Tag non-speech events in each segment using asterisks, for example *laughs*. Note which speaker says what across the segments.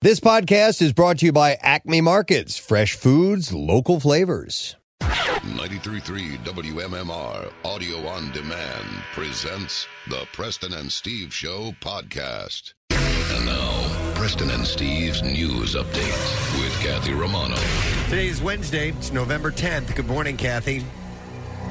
Speaker 1: This podcast is brought to you by Acme Markets, fresh foods, local flavors.
Speaker 2: 933 WMMR Audio on Demand presents the Preston and Steve Show podcast. And now, Preston and Steve's news update with Kathy Romano.
Speaker 3: Today is Wednesday. It's November 10th. Good morning, Kathy.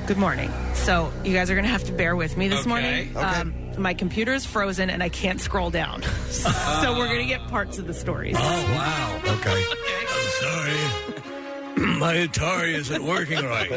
Speaker 4: Good morning. So you guys are going to have to bear with me this
Speaker 3: Okay.
Speaker 4: morning. Um,
Speaker 3: Okay.
Speaker 4: my computer is frozen and I can't scroll down. *laughs* so we're going to get parts of the stories.
Speaker 5: Oh,
Speaker 3: Oh, wow. *laughs* Okay.
Speaker 5: I'm sorry. *clears throat* My Atari isn't working right.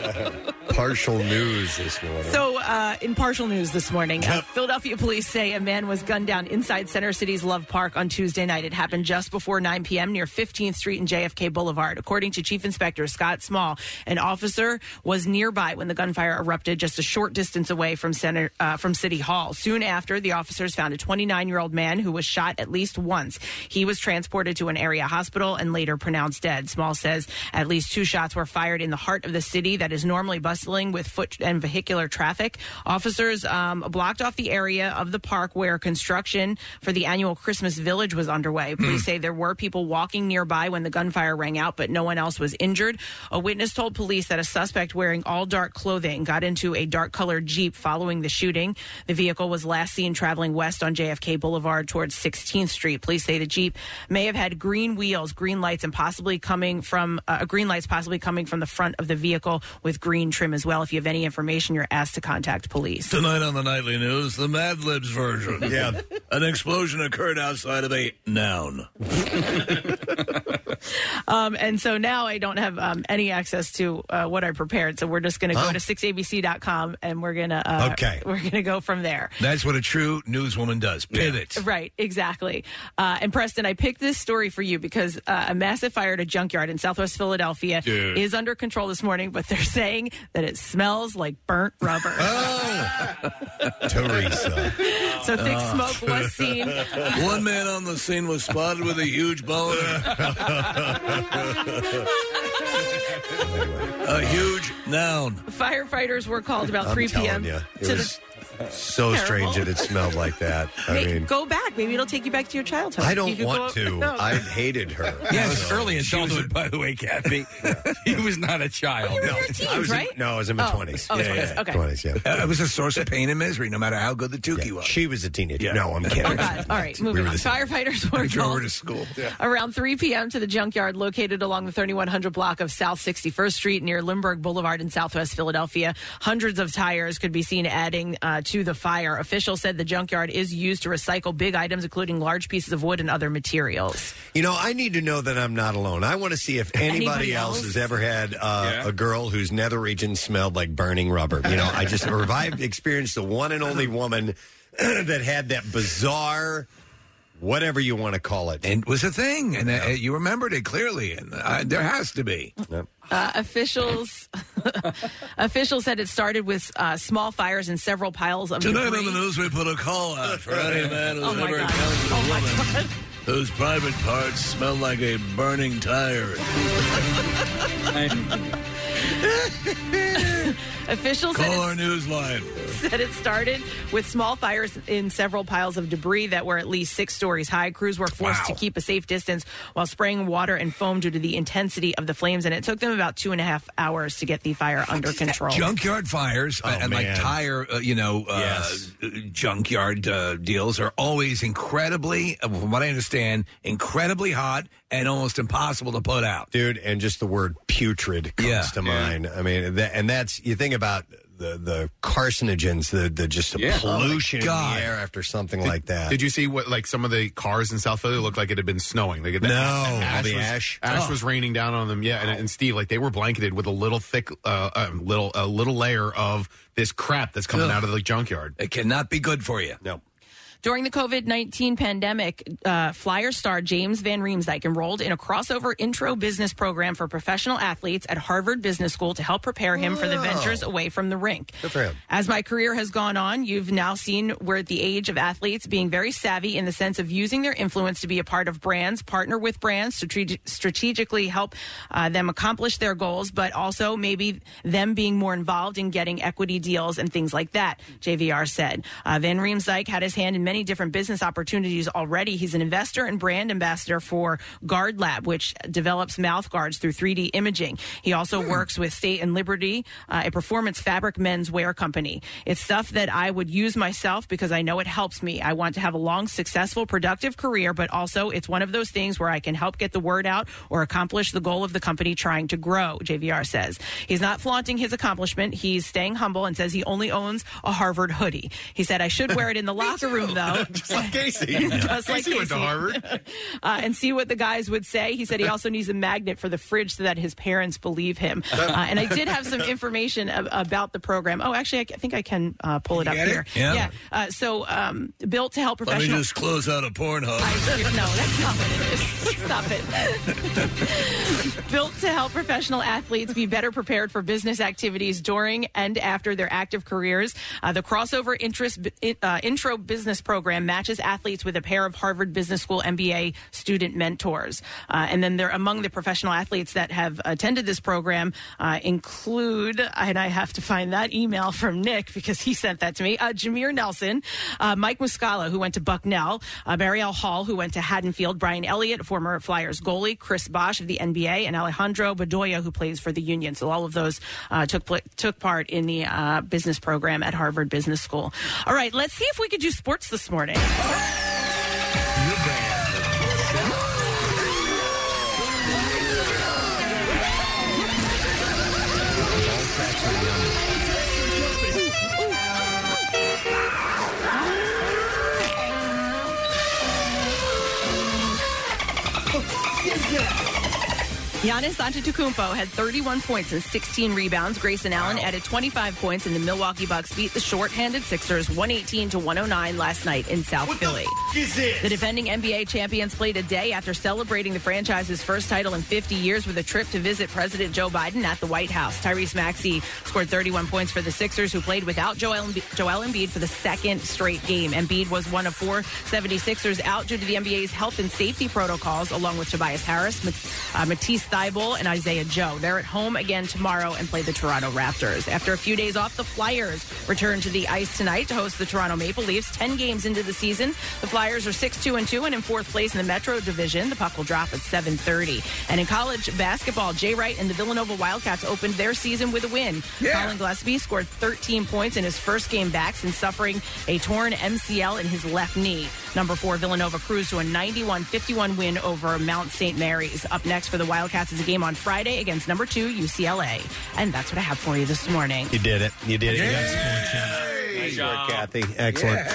Speaker 3: *laughs* Partial news this morning.
Speaker 4: So, uh, in partial news this morning, uh, Philadelphia police say a man was gunned down inside Center City's Love Park on Tuesday night. It happened just before 9 p.m. near 15th Street and JFK Boulevard. According to Chief Inspector Scott Small, an officer was nearby when the gunfire erupted just a short distance away from Center uh, from City Hall. Soon after, the officers found a 29-year-old man who was shot at least once. He was transported to an area hospital and later pronounced dead. Small says at least two shots were fired in the heart of the city that is normally bustling with foot and vehicular traffic. Officers um, blocked off the area of the park where construction for the annual Christmas Village was underway. Police say there were people walking nearby when the gunfire rang out, but no one else was injured. A witness told police that a suspect wearing all dark clothing got into a dark colored Jeep following the shooting. The vehicle was last seen traveling west on JFK Boulevard towards 16th Street. Police say the Jeep may have had green wheels, green lights, and possibly coming from uh, green lights, possibly coming from the front of the vehicle with green trim as well. If you have any information, you're asked to contact police.
Speaker 5: Tonight on the nightly news, the Mad Libs version.
Speaker 3: *laughs* Yeah.
Speaker 5: An explosion occurred outside of a noun.
Speaker 4: Um, and so now I don't have um, any access to uh, what I prepared. So we're just going to go
Speaker 5: Huh?
Speaker 4: to 6abc.com and we're going to uh,
Speaker 5: Okay.
Speaker 4: we're going to go from there.
Speaker 5: That's what a true newswoman does. Pivot. *laughs*
Speaker 4: Right, exactly. Uh, and Preston, I picked this story for you because uh, a massive fire at a junkyard in southwest Philadelphia
Speaker 5: Dude.
Speaker 4: is under control this morning, but they're *laughs* saying that it smells like burnt
Speaker 3: *laughs*
Speaker 4: rubber.
Speaker 3: Oh. Teresa.
Speaker 4: So thick smoke was seen.
Speaker 5: Ah. *laughs* One man on the scene was spotted with a huge
Speaker 3: *laughs*
Speaker 5: bone. a huge noun.
Speaker 4: Firefighters were called about
Speaker 3: I'm
Speaker 4: 3
Speaker 3: telling
Speaker 4: p.m.
Speaker 3: you. It
Speaker 4: to
Speaker 3: was
Speaker 4: the,
Speaker 3: so
Speaker 4: Terrible.
Speaker 3: strange that it smelled like that. I
Speaker 4: Hey,
Speaker 3: mean,
Speaker 4: go back. Maybe it'll take you back to your childhood.
Speaker 3: I
Speaker 4: You
Speaker 3: don't
Speaker 4: could
Speaker 3: want
Speaker 4: go-
Speaker 3: to.
Speaker 4: *laughs* No.
Speaker 3: I hated
Speaker 4: *laughs*
Speaker 3: her.
Speaker 6: Yes, early in childhood, by the way,
Speaker 5: *laughs*
Speaker 6: Kathy. he was not a child.
Speaker 4: You were in your teens,
Speaker 3: I was in-
Speaker 4: right?
Speaker 3: no, I was in my
Speaker 4: Oh,
Speaker 3: 20s.
Speaker 4: Oh,
Speaker 3: Yeah,
Speaker 4: 20s. Okay.
Speaker 3: 20s, yeah.
Speaker 5: Uh, It was a source of pain and misery, no matter how good the Tukey was.
Speaker 3: She was a teenager.
Speaker 5: Yeah. *laughs*
Speaker 3: No, I'm kidding.
Speaker 4: Oh, God. All right,
Speaker 3: We
Speaker 4: moving
Speaker 3: were
Speaker 4: on.
Speaker 3: the same. *laughs*
Speaker 4: Firefighters were
Speaker 5: I drove her
Speaker 4: called
Speaker 5: to school.
Speaker 4: around 3 p.m. to the junkyard located along the 3100 block of South 61st Street near Lindbergh Boulevard in Southwest Philadelphia. Hundreds of tires could be seen adding uh, to the fire. Officials said the junkyard is used to recycle big items, including large pieces of wood and other materials.
Speaker 3: You know, I need to know that I'm not alone. I want to see if anybody,
Speaker 4: Anybody
Speaker 3: else?
Speaker 4: else?
Speaker 3: has ever had uh,
Speaker 6: Yeah.
Speaker 3: a girl whose nether region smelled like burning rubber. You know, I just revived experienced the one and only woman *clears throat* that had that bizarre, whatever you want to call it.
Speaker 5: It was a thing, and uh, you remembered it clearly, and uh, there has to be.
Speaker 4: Uh, officials *laughs* officials said it started with uh, small fires in several piles of
Speaker 5: Tonight
Speaker 4: debris.
Speaker 5: on the news, we put a call out *laughs* for any man who's
Speaker 4: Oh, my
Speaker 5: ever
Speaker 4: God.
Speaker 5: encountered a
Speaker 4: Oh, my
Speaker 5: woman whose private parts smell like a burning
Speaker 3: *laughs*
Speaker 5: tire.
Speaker 4: officials said
Speaker 5: Call
Speaker 4: it
Speaker 5: our news line.
Speaker 4: *laughs* said it started with small fires in several piles of debris that were at least six stories high. Crews were forced to keep a safe distance while spraying water and foam due to the intensity of the flames, and it took them about two and a half hours to get the fire under control.
Speaker 5: Junkyard fires uh, and like
Speaker 3: man.
Speaker 5: tire, uh, you know, uh,
Speaker 3: Yes.
Speaker 5: uh, junkyard uh, deals are always incredibly, uh, from what I understand, incredibly hot and almost impossible to put out.
Speaker 3: dude and just the word putrid comes
Speaker 5: Yeah.
Speaker 3: to mind i mean that, and that's you think about the the carcinogens the the just the
Speaker 6: Yeah. Oh, my
Speaker 3: pollution in
Speaker 5: God.
Speaker 3: the air after something like that
Speaker 6: Did you see what like some of the cars in South Philly looked like it had been snowing? Like the
Speaker 3: No,
Speaker 6: ash,
Speaker 3: the
Speaker 6: was,
Speaker 3: ash.
Speaker 5: Oh.
Speaker 6: was raining down on them. Yeah, and, and Steve, like they were blanketed with a little thick, uh, um, little a little layer of this crap that's coming
Speaker 5: Ugh.
Speaker 6: out of the junkyard.
Speaker 5: It cannot be good for you.
Speaker 3: no
Speaker 4: During the COVID 19 pandemic, uh, Flyer star James Van Riemsdyk enrolled in a crossover intro business program for professional athletes at Harvard Business School to help prepare him for the ventures away from the rink.
Speaker 3: Good for him.
Speaker 4: As my career has gone on, you've now seen we're at the age of athletes being very savvy in the sense of using their influence to be a part of brands, partner with brands to tre- strategically help uh, them accomplish their goals, but also maybe them being more involved in getting equity deals and things like that, JVR said. Uh, Van Riemsdyk had his hand in many many different business opportunities already. He's an investor and brand ambassador for Guard Lab, which develops mouth guards through 3D imaging. He
Speaker 6: Hmm.
Speaker 4: also works with State and Liberty, uh, a performance fabric men's wear company. It's stuff that I would use myself because I know it helps me. I want to have a long, successful, productive career, but also it's one of those things where I can help get the word out or accomplish the goal of the company trying to grow, JVR says. He's not flaunting his accomplishment. He's staying humble and says he only owns a Harvard hoodie. He said, I should wear
Speaker 6: *laughs*
Speaker 4: it in the locker room, though.
Speaker 6: Just like Casey.
Speaker 4: *laughs* Just like
Speaker 6: Casey went to
Speaker 4: Casey.
Speaker 6: Harvard.
Speaker 4: *laughs* uh, and see what the guys would say. He said he also needs a magnet for the fridge so that his parents believe
Speaker 5: *laughs*
Speaker 4: him. Uh, and I did have some information ab- about the program. Oh, actually, I c- I think I can uh, pull it up
Speaker 5: get it?
Speaker 4: here.
Speaker 5: Yeah.
Speaker 4: Uh, so, um, built to help
Speaker 5: Let me
Speaker 4: professionals.
Speaker 5: just close out a Pornhub.
Speaker 4: *laughs* No, that's not what it is. Stop it. Built to help professional athletes be better prepared for business activities during and after their active careers. Uh, the crossover interest uh, intro business program matches athletes with a pair of Harvard Business School MBA student mentors, uh, and then they're among the professional athletes that have attended this program uh, include, and I have to find that email from Nick because he sent that to me. Uh, Jameer Nelson, uh, Mike Muscala, who went to Bucknell, uh, Marielle Hall, who went to Haddonfield, Brian Elliott, former Flyers goalie, Chris Bosch of the NBA, and Alejandro Bedoya, who plays for the Union. So all of those uh, took pla took part in the uh, business program at Harvard Business School. All right, let's see if we could do sports this morning.
Speaker 5: *laughs*
Speaker 4: Giannis Antetokounmpo had 31 points and 16 rebounds. Grayson Allen added 25 points, and the Milwaukee Bucks beat the shorthanded Sixers 118 to 109 last night in South Philly. The defending NBA champions played a day after celebrating the franchise's first title in 50 years with a trip to visit President Joe Biden at the White House. Tyrese Maxey scored 31 points for the Sixers, who played without Joel, Embi- Joel Embiid for the second straight game. Embiid was one of four 76ers out due to the NBA's health and safety protocols, along with Tobias Harris, Mat- uh, Matisse Thybul, and Isaiah Joe. They're at home again tomorrow and play the Toronto Raptors. After a few days off, the Flyers return to the ice tonight to host the Toronto Maple Leafs. Ten games into the season, the Flyers are six two and two and in fourth place in the Metro Division. The puck will drop at seven thirty. And in college basketball, Jay Wright and the Villanova Wildcats opened their season with a win. Colin Gillespie scored thirteen points in his first game back since suffering a torn MCL in his left knee. Number four Villanova cruised to a 91-51 win over Mount St. Mary's. Up next for the Wildcats is a game on Friday against number two UCLA. And that's what I have for you this morning.
Speaker 3: You did it. You did it. You got
Speaker 5: Nice
Speaker 3: work, Kathy. Excellent.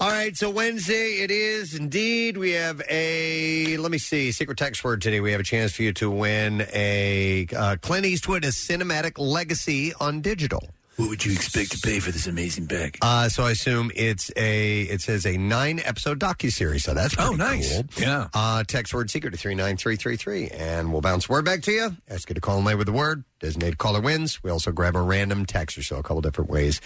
Speaker 3: All right, so Wednesday it is indeed. We have a, let me see, secret text word today. We have a chance for you to win a uh, Clint Eastwood, a cinematic legacy on digital.
Speaker 5: What would you expect to pay for this amazing bag?
Speaker 3: Uh, so I assume it's a, it says a nine episode docuseries. So that's
Speaker 5: Oh,
Speaker 3: pretty
Speaker 5: nice.
Speaker 3: cool.
Speaker 5: Yeah.
Speaker 3: Uh, text word secret to 39333, and we'll bounce word back to you. Ask you to call and lay with the word. Designated caller wins. We also grab a random text or so, a couple different ways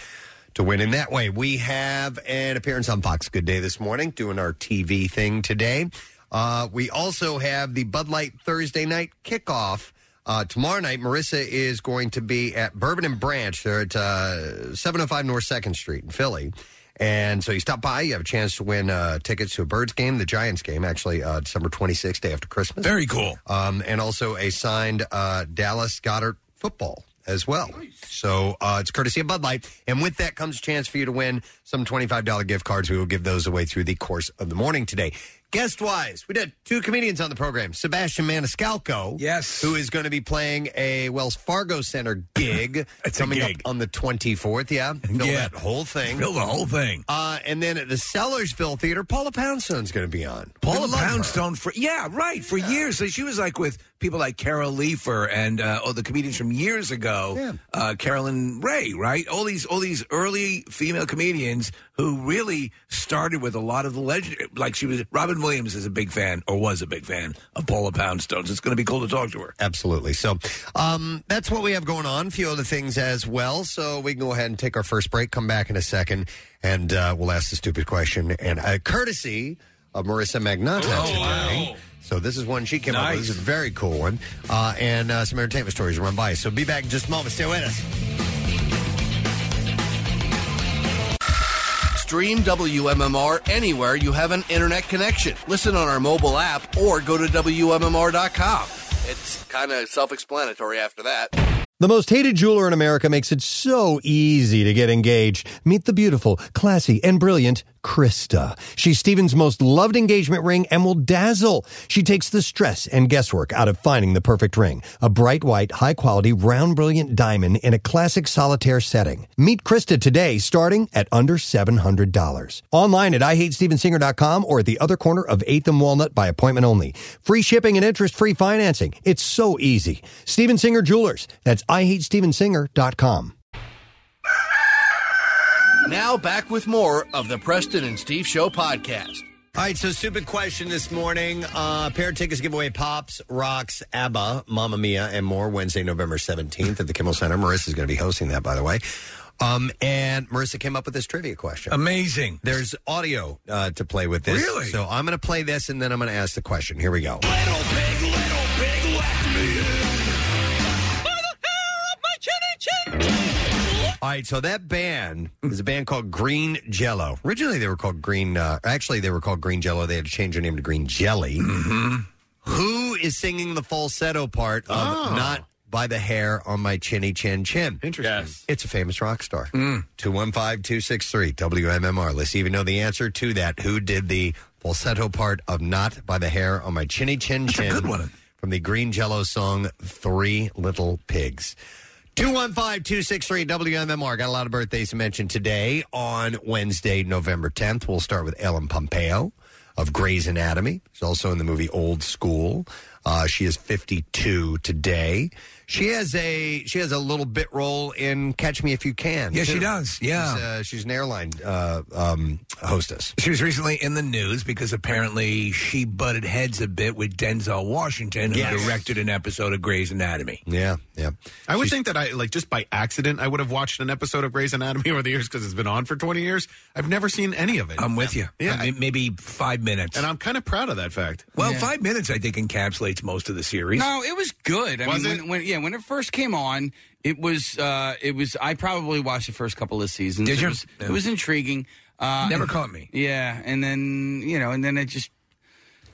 Speaker 3: to win in that way. We have an appearance on Fox Good Day this morning, doing our TV thing today. Uh, we also have the Bud Light Thursday night kickoff. Uh, tomorrow night, Marissa is going to be at Bourbon and Branch. They're at uh, 705 North 2nd Street in Philly. And so you stop by, you have a chance to win uh, tickets to a Birds game, the Giants game, actually, uh, December 26th, day after Christmas.
Speaker 5: Very cool.
Speaker 3: Um, and also a signed uh, Dallas Goddard football as well. So uh, it's courtesy of Bud Light. And with that comes a chance for you to win some $25 gift cards. We will give those away through the course of the morning today. Guest wise, we did two comedians on the program Sebastian Maniscalco.
Speaker 5: Yes.
Speaker 3: Who is going to be playing a Wells Fargo Center gig
Speaker 5: *laughs* It's a
Speaker 3: coming up
Speaker 5: gig.
Speaker 3: on the 24th. Yeah. Fill
Speaker 5: Yeah.
Speaker 3: that whole thing.
Speaker 5: Fill the whole thing.
Speaker 3: Uh, and then at the Sellersville Theater, Paula Poundstone's going to be on.
Speaker 5: Paula
Speaker 3: We love her.
Speaker 5: Poundstone for yeah, right. For years, like, she was like with people like Carol Leifer and uh, oh, the comedians from years ago, uh, Carolyn Ray, right? All these all these early female comedians who really started with a lot of the legend. Like she was Robin Williams is a big fan or was a big fan of Paula Poundstone. So it's going to be cool to talk to her.
Speaker 3: Absolutely. So um, that's what we have going on. A few other things as well. So we can go ahead and take our first break, come back in a second, and uh, we'll ask the stupid question. And uh, courtesy of Marissa Magnata today. So this is one she came up with. This is a very cool one. Uh, and uh, some entertainment stories to run by. So be back in just a moment. Stay with us.
Speaker 7: Stream WMMR anywhere you have an internet connection. Listen on our mobile app or go to WMMR.com. It's kind of self explanatory after that.
Speaker 1: The most hated jeweler in America makes it so easy to get engaged. Meet the beautiful, classy, and brilliant Krista. She's Steven's most loved engagement ring and will dazzle. She takes the stress and guesswork out of finding the perfect ring. A bright white, high quality, round brilliant diamond in a classic solitaire setting. Meet Krista today, starting at under $700. Online at IHateStevensinger.com or at the other corner of 8th and Walnut by appointment only. Free shipping and interest free financing. It's so easy. Steven Singer Jewelers. That's IHateStevensinger.com.
Speaker 7: Now back with more of the Preston and Steve Show podcast.
Speaker 3: All right, so stupid question this morning. Uh, pair of tickets giveaway Pops, Rocks, ABBA, Mamma Mia, and more Wednesday, November 17th at the Kimmel Center. Marissa's going to be hosting that, by the way. Um, and Marissa came up with this trivia question.
Speaker 5: Um, Amazing.
Speaker 3: There's audio uh, to play with this. Really? So I'm going to play this and then I'm going to ask the question. Here we go. All right, so that band is a band called Green Jello. Originally, they were called Green. Uh, actually, they were called Green Jello. They had to change their name to Green Jelly.
Speaker 5: Mm-hmm.
Speaker 3: Who is singing the falsetto part of
Speaker 8: Oh.
Speaker 3: "Not by the Hair on My Chinny Chin Chin"? Interesting. It's a famous rock star.
Speaker 5: Mm.
Speaker 3: Two one five two six three WMMR. Let's even know the answer to that. Who did the falsetto part of "Not by the Hair on My Chinny Chin Chin"? good one. From the Green Jello song Three Little Pigs. 215 263 WMMR. Got a lot of birthdays to mention today on Wednesday, November 10th. We'll start with Ellen Pompeo of Grey's Anatomy. She's also in the movie Old School. Uh, she is 52 today. She has a she has a little bit role in Catch Me If You Can.
Speaker 5: Yeah, she
Speaker 3: too.
Speaker 5: does. Yeah.
Speaker 3: she's, uh, she's an airline uh, um, hostess.
Speaker 5: She was recently in the news because apparently she butted heads a bit with Denzel Washington, who
Speaker 6: Yes.
Speaker 5: directed an episode of Grey's Anatomy.
Speaker 3: Yeah, yeah.
Speaker 6: I would think that I like just by accident I would have watched an episode of Grey's Anatomy over the years because it's been on for twenty years. I've never seen any of it.
Speaker 5: I'm with you.
Speaker 6: Yeah,
Speaker 5: I mean, maybe five minutes, and
Speaker 6: I'm kind of proud of that fact.
Speaker 5: Well,
Speaker 6: Yeah.
Speaker 5: five minutes I think encapsulates most of the series.
Speaker 9: No, it was good. I
Speaker 5: Was
Speaker 9: mean,
Speaker 5: it?
Speaker 9: When, when yeah, when it first came on, it was uh, it was. I probably watched the first couple of seasons.
Speaker 5: Did
Speaker 9: It
Speaker 5: you?
Speaker 9: was, it was intriguing. Uh,
Speaker 5: Never caught me.
Speaker 9: Yeah, and then you know, and then it just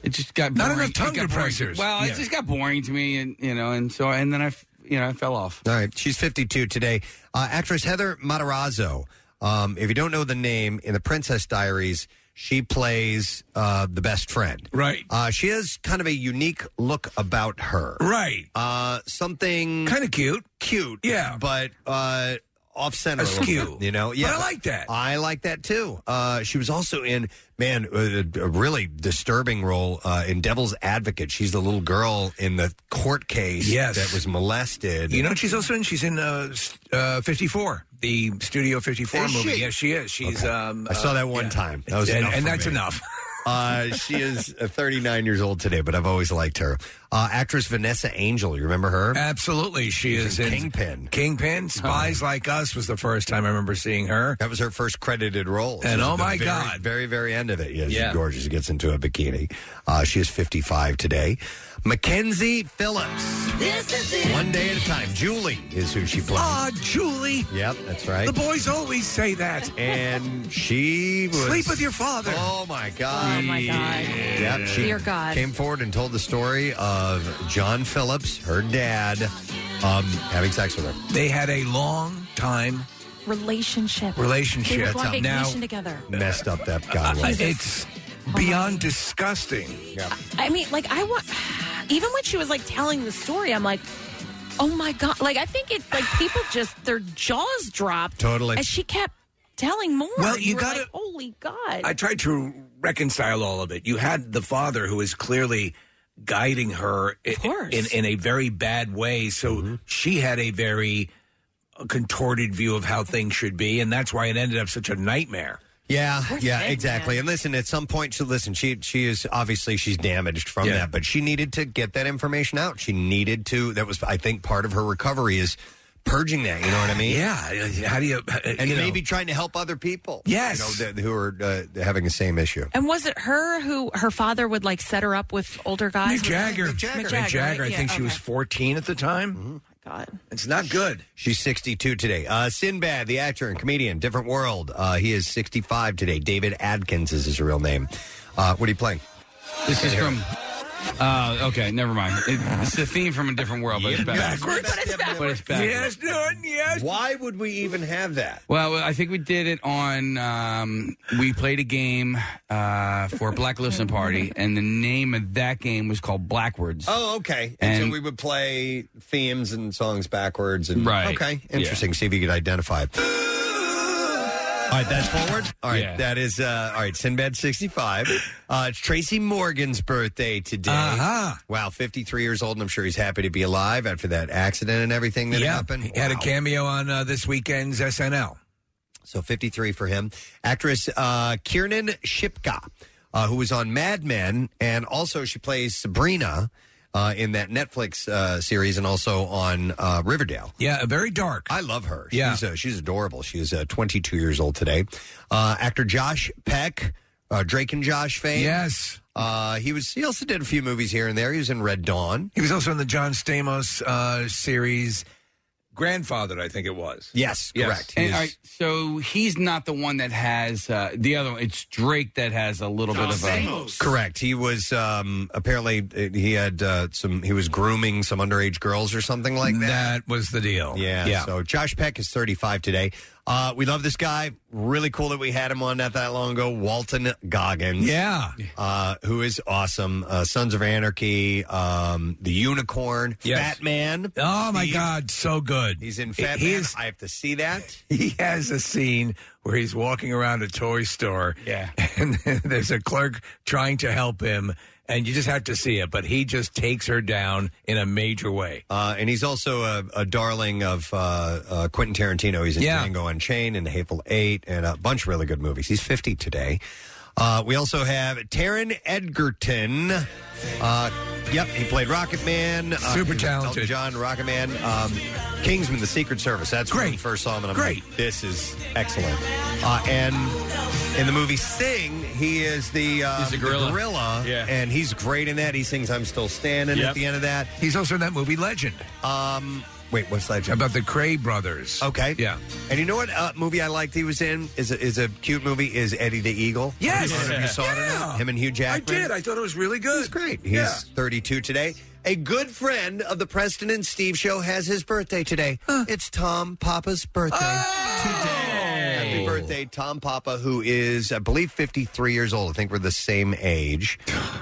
Speaker 9: it just got
Speaker 5: Not
Speaker 9: boring.
Speaker 5: enough tongue
Speaker 9: It got boring.
Speaker 5: depressors.
Speaker 9: Well,
Speaker 5: Yeah.
Speaker 9: it just got boring to me, and you know, and so and then I
Speaker 5: *laughs*
Speaker 9: f- you know I fell off.
Speaker 3: All right, she's 52 today. Uh, actress Heather Matarazzo. Um, if you don't know the name, in The Princess Diaries, she plays uh, the best friend.
Speaker 5: Right.
Speaker 3: Uh, she has kind of a unique look about her.
Speaker 5: Right.
Speaker 3: Uh, something
Speaker 5: kind of cute,
Speaker 3: cute.
Speaker 5: Yeah.
Speaker 3: but uh, off center,
Speaker 5: Askew.
Speaker 3: you know.
Speaker 5: But
Speaker 3: Yeah,
Speaker 5: I like that.
Speaker 3: I like that too. Uh, she was also in man uh, a, a really disturbing role uh, in Devil's Advocate. She's the little girl in the court case
Speaker 5: Yes.
Speaker 3: that was molested.
Speaker 5: You know, what she's also in. She's in uh, s- uh, 54, the Studio 54
Speaker 3: Is
Speaker 5: movie.
Speaker 3: she?
Speaker 5: Yes, she is. She's.
Speaker 3: Okay.
Speaker 5: Um,
Speaker 3: I saw
Speaker 5: uh,
Speaker 3: that one
Speaker 5: yeah.
Speaker 3: time. That was
Speaker 5: and,
Speaker 3: enough
Speaker 5: and
Speaker 3: for
Speaker 5: that's
Speaker 3: me.
Speaker 5: enough.
Speaker 3: *laughs* Uh, she is uh, 39 years old today, but I've always liked her. Uh, actress Vanessa Angel, you remember her?
Speaker 5: Absolutely, Uh, she
Speaker 3: She's
Speaker 5: is
Speaker 3: in
Speaker 5: in
Speaker 3: Kingpin. Oh,
Speaker 5: Kingpin, Spies Like Us was the first time I remember seeing her.
Speaker 3: That was her first credited role.
Speaker 5: And
Speaker 3: She's
Speaker 5: oh
Speaker 3: the
Speaker 5: my
Speaker 3: very,
Speaker 5: God.
Speaker 3: very very end of it. Yeah, she's
Speaker 5: Yeah.
Speaker 3: gorgeous. She gets into a bikini. Uh, she is 55 today. Mackenzie Phillips. One day at a time. Julie is who she plays.
Speaker 5: Ah, Julie.
Speaker 3: Yep, that's right.
Speaker 5: The boys always say that.
Speaker 3: and she was
Speaker 5: *laughs* Sleep with your father.
Speaker 3: Oh my God.
Speaker 5: Oh my God.
Speaker 3: Yep, she
Speaker 10: Dear God.
Speaker 3: came forward and told the story of John Phillips, her dad, um, having sex with her.
Speaker 5: They had a long time.
Speaker 10: Relationship.
Speaker 5: Relationship.
Speaker 10: They would go on
Speaker 5: Now-
Speaker 10: vacation together.
Speaker 3: Messed up that guy. was.
Speaker 5: It's beyond disgusting.
Speaker 10: I mean, like I want. Even when she was like telling the story, I'm like, oh my god! Like I think it. Like
Speaker 5: *sighs*
Speaker 10: people just their jaws dropped.
Speaker 5: Totally.
Speaker 10: As she kept telling more.
Speaker 5: Well, you
Speaker 10: were
Speaker 5: gotta-
Speaker 10: like, Holy God!
Speaker 5: I tried to reconcile all of it. You had the father who is clearly guiding her i- in in a very bad way, so
Speaker 3: Mm-hmm.
Speaker 5: she had a very contorted view of how things should be, and that's why it ended up such a nightmare.
Speaker 3: Yeah,
Speaker 5: Poor
Speaker 3: yeah,
Speaker 5: thing,
Speaker 3: exactly. And listen, at some point, she listen. She she is obviously she's damaged from that, but she needed to get that information out. She needed to. That was, I think, part of her recovery is purging that. You know what I mean?
Speaker 5: Yeah. How do you? uh,
Speaker 7: Uh,
Speaker 3: And
Speaker 5: you know.
Speaker 3: maybe trying to help other people.
Speaker 5: Yes.
Speaker 3: you know, that, who are uh, having the same issue.
Speaker 10: and was it her who her father would like set her up with older guys?
Speaker 5: Mick Jagger. Mick Jagger.
Speaker 10: Mick Jagger.
Speaker 5: I
Speaker 10: right?
Speaker 5: think
Speaker 10: Yeah,
Speaker 5: she was
Speaker 10: okay.
Speaker 5: 14 at the time.
Speaker 4: God.
Speaker 5: It's not good.
Speaker 3: She's 62 today. Uh, Sinbad, the actor and comedian, different world. Uh, he is 65 today. David Adkins is his real name. Uh, what are you playing?
Speaker 9: This is from. Uh, okay, never mind. It, it's the theme from a different world, but it's backwards.
Speaker 5: But it's backwards.
Speaker 9: But it's backwards.
Speaker 5: yes.
Speaker 3: Why would we even have that?
Speaker 9: Well, I think we did it on. Um, we played a game uh, for Black Listening Party, and the name of that game was called Blackwards.
Speaker 3: Oh, okay. And,
Speaker 9: And-
Speaker 3: so we would play themes and songs backwards. And,
Speaker 9: Right.
Speaker 3: Okay.
Speaker 9: Yeah.
Speaker 3: Interesting. See if you could identify it. All right, that's forward. All right,
Speaker 9: Yeah.
Speaker 3: that is uh, all right. Sinbad sixty five. Uh, it's Tracy Morgan's birthday today.
Speaker 5: Uh-huh.
Speaker 3: Wow, fifty three years old, and I'm sure he's happy to be alive after that accident and everything that
Speaker 5: yeah,
Speaker 3: happened.
Speaker 5: he had a
Speaker 3: Wow.
Speaker 5: cameo on uh, this weekend's SNL.
Speaker 3: So 53 for him. Actress uh, Kiernan Shipka, uh, who was on Mad Men, and also she plays Sabrina uh, in that Netflix uh, series and also on uh, Riverdale.
Speaker 5: Yeah, very dark.
Speaker 3: I love her.
Speaker 5: Yeah.
Speaker 3: She's, uh, she's adorable. She is uh, 22 years old today. Uh, actor Josh Peck, uh, Drake and Josh fame.
Speaker 5: Yes.
Speaker 3: Uh, he was. He also did a few movies here and there. He was in Red Dawn.
Speaker 5: He was also in the John Stamos uh, series, Grandfathered, I think it was.
Speaker 3: Yes,
Speaker 5: Yes.
Speaker 3: correct. He
Speaker 9: And,
Speaker 3: is-
Speaker 9: all right, so he's not the one that has uh, the other one. It's Drake that has a little bit of a.
Speaker 3: Correct. He was um, apparently uh, he had uh, some. He was grooming some underage girls or something like that.
Speaker 5: That was the deal.
Speaker 3: yeah. So Josh Peck is 35 today. Uh, we love this guy. Really cool that we had him on not that long ago. Walton Goggins.
Speaker 5: Yeah.
Speaker 3: Uh, who is awesome. Uh, Sons of Anarchy. Um, the Unicorn.
Speaker 5: Yes.
Speaker 3: Fat Man.
Speaker 5: Oh my
Speaker 3: Steve.
Speaker 5: God, so good.
Speaker 3: He's in Fat
Speaker 5: He- he
Speaker 3: Man.
Speaker 5: is-
Speaker 3: I have to see that.
Speaker 5: *laughs* He has a scene where he's walking around a toy store.
Speaker 9: Yeah.
Speaker 5: *laughs* And there's a clerk trying to help him, and you just have to see it. But he just takes her down in a major way.
Speaker 3: Uh, and he's also a, a darling of uh, uh, Quentin Tarantino. He's in
Speaker 5: Yeah.
Speaker 3: Django Unchained and The Hateful Eight and a bunch of really good movies. He's 50 today. Uh, we also have Taryn Edgerton. Uh, yep, he played Rocket Man. Uh,
Speaker 5: Super
Speaker 3: he was
Speaker 5: talented.
Speaker 3: Elton John, Rocket Man. Um, Kingsman, The Secret Service. That's where we
Speaker 5: Great.
Speaker 3: first saw him. And I'm
Speaker 5: Great.
Speaker 3: like, this is excellent. Uh, and in the movie Sing, he is the, uh,
Speaker 9: He's the
Speaker 3: the
Speaker 9: gorilla.
Speaker 3: yeah. And he's great in that. He sings I'm Still Standing at
Speaker 9: Yep.
Speaker 3: the end of that.
Speaker 5: He's also in that movie Legend
Speaker 3: Um, wait, what's that? Jim?
Speaker 5: about the Cray brothers.
Speaker 3: Okay.
Speaker 5: Yeah.
Speaker 3: And you know what uh, movie I liked he was in is a, is a cute movie is Eddie the Eagle.
Speaker 5: Yes.
Speaker 3: I don't know if you saw it or
Speaker 5: Yeah.
Speaker 3: not. Him and Hugh
Speaker 5: I
Speaker 3: Jackman.
Speaker 5: did. I thought it was really good. It's
Speaker 3: Great. He's 32 today. A good friend of the Preston and Steve show has his birthday today. It's Tom Papa's birthday today. Happy birthday, Tom Papa, who is, I believe, 53 years old. I think we're the same age.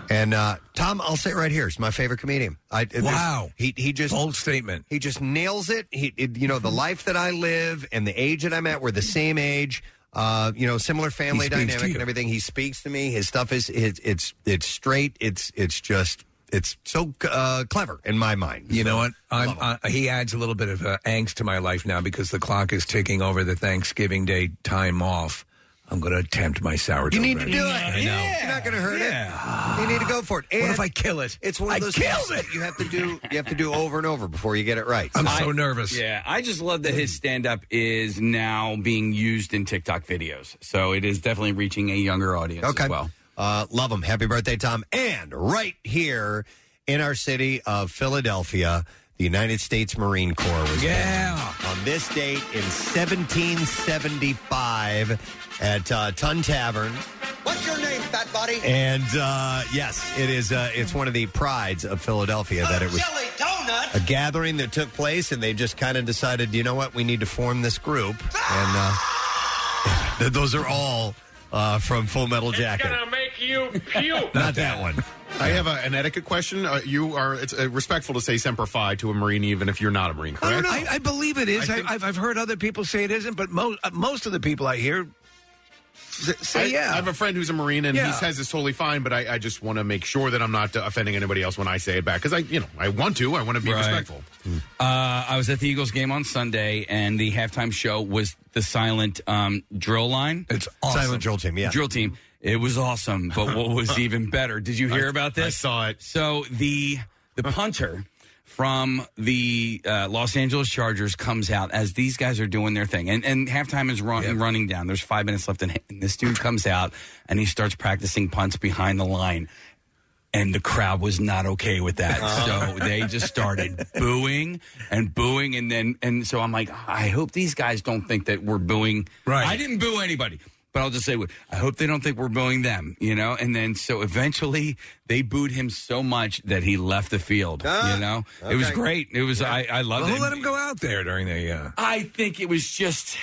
Speaker 3: And uh, Tom, I'll say it right here, is my favorite comedian. I, there's-
Speaker 5: Wow.
Speaker 3: He, he just
Speaker 5: Bold statement.
Speaker 3: he just nails it. He, it- you know, the life that I live and the age that I'm at, we're the same age. Uh, you know, similar family
Speaker 5: speaks to
Speaker 3: dynamic
Speaker 5: you.
Speaker 3: and everything. He speaks to me. His stuff is it's it's it's straight. It's it's just it's so uh, clever in my mind.
Speaker 5: You know what? I'm,
Speaker 3: Love
Speaker 5: uh, he adds a little bit of uh, angst to my life now because the clock is ticking over the Thanksgiving Day time off. I'm going to attempt my sourdough.
Speaker 3: You need to
Speaker 5: bread.
Speaker 3: do it.
Speaker 5: I know. Ah.
Speaker 3: You're not going to hurt it. You need to go for it. And
Speaker 5: What if I kill it?
Speaker 3: It's one
Speaker 5: I
Speaker 3: of those
Speaker 5: killed
Speaker 3: things
Speaker 5: it.
Speaker 3: that you have to do. You have to do over and over before you get it right.
Speaker 5: I'm so nervous.
Speaker 9: Yeah, I just love that his stand up is now being used in TikTok videos. So it is definitely reaching a younger audience
Speaker 3: Okay.
Speaker 9: as well.
Speaker 3: Uh, love him. Happy birthday, Tom. And right here in our city of Philadelphia, the United States Marine Corps was
Speaker 5: Yeah.
Speaker 3: born. on this date in 1775 at uh, Tun Tavern.
Speaker 8: What's your name, fat body?
Speaker 3: And uh, yes, it is. Uh, it's one of the prides of Philadelphia that it was
Speaker 8: Jelly donut.
Speaker 3: a gathering that took place, and they just kind of decided, you know what, we need to form this group. And uh, *laughs* th- those are all uh, from Full Metal Jacket.
Speaker 11: make you puke.
Speaker 3: *laughs* Not that one.
Speaker 6: I have a, an etiquette question. Uh, you are it's uh, respectful to say "semper fi" to a marine, even if you're not a marine. Correct?
Speaker 5: I, I believe it is.
Speaker 6: I
Speaker 5: I
Speaker 6: think-
Speaker 5: I've, I've heard other people say it isn't, but mo- uh, most of the people I hear s- say
Speaker 6: I-
Speaker 5: yeah.
Speaker 6: I have a friend who's a Marine, and he
Speaker 5: Uh, Yeah.
Speaker 6: says it's totally fine, but I, I just want to make sure that I'm not uh, offending anybody else when I say it back because I, you know, I want to. I want to be
Speaker 9: Right.
Speaker 6: respectful.
Speaker 9: Uh, I was at the Eagles game on Sunday, and the halftime show was the silent um, drill line,
Speaker 5: it's awesome.
Speaker 3: Silent Joel team, yeah.
Speaker 9: drill team. It was awesome,
Speaker 3: *laughs*
Speaker 9: but what was even better? Did you hear about this?
Speaker 6: I saw it.
Speaker 9: So the the punter from the uh, Los Angeles Chargers comes out as these guys are doing their thing, and and halftime is run, running down. There's five minutes left, and, and this dude comes out and he starts practicing punts behind the line. and the crowd was not okay with that.
Speaker 3: Oh.
Speaker 9: So they just
Speaker 3: *laughs*
Speaker 9: started booing and booing, and then and so I'm like, I hope these guys don't think that we're booing. Right. I didn't boo anybody. But I'll just say, I hope they don't think we're booing them, you know. And then, so eventually, they booed him so much that he left the field.
Speaker 5: Ah,
Speaker 9: you know, it was
Speaker 5: okay.
Speaker 9: great. It was I, I loved
Speaker 5: Well,
Speaker 9: it.
Speaker 5: who let him go out there during the? Uh,
Speaker 9: I think it was just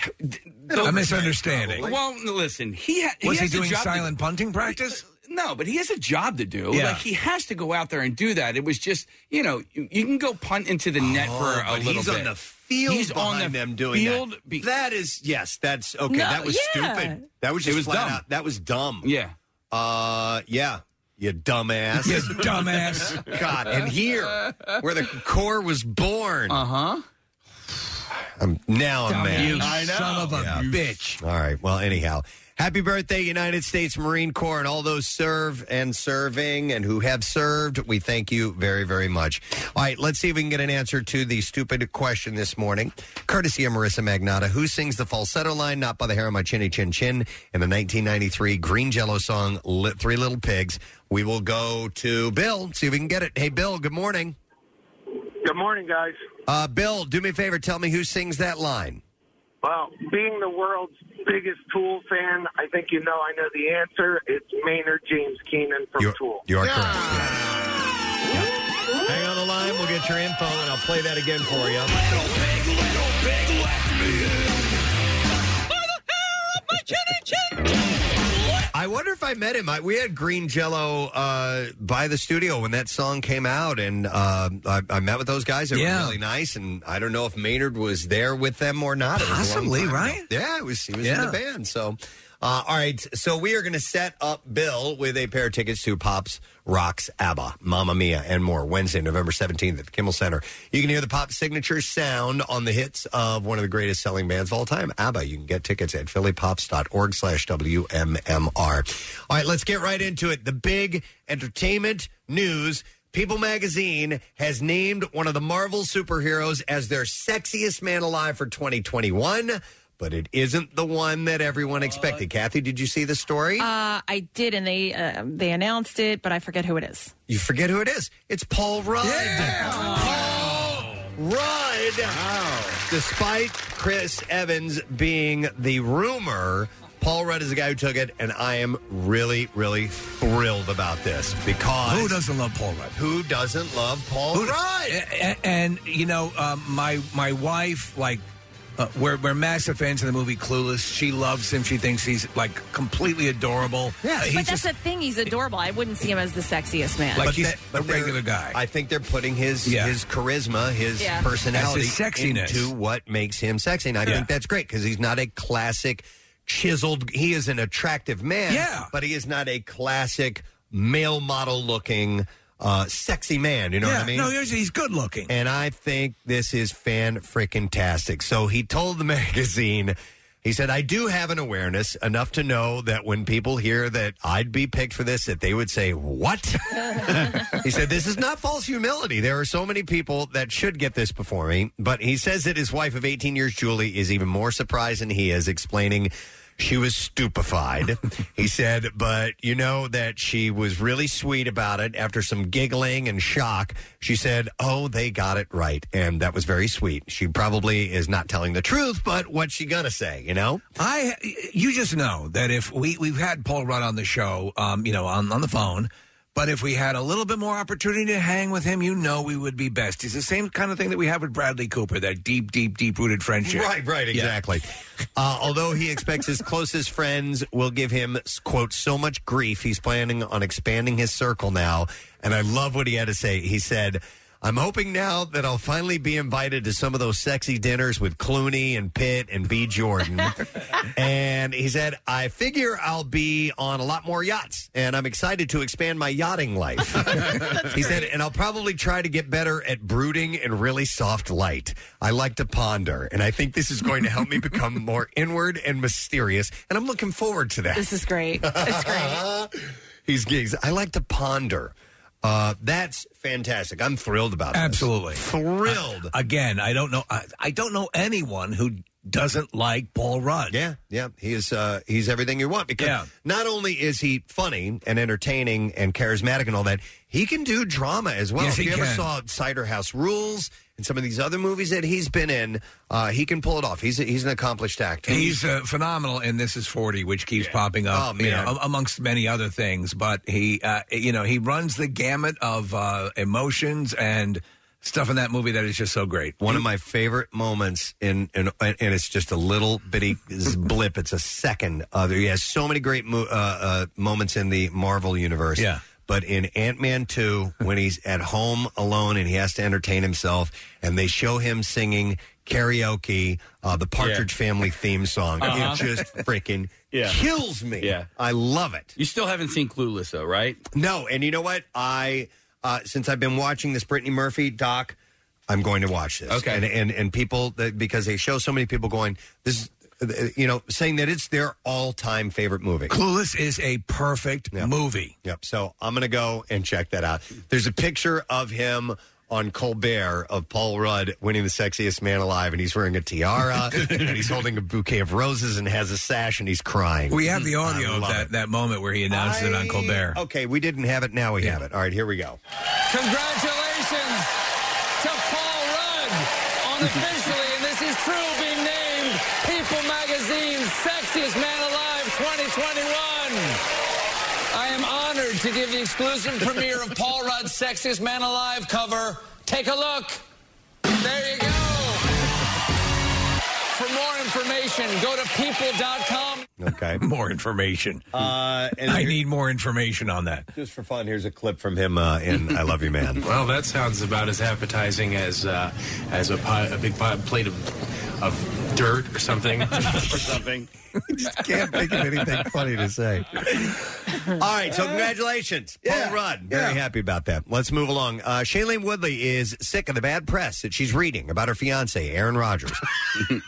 Speaker 5: a misunderstanding.
Speaker 9: Well, listen, he, ha-
Speaker 5: was he,
Speaker 9: has a
Speaker 5: doing
Speaker 9: job to- uh,
Speaker 5: silent punting practice?
Speaker 9: No, but he has a job to do.
Speaker 5: Yeah.
Speaker 9: Like he has to go out there and do that. It was just, you know, you, you can go punt into the net
Speaker 3: Oh,
Speaker 9: for a
Speaker 3: but
Speaker 9: little
Speaker 3: he's
Speaker 9: bit.
Speaker 3: on the field
Speaker 9: He's on
Speaker 3: behind
Speaker 9: the
Speaker 3: them doing
Speaker 9: field.
Speaker 3: that. that is yes, that's okay.
Speaker 9: No,
Speaker 3: that was
Speaker 9: yeah.
Speaker 3: stupid. That was just
Speaker 9: It was
Speaker 3: flat
Speaker 9: dumb.
Speaker 3: out. That was dumb.
Speaker 9: Yeah.
Speaker 3: Uh yeah. You dumbass.
Speaker 12: You dumbass.
Speaker 3: *laughs* God, and here where the core was born. Oh,
Speaker 9: Uh-huh.
Speaker 3: I'm now I'm mad.
Speaker 12: You son of a
Speaker 5: bitch.
Speaker 3: All right. Well, anyhow, happy birthday, United States Marine Corps, and all those serve and serving and who have served. We thank you very, very much. All right. Let's see if we can get an answer to the stupid question this morning, courtesy of Marissa Magnata, who sings the falsetto line "Not by the hair of my chinny chin chin" in the 1993 Green Jello song "Li- Three Little Pigs." We will go to Bill. See if we can get it. Hey, Bill. Good morning.
Speaker 13: Good morning, guys.
Speaker 3: Uh, Bill, do me a favor. Tell me who sings that line.
Speaker 13: Well, being the world's biggest Tool fan, I think you know I know the answer. It's Maynard James Keenan from Tool.
Speaker 3: You are correct. Hang on the line. We'll get your info, and I'll play that again for you. I wonder if I met him. I, we had Green Jello uh, by the studio when that song came out, and uh, I, I met with those guys. They
Speaker 5: Yeah.
Speaker 3: were really nice, and I don't know if Maynard was there with them or not. It was a long
Speaker 5: Possibly,
Speaker 3: time ago.
Speaker 5: right?
Speaker 3: Yeah, it was. He was in
Speaker 5: Yeah.
Speaker 3: the band. So, uh, all right. So we are going to set up Bill with a pair of tickets to Pops Rocks ABBA, Mamma Mia, and more Wednesday, November seventeenth at the Kimmel Center. You can hear the pop signature sound on the hits of one of the greatest selling bands of all time, ABBA. You can get tickets at phillypops.org/wmmr. All right, let's get right into it. The big entertainment news. People magazine has named one of the Marvel superheroes as their sexiest man alive for 2021, but it isn't the one that everyone expected. Kathy, did you see the story?
Speaker 4: Uh, I did, and they uh, they announced it, but I forget who it is.
Speaker 3: You forget who it is. It's Paul Rudd. Paul Rudd. Despite Chris Evans being the rumor, Paul Rudd is the guy who took it, and I am really, really thrilled about this because
Speaker 5: Who doesn't love Paul Rudd?
Speaker 3: Who doesn't love Paul
Speaker 5: Who-
Speaker 3: Rudd?
Speaker 5: A- a- And, you know, um, my my wife, like, uh, we're, we're massive fans of the movie Clueless. She loves him. She thinks he's, like, completely adorable. Uh,
Speaker 4: but
Speaker 5: he's
Speaker 4: that's the thing. He's adorable. I wouldn't see him as the sexiest man.
Speaker 5: Like, he's
Speaker 3: that- but
Speaker 5: a regular guy.
Speaker 3: I think they're putting his
Speaker 5: Yeah.
Speaker 3: his charisma, his
Speaker 4: Yeah.
Speaker 3: personality,
Speaker 5: That's his sexiness.
Speaker 3: into what makes him sexy, and I
Speaker 5: Yeah.
Speaker 3: think that's great because he's not a classic chiseled. He is an attractive man,
Speaker 5: Yeah.
Speaker 3: but he is not a classic male model looking. Uh, sexy man, you know what
Speaker 5: Yeah,
Speaker 3: I mean?
Speaker 5: no, he's- Oh, he's good looking.
Speaker 3: And I think this is fan freaking tastic. So he told the *laughs* magazine, he said, I do have an awareness enough to know that when people hear that I'd be picked for this, that they would say, What? he said, This is not false humility. There are so many people that should get this before me. But he says that his wife of 18 years, Julie, is even more surprised than he is, explaining she was stupefied. he said, But you know that she was really sweet about it after some giggling and shock. She said, Oh, they got it right. And that was very sweet. She probably is not telling the truth, but what's she going to say, you know?
Speaker 5: I, you just know that if we we've had Paul Rudd on the show, um, you know, on on the phone. But if we had a little bit more opportunity to hang with him, you know we would be best. It's the same kind of thing that we have with Bradley Cooper, that deep, deep, deep rooted friendship.
Speaker 3: Right, right,
Speaker 5: Yeah.
Speaker 3: exactly. uh, although he expects his closest friends will give him, quote, so much grief, he's planning on expanding his circle now. And I love what he had to say. He said, I'm hoping now that I'll finally be invited to some of those sexy dinners with Clooney and Pitt and B.
Speaker 5: *laughs*
Speaker 3: Jordan. and he said, I figure I'll be on a lot more yachts, and I'm excited to expand my yachting
Speaker 5: *laughs*
Speaker 3: life. *laughs* he said, and I'll probably try to get better at brooding in really soft light. I like to ponder, and I think this is going to help me become more inward and mysterious, and I'm looking forward to that.
Speaker 4: this is great. It's great.
Speaker 3: He's gigs. I like to ponder. Uh, that's fantastic. I'm thrilled about that.
Speaker 5: Absolutely
Speaker 3: thrilled.
Speaker 5: again, I don't know. I, I don't know anyone who doesn't like Paul Rudd.
Speaker 3: Yeah, yeah. He is uh, he's everything you want because not only is he funny and entertaining and charismatic and all that, he can do drama as well.
Speaker 5: Yes,
Speaker 3: if
Speaker 5: he
Speaker 3: you ever
Speaker 5: can.
Speaker 3: saw Cider House Rules and some of these other movies that he's been in, uh, he can pull it off. He's a, he's an accomplished actor.
Speaker 5: He's uh, phenomenal in This Is 40, which keeps popping up,
Speaker 3: Oh,
Speaker 5: you
Speaker 3: man.
Speaker 5: know, a- amongst many other things. But he, uh, you know, he runs the gamut of uh, emotions and stuff in that movie that is just so great.
Speaker 3: One of my favorite moments in, in and it's just a little bitty
Speaker 9: *laughs*
Speaker 3: blip. It's a second. Of, he has so many great mo- uh, uh, moments in the Marvel universe.
Speaker 5: Yeah.
Speaker 3: But in Ant Man two, when he's at home alone and he has to entertain himself, and they show him singing karaoke, uh, the Partridge Family theme song,
Speaker 9: Uh-huh.
Speaker 3: it just freaking
Speaker 9: *laughs* Yeah.
Speaker 3: kills me.
Speaker 9: Yeah.
Speaker 3: I love it.
Speaker 9: You still haven't seen Clueless, though, right?
Speaker 3: No, and you know what? I uh, since I've been watching this Brittany Murphy doc, I'm going to watch this.
Speaker 9: Okay.
Speaker 3: and and, and people that, because they show so many people going this, is, you know, saying that it's their all time favorite movie.
Speaker 5: Clueless is a perfect movie.
Speaker 3: Yep. So I'm gonna go and check that out. There's a picture of him. On Colbert of Paul Rudd winning the sexiest man alive, and he's wearing a
Speaker 5: *laughs*
Speaker 3: tiara, and he's holding a bouquet of roses, and has a sash, and he's crying.
Speaker 5: We have the
Speaker 3: Mm-hmm. I
Speaker 5: audio of
Speaker 3: love
Speaker 5: that,
Speaker 3: it. Oh.
Speaker 5: that moment where he announced it on Colbert.
Speaker 3: Mm. Okay, we didn't have it. Now we have it. All right, here we go.
Speaker 14: Congratulations to Paul Rudd on officially, and this is true, being named People Magazine's Sexiest Man Alive 2021. I am honored to give the exclusive premiere of Paul Rudd's Sexiest Man Alive cover. Take a look. There you go. For more information, go to people.com.
Speaker 3: Okay.
Speaker 5: *laughs* more information.
Speaker 3: Uh,
Speaker 5: I need more information on that.
Speaker 3: Just for fun, here's a clip from him uh, in "I Love You,
Speaker 5: *laughs*
Speaker 3: Man."
Speaker 15: Well, that sounds about as appetizing as uh, as a, pie, a big pie, plate of of dirt or
Speaker 3: *laughs*
Speaker 15: something. or
Speaker 5: *laughs*
Speaker 15: something.
Speaker 3: Can't think of anything funny to say. All right, so congratulations, Paul Rudd. Very happy about that. Let's move along. Uh, Shailene Woodley is sick of the bad press that she's reading about her fiance, Aaron
Speaker 5: *laughs*
Speaker 3: Rodgers.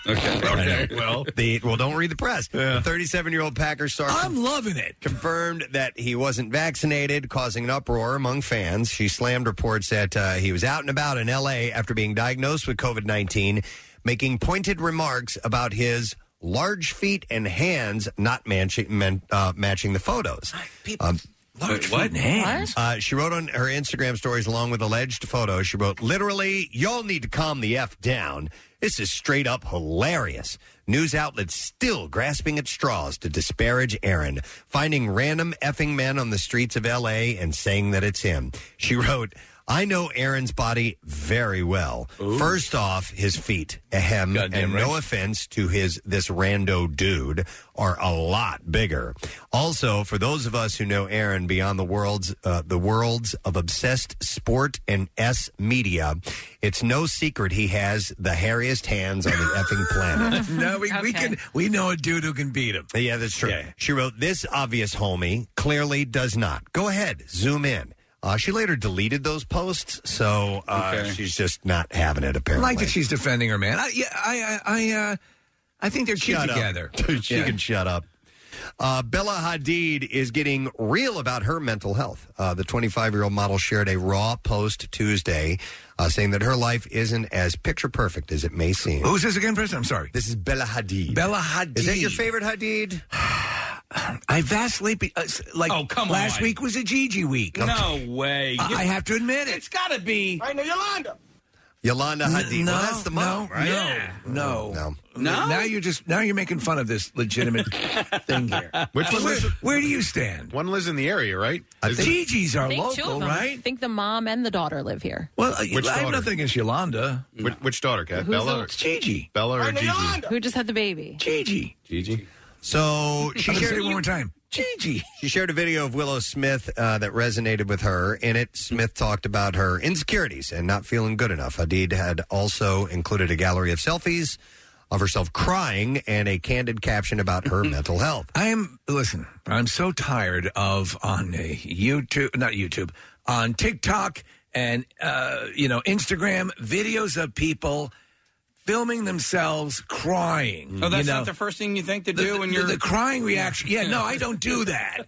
Speaker 9: okay.
Speaker 3: okay. Well, the well, don't read the press. The 37 year old Packers star. I'm
Speaker 5: loving it.
Speaker 3: Confirmed that he wasn't vaccinated, causing an uproar among fans. She slammed reports that uh, he was out and about in L.A. after being diagnosed with COVID 19, making pointed remarks about his large feet and hands not matching man, uh, matching the photos. Um,
Speaker 5: Large what? feet and hands?
Speaker 3: Uh, she wrote on her Instagram stories along with alleged photos. She wrote, literally, y'all need to calm the F down. This is straight up hilarious. News outlets still grasping at straws to disparage Aaron, finding random effing men on the streets of LA and saying that it's him. She wrote, I know Aaron's body very well. First off, his feet, ahem, and no offense to his this rando dude, are a lot bigger. Also, for those of us who know Aaron beyond the worlds, uh, the worlds of obsessed sport and S media, it's no secret he has the hairiest hands on the effing planet.
Speaker 5: *laughs* *laughs* no, we, we can. We know a dude who can beat him.
Speaker 3: Yeah, that's true. She wrote, This obvious homie clearly does not. Go ahead, zoom in. Uh, she later deleted those posts, so uh, she's just not having it,
Speaker 5: I
Speaker 3: apparently.
Speaker 5: like that she's defending her man. I, yeah, I, I, I, uh, I think they're cute
Speaker 3: Shut up. *laughs*
Speaker 5: together.
Speaker 3: she
Speaker 5: Yeah.
Speaker 3: can shut up. Uh, Bella Hadid is getting real about her mental health. Uh, the 25 year old model shared a raw post Tuesday uh, saying that her life isn't as picture perfect as it may seem.
Speaker 5: Who's this again, Preston? I'm sorry.
Speaker 3: This is Bella Hadid.
Speaker 5: Bella Hadid.
Speaker 3: Is that your favorite Hadid?
Speaker 5: I vastly be, uh, s- like.
Speaker 9: Oh, come
Speaker 5: last
Speaker 9: on.
Speaker 5: week was a Gigi week.
Speaker 9: No way.
Speaker 5: I- I have to admit it.
Speaker 9: It's got to be. I know Yolanda.
Speaker 3: Yolanda Hadid. well, that's the mom,
Speaker 5: no,
Speaker 3: right?
Speaker 5: No, no,
Speaker 9: No?
Speaker 5: Now you're just now you're making fun of this legitimate
Speaker 3: *laughs*
Speaker 5: thing here.
Speaker 6: Which one
Speaker 5: Where,
Speaker 6: lives-
Speaker 5: where do you stand?
Speaker 6: One lives in the area, right?
Speaker 5: I
Speaker 6: Is
Speaker 5: think-
Speaker 6: it-
Speaker 5: Gigi's
Speaker 4: I think two of them. I think the mom and the daughter live here.
Speaker 5: Well, I-
Speaker 6: Which
Speaker 5: I have
Speaker 6: daughter?
Speaker 5: nothing against Yolanda.
Speaker 6: Which, which daughter, Kat?
Speaker 4: Who's
Speaker 6: Bella?
Speaker 4: the-
Speaker 6: or-
Speaker 4: It's
Speaker 5: Gigi.
Speaker 6: Bella or Gigi?
Speaker 4: Who just had the baby?
Speaker 5: Gigi.
Speaker 6: Gigi.
Speaker 3: So she
Speaker 5: I'll *laughs* say
Speaker 3: shared
Speaker 5: it one more time. Oh, Gigi.
Speaker 3: She shared a video of Willow Smith uh, that resonated with her. In it, Smith talked about her insecurities and not feeling good enough. Hadid had also included a gallery of selfies of herself crying and a candid caption about
Speaker 5: *laughs*
Speaker 3: her mental health.
Speaker 5: I am listen. I'm so tired of on uh, YouTube, not YouTube, on TikTok and uh, you know Instagram videos of people filming themselves crying.
Speaker 9: Oh, that's
Speaker 5: you know?
Speaker 9: not the first thing you think to
Speaker 5: The-
Speaker 9: do when
Speaker 5: the-
Speaker 9: you're
Speaker 5: the crying reaction. Yeah, no, I don't do that.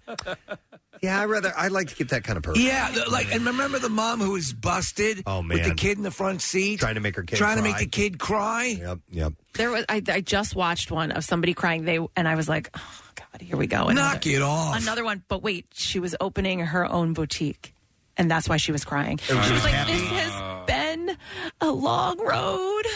Speaker 3: Yeah, I rather I'd like to keep that kind of person.
Speaker 5: Yeah, the- like and remember the mom who was busted
Speaker 3: Oh,
Speaker 5: with the
Speaker 3: man.
Speaker 5: kid in the front seat
Speaker 3: trying to make her kid
Speaker 5: trying to make
Speaker 3: cry.
Speaker 5: the kid cry.
Speaker 3: Yep, yep.
Speaker 4: There was I, I just watched one of somebody crying. They and I was like, oh god, here we go.
Speaker 5: Knock it off.
Speaker 4: Another one. But wait, she was opening her own boutique, and that's why she was crying. She
Speaker 5: was
Speaker 4: was like,
Speaker 5: happy.
Speaker 4: this
Speaker 5: Oh.
Speaker 4: has been a long road,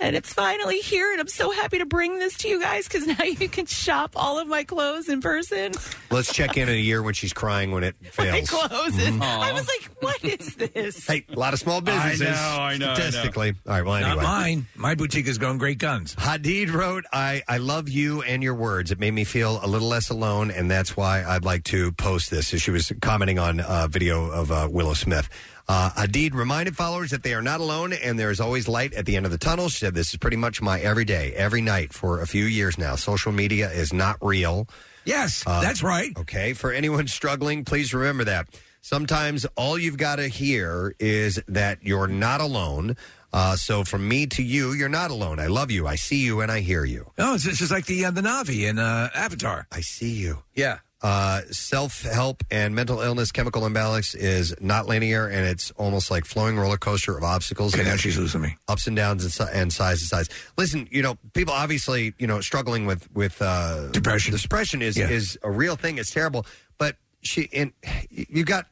Speaker 4: and it's finally here, and I'm so happy to bring this to you guys because now *laughs* you can shop all of my clothes in person.
Speaker 3: Let's check in in a year when she's crying when
Speaker 5: *laughs*
Speaker 3: it
Speaker 4: My
Speaker 3: fails.
Speaker 4: clothes.
Speaker 3: Mhm.
Speaker 4: I was like, what is this?
Speaker 3: Hey, a lot of small businesses.
Speaker 5: I know, I know, I know.
Speaker 3: Statistically. All right, well,
Speaker 5: Not
Speaker 3: anyway.
Speaker 5: mine. My boutique is going great guns.
Speaker 3: Hadid wrote, I, I love you and your words. It made me feel a little less alone, and that's why I'd like to post this. So she was commenting on a video of uh, Willow Smith. Uh, Hadid reminded followers that they are not alone and there is always light at the end of the tunnel. She said, This is pretty much my every day, every night for a few years now. Social media is not real.
Speaker 5: Yes,
Speaker 3: that's right. Okay. For anyone struggling, please remember that. Sometimes all you've got to hear is that you're not alone. Uh, so from me to you, you're not alone. I love you. I see you and I hear you.
Speaker 5: Oh, it's it's just like the uh, the Navi in uh, Avatar.
Speaker 3: I see you.
Speaker 5: Yeah.
Speaker 3: Uh, Self help and mental illness chemical imbalance is not linear, and it's almost like flowing roller coaster of obstacles.
Speaker 5: Okay, now
Speaker 3: and
Speaker 5: she's losing me.
Speaker 3: Ups and downs and, si- and size and size. Listen, you know, people obviously, you know, struggling with with uh, depression. Depression is
Speaker 5: Yeah.
Speaker 3: is a real thing. It's terrible, but she and you got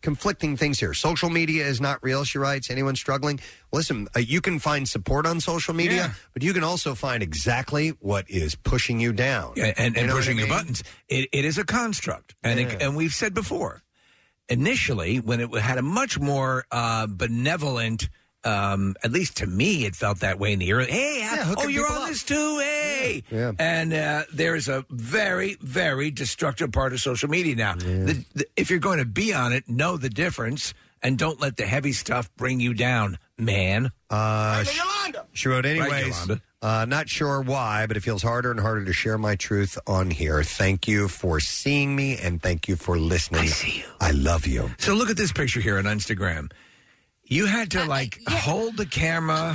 Speaker 3: conflicting things here. Social media is not real, she writes. Anyone struggling? Listen, uh, you can find support on social media, but you can also find exactly what is pushing you down.
Speaker 5: Yeah, and,
Speaker 3: You
Speaker 5: and
Speaker 3: know what I
Speaker 5: pushing your
Speaker 3: mean?
Speaker 5: buttons. It, it is a construct, and it,
Speaker 3: Yeah.
Speaker 5: and we've said before, initially when it had a much more uh, benevolent. Um, at least to me, it felt that way in the early. Hey,
Speaker 12: Yeah,
Speaker 5: oh,
Speaker 12: hooking
Speaker 5: you're
Speaker 12: people
Speaker 5: on
Speaker 12: up.
Speaker 5: this too, hey!
Speaker 12: Yeah.
Speaker 5: And uh, there is a very, very destructive part of social media now. The, the, if you're going to be on it, know the difference and don't let the heavy stuff bring you down, man.
Speaker 3: Uh, sh- She wrote,
Speaker 5: Right,
Speaker 3: anyways.
Speaker 5: Yolanda.
Speaker 3: uh, not sure why, but it feels harder and harder to share my truth on here. Thank you for seeing me and thank you for listening. I see you. I love you.
Speaker 5: So look at this picture here on Instagram. You had to like hold the
Speaker 3: All
Speaker 5: camera.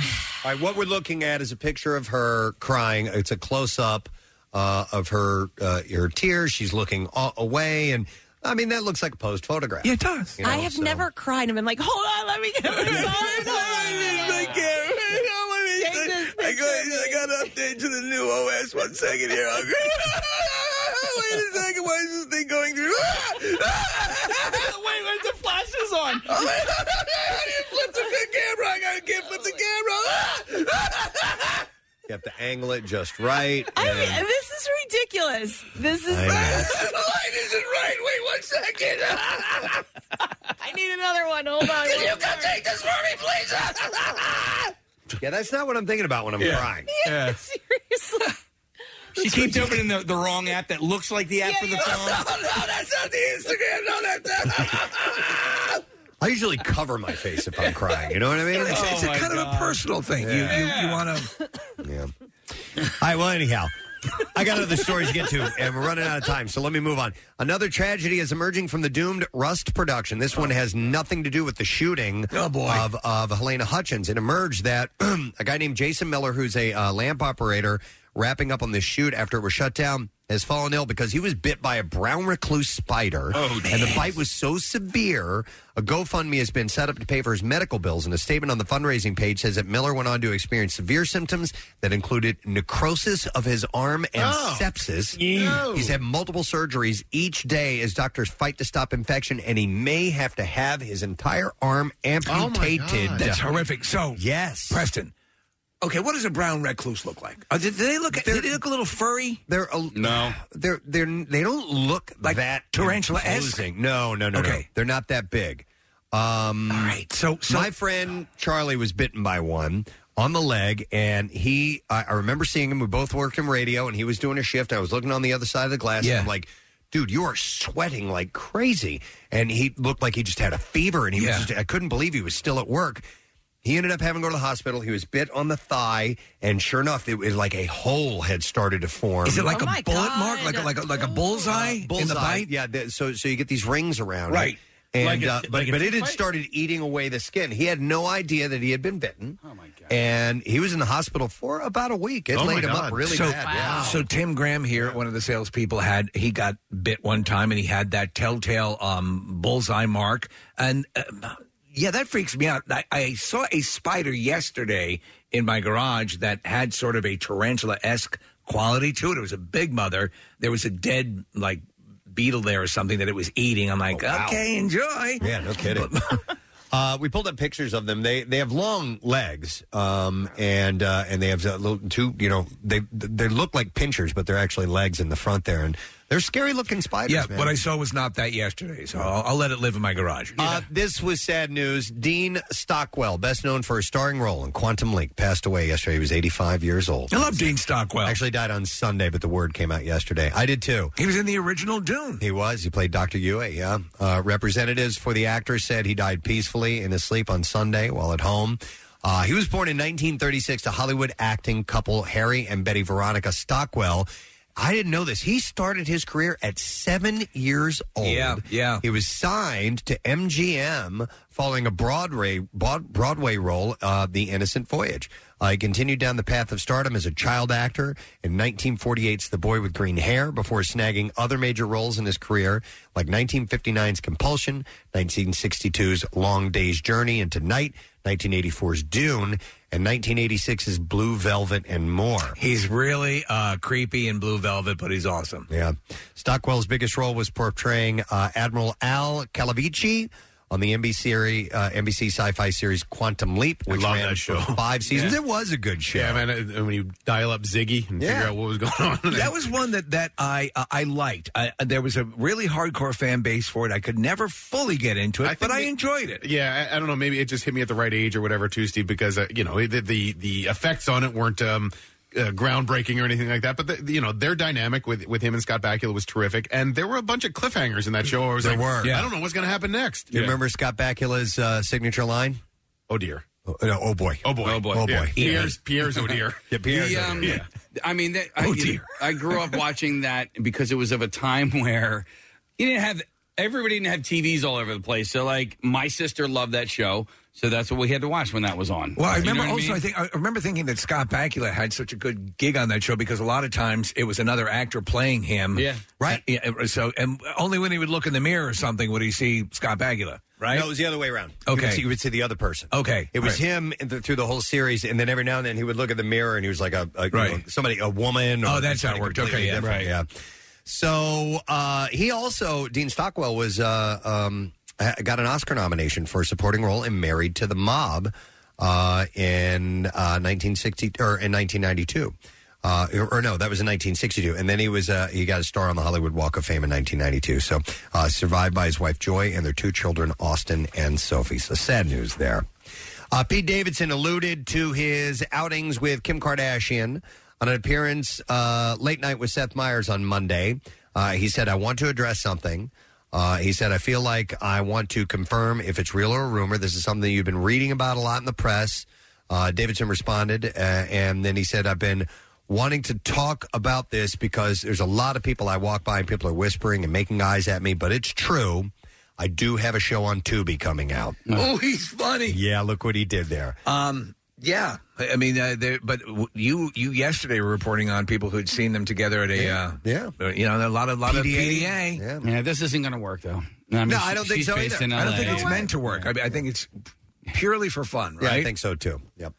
Speaker 3: right, what we're looking at is a picture of her crying. It's a close up uh, of her uh, her tears. She's looking a- away, and I mean that looks like a posed photograph.
Speaker 5: it does.
Speaker 4: I have never cried and been like, hold on, let me get
Speaker 12: I got, I got an update to the new OS. One second here. *laughs* I'll go. Wait a second. Why is this thing going through? *laughs* Wait, where's the flashes on? *laughs* How do you flip the camera? I gotta can't flip the camera. *laughs*
Speaker 3: You have to angle it just right.
Speaker 4: I
Speaker 3: and-
Speaker 4: mean, this is ridiculous. This is.
Speaker 3: I know.
Speaker 12: *laughs* the line isn't right. Wait one second.
Speaker 4: *laughs* I need another one. Hold on.
Speaker 12: Can you come take this for me,
Speaker 4: *laughs*
Speaker 12: please?
Speaker 3: yeah, that's not what I'm thinking about when I'm
Speaker 16: Yeah.
Speaker 3: crying.
Speaker 16: Yeah.
Speaker 4: Seriously.
Speaker 16: She keeps opening the, the wrong app that looks like the app for the phone.
Speaker 12: *laughs* no, that's not the Instagram. No, that's not.
Speaker 3: *laughs* I usually cover my face if I'm crying. You know what I mean?
Speaker 5: It's, it's a kind of a personal thing. You, you, you want to.
Speaker 3: All right, well, anyhow, I got other stories to get to, and we're running out of time, so let me move on. Another tragedy is emerging from the doomed Rust production. This one has nothing to do with the shooting of, of Helena Hutchins. It emerged that *clears throat* a guy named Jason Miller, who's a uh, lamp operator, wrapping up on this shoot after it was shut down, has fallen ill because he was bit by a brown recluse spider. and the bite was so severe, a GoFundMe has been set up to pay for his medical bills. And a statement on the fundraising page says that Miller went on to experience severe symptoms that included necrosis of his arm and
Speaker 12: Oh.
Speaker 3: sepsis.
Speaker 12: Ew.
Speaker 3: He's had multiple surgeries each day as doctors fight to stop infection, and he may have to have his entire arm
Speaker 12: Oh,
Speaker 3: amputated.
Speaker 5: That's horrific. So
Speaker 3: Oh yes,
Speaker 5: Preston. Okay, what does a brown recluse look like? Uh, did, did they look? Did they look a little furry?
Speaker 3: They're a,
Speaker 5: no.
Speaker 3: They're they're they don't look
Speaker 5: like
Speaker 3: that
Speaker 5: tarantula esque.
Speaker 3: imposing. No, no, no, no.
Speaker 5: Okay.
Speaker 3: They're not that big. Um, All right.
Speaker 5: So,
Speaker 3: my friend Charlie was bitten by one on the leg, and he. I, I remember seeing him. We both worked in radio, and he was doing a shift. I was looking on the other side of the glass, and
Speaker 5: Yeah.
Speaker 3: I'm like. Dude, you are sweating like crazy, and he looked like he just had a fever, and he
Speaker 5: Yeah.
Speaker 3: was just, I couldn't believe he was still at work. He ended up having to go to the hospital. He was bit on the thigh, and sure enough, it was like a hole had started to form.
Speaker 5: Is it like a bullet mark, like a, like a, like a bullseye, in the
Speaker 3: Bullseye,
Speaker 5: bite?
Speaker 3: Yeah. th- so so you get these rings around, it.
Speaker 5: Right.
Speaker 3: And,
Speaker 12: Like a-
Speaker 3: uh, but
Speaker 12: like a
Speaker 3: but it had
Speaker 12: tick bite?
Speaker 3: started eating away the skin. He had no idea that he had been bitten. Oh my god! Oh, And he was in the hospital for about a week. It laid him up really
Speaker 5: so,
Speaker 3: bad. yeah.
Speaker 5: So Tim Graham here, one of the salespeople, had he got bit one time and he had that telltale um, bullseye mark, and uh, yeah, that freaks me out. I, I saw a spider yesterday in my garage that had sort of a tarantula esque quality to it. It was a big mother. There was a dead like beetle there or something that it was eating. I'm like, okay, enjoy.
Speaker 3: Oh, Yeah, no
Speaker 5: *laughs*
Speaker 3: kidding. *laughs* Uh, we pulled up pictures of them. They they have long legs, um, and uh, and they have a little two. You know, they they look like pinchers, but they're actually legs in the front there, and they're scary looking spiders.
Speaker 5: yeah,
Speaker 3: man.
Speaker 5: what I saw was not that yesterday, so I'll, I'll let it live in my garage.
Speaker 3: Uh, this was sad news. Dean Stockwell, best known for a starring role in Quantum Leap, passed away yesterday. He was 85 years old.
Speaker 5: I love Dean Stockwell.
Speaker 3: Actually, died on Sunday, but the word came out yesterday. I did too.
Speaker 5: He was in the original Dune.
Speaker 3: He was. He played Dr. Yue, yeah. Uh, representatives for the actor said he died peacefully in his sleep on Sunday while at home. Uh, he was born in 1936 to Hollywood acting couple Harry and Betty Veronica Stockwell. I didn't know this. He started his career at seven years old.
Speaker 5: Yeah, yeah.
Speaker 3: He was signed to MGM following a Broadway Broad- Broadway role, uh, The Innocent Voyage. Uh, he continued down the path of stardom as a child actor in 1948's The Boy with Green Hair before snagging other major roles in his career, like 1959's Compulsion, 1962's Long Day's Journey into Night, 1984's Dune, and 1986's Blue Velvet and more.
Speaker 5: He's really uh, creepy in Blue Velvet, but he's awesome.
Speaker 3: Yeah. Stockwell's biggest role was portraying uh, Admiral Al Calavici on the NBC, uh, NBC sci-fi series Quantum Leap, which
Speaker 6: love
Speaker 3: ran
Speaker 6: that
Speaker 3: for
Speaker 6: show.
Speaker 3: five seasons.
Speaker 6: *laughs* Yeah.
Speaker 3: It was a good show.
Speaker 6: Yeah, man. uh, When you dial up Ziggy and
Speaker 5: Yeah.
Speaker 6: figure out what was going on.
Speaker 5: that was one that that I uh, I liked. I, there was a really hardcore fan base for it. I could never fully get into it, but I enjoyed it.
Speaker 6: Yeah, I, I don't know. Maybe it just hit me at the right age or whatever, too, Steve. Because uh, you know the, the the effects on it weren't um, uh, groundbreaking or anything like that. But the, you know their dynamic with with him and Scott Bakula was terrific, and there were a bunch of cliffhangers in that show. I was
Speaker 3: There
Speaker 6: like,
Speaker 3: were.
Speaker 6: I don't know what's going to happen next.
Speaker 3: Do you remember Scott Bakula's uh, signature line?
Speaker 6: Oh dear.
Speaker 3: Oh, no, oh boy.
Speaker 6: Oh boy.
Speaker 3: Oh boy. Oh boy.
Speaker 6: Yeah. Pierre's
Speaker 9: *laughs*
Speaker 6: Pierre's oh dear.
Speaker 3: yeah, Pierre's
Speaker 9: The, um, Oh, I mean, that, I, I grew up watching that because it was of a time where you didn't have everybody didn't have TVs all over the place. So, like, my sister loved that show, so that's what we had to watch when that was on.
Speaker 5: Well, I
Speaker 9: You know
Speaker 5: remember
Speaker 9: what
Speaker 5: also. I,
Speaker 9: mean?
Speaker 5: think I remember thinking that Scott Bakula had such a good gig on that show because a lot of times it was another actor playing him. Yeah, right. yeah, so, and only when he would look in the mirror or something would he see Scott Bakula. Right?
Speaker 3: No, it was the other way around. You
Speaker 5: Okay.
Speaker 3: would see, you would see the other person.
Speaker 5: Okay,
Speaker 3: It was
Speaker 5: right.
Speaker 3: him in the, through the whole series, and then every now and then he would look at the mirror and he was like a, a you
Speaker 5: Right.
Speaker 3: know, somebody, a woman. Or
Speaker 5: Oh, that's how it worked.
Speaker 3: completely
Speaker 5: Okay, yeah,
Speaker 3: different.
Speaker 5: right.
Speaker 3: Yeah. So uh, he also Dean Stockwell was uh, um, ha- got an Oscar nomination for a supporting role in Married to the Mob uh, in uh, 1960 or in 1992. Uh, or, or no, that was in 1962, and then he was uh, he got a star on the Hollywood Walk of Fame in 1992. So uh, survived by his wife Joy and their two children, Austin and Sophie. So sad news there. Uh, Pete Davidson alluded to his outings with Kim Kardashian on an appearance uh, late night with Seth Meyers on Monday. Uh, he said, I want to address something. Uh, he said, I feel like I want to confirm if it's real or a rumor. This is something you've been reading about a lot in the press. Uh, Davidson responded, uh, and then he said, I've been wanting to talk about this because there's a lot of people I walk by and people are whispering and making eyes at me, but it's true. I do have a show on Tubi coming out.
Speaker 5: Oh, he's funny.
Speaker 3: Yeah, look what he did there.
Speaker 5: Um, yeah, I I mean, uh, there- but w- you you yesterday were reporting on people who'd seen them together at a uh,
Speaker 3: yeah,
Speaker 5: you know, a lot of lot of PDA.
Speaker 3: Yeah,
Speaker 9: this isn't going to work though.
Speaker 5: no, I don't think so either. I don't think it's
Speaker 3: No way.
Speaker 5: meant to work. I, mean, I think it's purely for fun, right?
Speaker 3: Yeah, I think so too. Yep.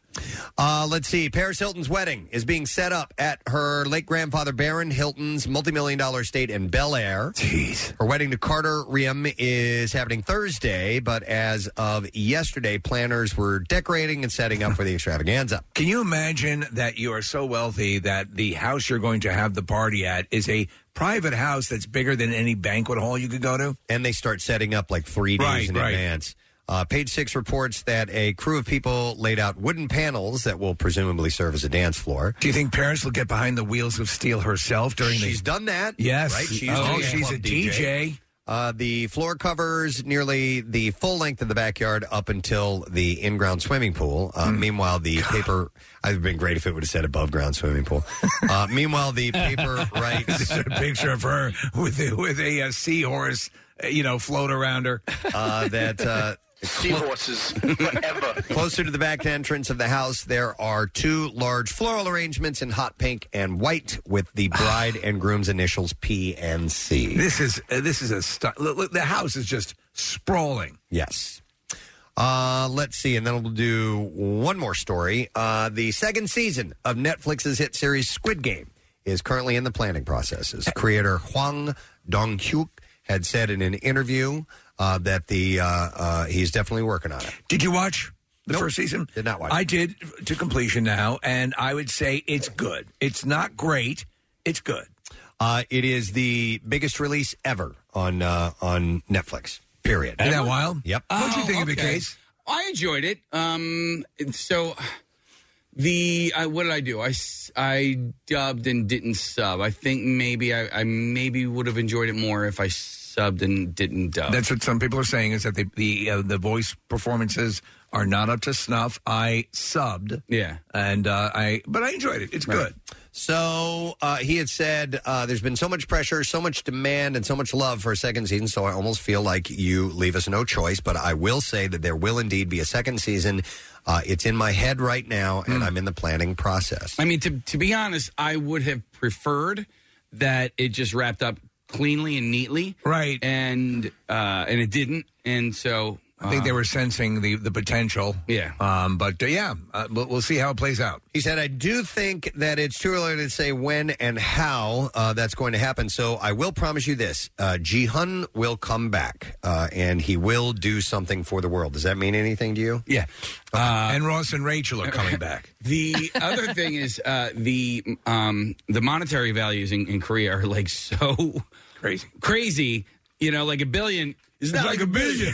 Speaker 3: Uh, let's see. Paris Hilton's wedding is being set up at her late grandfather Baron Hilton's multimillion dollar estate in Bel Air. Jeez. Her wedding to Carter Riem is happening Thursday, but as of yesterday, planners were decorating and setting up for the extravaganza.
Speaker 5: Can you imagine that you are so wealthy that the house you're going to have the party at is a private house that's bigger than any banquet hall you could go to?
Speaker 3: And they start setting up like three days
Speaker 5: Right,
Speaker 3: in
Speaker 5: right.
Speaker 3: advance. Uh, page six reports that a crew of people laid out wooden panels that will presumably serve as a dance floor.
Speaker 5: Do you think Paris will get behind the wheels of steel herself during the?
Speaker 3: She's done that.
Speaker 5: Yes.
Speaker 3: Right? She used to
Speaker 5: oh,
Speaker 3: be
Speaker 5: she's a
Speaker 3: club DJ.
Speaker 5: DJ.
Speaker 3: Uh, the floor covers nearly the full length of the backyard up until the in ground swimming pool. Uh,
Speaker 5: Hmm.
Speaker 3: Meanwhile, the paper. I'd have been great if it would have said above ground swimming pool.
Speaker 5: *laughs*
Speaker 3: *laughs* Uh, meanwhile, the paper rights.
Speaker 5: There's a picture of her with a, with a uh, seahorse uh, you know, float around her.
Speaker 3: Uh, that uh,
Speaker 5: seahorses, *laughs*
Speaker 3: whatever. Closer to the back entrance of the house, there are two large floral arrangements in hot pink and white with the bride and groom's initials P and C.
Speaker 5: This is uh, this is a st- look, look, the house is just sprawling.
Speaker 3: Yes. Uh, let's see, and then we'll do one more story. Uh, the second season of Netflix's hit series Squid Game is currently in the planning processes. Creator Huang Dong-hyuk had said in an interview uh, that the uh, uh, he's definitely working on it.
Speaker 5: Did you watch the first season?
Speaker 3: Did not watch.
Speaker 5: I did to completion now, and I would say it's good. It's not great. It's good.
Speaker 3: Uh, it is the biggest release ever on uh, on Netflix. Period.
Speaker 5: Isn't that wild?
Speaker 3: Yep.
Speaker 5: What'd you think of it,
Speaker 9: Oh, okay.
Speaker 5: Case?
Speaker 9: I enjoyed it. Um, so the I, what did I do? I s- I dubbed and didn't sub. I think maybe I, I maybe would have enjoyed it more if I subbed and didn't dub.
Speaker 5: That's what some people are saying is that the the uh, the voice performances are not up to snuff. I subbed.
Speaker 9: Yeah.
Speaker 5: And uh, I but I enjoyed it. It's good.
Speaker 3: So uh, he had said, uh, "There's been so much pressure, so much demand, and so much love for a second season. So I almost feel like you leave us no choice. But I will say that there will indeed be a second season. Uh, it's in my head right now, and I'm in the planning process.
Speaker 9: I mean, to to be honest, I would have preferred that it just wrapped up cleanly and neatly,
Speaker 5: right?
Speaker 9: And uh, and it didn't, and so uh,
Speaker 5: I think they were sensing the the potential.
Speaker 9: Yeah.
Speaker 5: Um. But uh, yeah, uh, we'll, we'll see how it plays out.
Speaker 3: He said, I do think that it's too early to say when and how uh, that's going to happen. So I will promise you this uh, Jihun will come back uh, and he will do something for the world. Does that mean anything to you?
Speaker 9: Yeah.
Speaker 5: and Ross and Rachel are coming back.
Speaker 9: The other thing is uh, the um, the monetary values in, in Korea are like so
Speaker 5: crazy,
Speaker 9: crazy. You know, like a billion is not like, a billion.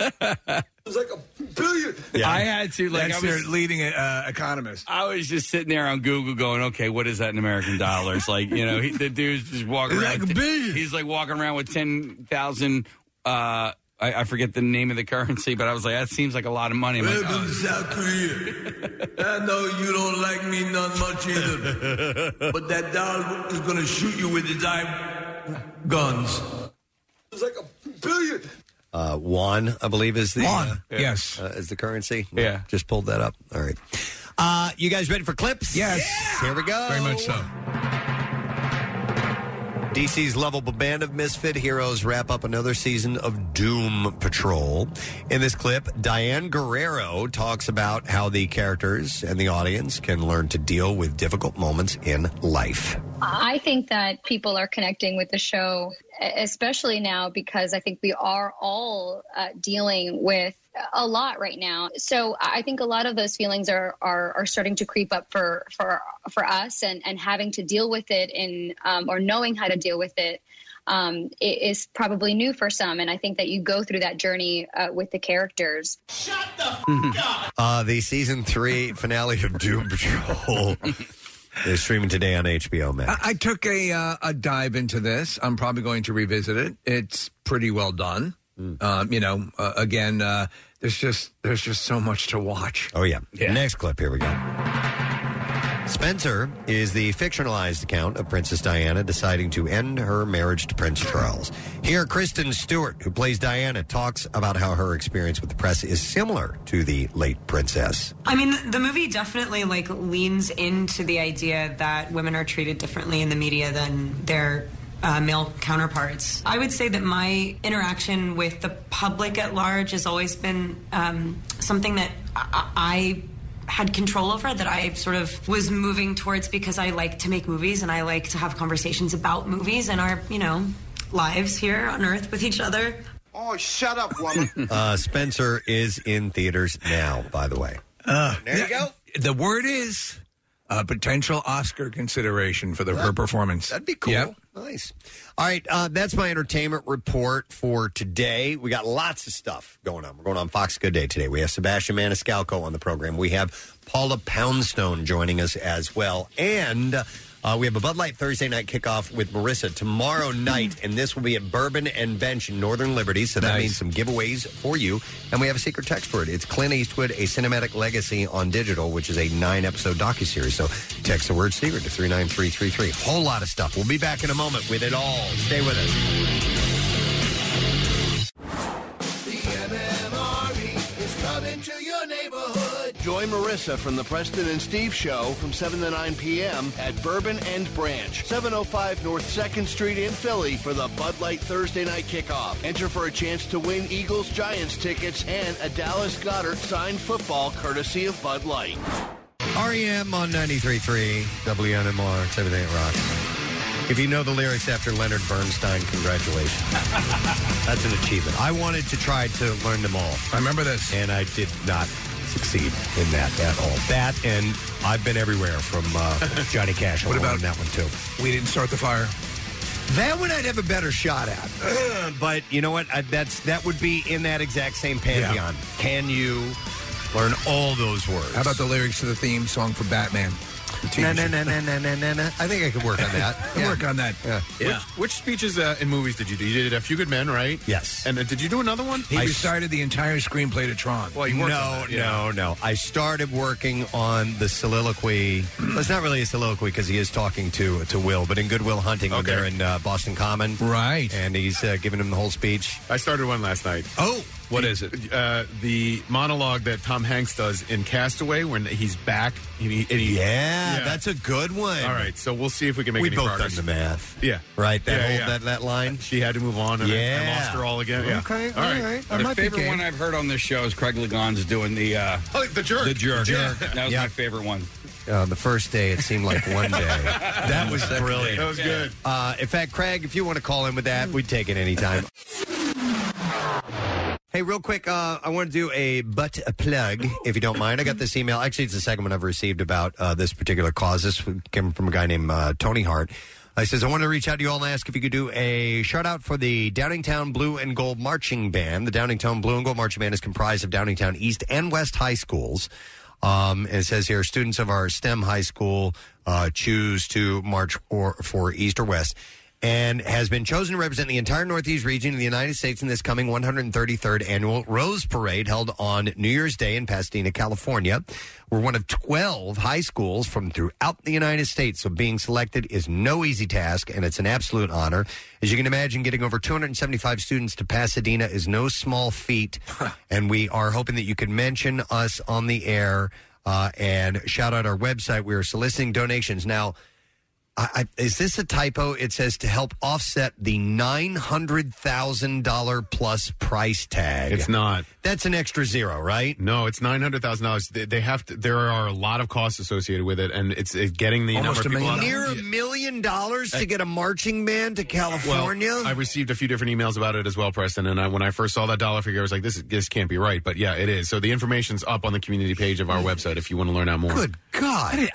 Speaker 5: It's like a billion.
Speaker 9: I had to like
Speaker 5: That's
Speaker 9: I was
Speaker 5: their leading uh, economist.
Speaker 9: I was just sitting there on Google going, okay, what is that in American dollars? Like, you know, he, the dude's just walking
Speaker 5: It's
Speaker 9: around.
Speaker 5: like a
Speaker 9: He's like walking around with 10,000. Uh, I, I forget the name of the currency, but I was like, that seems like a lot of money. I'm like,
Speaker 12: Welcome to South Korea. *laughs* I know you don't like me none much either,
Speaker 5: *laughs*
Speaker 12: but that dollar is gonna shoot you with his eye guns. It's like a billion.
Speaker 3: Uh, won, I believe, is the.
Speaker 12: Won,
Speaker 3: uh,
Speaker 5: yes.
Speaker 3: Uh, is the currency.
Speaker 5: Yeah.
Speaker 3: Just pulled that up. All right. Uh, you guys ready for clips?
Speaker 5: Yes.
Speaker 3: Here we go.
Speaker 5: Very much so.
Speaker 3: DC's lovable band of misfit heroes wrap up another season of Doom Patrol. In this clip, Diane Guerrero talks about how the characters and the audience can learn to deal with difficult moments in life.
Speaker 17: I think that people are connecting with the show, especially now, because I think we are all uh, dealing with a lot right now. So I think a lot of those feelings are are, are starting to creep up for for for us, and and having to deal with it in um, or knowing how to deal with it. Um, i- is probably new for some, and I think that you go through that journey uh, with the characters.
Speaker 3: Uh, the season three finale of Doom Patrol is streaming today on HBO Max.
Speaker 5: I, I took a uh, a dive into this. I'm probably going to revisit it. It's pretty well done. Um, you know, uh, again, uh, there's just there's just so much to watch.
Speaker 3: Oh yeah. Next clip. Here we go. Spencer is the fictionalized account of Princess Diana deciding to end her marriage to Prince Charles. Here, Kristen Stewart, who plays Diana, talks about how her experience with the press is similar to the late princess.
Speaker 18: I mean, the movie definitely like leans into the idea that women are treated differently in the media than their uh, male counterparts. I would say that my interaction with the public at large has always been um, something that I, I had control over, that I sort of was moving towards because I like to make movies and I like to have conversations about movies and our, you know, lives here on Earth with each other.
Speaker 19: Oh, shut up, woman.
Speaker 3: Uh, Spencer is in theaters now, by the way.
Speaker 12: Uh,
Speaker 5: there you go. The word is uh, potential Oscar consideration for the, her performance. That'd
Speaker 3: be cool. Nice. All right, uh, that's my entertainment report for today. We got lots of stuff going on. We're going on Fox Good Day today. We have Sebastian Maniscalco on the program. We have Paula Poundstone joining us as well, and uh, we have a Bud Light Thursday night kickoff with Marissa tomorrow night, and this will be at Bourbon and Bench in Northern Liberty. So that
Speaker 20: Nice.
Speaker 3: means some giveaways for you, and we have a secret text for it. It's Clint Eastwood: A Cinematic Legacy on Digital, which is a nine-episode docuseries. So text the word "secret" to three nine three three three. Whole lot of stuff. We'll be back in a moment with it all. Stay with us.
Speaker 7: into your neighborhood. Join Marissa from the Preston and Steve Show from 7 to 9 p.m. at Bourbon End Branch, 705 North 2nd Street in Philly for the Bud Light Thursday night kickoff. Enter for a chance to win Eagles Giants tickets and a Dallas Goddard signed football courtesy of Bud Light.
Speaker 3: REM E on 93.3 WMMR 78 Rock. If you know the lyrics after Leonard Bernstein, congratulations. That's an achievement. I wanted to try to learn them all. I remember this. And I did not succeed in that at all. That and I've been everywhere from
Speaker 5: *laughs*
Speaker 3: uh, Johnny Cash.
Speaker 5: What about-
Speaker 3: on that one, too?
Speaker 5: We didn't start the fire.
Speaker 3: That one I'd have a better shot
Speaker 5: *laughs*
Speaker 3: at. but you know what? I, that's That would be in that exact same pantheon. Can you learn all those words?
Speaker 5: How about the lyrics to the theme song for Batman?
Speaker 3: No, no, no, no, no, no, no, no. I think I could work on that.
Speaker 5: Work on that. Yeah.
Speaker 6: Which, which speeches uh, in movies did you do? You did A Few Good Men, right?
Speaker 3: Yes.
Speaker 6: And uh, did you do another one?
Speaker 5: He recited the entire screenplay to Tron.
Speaker 6: Well, Oh, you
Speaker 3: no,
Speaker 6: worked on that, yeah.
Speaker 3: no, no. I started working on the soliloquy. Well, it's not really a soliloquy because he is talking to to Will, but in Goodwill Hunting, when
Speaker 6: Okay.
Speaker 3: they're in uh, Boston Common, right? And he's uh, giving him the whole speech.
Speaker 6: I started one last night.
Speaker 3: Oh,
Speaker 6: what is it? Uh, the monologue that Tom Hanks does in Castaway when he's back. And he, and he,
Speaker 3: Yeah, that's a good one.
Speaker 6: All right, so we'll see if we can make
Speaker 3: We
Speaker 6: any
Speaker 3: both
Speaker 6: progress.
Speaker 3: done the math.
Speaker 6: Yeah,
Speaker 3: Right, that
Speaker 6: Yeah,
Speaker 3: whole-
Speaker 6: yeah.
Speaker 9: "Oh."
Speaker 3: That, that line.
Speaker 6: She had to move on, and I- I,
Speaker 3: Yeah.
Speaker 6: lost her all again. Yeah.
Speaker 3: Okay,
Speaker 6: all right.
Speaker 9: The favorite one I've heard on this show is Craig Lagan's doing the uh,
Speaker 6: oh, the jerk.
Speaker 9: The jerk.
Speaker 3: Yeah.
Speaker 9: That was
Speaker 3: Yeah.
Speaker 9: my favorite one.
Speaker 3: Uh, the first day, it seemed like one
Speaker 9: *laughs*
Speaker 3: day. that was brilliant.
Speaker 9: That was good.
Speaker 3: Uh, in fact, Craig, if you want to call in with that, we'd take it anytime. Hey, real quick, uh, I want to do a butt a plug, if you don't mind. I got this email. Actually, it's the second one I've received about uh, this particular cause. This came from a guy named uh, Tony Hart. He says, I want to reach out to you all and ask if you could do a shout out for the Downingtown Blue and Gold Marching Band. The Downingtown Blue and Gold Marching Band is comprised of Downingtown East and West High Schools. Um, and it says here, students of our STEM high school uh, choose to march for, for East or West and has been chosen to represent the entire Northeast region of the United States in this coming 133rd annual Rose Parade held on New Year's Day in Pasadena, California. We're one of 12 high schools from throughout the United States, so being selected is no easy task, and it's an absolute honor. As you can imagine, getting over 275 students to Pasadena is no small feat, and we are hoping that you could mention us on the air uh, and shout out our website. We are soliciting donations. Now, I, I, is this a typo? It says to help offset the nine hundred thousand dollar plus price tag.
Speaker 6: It's not.
Speaker 3: That's an extra zero, right?
Speaker 6: No, it's nine hundred thousand dollars. They they have to. There are a lot of costs associated with it, and it's, it's getting the
Speaker 3: Almost a
Speaker 6: number of people.
Speaker 3: million
Speaker 6: out.
Speaker 3: near a million dollars to get a marching band to California.
Speaker 6: Well, I received a few different emails about it as well, Preston. And I, when I first saw that dollar figure, I was like, "This is, this can't be right." But yeah, it is. So the information's up on the community page of our website if you want to learn out more.
Speaker 3: Good God!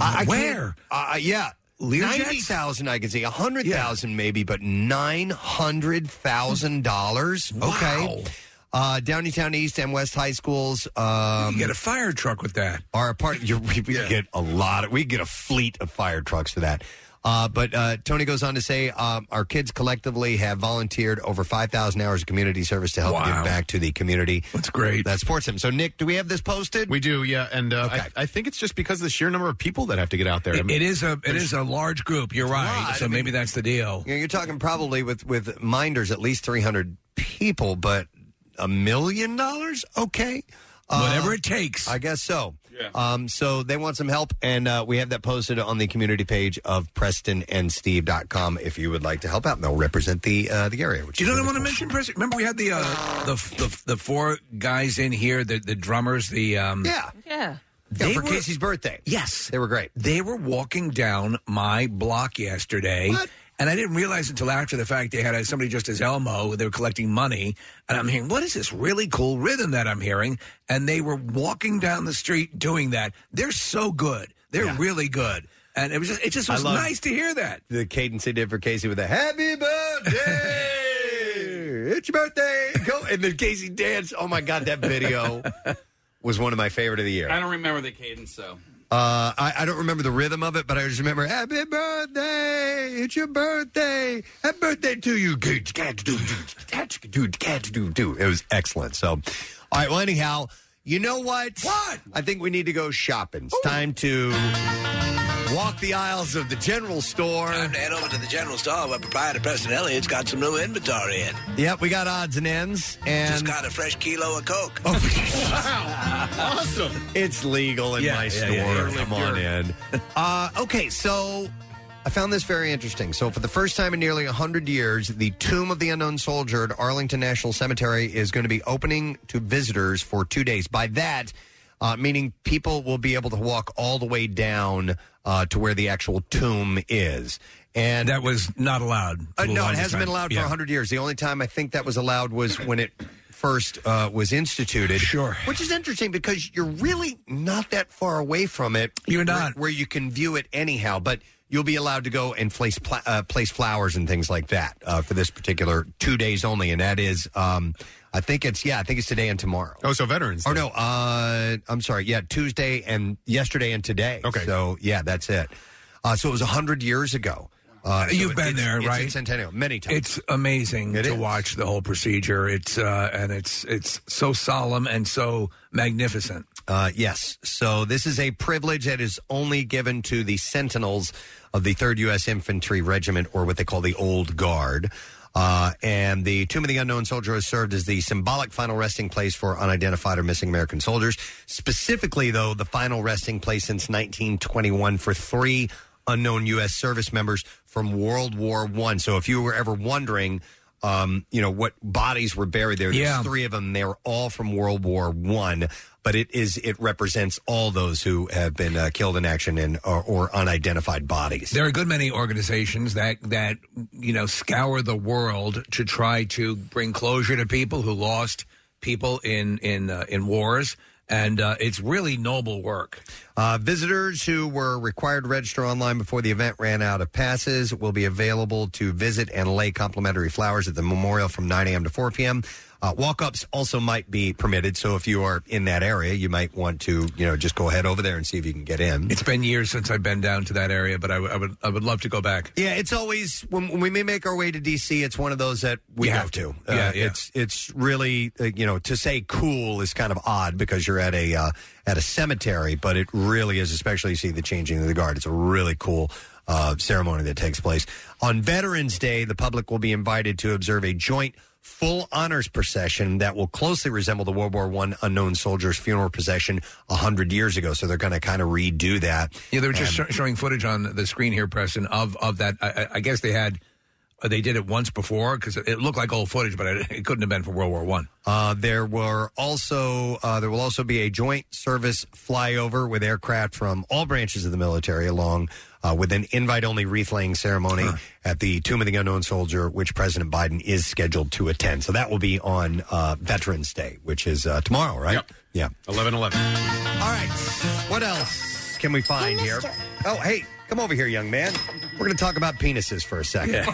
Speaker 3: I- I
Speaker 5: where?
Speaker 3: can't- Uh, yeah.
Speaker 5: Learjets?
Speaker 3: um, Ninety thousand, I can see a hundred thousand, maybe, but nine hundred thousand dollars. Okay. Uh, Downtown East and West High Schools. Um, you
Speaker 5: get a fire truck with that.
Speaker 3: Our apartment. You, we we get a lot. Of, we get a fleet of fire trucks for that. Uh, but uh, Tony goes on to say, um, our kids collectively have volunteered over five thousand hours of community service to help give back to the community. That's great. That supports him. So, Nick, do we have this posted?
Speaker 6: We do, yeah. And uh, I, I think it's just because of the sheer number of people that have to get out there. I mean,
Speaker 5: It is a it is a large group. You're right.
Speaker 3: Right.
Speaker 5: So
Speaker 3: I mean-
Speaker 5: maybe that's the deal.
Speaker 3: You know, you're talking probably with with minders at least 300 people, but a million dollars? Okay.
Speaker 5: Whatever
Speaker 3: it takes. I guess so. Yeah. Um, so they want some help, and uh, we have that posted on the community page of PrestonandSteve.com if you would like to help out. And they'll represent the uh, the area. Which
Speaker 5: Do you
Speaker 3: is
Speaker 5: know what I
Speaker 3: really
Speaker 5: want to mention, President? Remember we had the uh, the, the the four guys in here, the the drummers, the um,
Speaker 3: yeah,
Speaker 4: Yeah.
Speaker 5: They
Speaker 3: Yeah, for
Speaker 5: were-
Speaker 3: Casey's birthday.
Speaker 5: Yes.
Speaker 3: They were great.
Speaker 5: They were walking down my block yesterday. And I didn't realize until after the fact they had uh, somebody just as Elmo. They were collecting money. And I'm hearing, what is this really cool rhythm that I'm hearing? And they were walking down the street doing that. They're so good. They're really good. And it was just, it just
Speaker 3: I
Speaker 5: was
Speaker 3: love-
Speaker 5: nice to hear that.
Speaker 3: the cadence they did for Casey with a happy birthday. *laughs* it's your birthday. Go and then Casey danced. Oh my god, that
Speaker 5: *laughs*
Speaker 3: video was one of my favorite of the year.
Speaker 9: I don't remember the cadence though.
Speaker 3: Uh, I, I don't remember the rhythm of it, but I just remember "Happy birthday! It's your birthday! Happy birthday to you!" Dude, cat, dude, dude, cat, dude, cat, dude, dude. It was excellent. So, all right. Well, anyhow, you know what? What? I think we need to go shopping. It's time to walk the aisles of the general store.
Speaker 12: Time to head over to the general store where proprietor Preston Elliott's got some new inventory in.
Speaker 3: Yep, we got odds and ends, and
Speaker 12: Just got a fresh kilo of Coke.
Speaker 5: Oh, *laughs*
Speaker 12: *laughs*
Speaker 3: awesome. It's legal in
Speaker 12: Yeah,
Speaker 3: my
Speaker 12: yeah,
Speaker 3: store.
Speaker 12: yeah, yeah.
Speaker 3: Come on in. Uh, okay, so I found this very interesting. So, for the first time in nearly 100 years, the Tomb of the Unknown Soldier at Arlington National Cemetery is going to be opening to visitors for two days. By that, uh, meaning people will be able to walk all the way down uh, to where the actual tomb is. And
Speaker 5: that was not allowed.
Speaker 3: Uh,
Speaker 5: for the
Speaker 3: no, it
Speaker 5: longest
Speaker 3: hasn't been
Speaker 5: time.
Speaker 3: allowed for
Speaker 5: Yeah.
Speaker 3: 100 years. The only time I think that was allowed was when it first uh, was instituted. Sure. Which is interesting because you're really not that far away from it. You're not. Where, where you can view it anyhow, but you'll be allowed to go and place, pla- uh, place flowers and things like that uh, for this particular two days only. And that is, um, I think it's, yeah, I think it's today and tomorrow.
Speaker 6: Oh, so veterans.
Speaker 3: Or no, uh, I'm sorry. Yeah, Tuesday and yesterday and today. Okay. So yeah, that's it. Uh, so it was hundred years ago. Uh, so
Speaker 5: You've
Speaker 3: it-
Speaker 5: been
Speaker 3: it's-
Speaker 5: there,
Speaker 3: it's
Speaker 5: right?
Speaker 3: in Centennial many times.
Speaker 5: It's amazing to watch the whole procedure. It's uh, and it's it's so solemn and so magnificent.
Speaker 3: Uh, yes. So this is a privilege that is only given to the Sentinels of the 3rd U.S. Infantry Regiment, or what they call the Old Guard. Uh, and the Tomb of the Unknown Soldier has served as the symbolic final resting place for unidentified or missing American soldiers. Specifically, though, the final resting place since 1921 for three unknown U.S. service members from World War One. So if you were ever wondering, um, you know what bodies were buried there, there's
Speaker 5: Yeah.
Speaker 3: three of them. They were all from World War One, but it is it represents all those who have been uh, killed in action and or, or unidentified bodies.
Speaker 5: There are a good many organizations that that you know scour the world to try to bring closure to people who lost people in in uh, in wars, and uh, it's really noble work.
Speaker 3: Uh, visitors who were required to register online before the event ran out of passes will be available to visit and lay complimentary flowers at the memorial from 9 a.m. to 4 p.m. Uh, walk-ups also might be permitted, so if you are in that area, you might want to, you know, just go ahead over there and see if you can get in.
Speaker 5: It's been years since I've been down to that area, but I, w- I would I would love to go back.
Speaker 3: Yeah, it's always when, when we may make our way to DC. It's one of those that we
Speaker 5: You
Speaker 3: have
Speaker 5: have
Speaker 3: to. Uh,
Speaker 5: to. Yeah, yeah.
Speaker 3: It's it's really uh, you know to say cool is kind of odd because you're at a uh, at a cemetery, but it really is. Especially you see the changing of the guard. It's a really cool. Uh, ceremony that takes place on Veterans Day. The public will be invited to observe a joint full honors procession that will closely resemble the World War One unknown soldiers funeral procession hundred years ago. So they're going to kind of redo that.
Speaker 5: Yeah, they were just
Speaker 3: And-
Speaker 5: sho- showing footage on the screen here, Preston, of of that. I, I- I guess they had uh, they did it once before because it looked like old footage, but it, it couldn't have been from World War One.
Speaker 3: Uh, there were also uh, there will also be a joint service flyover with aircraft from all branches of the military, along uh, with an invite-only wreath-laying ceremony at the Tomb of the Unknown Soldier, which President Biden is scheduled to attend. So that will be on uh, Veterans Day, which is uh, tomorrow, right? Yeah.
Speaker 6: 11 11.
Speaker 3: All right. What else can we find here? Oh, hey, come over here, young man. We're going to talk about penises for a second.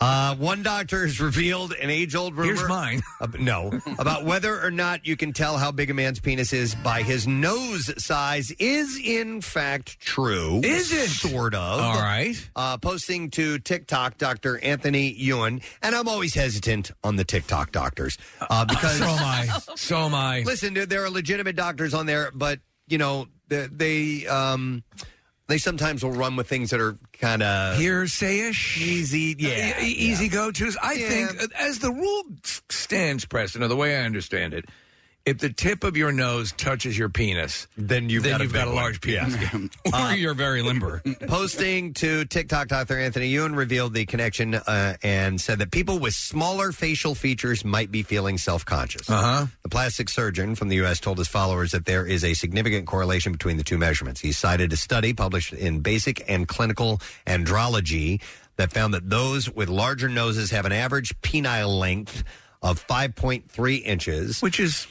Speaker 3: Uh, one doctor has revealed an age-old rumor.
Speaker 5: Here's mine.
Speaker 3: *laughs* ab- no, about whether or not you can tell how big a man's penis is by his nose size is in fact true. Is it sort of?
Speaker 5: All right.
Speaker 3: Uh, posting to TikTok, Doctor Anthony Ewan, and I'm always hesitant on the TikTok doctors uh, *laughs* because
Speaker 5: So am I. *laughs* So am I.
Speaker 3: Listen, dude, there are legitimate doctors on there, but you know they, they um they sometimes will run with things that are kind of
Speaker 5: hearsay-ish,
Speaker 3: easy, yeah,
Speaker 5: E- easy go tos. I
Speaker 3: Yeah.
Speaker 5: think, uh, as the rule s- stands, Preston, or the way I understand it, if the tip of your nose touches your penis,
Speaker 3: then you've got a big one.
Speaker 5: large penis,
Speaker 3: *laughs*
Speaker 5: *laughs* or you're very limber.
Speaker 3: posting to TikTok, Dr. Anthony Ewan revealed the connection uh, and said that people with smaller facial features might be feeling self conscious. Uh-huh. The plastic surgeon from the U.S. told his followers that there is a significant correlation between the two measurements. He cited a study published in Basic and Clinical Andrology that found that those with larger noses have an average penile length of 5.3 inches,
Speaker 5: which is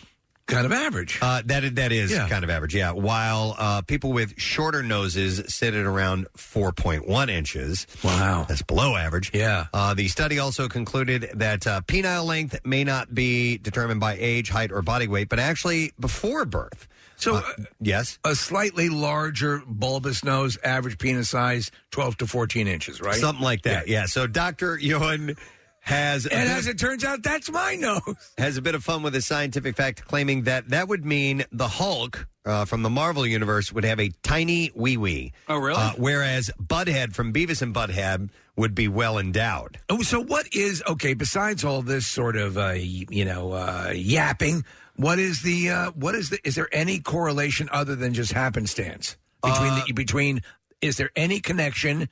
Speaker 5: kind of average.
Speaker 3: Uh, that that is
Speaker 5: Yeah.
Speaker 3: kind of average, yeah. While uh, people with shorter noses sit at around 4.1 inches. Wow, that's below average. Yeah. Uh, the study also concluded that uh, penile length may not be determined by age, height, or body weight, but actually before birth.
Speaker 5: So,
Speaker 3: Uh, yes,
Speaker 5: a slightly larger bulbous nose, average penis size, twelve to fourteen inches, right?
Speaker 3: Something like that. Yeah. So Dr. Ewan has a
Speaker 5: And
Speaker 3: bit
Speaker 5: as
Speaker 3: of-
Speaker 5: it turns out, that's my nose.
Speaker 3: *laughs* has a bit of fun with a scientific fact claiming that that would mean the Hulk uh, from the Marvel Universe would have a tiny wee wee.
Speaker 5: Oh, really?
Speaker 3: Uh, whereas Butthead from Beavis and Butthead would be well endowed.
Speaker 5: Oh, so what is okay? Besides all this sort of uh, y- you know uh, yapping, what is the uh, what is the is there any correlation other than just happenstance between
Speaker 3: Uh,
Speaker 5: the, between is there any connection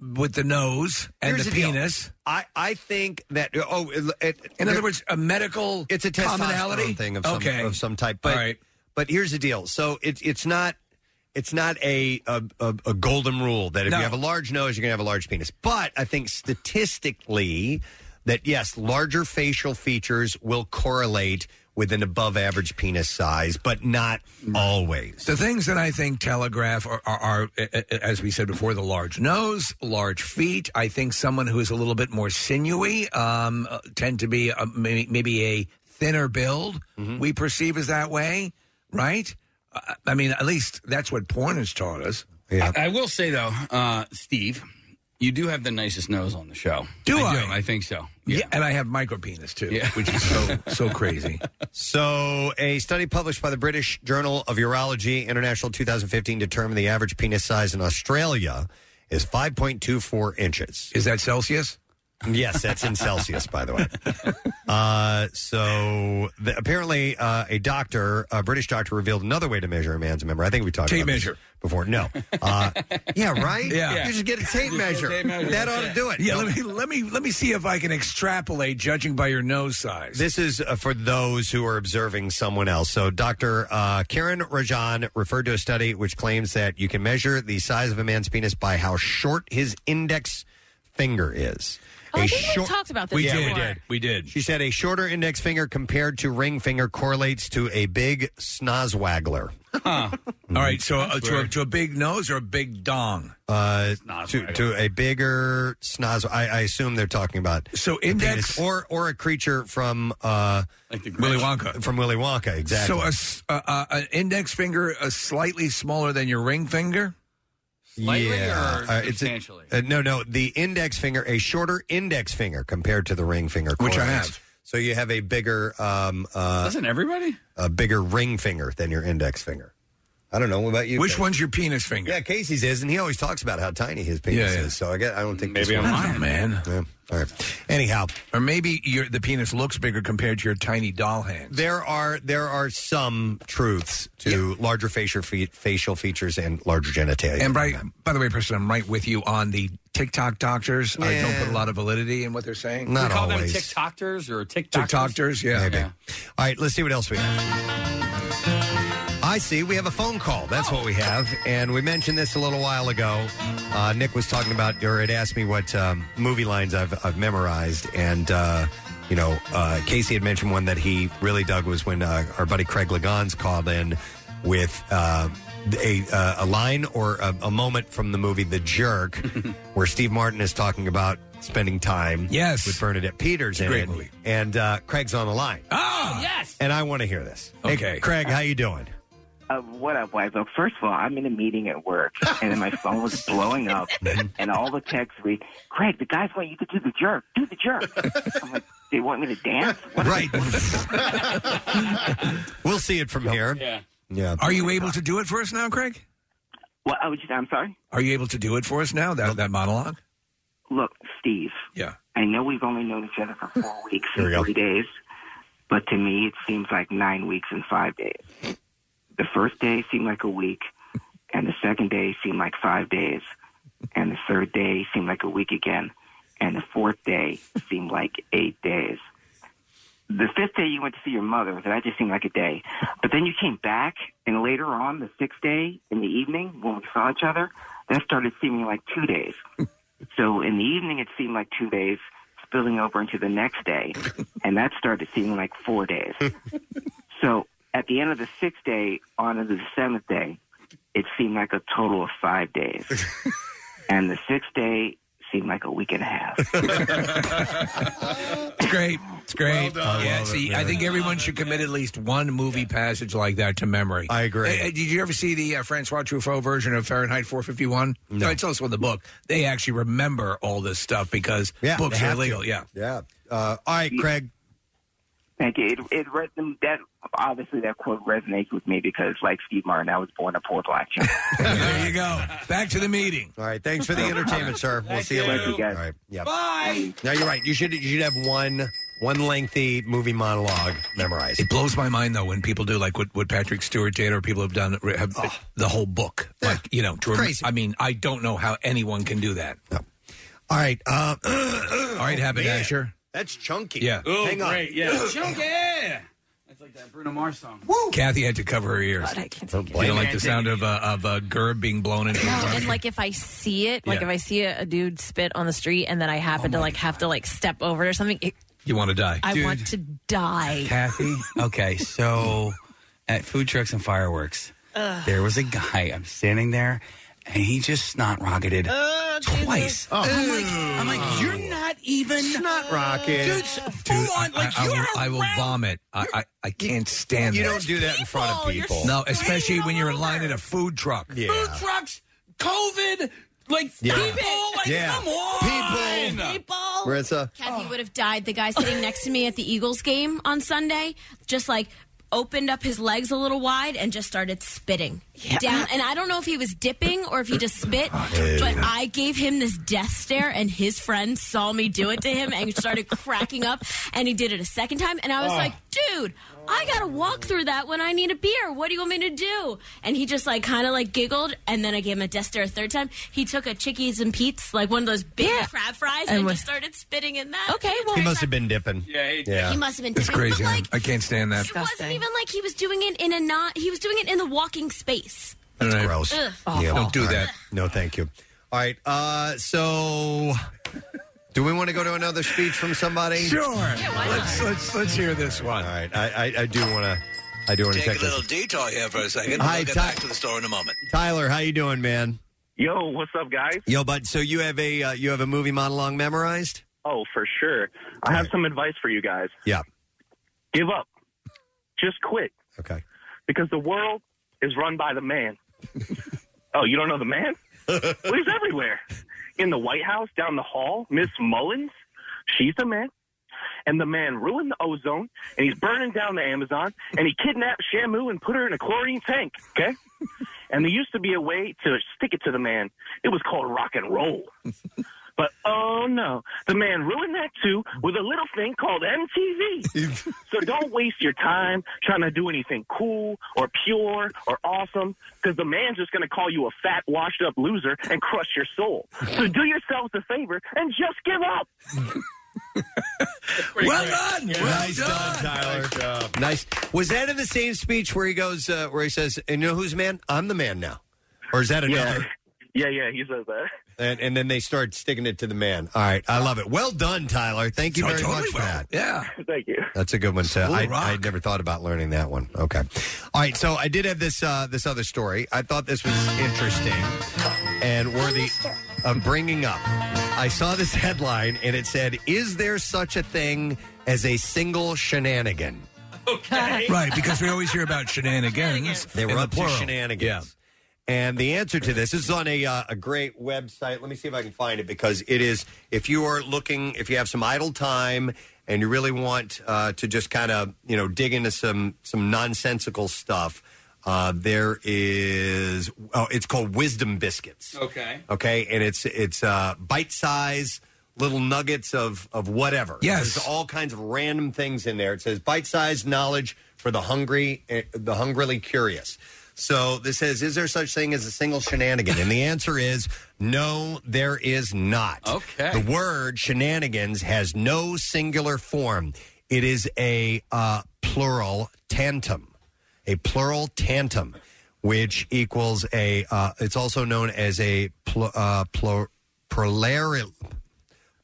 Speaker 5: with the nose and
Speaker 3: Here's
Speaker 5: the,
Speaker 3: the deal.
Speaker 5: penis?
Speaker 3: I I think that oh, it, it-
Speaker 5: in other
Speaker 3: there-
Speaker 5: words, a medical
Speaker 3: it's a
Speaker 5: commonality
Speaker 3: testosterone thing of some
Speaker 5: okay.
Speaker 3: of some type. But
Speaker 5: All right.
Speaker 3: but here's the deal. So it's it's not it's not a a, a, a golden rule that if
Speaker 5: No.
Speaker 3: you have a large nose, you're gonna have a large penis. But I think statistically that yes, larger facial features will correlate with an above average penis size, but not always.
Speaker 5: The things that I think telegraph are, are, are uh, uh, as we said before, the large nose, large feet. I think someone who is a little bit more sinewy um, uh, tend to be uh, maybe, maybe a thinner build.
Speaker 3: Hmm.
Speaker 5: We perceive as that way, right? Uh, I mean, at least that's what porn has taught us.
Speaker 9: I, I will say though, uh, Steve, you do have the nicest nose on the show.
Speaker 5: Do I?
Speaker 9: Do. I think so.
Speaker 5: Yeah. and I have micro penis too, which is so
Speaker 3: *laughs*
Speaker 5: so crazy.
Speaker 3: So, a study published by the British Journal of Urology International 2015 determined the average penis size in Australia is 5.24 inches.
Speaker 5: Is that Celsius?
Speaker 3: Yes, that's in Celsius, by
Speaker 5: *laughs*
Speaker 3: the way. Uh, so, the, apparently, uh, a doctor, a British doctor, revealed another way to measure a man's member. I think we talked
Speaker 5: Tape
Speaker 3: about this
Speaker 5: measure.
Speaker 3: before.
Speaker 5: *laughs*
Speaker 3: No, uh, yeah, right.
Speaker 5: Yeah.
Speaker 3: you just get a tape measure. That ought to do it.
Speaker 5: Yeah,
Speaker 3: No.
Speaker 5: let me let me let me see if I can extrapolate judging by your nose size.
Speaker 3: This is uh, for those who are observing someone else. So, Dr. Uh, Karen Rajan referred to a study which claims that you can measure the size of a man's penis by how short his index finger is.
Speaker 4: Oh,
Speaker 3: A
Speaker 4: I think we
Speaker 3: short-
Speaker 4: talked about this.
Speaker 3: Yeah,
Speaker 4: before.
Speaker 9: We did.
Speaker 3: She said a shorter index finger compared to ring finger correlates to a big snozwaggler.
Speaker 5: *laughs* All right, so uh, to, a, to a big nose or a big dong.
Speaker 3: Uh, to,
Speaker 5: Snozwaggler.
Speaker 3: to a bigger snoz. I, I assume they're *laughs* talking about
Speaker 5: So
Speaker 3: the
Speaker 5: index-
Speaker 3: penis. or or a creature from uh,
Speaker 9: like the
Speaker 5: Willy Wonka.
Speaker 3: from Willy Wonka. Exactly.
Speaker 5: So a s- uh, uh, an index finger uh, slightly smaller than your ring finger.
Speaker 9: Slightly
Speaker 3: yeah,
Speaker 9: or
Speaker 3: Uh, it's a-
Speaker 9: substantially?
Speaker 3: uh, no, no. The index finger, a shorter index finger compared to the ring finger,
Speaker 5: Which I
Speaker 3: correlates.
Speaker 5: have.
Speaker 3: So you have a bigger, um, uh,
Speaker 9: Doesn't everybody?
Speaker 3: a bigger ring finger than your index finger. I don't know What about you.
Speaker 5: Which
Speaker 3: Casey?
Speaker 5: one's your penis finger?
Speaker 3: Yeah, Casey's is, and he always talks about how tiny his penis
Speaker 5: Yeah, yeah.
Speaker 3: is. So I guess I don't think
Speaker 5: Maybe
Speaker 3: this
Speaker 5: I'm
Speaker 3: one-
Speaker 5: lying, man.
Speaker 3: Yeah. All right. Anyhow,
Speaker 5: or maybe your the penis looks bigger compared to your tiny doll hand.
Speaker 3: There are there are some truths to larger facial fe- facial features and larger genitalia.
Speaker 5: And by, by the way, person, I'm right with you on the TikTok doctors. I don't put a lot of validity in what they're saying.
Speaker 3: Not
Speaker 9: we call
Speaker 3: always.
Speaker 9: them TikTokers or TikTokers.
Speaker 5: TikTokers, yeah.
Speaker 3: Maybe. All right, let's see what else we have. I see. We have a phone call. That's what we have. And we mentioned this a little while ago. Uh, Nick was talking about, or had asked me what um, movie lines I've, I've memorized. And, uh, you know, uh, Casey had mentioned one that he really dug was when uh, our buddy Craig Lagans called in with uh, a, uh, a line or a, a moment from the movie The
Speaker 5: *laughs*
Speaker 3: Jerk, where Steve Martin is talking about spending time
Speaker 5: Yes.
Speaker 3: with Bernadette Peters
Speaker 5: It's a
Speaker 3: in
Speaker 5: great
Speaker 3: it.
Speaker 5: movie.
Speaker 3: And uh, Craig's on the line.
Speaker 5: Ah,
Speaker 9: yes.
Speaker 3: And I want to hear this.
Speaker 5: Okay.
Speaker 3: Hey, Craig, how you doing?
Speaker 21: Uh, what up, Wiseau? First of all, I'm in a meeting at work, and then my phone was blowing up, and all the texts read, Craig, the guys want you to do the jerk. Do the jerk. I'm like, they want me to dance? What
Speaker 3: right.
Speaker 5: *laughs*
Speaker 3: we'll see it from here.
Speaker 9: Yeah.
Speaker 3: Yeah.
Speaker 5: Are you able to do it for us now, Craig?
Speaker 21: Well, I was just, I'm sorry?
Speaker 5: Are you able to do it for us now? That
Speaker 9: *laughs*
Speaker 5: that monologue.
Speaker 21: Look, Steve,
Speaker 5: Yeah.
Speaker 21: I know we've only known each other
Speaker 3: *laughs*
Speaker 21: for four weeks
Speaker 3: Here we
Speaker 21: and
Speaker 3: go.
Speaker 21: three days, but to me, it seems like nine weeks and five days. The first day seemed like a week, and the second day seemed like five days, and the third day seemed like a week again, and the fourth day seemed like eight days. The fifth day you went to see your mother, that just seemed like a day. But then you came back, and later on, the sixth day in the evening when we saw each other, that started seeming like two days. So in the evening, it seemed like two days, spilling over into the next day, and that started seeming like four days. so at the end of the sixth day, on to the seventh day, it seemed like a total of five days. and the sixth day seemed like a week and a half.
Speaker 5: It's great. It's great. yeah, see, I think everyone should commit at least one movie passage like that to memory. I agree. did you ever see the uh, Francois Truffaut version of Fahrenheit 451? No. it's also in the book. They actually remember all this stuff because
Speaker 3: Yeah, they
Speaker 5: books are
Speaker 3: have to.
Speaker 5: illegal. Yeah.
Speaker 3: Yeah. Uh, all right, Craig.
Speaker 21: Thank you. It, it re- that obviously that quote resonates with me because, like Steve Martin, I was born a poor black child.
Speaker 5: there you go. Back to the meeting.
Speaker 3: All right. Thanks for the entertainment, sir. We'll
Speaker 21: Thank
Speaker 3: see you
Speaker 21: you.
Speaker 3: later.
Speaker 21: Thank you, guys.
Speaker 3: All right. Yeah.
Speaker 5: Bye.
Speaker 3: No, you're right. You should you should have one one lengthy movie monologue memorized.
Speaker 5: It blows my mind though when people do like what, what Patrick Stewart did, or people have done have the whole book. Like you know, to rem-
Speaker 3: Crazy.
Speaker 5: I mean, I don't know how anyone can do that.
Speaker 3: All right. Uh,
Speaker 5: All right, Haberdasher.
Speaker 22: That's chunky.
Speaker 5: Yeah.
Speaker 12: Oh,
Speaker 5: Hang on.
Speaker 12: great. *gasps* Yeah. Chunky. That's like that Bruno Mars song.
Speaker 5: Kathy had to cover her ears.
Speaker 4: I can't
Speaker 3: Oh,
Speaker 5: you don't like the sound of uh, of uh, Gerb being blown into
Speaker 4: No,
Speaker 5: his arm.
Speaker 4: and like if I see it, like
Speaker 5: Yeah.
Speaker 4: if I see a, a dude spit on the street and then I happen to like have to like step over it or something, it,
Speaker 5: You want to die?
Speaker 4: I want to die.
Speaker 12: Kathy. Okay, so at food trucks and fireworks,
Speaker 4: Ugh.
Speaker 12: there was a guy. I'm standing there, and he just snot rocketed twice. Uh, I'm like,
Speaker 5: Oh.
Speaker 12: I'm like, you're not even uh,
Speaker 3: snot rocket,
Speaker 12: dude. s- Full on, like
Speaker 5: I, I
Speaker 12: you're.
Speaker 5: will, I will vomit. I, I I can't stand.
Speaker 12: You
Speaker 5: that.
Speaker 12: don't do that in front of People, you're people.
Speaker 5: No,
Speaker 12: screaming
Speaker 5: especially when you're in line at a food truck. Yeah.
Speaker 12: food trucks, COVID, like
Speaker 5: Yeah.
Speaker 12: people, like
Speaker 5: Yeah.
Speaker 12: come on,
Speaker 23: People.
Speaker 3: Marissa.
Speaker 23: Kathy would have died. The guy sitting next to me at the Eagles game on Sunday just like opened up his legs a little wide and just started spitting down. And I don't know if he was dipping or if he just spit,
Speaker 3: Oh,
Speaker 8: dude.
Speaker 23: but I gave him this death stare, and his friend saw me do it to him and started cracking up. And he did it a second time, and I was
Speaker 8: Oh.
Speaker 23: like, dude. I gotta walk through that when I need a beer. What do you want me to do? And he just like kind of like giggled, and then I gave him a death stare a third time. He took a Chickies and Pete's, like one of those big crab fries, and,
Speaker 4: And
Speaker 23: just started spitting in that. Okay,
Speaker 3: He must have been dipping.
Speaker 12: Yeah, he,
Speaker 23: He must have been
Speaker 5: It's
Speaker 23: dipping,
Speaker 5: crazy.
Speaker 23: but,
Speaker 5: I can't stand that.
Speaker 23: it wasn't even like he was doing it in a not. He was doing it in the walking space.
Speaker 5: It's
Speaker 3: gross.
Speaker 23: Ugh.
Speaker 3: Yeah.
Speaker 5: Don't do
Speaker 3: All right.
Speaker 5: that.
Speaker 3: No, thank you. All right. Uh, so, do we want to go to another speech from somebody?
Speaker 5: Sure. let's, let's let's hear this one.
Speaker 3: All right. I I, I do want to. I do want to
Speaker 24: Take
Speaker 3: check
Speaker 24: a little
Speaker 3: this.
Speaker 24: detour here
Speaker 12: *laughs*
Speaker 24: for a second.
Speaker 3: Hi,
Speaker 24: we'll get
Speaker 3: Ty-
Speaker 24: back to the store in a moment.
Speaker 3: Tyler, how you doing, man?
Speaker 25: Yo, what's up, guys?
Speaker 3: Yo, bud. So you have a uh, you have a movie monologue memorized?
Speaker 25: Oh, for sure. I have some advice for you guys.
Speaker 3: Yeah.
Speaker 25: Give up. Just quit.
Speaker 3: Okay.
Speaker 25: Because the world is run by the man. oh, you don't know the man? well, he's everywhere. In the White House, down the hall, Miss Mullins, she's the man. And the man ruined the ozone, and he's burning down the Amazon, and he kidnapped Shamu and put her in a chlorine tank, okay? And there used to be a way to stick it to the man. It was called rock and roll. But oh no, the man ruined that too with a little thing called MTV. so don't waste your time trying to do anything cool or pure or awesome because the man's just going to call you a fat, washed up loser and crush your soul. So do yourselves a favor and just give up.
Speaker 5: well done.
Speaker 3: nice done, Tyler. Nice, Was that in the same speech where he goes, uh, where he says, "And you know who's man? I'm the man now," or is that another?
Speaker 25: Yeah, yeah, he says that.
Speaker 3: And, and then they start sticking it to the man. All right, I love it. Well done, Tyler. Thank you
Speaker 25: Oh,
Speaker 3: very
Speaker 25: totally
Speaker 3: much for
Speaker 25: well.
Speaker 3: that.
Speaker 5: Yeah.
Speaker 25: *laughs* Thank you.
Speaker 3: That's a good one. To,
Speaker 25: School
Speaker 3: I,
Speaker 25: of Rock.
Speaker 3: I never thought about learning that one. Okay. All right. So I did have this uh, this other story. I thought this was interesting and worthy of bringing up. I saw this *laughs* headline and it said, "Is there such a thing as a single shenanigan?"
Speaker 5: Okay. right, because we always hear about shenanigans.
Speaker 3: They were
Speaker 5: in the
Speaker 3: up to
Speaker 5: plural.
Speaker 3: shenanigans.
Speaker 5: Yeah.
Speaker 3: And the answer to this is on a uh, a great website. Let me see if I can find it because it is. If you are looking, if you have some idle time and you really want uh, to just kind of you know dig into some some nonsensical stuff, uh, there is. Oh, it's called Wisdom Biscuits.
Speaker 12: Okay.
Speaker 3: Okay, and it's it's uh, bite size little nuggets of of whatever.
Speaker 5: Yes.
Speaker 3: There's all kinds of random things in there. It says bite size knowledge for the hungry, eh, the hungrily curious. So this says, is there such thing as a single shenanigan? And the answer is no, there is not. Okay. The word shenanigans has no singular form. It is a uh, plural tantum a plural tantum, which equals a. Uh, it's also known as a pl- uh, pl- plurari-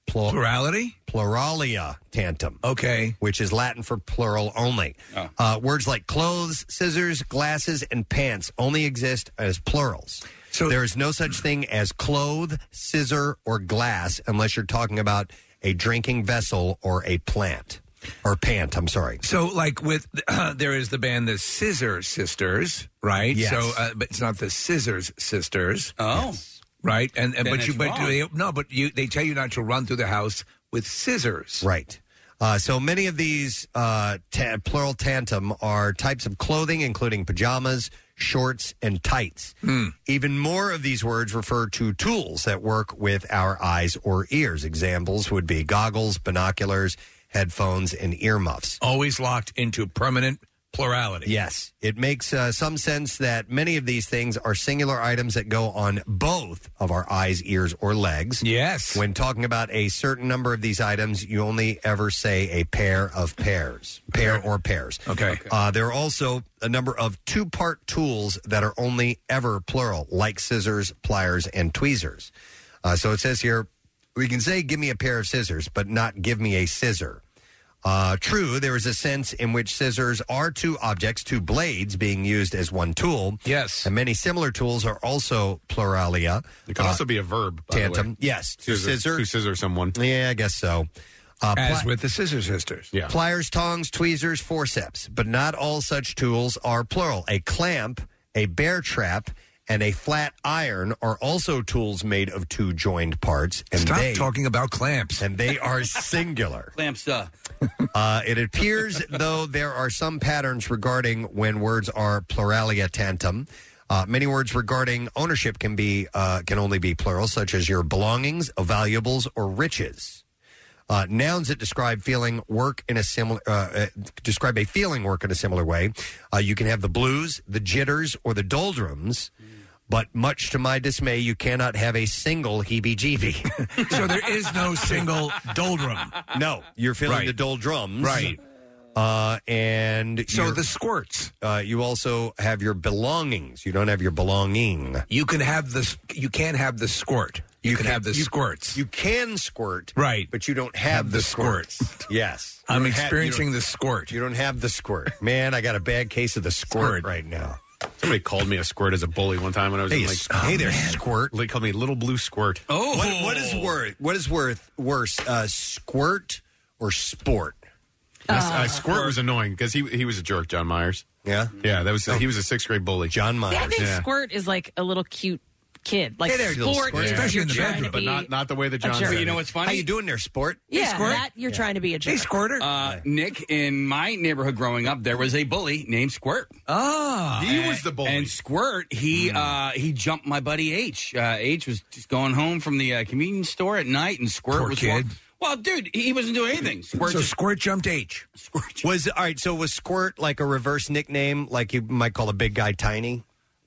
Speaker 3: pl-
Speaker 5: plurality
Speaker 3: pluralia tantum.
Speaker 5: Okay, Oh.
Speaker 3: which is Latin for plural only. Uh, words like clothes, scissors, glasses, and pants only exist as plurals.
Speaker 5: So
Speaker 3: there is no such thing as clothe, scissor, or glass unless you're talking about a drinking vessel or a plant or pant. I'm sorry.
Speaker 5: So, like with *clears throat* there is the band the Scissor Sisters, right?
Speaker 3: Yes.
Speaker 5: So, uh, but it's not the Scissors Sisters.
Speaker 9: Oh,
Speaker 5: right. And, and
Speaker 9: Then
Speaker 5: but you
Speaker 9: it's
Speaker 5: but
Speaker 9: wrong.
Speaker 5: they, no, but you they tell you not to run through the house with scissors.
Speaker 3: Right. Uh, so many of these uh, ta- plural tantum are types of clothing, including pajamas, shorts, and tights.
Speaker 5: Hmm.
Speaker 3: Even more of these words refer to tools that work with our eyes or ears. Examples would be goggles, binoculars, headphones, and earmuffs.
Speaker 5: Always locked into permanent plurality.
Speaker 3: Yes, it makes uh, some sense that many of these things are singular items that go on both of our eyes, ears, or legs.
Speaker 5: Yes.
Speaker 3: When talking about a certain number of these items, you only ever say a pair of pairs, pair or pairs.
Speaker 5: Okay.
Speaker 3: Uh, there are also a number of two part tools that are only ever plural, like scissors, pliers, and tweezers. Uh, so it says here we can say, give me a pair of scissors, but not give me a scissor. Uh, true, there is a sense in which scissors are two objects, two blades being used as one tool. Yes. And many similar tools are also Uh, pluralia.
Speaker 6: It could also be a verb. By The way.
Speaker 3: tantum. Yes. To scissor.
Speaker 6: To scissor someone.
Speaker 3: Yeah, I guess so. Uh,
Speaker 5: As
Speaker 3: pli-
Speaker 5: with the Scissor Sisters.
Speaker 6: Yeah.
Speaker 3: Pliers, tongs, tweezers, forceps, but not all such tools are plural. A clamp, a bear trap, and a flat iron are also tools made of two joined parts. And
Speaker 5: Stop
Speaker 3: they,
Speaker 5: talking about clamps.
Speaker 3: And they
Speaker 5: *laughs*
Speaker 3: are singular.
Speaker 9: Clamps up.
Speaker 3: Uh, it appears, *laughs* though, there are some patterns regarding when words are pluralia tantum. Uh, many words regarding ownership can be uh, can only be plural, such as your belongings, valuables, or riches. Uh, nouns that describe feeling work in a similar uh, uh, describe a feeling work in a similar way. Uh, you can have the blues, the jitters, or the doldrums. But much to my dismay, you cannot have a single heebie-jeebie. *laughs*
Speaker 5: so there is no single doldrum.
Speaker 3: No, you're feeling
Speaker 5: Right.
Speaker 3: the doldrums,
Speaker 5: Right.
Speaker 3: Uh, and
Speaker 5: So
Speaker 3: you're-
Speaker 5: the squirts.
Speaker 3: Uh, you also have your belongings. You don't have your belonging.
Speaker 5: You can have the you can't have the squirt. You, can, have the
Speaker 3: you-
Speaker 5: squirts.
Speaker 3: You can squirt,
Speaker 5: right?
Speaker 3: But you don't have, the, squirt. yes,
Speaker 5: I'm
Speaker 3: You don't ha-
Speaker 5: experiencing
Speaker 3: you
Speaker 5: the squirt.
Speaker 3: don't- You don't have the squirt, man. I got a bad case of the squirt, right now.
Speaker 6: Somebody called me a squirt as a bully one time when I was
Speaker 3: Hey,
Speaker 6: in like,
Speaker 5: oh,
Speaker 3: s- hey there, squirt.
Speaker 6: They called me little blue squirt.
Speaker 3: What- what
Speaker 5: Oh.
Speaker 3: is worth? What is worth worse, uh, squirt or sport?
Speaker 6: That's- uh, squirt was annoying because he he was a jerk, John Myers.
Speaker 3: Yeah, Oh.
Speaker 6: yeah, that was he was a sixth grade bully,
Speaker 3: John
Speaker 4: See,
Speaker 6: Myers.
Speaker 4: I think Squirt is like a little cute kid. Like Sport is
Speaker 6: especially
Speaker 4: you're
Speaker 6: in the
Speaker 4: trying to
Speaker 6: bedroom, but
Speaker 4: be-
Speaker 6: not not the way that John.
Speaker 4: a jerk.
Speaker 6: said
Speaker 4: You know
Speaker 6: it.
Speaker 4: what's funny? How you
Speaker 3: doing there, sport?
Speaker 4: Yeah, that you're trying to be a jerk.
Speaker 9: Uh, Nick, in my neighborhood growing up, there was a bully named Squirt.
Speaker 5: Ah,
Speaker 6: he was the bully.
Speaker 9: And Squirt, he uh, he jumped my buddy H. Uh, H was just going home from the uh, convenience store at night, and Squirt
Speaker 5: Poor
Speaker 9: was
Speaker 5: kid.
Speaker 9: walk- well, dude, he wasn't doing anything. Squirt
Speaker 5: so
Speaker 9: just
Speaker 5: squirt jumped H.
Speaker 3: Was all right. So was squirt like a reverse nickname, like you might call a big guy tiny?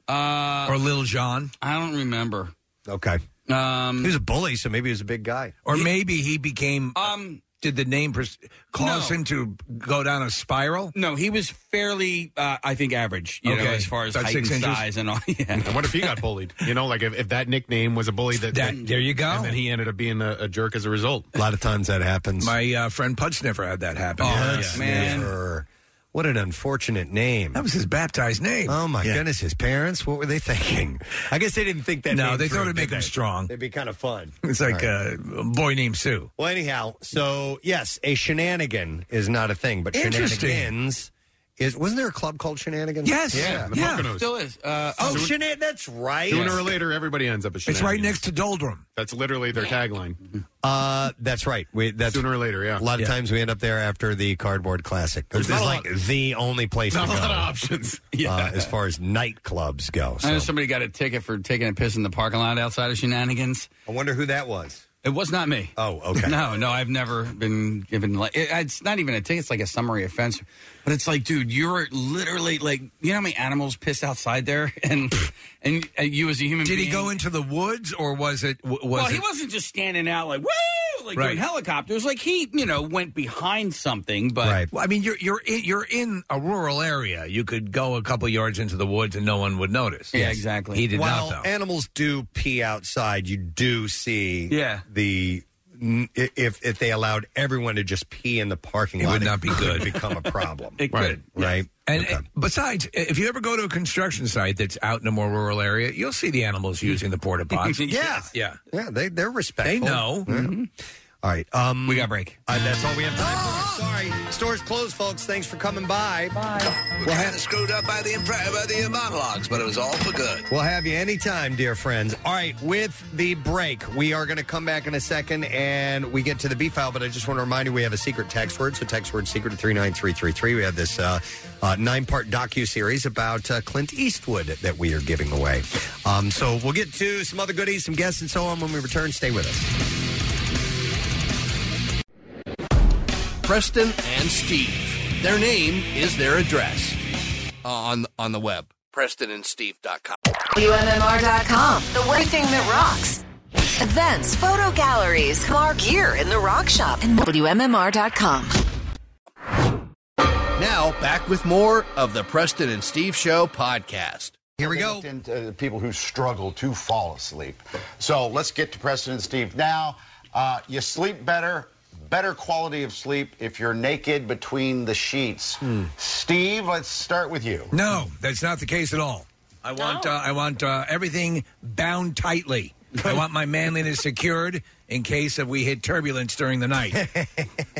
Speaker 9: uh,
Speaker 5: or Little John?
Speaker 9: I don't remember.
Speaker 3: Okay,
Speaker 9: Um,
Speaker 3: he was a bully, so maybe he was a big guy.
Speaker 5: Or maybe he became. uh,
Speaker 9: Um,
Speaker 5: did the name pers- cause
Speaker 9: No.
Speaker 5: him to go down a spiral?
Speaker 9: No, he was fairly, uh, I think, average. You know,
Speaker 5: Okay.
Speaker 9: as far as
Speaker 5: About
Speaker 9: height and
Speaker 5: six inches?
Speaker 9: size and all. *laughs* Yeah.
Speaker 6: I wonder if he got bullied. You know, like if, if that nickname was a bully that,
Speaker 5: That- there you go.
Speaker 6: and then he ended up being a, a jerk as a result.
Speaker 3: A lot of times that happens.
Speaker 5: My uh, friend Pudsniffer had that happen.
Speaker 6: Oh,
Speaker 3: That's never- What an unfortunate name.
Speaker 5: That was his baptized name.
Speaker 3: Oh my
Speaker 5: Yeah.
Speaker 3: goodness, his parents, what were they thinking? I guess they didn't think that.
Speaker 5: No,
Speaker 3: name
Speaker 5: they thought
Speaker 3: through,
Speaker 5: it'd make
Speaker 3: did
Speaker 5: him
Speaker 3: they?
Speaker 5: strong.
Speaker 3: It'd be kind of fun.
Speaker 5: It's like
Speaker 3: All right.
Speaker 5: uh, a boy named Sue.
Speaker 3: Well, anyhow, so yes, a shenanigan is not a thing, but
Speaker 5: Interesting.
Speaker 3: shenanigans is. Wasn't there a club called Shenanigans?
Speaker 5: Yes.
Speaker 3: yeah,
Speaker 6: the Poconos.
Speaker 9: Still is. Uh,
Speaker 3: Oh,
Speaker 6: Soon-
Speaker 3: shenan- that's right.
Speaker 6: Sooner or later, everybody ends up a
Speaker 5: It's right
Speaker 6: shenanigan.
Speaker 5: next to Doldrum.
Speaker 6: That's literally their tagline.
Speaker 3: Uh, that's right. We, that's
Speaker 6: Sooner or later, yeah.
Speaker 3: A lot of
Speaker 6: Yeah.
Speaker 3: times we end up there after the cardboard classic.
Speaker 6: There's
Speaker 3: This
Speaker 6: not a
Speaker 3: is like the only place
Speaker 6: Not
Speaker 3: to
Speaker 6: a
Speaker 3: go
Speaker 6: lot of options.
Speaker 9: *laughs*
Speaker 3: uh, as far as nightclubs go.
Speaker 9: I know
Speaker 3: So.
Speaker 9: somebody got a ticket for taking a piss in the parking lot outside of Shenanigans.
Speaker 3: I wonder who that was.
Speaker 9: It was not me.
Speaker 3: Oh, okay.
Speaker 9: *laughs* No, no, I've never been given like it, it's not even a ticket. It's like a summary offense, but it's like, dude, you're literally like, you know how many animals piss outside there, *laughs* and and uh, you as a human.
Speaker 5: Did he
Speaker 9: being-
Speaker 5: go into the woods or was it? w- Was
Speaker 9: well,
Speaker 5: it
Speaker 9: he wasn't just standing out like woo, like
Speaker 5: Right.
Speaker 9: doing helicopters. Like he, you know, went behind something, but
Speaker 5: Well, I mean, you're you're in, you're in a rural area. You could go a couple yards into the woods and no one would notice.
Speaker 9: Yeah, exactly.
Speaker 5: He did
Speaker 3: While
Speaker 5: not though.
Speaker 3: animals do pee outside, you do see
Speaker 9: Yeah.
Speaker 3: the n- i- if if they allowed everyone to just pee in the parking
Speaker 5: It
Speaker 3: lot,
Speaker 5: would not be
Speaker 3: could
Speaker 5: good.
Speaker 3: Become a
Speaker 9: *laughs*
Speaker 3: problem.
Speaker 5: It
Speaker 3: right,
Speaker 5: could,
Speaker 3: right?
Speaker 5: And uh, besides, i- if you ever go to a construction site that's out in a more rural area, you'll see the animals using
Speaker 3: *laughs*
Speaker 5: the porta potties.
Speaker 3: yeah,
Speaker 5: *laughs* yeah,
Speaker 3: yeah. They they're respectful.
Speaker 5: They know.
Speaker 3: Yeah. All right, um,
Speaker 5: we got break.
Speaker 3: Uh, that's all we have time for. Sorry, store's closed, folks. Thanks for coming by. Bye.
Speaker 5: We're kind of screwed up by the impre- by the monologues, but it was all for good.
Speaker 3: We'll have you anytime, dear friends. All right, with the break, we are going to come back in a second and we get to the B file, but I just want to remind you we have a secret text word. So, text word secret to 39333. We have this uh, uh, nine part docu series about uh, Clint Eastwood that we are giving away. Um, so, we'll get to some other goodies, some guests, and so on when we return. Stay with us.
Speaker 7: Preston and Steve. Their name is their address Uh, on on the web. PrestonandSteve.com.
Speaker 2: WMMR.com, the one thing that rocks. Events, photo galleries, Mark here in the Rock Shop, and WMMR.com.
Speaker 7: Now back with more of the Preston and Steve Show podcast.
Speaker 6: Here we go. Into people who struggle to fall asleep. So let's get to President Steve now. Uh, you sleep better, better quality of sleep if you're naked between the sheets.
Speaker 12: Hmm.
Speaker 6: Steve, let's start with you.
Speaker 5: No, that's not the case at all. I want uh, I want uh, everything bound tightly. I want my manliness secured in case of we hit turbulence during the night.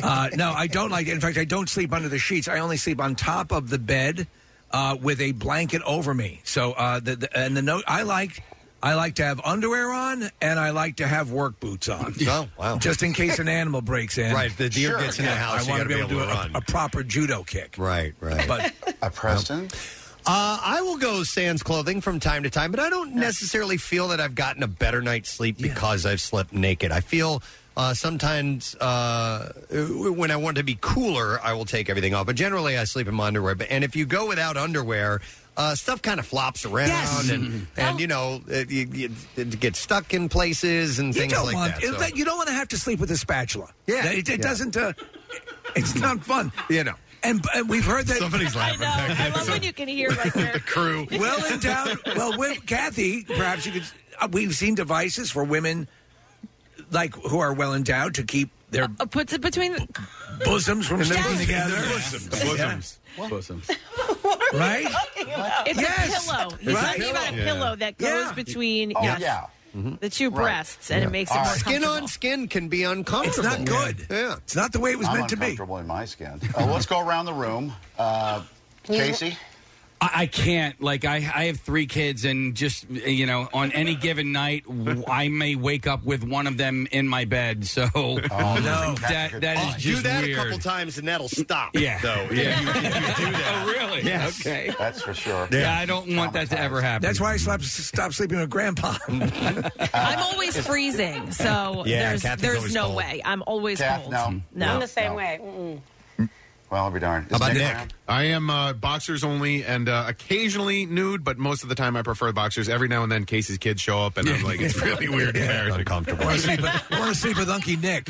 Speaker 5: Uh, no, I don't like it. In fact, I don't sleep under the sheets. I only sleep on top of the bed uh, with a blanket over me. So uh, the, the and the note I like. I like to have underwear on, and I like to have work boots on.
Speaker 3: *laughs* Oh, wow.
Speaker 5: Just in case an animal breaks in.
Speaker 3: Right, if the deer Sure. gets in the house,
Speaker 5: I
Speaker 3: you
Speaker 5: want to
Speaker 3: gotta
Speaker 5: be able to do
Speaker 3: to
Speaker 5: a,
Speaker 3: run.
Speaker 5: a proper judo kick.
Speaker 3: Right, right.
Speaker 5: But
Speaker 6: a Preston.
Speaker 3: Uh, I will go sans clothing from time to time, but I don't necessarily feel that I've gotten a better night's sleep because I've slept naked. I feel uh, sometimes uh, when I want to be cooler, I will take everything off, but generally I sleep in my underwear. But and if you go without underwear. Uh, stuff kind of flops around
Speaker 5: Yes.
Speaker 3: and,
Speaker 4: Mm-hmm.
Speaker 3: and you know it, you, you, it gets stuck in places and
Speaker 5: You
Speaker 3: things
Speaker 5: don't
Speaker 3: like
Speaker 5: want,
Speaker 3: that.
Speaker 5: it-
Speaker 3: so-
Speaker 5: that- You don't want to have to sleep with a spatula.
Speaker 3: Yeah.
Speaker 5: That- it, it
Speaker 3: Yeah.
Speaker 5: doesn't. Uh, it's not fun.
Speaker 3: You know.
Speaker 5: And, and we've heard that
Speaker 3: Somebody's laughing. I know.
Speaker 4: *laughs* I love
Speaker 3: *laughs*
Speaker 4: when you can hear
Speaker 12: *laughs*
Speaker 4: like
Speaker 12: the
Speaker 4: *laughs*
Speaker 12: crew.
Speaker 5: Well endowed. Well, wi- Kathy, perhaps you could. Uh, we've seen devices for women, like who are well endowed, to keep their
Speaker 4: uh, puts it between. The,
Speaker 5: bosoms from
Speaker 4: And their
Speaker 5: sticking
Speaker 4: bosoms.
Speaker 5: together.
Speaker 4: Their
Speaker 12: bosoms. Bosoms.
Speaker 9: Bosoms.
Speaker 5: Right?
Speaker 4: It's
Speaker 5: Yes.
Speaker 4: a pillow. You're
Speaker 5: Right?
Speaker 4: talking about a
Speaker 5: Yeah.
Speaker 4: pillow that goes
Speaker 5: Yeah.
Speaker 4: between
Speaker 5: Oh,
Speaker 4: yes,
Speaker 5: yeah.
Speaker 4: the two breasts, and
Speaker 3: Mm-hmm. Yeah.
Speaker 4: it makes it
Speaker 3: All
Speaker 4: more
Speaker 3: right. skin
Speaker 4: comfortable.
Speaker 3: on skin can be uncomfortable.
Speaker 6: not good.
Speaker 3: Yeah, yeah.
Speaker 5: it's not the way it was
Speaker 6: I'm
Speaker 5: meant to be.
Speaker 6: uncomfortable in my skin. Uh, let's go around the room. Uh, Casey.
Speaker 9: I, I can't. Like I, I have three kids, and just you know, on any given night, w- I may wake up with one of them in my bed. So
Speaker 3: Oh,
Speaker 9: *laughs*
Speaker 3: no.
Speaker 9: that that
Speaker 3: Oh,
Speaker 9: is
Speaker 3: do
Speaker 9: just
Speaker 3: that
Speaker 9: weird.
Speaker 3: a couple times and that'll stop.
Speaker 9: Yeah.
Speaker 3: though.
Speaker 9: *laughs* Yeah.
Speaker 3: If you- if you do that.
Speaker 9: Oh, really?
Speaker 3: Yes.
Speaker 9: Okay.
Speaker 6: That's for sure.
Speaker 9: Yeah, I don't want that to ever happen.
Speaker 5: That's why I slept, stopped sleeping
Speaker 3: *laughs*
Speaker 5: with Grandpa.
Speaker 4: I'm always freezing, so
Speaker 5: Yeah,
Speaker 4: there's,
Speaker 5: Kathy's
Speaker 4: there's
Speaker 5: always
Speaker 4: no
Speaker 5: cold.
Speaker 4: way. I'm always
Speaker 6: Kath,
Speaker 4: cold.
Speaker 6: no.
Speaker 4: no,
Speaker 6: I'm the same
Speaker 4: way.
Speaker 6: Well, I'll be darned. Is around?
Speaker 12: I am uh, boxers only and uh, occasionally nude, but most of the time I prefer boxers. Every now and then Casey's kids show up and I'm
Speaker 5: *laughs*
Speaker 12: like, it's really weird and embarrassing.
Speaker 3: Uncomfortable.
Speaker 5: want to
Speaker 3: *laughs*
Speaker 5: sleep with, want to sleep with Unky Nick.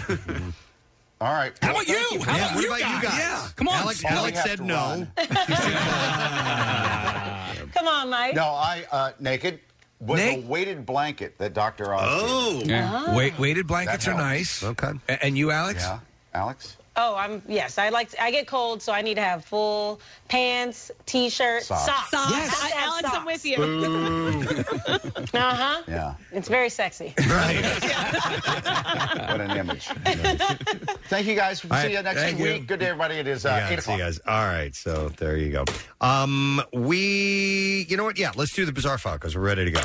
Speaker 6: All right.
Speaker 5: How about you?
Speaker 3: Mm-hmm.
Speaker 5: How
Speaker 3: Yeah,
Speaker 5: about
Speaker 3: what
Speaker 5: you
Speaker 3: about you
Speaker 5: guys?
Speaker 3: guys?
Speaker 5: Yeah.
Speaker 9: Come on.
Speaker 3: Alex, Alex said *laughs* no.
Speaker 6: *laughs* Come on, Mike. No, I uh, naked with a weighted blanket that Doctor Oz.
Speaker 5: Oh.
Speaker 6: gave.
Speaker 5: Yeah. Wait- weighted blankets
Speaker 6: That
Speaker 5: are
Speaker 6: helps.
Speaker 5: nice. Okay. And you, Alex? Yeah.
Speaker 6: Alex.
Speaker 26: Oh, I'm yes. I like. To, I get cold, so I need to have full pants, t-shirt,
Speaker 6: Socks.
Speaker 26: socks.
Speaker 6: Socks.
Speaker 26: I have to have
Speaker 4: Alex, I'm with you.
Speaker 6: *laughs*
Speaker 26: socks. uh-huh.
Speaker 6: Yeah.
Speaker 26: It's
Speaker 6: *laughs*
Speaker 26: very sexy. *laughs*
Speaker 6: What an image. Thank you guys. We'll
Speaker 3: All
Speaker 6: see
Speaker 3: right.
Speaker 6: you next
Speaker 3: Thank
Speaker 6: week.
Speaker 3: you.
Speaker 6: Good day, everybody. It is uh,
Speaker 3: Yeah,
Speaker 6: eight
Speaker 3: see
Speaker 6: o'clock.
Speaker 3: you guys. All right, so there you go. Um, we, you know what? Yeah, let's do the bizarre file because we're ready to go.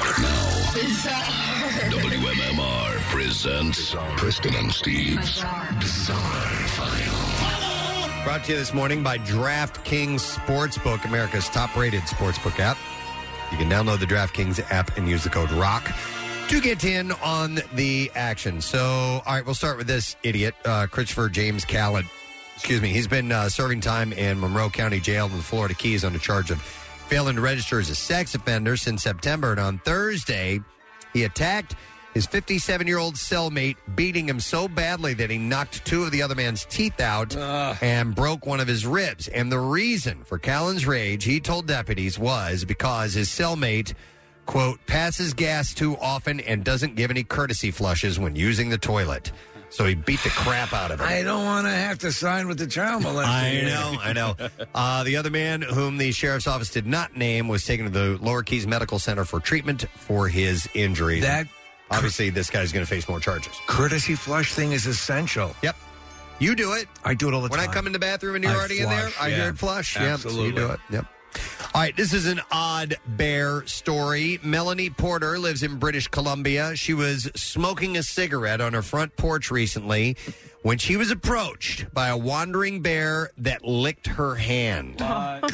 Speaker 8: WMMR presents Preston and Steve's Bizarre File.
Speaker 3: Brought to you this morning by DraftKings Sportsbook, America's top-rated sportsbook app. You can download the DraftKings app and use the code ROCK to get in on the action. So, all right, we'll start with this idiot, uh, Christopher James Callett. Excuse me. He's been uh, serving time in Monroe County Jail in the Florida Keys on a charge of failing to register as a sex offender since September. And on Thursday, he attacked his 57 year old cellmate, beating him so badly that he knocked two of the other man's teeth out and broke one of his ribs. And the reason for Callan's rage, he told deputies, was because his cellmate, quote, passes gas too often and doesn't give any courtesy flushes when using the toilet. So he beat the crap out of him.
Speaker 5: I don't want to have to sign with
Speaker 3: *laughs*
Speaker 5: the child molester.
Speaker 3: I know, I know. Uh, the other man, whom the sheriff's office did not name, was taken to the Lower Keys Medical Center for treatment for his injuries.
Speaker 5: That-
Speaker 3: obviously, this guy's going to face more charges.
Speaker 5: *laughs* Courtesy flush thing is essential.
Speaker 3: Yep. You do it.
Speaker 5: I do it all the
Speaker 3: When
Speaker 5: time.
Speaker 3: I come in the bathroom and you're
Speaker 5: I
Speaker 3: already in there,
Speaker 5: flush,
Speaker 3: I
Speaker 5: yeah.
Speaker 3: hear it flush.
Speaker 5: Absolutely.
Speaker 3: Yep, so you do it. Yep. All right, this is an odd bear story. Melanie Porter lives in British Columbia. She was smoking a cigarette on her front porch recently when she was approached by a wandering bear that licked her hand.
Speaker 12: Can I, uh,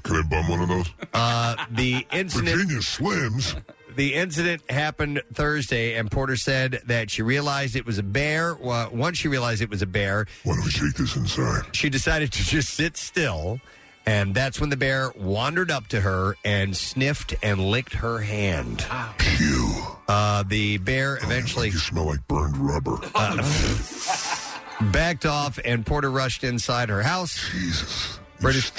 Speaker 12: can I bum one of those?
Speaker 3: Uh, the incident.
Speaker 12: Virginia Slims.
Speaker 3: The incident happened Thursday, and Porter said that she realized it was a bear. Well, once she realized it was a bear, why don't we take this inside? She decided to just sit still, and that's when the bear wandered up to her and sniffed and licked her hand. Phew. Uh, the bear eventually. Uh, you smell like burned rubber. *laughs* backed off, and Porter rushed inside her house. Jesus. British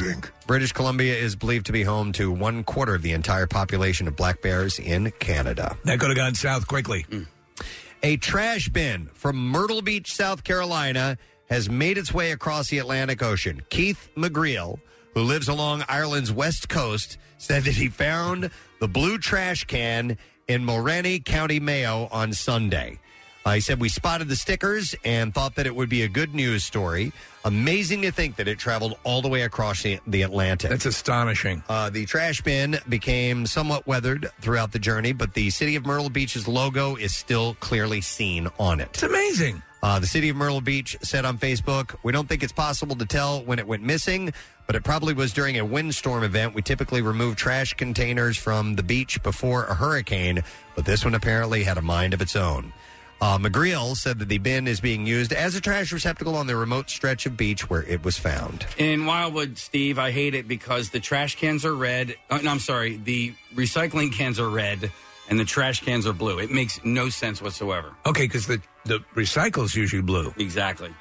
Speaker 3: British Columbia is believed to be home to one quarter of the entire population of black bears in Canada.
Speaker 5: That could have gone south quickly.
Speaker 3: Mm. A trash bin from Myrtle Beach, South Carolina, has made its way across the Atlantic Ocean. Keith McGreal, who lives along Ireland's west coast, said that he found the blue trash can in Mulraney County, Mayo on Sunday. Uh, he said, We spotted the stickers and thought that it would be a good news story. Amazing to think that it traveled all the way across the, the Atlantic.
Speaker 5: That's astonishing.
Speaker 3: Uh, the trash bin became somewhat weathered throughout the journey, but the city of Myrtle Beach's logo is still clearly seen on it. It's
Speaker 5: amazing.
Speaker 3: Uh, the city of Myrtle Beach said on Facebook, We don't think it's possible to tell when it went missing, but it probably was during a windstorm event. We typically remove trash containers from the beach before a hurricane, but this one apparently had a mind of its own. Uh, McGreal said that the bin is being used as a trash receptacle on the remote stretch of beach where it was found.
Speaker 9: In Wildwood, Steve, I hate it because the trash cans are red. Uh, no, I'm sorry. The recycling cans are red and the trash cans are blue. It makes no sense whatsoever.
Speaker 5: Okay, because the, the recycle's usually blue.
Speaker 9: Exactly.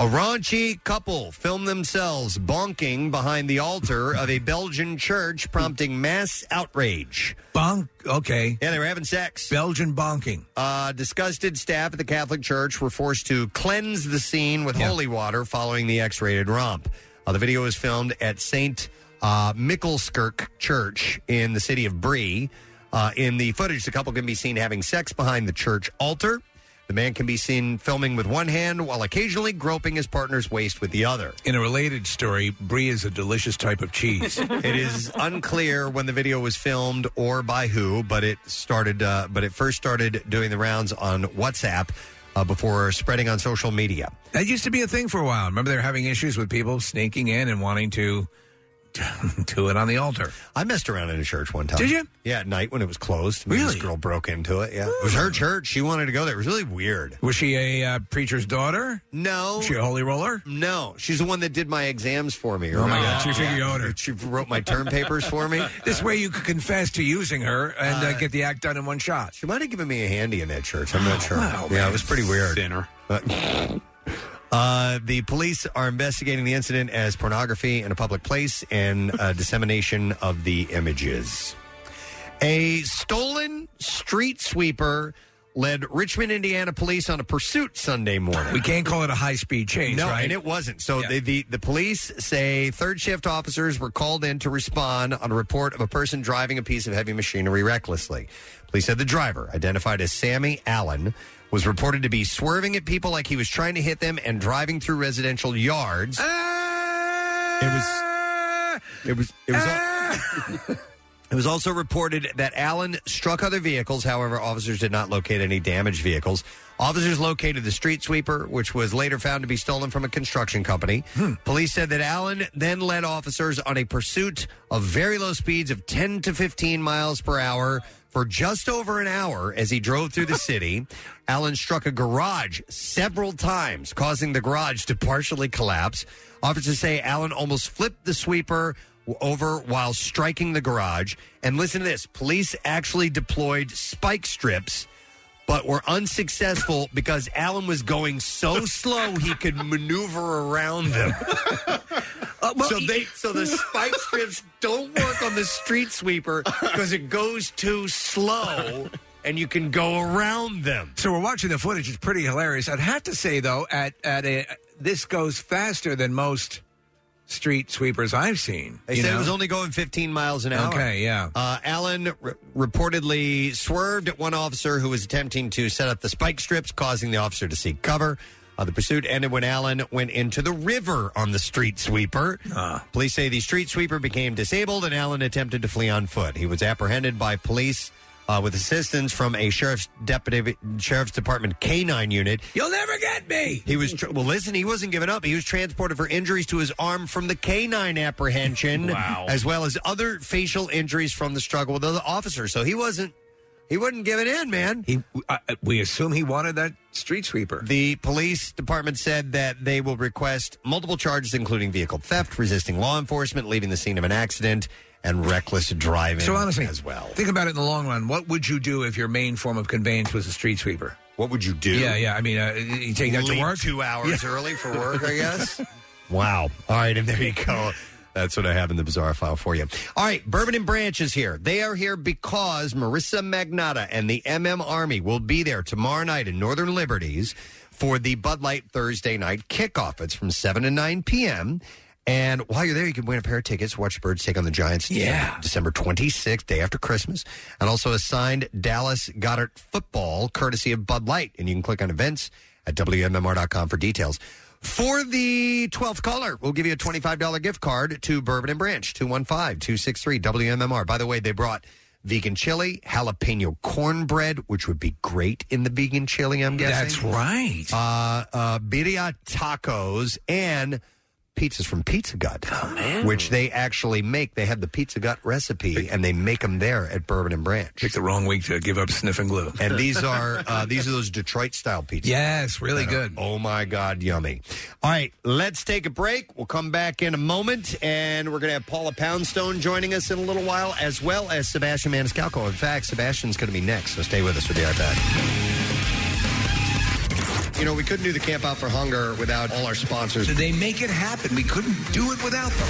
Speaker 3: A raunchy couple filmed themselves bonking behind the altar of a Belgian church, prompting mass outrage.
Speaker 5: Bonk? Okay.
Speaker 3: Yeah, they were having sex.
Speaker 5: Belgian bonking.
Speaker 3: Uh, disgusted staff at the Catholic Church were forced to cleanse the scene with holy water following the X rated romp. Uh, the video was filmed at St. Uh, Mickelskirk Church in the city of Bree. Uh, in the footage, the couple can be seen having sex behind the church altar. The man can be seen filming with one hand while occasionally groping his partner's waist with the other.
Speaker 5: In a related story, brie is a delicious type of
Speaker 3: *laughs*
Speaker 5: cheese.
Speaker 3: it is unclear when the video was filmed or by who, but it started. Uh, but it first started doing the rounds on WhatsApp uh, before spreading on social media.
Speaker 5: That used to be a thing for a while. Remember, they're having issues with people sneaking in and wanting to *laughs* do it on the altar.
Speaker 3: I messed around in a church one time.
Speaker 5: Did you?
Speaker 3: Yeah, at night when it was closed. Me and This girl broke into it. Yeah, it was her church. She wanted to go there. It was really weird.
Speaker 5: Was she a uh, preacher's daughter?
Speaker 3: No.
Speaker 5: She a holy roller?
Speaker 3: No, she's the one that did my exams for me.
Speaker 5: Oh my God, she figured you owed her.
Speaker 3: She wrote my term papers for me.
Speaker 5: *laughs* This way you could confess to using her and uh, get the act done in one shot. Oh,
Speaker 3: She might have given me a handy in that church. I'm not sure.
Speaker 5: wow,
Speaker 3: yeah,
Speaker 5: man.
Speaker 3: it was pretty weird.
Speaker 6: Dinner.
Speaker 3: *laughs* Uh, the police are investigating the incident as pornography in a public place and uh, dissemination of the images. A stolen street sweeper led Richmond, Indiana police on a pursuit Sunday morning.
Speaker 5: We can't call it a high speed chase,
Speaker 3: no,
Speaker 5: right?
Speaker 3: and it wasn't. So the, the the police say third shift officers were called in to respond on a report of a person driving a piece of heavy machinery recklessly. Police said the driver, identified as Sammy Allen, was reported to be swerving at people like he was trying to hit them and driving through residential yards. it was. It was. It was. al- It was also reported that Allen struck other vehicles. However, officers did not locate any damaged vehicles. Officers located the street sweeper, which was later found to be stolen from a construction company. Police said that Allen then led officers on a pursuit of very low speeds of 10 to 15 miles per hour for just over an hour as he drove through the city. Allen struck a garage several times, causing the garage to partially collapse. Officers say Allen almost flipped the sweeper over while striking the garage. And listen to this police actually deployed spike strips, but were unsuccessful because Allen was going
Speaker 5: *laughs*
Speaker 3: so slow he could maneuver around them. so they so the *laughs* spike
Speaker 5: *laughs*
Speaker 3: strips don't work on the street sweeper because it goes too slow. and you can go around them.
Speaker 5: So we're watching the footage. It's pretty hilarious. I'd have to say though, at at a this goes faster than most street sweepers I've seen.
Speaker 3: They
Speaker 5: you
Speaker 3: said
Speaker 5: know?
Speaker 3: it was only going 15 miles an hour.
Speaker 5: Okay, yeah.
Speaker 3: Uh, Allen r- reportedly swerved at one officer who was attempting to set up the spike strips, causing the officer to seek cover. Uh, the pursuit ended when Allen went into the river on the street sweeper. Police say the street sweeper became disabled and Allen attempted to flee on foot. He was apprehended by police uh, with assistance from a sheriff's deputy sheriff's department K9 unit.
Speaker 5: You'll never get me.
Speaker 3: He was tra- well. Listen, he wasn't giving up. He was transported for injuries to his arm from the K9
Speaker 5: *laughs*
Speaker 3: apprehension,
Speaker 27: Wow.
Speaker 3: as well as other facial injuries from the struggle with other officers. So he wasn't. He wasn't giving in, man.
Speaker 5: He, uh, we assume he wanted that street sweeper.
Speaker 3: The police department said that they will request multiple charges, including vehicle theft, resisting law enforcement, leaving the scene of an accident, and reckless driving.
Speaker 5: So honestly,
Speaker 3: as well.
Speaker 5: Think about it in the long run. What would you do if your main form of conveyance was a street sweeper?
Speaker 3: What would you do?
Speaker 5: Yeah, yeah. I mean, uh, you take that to
Speaker 3: Leave
Speaker 5: work
Speaker 3: two hours early for work, I guess.
Speaker 28: Wow.
Speaker 3: All right, and there you go. That's what I have in the bizarre file for you. *laughs* All right, Bourbon and Branch is here. They are here because Marissa Magnata and the MM Army will be there tomorrow night in Northern Liberties for the Bud Light Thursday night kickoff. It's from 7 to 9 p.m. And while you're there, you can win a pair of tickets to watch the Birds take on the Giants yeah. December 26th, day after Christmas, and also a signed Dallas Goddard football courtesy of Bud Light. And you can click on events at WMMR.com for details. For the 12th caller, we'll give you a $25 gift card to Bourbon and Branch, 215 263 WMMR. By the way, they brought vegan chili, jalapeno cornbread, which would be great in the vegan chili, I'm guessing.
Speaker 5: That's right.
Speaker 3: Uh, uh, birria tacos and pizzas from Pizza Gut,
Speaker 5: Oh,
Speaker 3: which they actually make. They have the Pizza Gut recipe and they make them there at Bourbon and Branch.
Speaker 5: Pick the wrong week to give up sniffing glue.
Speaker 3: And
Speaker 5: *laughs*
Speaker 3: these are uh, these are those Detroit style pizzas.
Speaker 5: Yes, really
Speaker 3: That are-
Speaker 5: good.
Speaker 3: oh my God, yummy! All right, let's take a break. We'll come back in a moment, and we're going to have Paula Poundstone joining us in a little while, as well as Sebastian Maniscalco. In fact, Sebastian's going to be next, so stay with us. We'll be right back. You know, we couldn't do the Camp Out for Hunger without all our sponsors.
Speaker 5: They make it happen. We couldn't do it without them.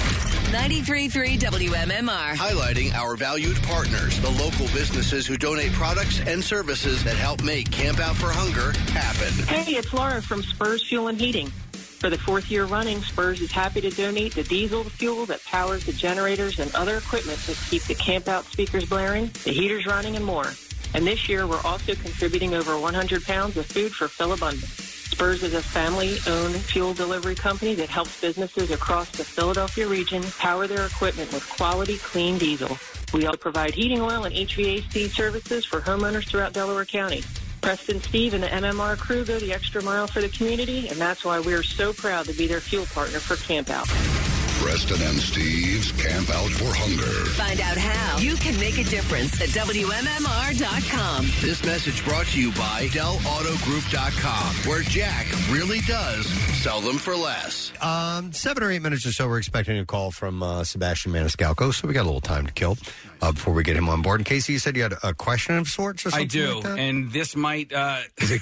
Speaker 2: 933 WMMR.
Speaker 7: Highlighting our valued partners, the local businesses who donate products and services that help make Camp Out for Hunger happen.
Speaker 11: Hey, it's Laura from Spurs Fuel and Heating. For the fourth year running, Spurs is happy to donate the diesel fuel that powers the generators and other equipment that keep the campout speakers blaring, the heaters running, and more. And this year, we're also contributing over 100 pounds of food for Phil Abundant. Spurs is a family-owned fuel delivery company that helps businesses across the Philadelphia region power their equipment with quality, clean diesel. We also provide heating oil and HVAC services for homeowners throughout Delaware County. Preston Steve and the MMR crew go the extra mile for the community, and that's why we're so proud to be their fuel partner for Camp Out.
Speaker 29: Preston and Steve's Camp Out for Hunger.
Speaker 2: Find out how you can make a difference at WMMR.com.
Speaker 7: This message brought to you by DellAutoGroup.com, where Jack really does sell them for less.
Speaker 3: Um, seven or eight minutes or so, we're expecting a call from uh, Sebastian Maniscalco, so we got a little time to kill uh, before we get him on board. And Casey, you said you had a question of sorts or something
Speaker 9: I do,
Speaker 3: like that?
Speaker 9: and this might. Uh,
Speaker 5: is it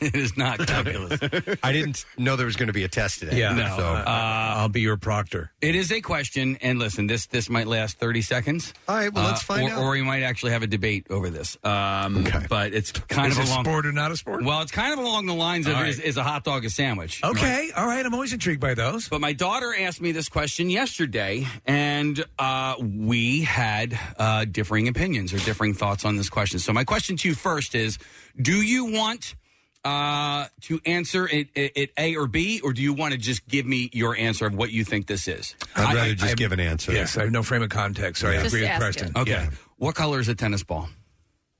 Speaker 9: *laughs* it is
Speaker 5: *laughs*
Speaker 9: not calculus.
Speaker 3: *laughs* I didn't know there was going to be a test today.
Speaker 9: Yeah. No.
Speaker 3: So.
Speaker 9: Uh,
Speaker 5: I'll be your proctor.
Speaker 9: It is a question, and listen, this this might last thirty seconds. Uh,
Speaker 3: All right, well, let's find
Speaker 9: or,
Speaker 3: out.
Speaker 9: Or we might actually have a debate over this. Um, But it's kind
Speaker 5: Is
Speaker 9: of
Speaker 5: it
Speaker 9: along.
Speaker 5: sport or not a sport?
Speaker 9: Well, it's kind of along the lines of
Speaker 5: All right.
Speaker 9: is, is a hot dog a sandwich?
Speaker 5: Okay, all right. I'm always intrigued by those.
Speaker 9: But my daughter asked me this question yesterday, and uh, we had uh, differing opinions or differing thoughts on this question. So my question to you first is: Do you want uh, to answer it, it, it A or B, or do you want to just give me your answer of what you think this is?
Speaker 3: I'd rather just give an answer.
Speaker 5: Yes, I have no frame of context, so I
Speaker 9: Yeah.
Speaker 5: agree with
Speaker 9: Just ask
Speaker 5: Preston.
Speaker 9: it. Okay. What color is a tennis ball?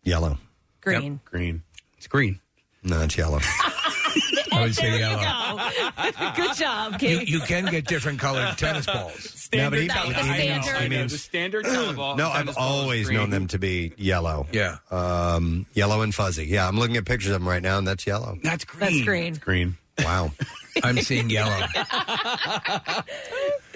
Speaker 3: Yellow.
Speaker 12: Green.
Speaker 9: Green. It's green.
Speaker 3: No, it's yellow.
Speaker 5: I would say
Speaker 12: There you
Speaker 5: yellow.
Speaker 12: go. Good job,
Speaker 5: You,
Speaker 12: Kate.
Speaker 5: you can get different colored tennis balls.
Speaker 3: No, but he- he means- he means- No, I've
Speaker 9: tennis ball is
Speaker 3: always
Speaker 9: green.
Speaker 3: known them to be yellow.
Speaker 5: Yeah.
Speaker 3: Um, yellow and fuzzy. Yeah, I'm looking at pictures of them right now, and that's yellow.
Speaker 9: That's green. *laughs*
Speaker 12: That's green.
Speaker 3: Wow.
Speaker 5: I'm seeing yellow.
Speaker 3: No, What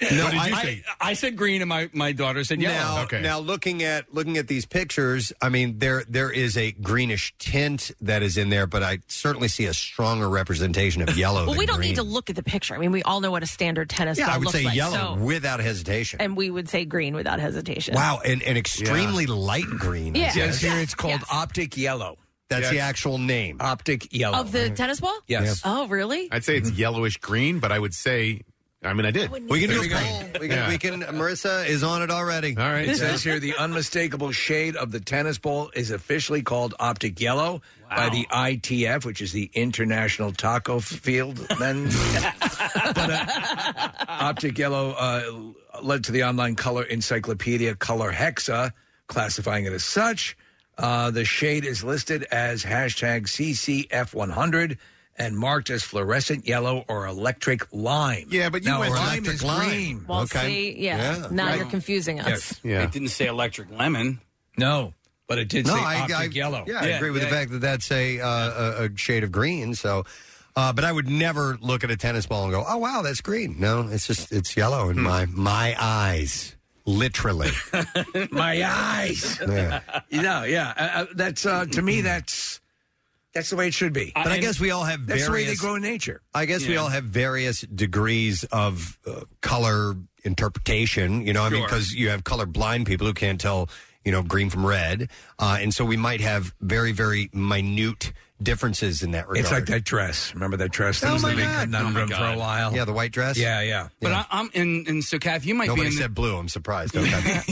Speaker 3: did you
Speaker 9: I,
Speaker 3: say?
Speaker 9: I, I said green, and my, my daughter said yellow.
Speaker 3: Now, now looking at looking at these pictures, I mean there there is a greenish tint that is in there, but I certainly see a stronger representation
Speaker 4: *laughs*
Speaker 3: of yellow.
Speaker 4: well,
Speaker 3: than
Speaker 4: we don't
Speaker 3: green.
Speaker 4: need to look at the picture. I mean, we all know what a standard tennis
Speaker 3: Yeah,
Speaker 4: ball
Speaker 3: I would
Speaker 4: looks
Speaker 3: say
Speaker 4: like.
Speaker 3: yellow
Speaker 4: so,
Speaker 3: without hesitation.
Speaker 4: and we would say green without hesitation.
Speaker 3: Wow, and, and extremely light green. I
Speaker 4: Yeah.
Speaker 3: guess.
Speaker 4: Yes, here it's called Yes.
Speaker 5: optic yellow.
Speaker 3: That's
Speaker 6: Yeah,
Speaker 3: the
Speaker 6: it's-
Speaker 3: actual name.
Speaker 5: Optic yellow.
Speaker 4: Of the tennis ball?
Speaker 6: Yes.
Speaker 4: Oh, really?
Speaker 6: I'd say it's yellowish green, but I would say, I mean, I did.
Speaker 3: Mm-hmm. We can do a poll. We can, we can. Marissa is on it already.
Speaker 6: All
Speaker 5: It says here the unmistakable shade of the tennis ball is officially called optic yellow by the ITF, which is the International Taco Field. Then, But, uh, optic yellow uh, led to the online color encyclopedia Color Hexa classifying it as such. Uh, the shade is listed as hashtag CCF100 and marked as fluorescent yellow or electric lime.
Speaker 6: Yeah, but you
Speaker 5: now,
Speaker 6: went
Speaker 5: lime
Speaker 6: electric
Speaker 5: is
Speaker 6: lime.
Speaker 5: green.
Speaker 4: Well, see, yeah. Now you're confusing us.
Speaker 6: Yeah.
Speaker 9: It didn't say electric lemon.
Speaker 5: No, but it did
Speaker 3: No, I, I- Yeah, I agree with the fact that that's a, uh, a, a shade of green. So, uh, but I would never look at a tennis ball and go, "Oh wow, that's green." No, it's just it's yellow in my my eyes, literally.
Speaker 5: *laughs* my eyes.
Speaker 3: *laughs* Yeah.
Speaker 5: You know, yeah. Uh, uh, that's uh, to me. That's that's the way it should be.
Speaker 3: But I guess we all have
Speaker 5: That's the way they
Speaker 3: various-
Speaker 5: grow in nature.
Speaker 3: I guess we all have various degrees of uh, color interpretation. You know, I mean,
Speaker 5: Sure.
Speaker 3: because you have color blind people who can't tell, you know, green from red, uh, and so we might have very very minute differences in that regard.
Speaker 5: It's like that dress. Remember that dress that
Speaker 3: Oh
Speaker 5: was
Speaker 3: my
Speaker 5: the big
Speaker 3: God.
Speaker 5: conundrum
Speaker 3: Oh my
Speaker 5: for a
Speaker 3: God.
Speaker 5: while?
Speaker 3: Yeah, the white dress.
Speaker 5: Yeah, yeah.
Speaker 9: But I, I'm and and so Kath, you might
Speaker 3: Nobody
Speaker 9: be in *laughs*
Speaker 3: said blue. I'm surprised.
Speaker 4: oh,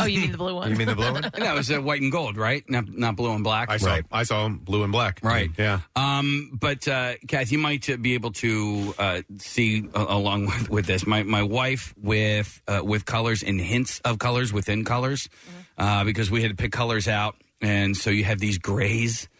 Speaker 4: you mean the blue one?
Speaker 3: You mean the blue one?
Speaker 9: no, it was uh, white and gold, right? Not not blue and black.
Speaker 6: I saw, I saw blue and black.
Speaker 9: Right.
Speaker 6: Yeah.
Speaker 9: Um, but uh, Kath, you might uh, be able to uh, see uh, along *laughs* with, with this. My my wife with uh, with colors and hints of colors within colors,
Speaker 4: Mm-hmm.
Speaker 9: uh, because we had to pick colors out, and so you have these grays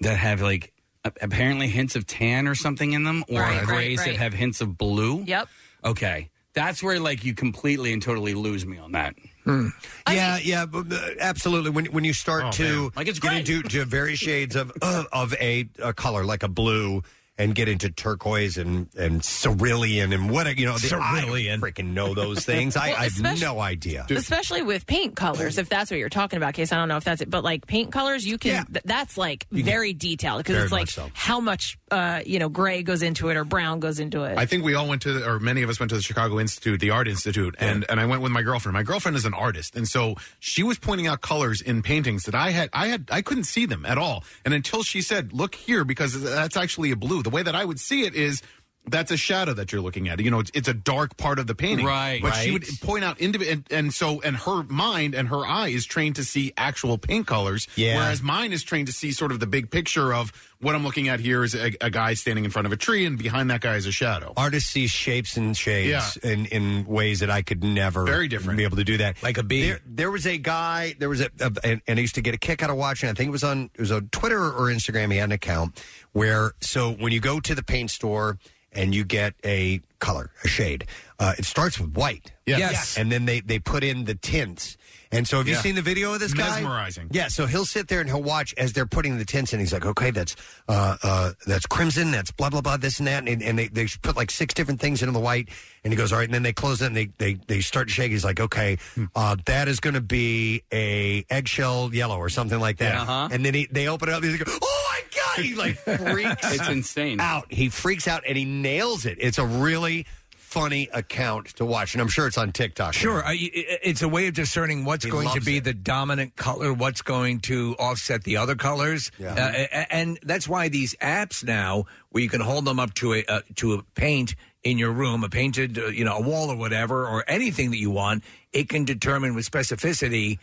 Speaker 9: that have like a- apparently hints of tan or something in them, or
Speaker 4: Right, right,
Speaker 9: grays
Speaker 4: right.
Speaker 9: that have hints of blue.
Speaker 4: Yep.
Speaker 9: Okay, that's where like you completely and totally lose me on that.
Speaker 3: Hmm. yeah, yeah, b- b- absolutely. When when you start
Speaker 9: Oh,
Speaker 3: to
Speaker 9: man. Like, it's
Speaker 3: get
Speaker 9: great.
Speaker 3: into to various shades of of, of a, a color like a blue. And get into turquoise and and cerulean and what you know. The, cerulean, I freaking know
Speaker 9: *laughs*
Speaker 3: those things. I,
Speaker 4: Well,
Speaker 3: I have
Speaker 4: especially-
Speaker 3: no idea.
Speaker 4: Especially with paint colors, if that's what you're talking about, case I don't know if that's it, but like paint colors, you can th- that's like very detailed because
Speaker 6: Very
Speaker 4: it's like
Speaker 6: much so.
Speaker 4: how much uh, you know gray goes into it or brown goes into it.
Speaker 6: I think we all went to, or many of us went to the Chicago Institute, the Art Institute, and and I went with my girlfriend. My girlfriend is an artist, and so she was pointing out colors in paintings that I had, I had, I couldn't see them at all. And until she said, "Look here," because that's actually a blue. The way that I would see it is. That's a shadow that you're looking at. You know, it's, it's a dark part of the painting.
Speaker 9: Right.
Speaker 6: But she
Speaker 9: Right.
Speaker 6: would point out individual, and, and so, and her mind and her eye is trained to see actual paint colors.
Speaker 3: Yeah.
Speaker 6: Whereas mine is trained to see sort of the big picture of what I'm looking at here is a, a guy standing in front of a tree, and behind that guy is a shadow.
Speaker 3: Artists see shapes and shades in, in ways that I could never
Speaker 6: Very
Speaker 9: *laughs*
Speaker 6: different.
Speaker 3: be able to do that.
Speaker 5: Like a bee.
Speaker 3: There, there was a guy. There was a, a and, and I used to get a kick out of watching. I think it was on it was on Twitter or Instagram. He had an account where so when you go to the paint store and you get a color, a shade, uh, it starts with white.
Speaker 6: Yes. Yes.
Speaker 3: And then they they put in the tints. And so have you
Speaker 6: Yeah.
Speaker 3: seen the video of this guy?
Speaker 6: Mesmerizing.
Speaker 3: Yeah, so he'll sit there and he'll watch as they're putting the tints in. He's like, okay, that's uh, uh, that's crimson, that's blah blah blah, this and that, and, and they they put like six different things into the white, and he goes, all right, and then they close it, and they they they start to shake. He's like, okay,
Speaker 5: Hmm.
Speaker 3: uh, that is going to be a eggshell yellow or something like that,
Speaker 9: Yeah, uh-huh.
Speaker 3: and then he, they open it up, and he's like, oh my god, he like freaks,
Speaker 9: *laughs* It's insane.
Speaker 3: out, he freaks out, and he nails it. It's a really funny account to watch, and I'm sure it's on TikTok.
Speaker 5: Sure, I, i- i- it's a way of discerning what's
Speaker 3: He
Speaker 5: going to
Speaker 3: loves
Speaker 5: be the dominant color, what's going to offset the other colors,
Speaker 3: Yeah.
Speaker 5: Uh, a- a- and that's why these apps now, where you can hold them up to a uh, to a paint in your room, a painted, uh, you know, a wall or whatever, or anything that you want, it can determine with specificity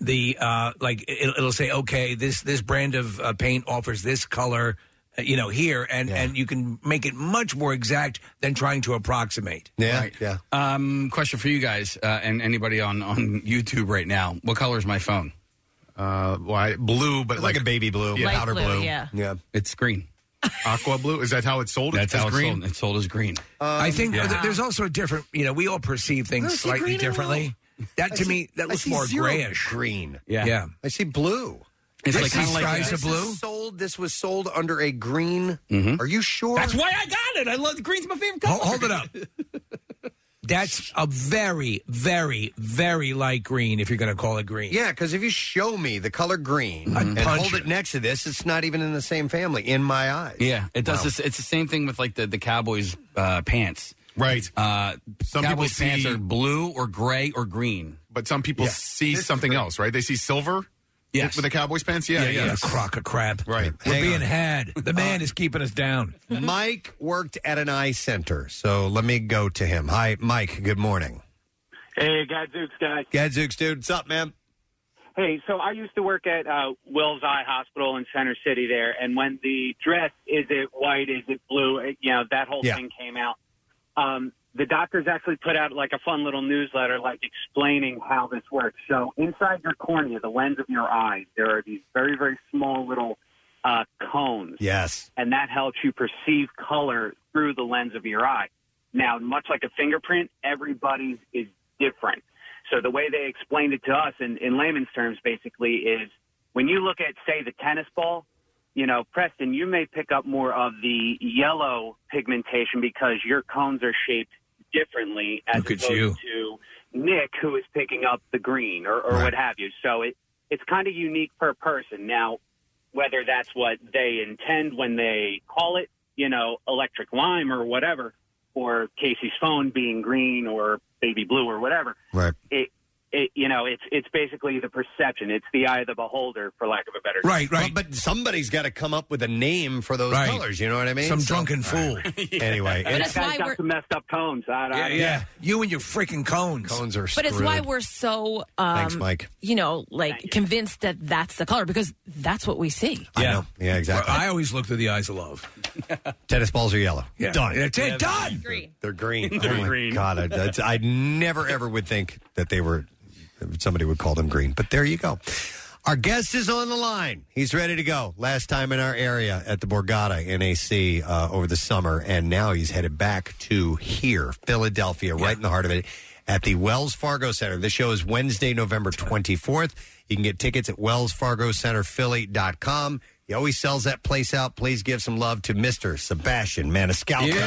Speaker 5: the uh, like it, it'll say, okay, this this brand of uh, paint offers this color. uh, You know, here and and you can make it much more exact than trying to approximate.
Speaker 3: Yeah, yeah.
Speaker 9: Um, question for you guys uh, and anybody on, on YouTube right now. What color is my phone?
Speaker 6: Uh, why blue, but
Speaker 9: like,
Speaker 6: a baby
Speaker 3: blue,
Speaker 9: yeah.
Speaker 4: Light powder blue, blue. yeah.
Speaker 3: yeah.
Speaker 9: It's green.
Speaker 6: Aqua blue is that how it's sold?
Speaker 9: That's
Speaker 6: It's
Speaker 9: how it's
Speaker 6: green?
Speaker 9: sold. It's sold as green.
Speaker 3: Um,
Speaker 5: I think
Speaker 9: yeah.
Speaker 5: th- there's also a different. You know, we all perceive
Speaker 3: I
Speaker 5: things
Speaker 3: see green
Speaker 5: slightly
Speaker 3: and
Speaker 5: differently. That
Speaker 3: I
Speaker 5: to
Speaker 3: see-
Speaker 5: me,
Speaker 3: I
Speaker 5: that looks
Speaker 3: see
Speaker 5: more
Speaker 3: zero
Speaker 5: grayish.
Speaker 3: green.
Speaker 5: Yeah, yeah.
Speaker 3: I see blue.
Speaker 5: It's like- kinda
Speaker 3: this
Speaker 5: like- Skies
Speaker 3: is
Speaker 5: of blue? Mm-hmm.
Speaker 3: sold. This was sold under a green. Are you sure?
Speaker 9: That's why I got it. I love green's my favorite color.
Speaker 5: Hold, hold it up. That's a very, very, very light green if you're going to call it green.
Speaker 3: Yeah, because if you show me the color green and
Speaker 5: punch
Speaker 3: hold it next to this, it's not even in the same family in my eyes.
Speaker 9: Yeah, it does.
Speaker 3: Wow.
Speaker 9: This, it's the same thing with like the the Cowboys uh, pants.
Speaker 6: Right.
Speaker 9: Uh,
Speaker 6: Some people
Speaker 9: Cowboys pants
Speaker 6: see-
Speaker 9: are blue or gray or green.
Speaker 6: But some people see something else, right? They see silver.
Speaker 9: Yes.
Speaker 6: With the Cowboys pants. Yeah.
Speaker 5: Yeah,
Speaker 6: Yeah.
Speaker 5: yeah, a crock of crap. *laughs*
Speaker 6: Right.
Speaker 5: We're being had. The man is keeping us down.
Speaker 3: Mike worked at an eye center, so let me go to him. Hi, Mike. Good morning.
Speaker 1: Hey, Gadzooks, guys.
Speaker 3: Gadzooks, dude. What's up, man?
Speaker 1: Hey, so I used to work at uh, Will's Eye Hospital in Center City there, and when the dress is it white, is it blue, it, you know that whole
Speaker 21: Yeah.
Speaker 1: thing came out. Um, the doctors actually put out like a fun little newsletter, like explaining how this works. So inside your cornea, the lens of your eye, there are these very very small little uh, cones.
Speaker 3: Yes.
Speaker 1: and that helps you perceive color through the lens of your eye. Now, much like a fingerprint, everybody's is different. So the way they explained it to us in, in layman's terms basically is when you look at, say, the tennis ball, you know, Preston, you may pick up more of the yellow pigmentation because your cones are shaped differently as
Speaker 5: Look at
Speaker 1: opposed to Nick, who is picking up the green or, or what have you. So it, it's kind of unique per person. Now, whether that's what they intend when they call it, you know, electric lime or whatever, or Casey's phone being green or baby blue or whatever.
Speaker 3: Right.
Speaker 1: It, it, you know, it's it's basically the perception. It's the eye of the beholder, for lack of a better.
Speaker 3: Well, but somebody's got to come up with a name for those
Speaker 1: Right.
Speaker 3: colors. You know what I mean?
Speaker 1: Some
Speaker 3: So-
Speaker 1: drunken
Speaker 3: All right. *laughs*
Speaker 5: *laughs*
Speaker 3: Anyway,
Speaker 1: But that's why we're- messed up cones. I,
Speaker 5: Yeah, yeah. You and your freaking cones.
Speaker 3: Cones are
Speaker 4: But it's why we're so, um,
Speaker 5: Thanks, Mike.
Speaker 4: you know, like convinced that that's the color because that's what we see.
Speaker 5: Yeah.
Speaker 3: Yeah, exactly.
Speaker 5: I always look through the eyes of love.
Speaker 3: Tennis balls are yellow.
Speaker 5: Yeah.
Speaker 3: Done.
Speaker 5: That's it. Done.
Speaker 4: Green.
Speaker 3: They're green.
Speaker 5: *laughs* They're
Speaker 3: oh my
Speaker 5: green.
Speaker 3: God, I, that's, I never ever would think that they were somebody would call them green. But there you go. Our guest is on the line. He's ready to go. Last time in our area at the Borgata NAC uh, over the summer, and now he's headed back to here, Philadelphia, right in the heart of it, at the Wells Fargo Center. The show is Wednesday, November 24th. You can get tickets at wellsfargocenterphilly.com. He always sells that place out. Please give some love to Mr. Sebastian Maniscalco.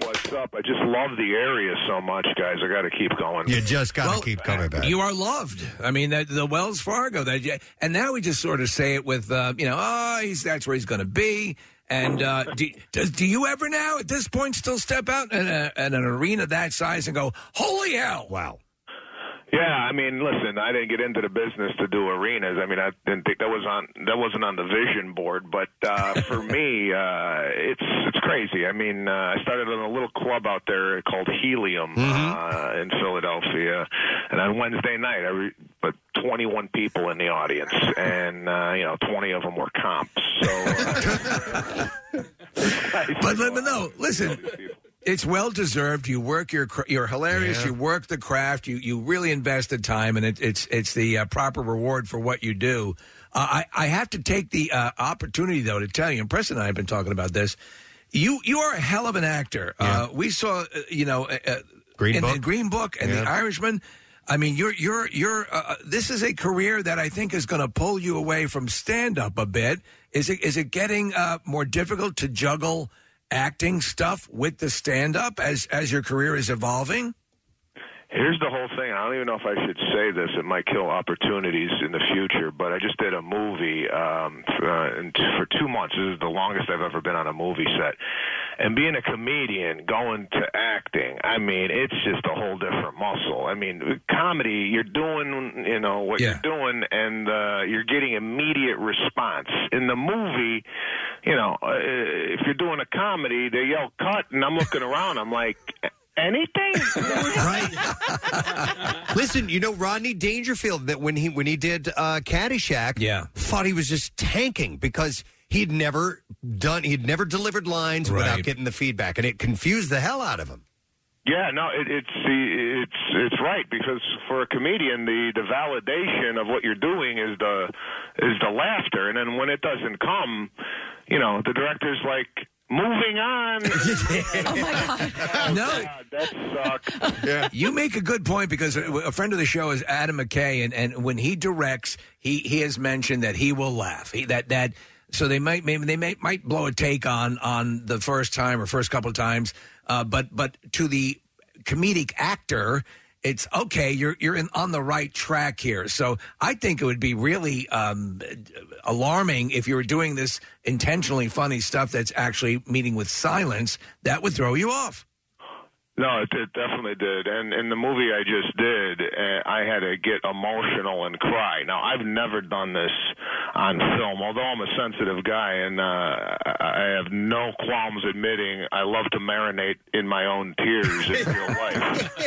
Speaker 13: What's up? I just love the area so much, guys. I got to keep going.
Speaker 3: You just got to
Speaker 13: Well,
Speaker 3: keep coming back.
Speaker 5: You are loved. I mean, that, the Wells Fargo. That and now we just sort of say it with, uh, you know, oh, he's that's where he's going to be. And uh, do, does do you ever now at this point still step out in, a, in an arena that size and go, holy hell?
Speaker 3: Wow.
Speaker 13: Yeah, I mean, listen, I didn't get into the business to do arenas. I mean, I didn't think that was on that wasn't on the vision board. But uh, for me, uh, it's it's crazy. I mean, uh, I started in a little club out there called Helium uh, in Philadelphia, and on Wednesday night, I re- but 21 people in the audience, and uh, you know, 20 of them were comps.
Speaker 5: But let me know. Listen, it's well deserved. You work your cr- you're *laughs* hilarious. You work the craft. You you really invest the time, and it, it's it's the uh, proper reward for what you do. Uh, I I have to take the uh, opportunity though to tell you, and Preston and I have been talking about this. You you are a hell of an actor. Uh, we saw uh, you know uh, uh,
Speaker 3: Green
Speaker 5: in,
Speaker 3: Book.
Speaker 5: in Green Book and The
Speaker 3: Yeah.
Speaker 5: Irishman. I mean, you're you're you're. Uh, uh, this is a career that I think is going to pull you away from stand up a bit. Is it is it getting uh, more difficult to juggle acting stuff with the stand up as as your career is evolving?
Speaker 13: Here's the whole thing. I don't even know if I should say this. It might kill opportunities in the future. But I just did a movie um, for, uh, in- for two months. This is the longest I've ever been on a movie set. And being a comedian, going to acting, I mean, it's just a whole different muscle. I mean, comedy, you're doing, you know, what you're doing, and uh, you're getting immediate response. In the movie, you know, uh, if you're doing a comedy, they yell cut, and I'm looking around. I'm like, anything?
Speaker 3: Listen, you know Rodney Dangerfield that when he when he did uh, Caddyshack, yeah. thought he was just tanking because he'd never done he'd never delivered lines without getting the feedback, and it confused the hell out of him.
Speaker 13: Yeah, no, it, it's the it's it's right because for a comedian, the the validation of what you're doing is the is the laughter, and then when it doesn't come, you know, the director's like. Moving on. oh
Speaker 4: my
Speaker 3: *laughs*
Speaker 13: god!
Speaker 5: No.
Speaker 13: that
Speaker 5: *laughs*
Speaker 13: sucked.
Speaker 5: You make a good point because a a friend of the show is Adam McKay, and, and when he directs, he, he has mentioned that he will laugh. He, that that so they might maybe they may, might blow a take on on the first time or first couple of times, Uh, but but to the comedic actor, it's okay. You're you're in, on the right track here. So I think it would be really um, alarming if you were doing this intentionally funny stuff that's actually meeting with silence. That would throw you off.
Speaker 13: No, it, it definitely did. And in the movie I just did, uh, I had to get emotional and cry. Now I've never done this on film, although I'm a sensitive guy, and uh, I I have no qualms admitting I love to marinate in my own tears in real life.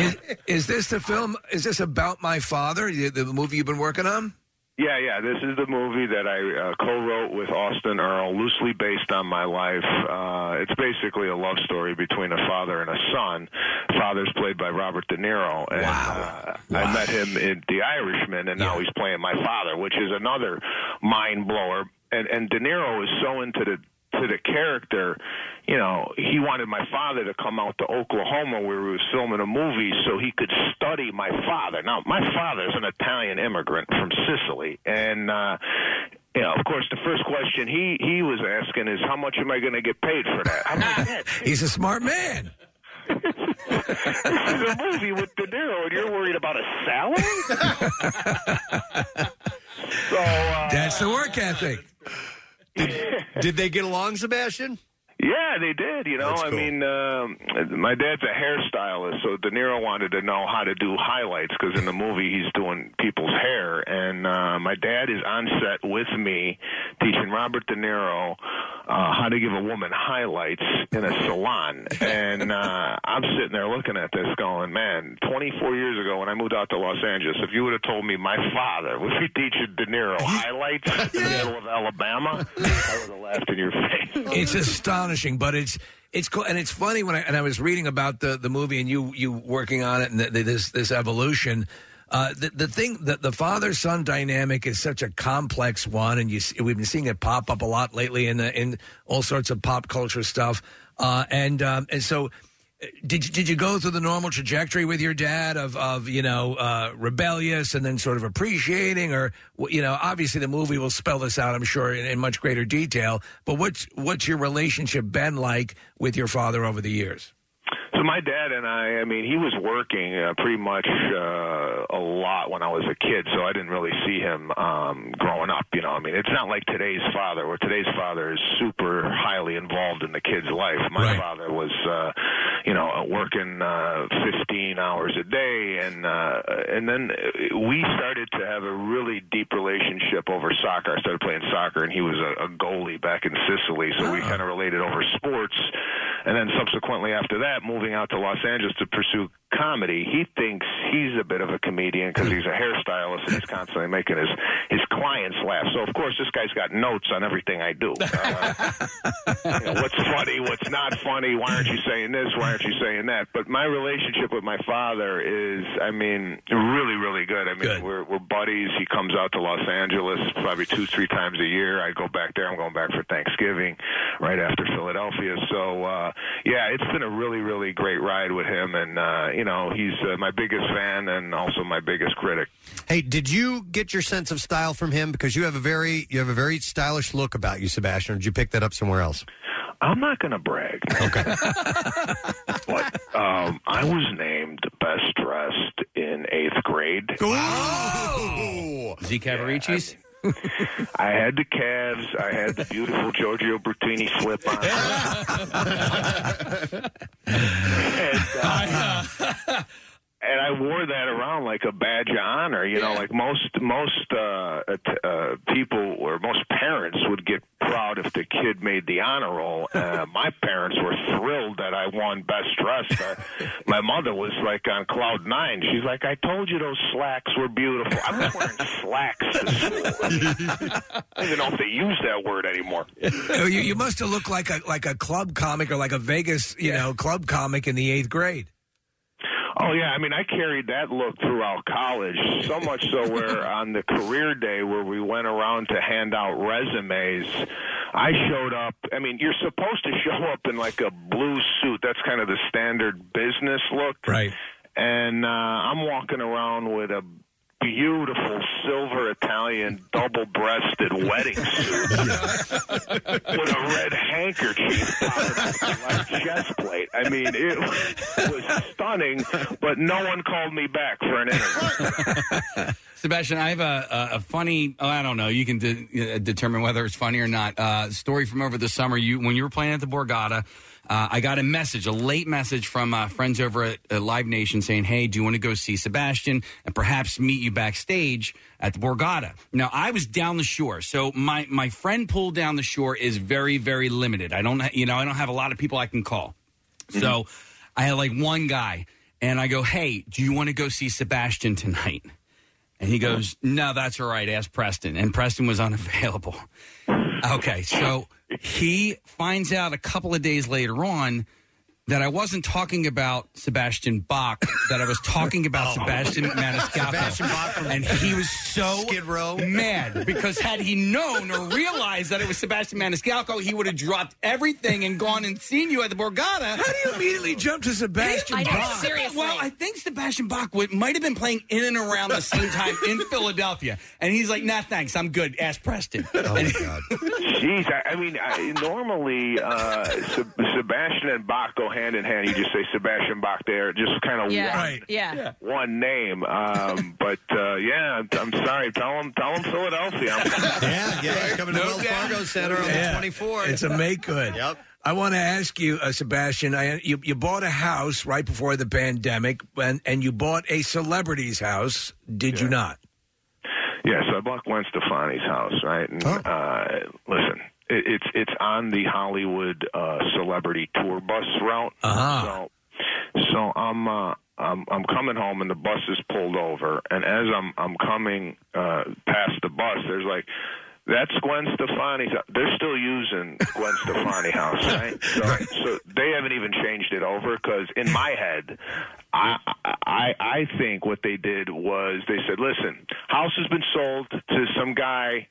Speaker 5: is, is this the film? Is this about my father? The, the movie you've been working on?
Speaker 13: Yeah, yeah. This is the movie that I uh, co-wrote with Austin Earl, loosely based on my life. Uh, it's basically a love story between a father and a son. Father's played by Robert De Niro, and uh, I met him in The Irishman, and now he's playing my father, which is another mind blower. And and De Niro is so into the to the character, you know, he wanted my father to come out to Oklahoma where we was filming a movie so he could study my father. Now, my father's an Italian immigrant from Sicily, and uh, you know, of course, the first question he he was asking is, "How much am I going to get paid for that?" I'm like, "Man,
Speaker 5: *laughs* He's a smart
Speaker 13: *laughs*
Speaker 5: man.
Speaker 13: this is a movie with De Niro, and you're worried about a salary? so uh,
Speaker 5: that's the work ethic.
Speaker 25: *laughs*
Speaker 12: Did they get along, Sebastian?
Speaker 13: Yeah, they did. You know, I mean, um, my dad's a hairstylist, so De Niro wanted to know how to do highlights because in the movie he's doing people's hair, and uh, my dad is on set with me teaching Robert De Niro uh, how to give a woman highlights in a salon, and uh, I'm sitting there looking at this, going, "Man, 24 years ago when I moved out to Los Angeles, if you would have told me my father would be teaching De Niro highlights *laughs* in the middle of Alabama, I would have laughed in your face."
Speaker 5: it's astonishing, but it's it's cool, and it's funny when I and I was reading about the the movie and you you working on it and the, this this evolution. Uh, the, the thing the, the father son dynamic is such a complex one, and you see, we've been seeing it pop up a lot lately in the, in all sorts of pop culture stuff. Uh, and um, and so, uh, did you, did you go through the normal trajectory with your dad of of you know uh, rebellious and then sort of appreciating, or wh- you know obviously the movie will spell this out, I'm sure, in, in much greater detail. But what's what's your relationship been like with your father over the years?
Speaker 13: So my dad and I, I mean, he was working uh, pretty much uh, a lot when I was a kid, so I didn't really see him um, growing up. You know, I mean, it's not like today's father, where today's father is super highly involved in the kid's life. My father was, uh, you know, working uh, 15 hours a day, and uh, and then uh, we started to have a really deep relationship over soccer. I started playing soccer, and he was a, a goalie back in Sicily, so we kind of related over sports. And then subsequently after that, moving out to Los Angeles to pursue comedy, he thinks he's a bit of a comedian because he's a hairstylist and he's constantly making his his clients laugh. So of course, this guy's got notes on everything I do. Uh, you know, what's funny? What's not funny? Why aren't you saying this? Why aren't you saying that? But my relationship with my father is, I mean, really, really good. I mean, we're we're buddies. He comes out to Los Angeles probably two, three times a year. I go back there. I'm going back for Thanksgiving, right after Philadelphia. So uh, yeah, it's been a really, really great ride with him, and uh, you know, he's uh, my biggest fan and also my biggest critic.
Speaker 12: Hey, did you get your sense of style from him? Because you have a very you have a very stylish look about you, Sebastian. Or did you pick that up somewhere else?
Speaker 13: I'm not going to brag. *laughs*
Speaker 12: Okay.
Speaker 13: but um, I was named best dressed in eighth grade.
Speaker 9: Z Cavaricci's?
Speaker 13: I had the calves. I had the beautiful Giorgio Bertini slip on. and, uh, and I wore that around like a badge of honor. You know, like most most uh, at- uh, people or most parents would get proud if the kid made the honor roll. Uh, my parents were thrilled that I won best dressed. Uh, my mother was like on cloud nine. She's like, "I told you those slacks were beautiful." I was wearing slacks. To school. I, mean, I don't even know if they use that word anymore.
Speaker 5: you, you must have looked like a like a club comic or like a Vegas you know club comic in the eighth grade.
Speaker 13: Oh yeah, I mean I carried that look throughout college, so much so where on the career day where we went around to hand out resumes, I showed up. I mean, you're supposed to show up in like a blue suit. That's kind of the standard business look.
Speaker 5: Right.
Speaker 13: And uh I'm walking around with a beautiful silver Italian double breasted wedding suit with a red handkerchief covered with a white chest plate. I mean, it
Speaker 3: *laughs*
Speaker 13: was stunning, but no one called me back for an
Speaker 3: Oh,
Speaker 13: interview.
Speaker 9: Sebastian, I have a, a, a funny. Oh, I don't know. You can de- uh, determine whether it's funny or not. Uh, story from over the summer. You when you were playing at the Borgata, uh, I got a message, a late message from uh, friends over at uh, Live Nation saying, "Hey, do you want to go see Sebastian and perhaps meet you backstage at the Borgata?" Now, I was down the shore, so my my friend pool down the shore is very very limited. I don't ha- you know I don't have a lot of people I can call. So I had like one guy, and I go, "Hey, do you want to go see Sebastian tonight?" And he goes, No, that's all right. Ask Preston. And Preston was unavailable. Okay, so he finds out a couple of days later on that I wasn't talking about Sebastian Bach, that I was talking about Sebastian Maniscalco.
Speaker 14: Sebastian Bach from-
Speaker 9: and he was so mad because had he known or realized that it was Sebastian Maniscalco, he would have dropped everything and gone and seen you at the Borgata. How do you immediately jump to Sebastian
Speaker 14: I know, Bach? seriously.
Speaker 9: Well, I think Sebastian Bach would, might have been playing in and around the same time in Philadelphia. And he's like, nah, thanks. I'm good. Ask Preston. And-
Speaker 13: Jeez, I, I mean, I, normally uh, Seb- Sebastian and Bach go hand in hand. You just say Sebastian Bach there, just kind of
Speaker 10: Yeah.
Speaker 13: one,
Speaker 10: Yeah. yeah.
Speaker 13: one name. Um, but uh, yeah, I'm, I'm sorry. Tell him, tell him Philadelphia. I'm,
Speaker 3: *laughs* yeah, yeah, he's coming to Wells Fargo Center on
Speaker 5: Yeah.
Speaker 3: the 24th.
Speaker 5: It's a make good. yep. I want to ask you, uh, Sebastian. I, you, you bought a house right before the pandemic, and, and you bought a celebrity's house. Did you not?
Speaker 13: Yeah, so I bought Gwen Stefani's house, right? And uh, listen, it, it's it's on the Hollywood uh, celebrity tour bus route. So, so I'm uh, I'm I'm coming home, and the bus is pulled over, and as I'm I'm coming uh, past the bus, there's like. That's Gwen Stefani's. house." They're still using Gwen Stefani house, right? So, so they haven't even changed it over because in my head, I, I I think what they did was they said, listen, house has been sold to some guy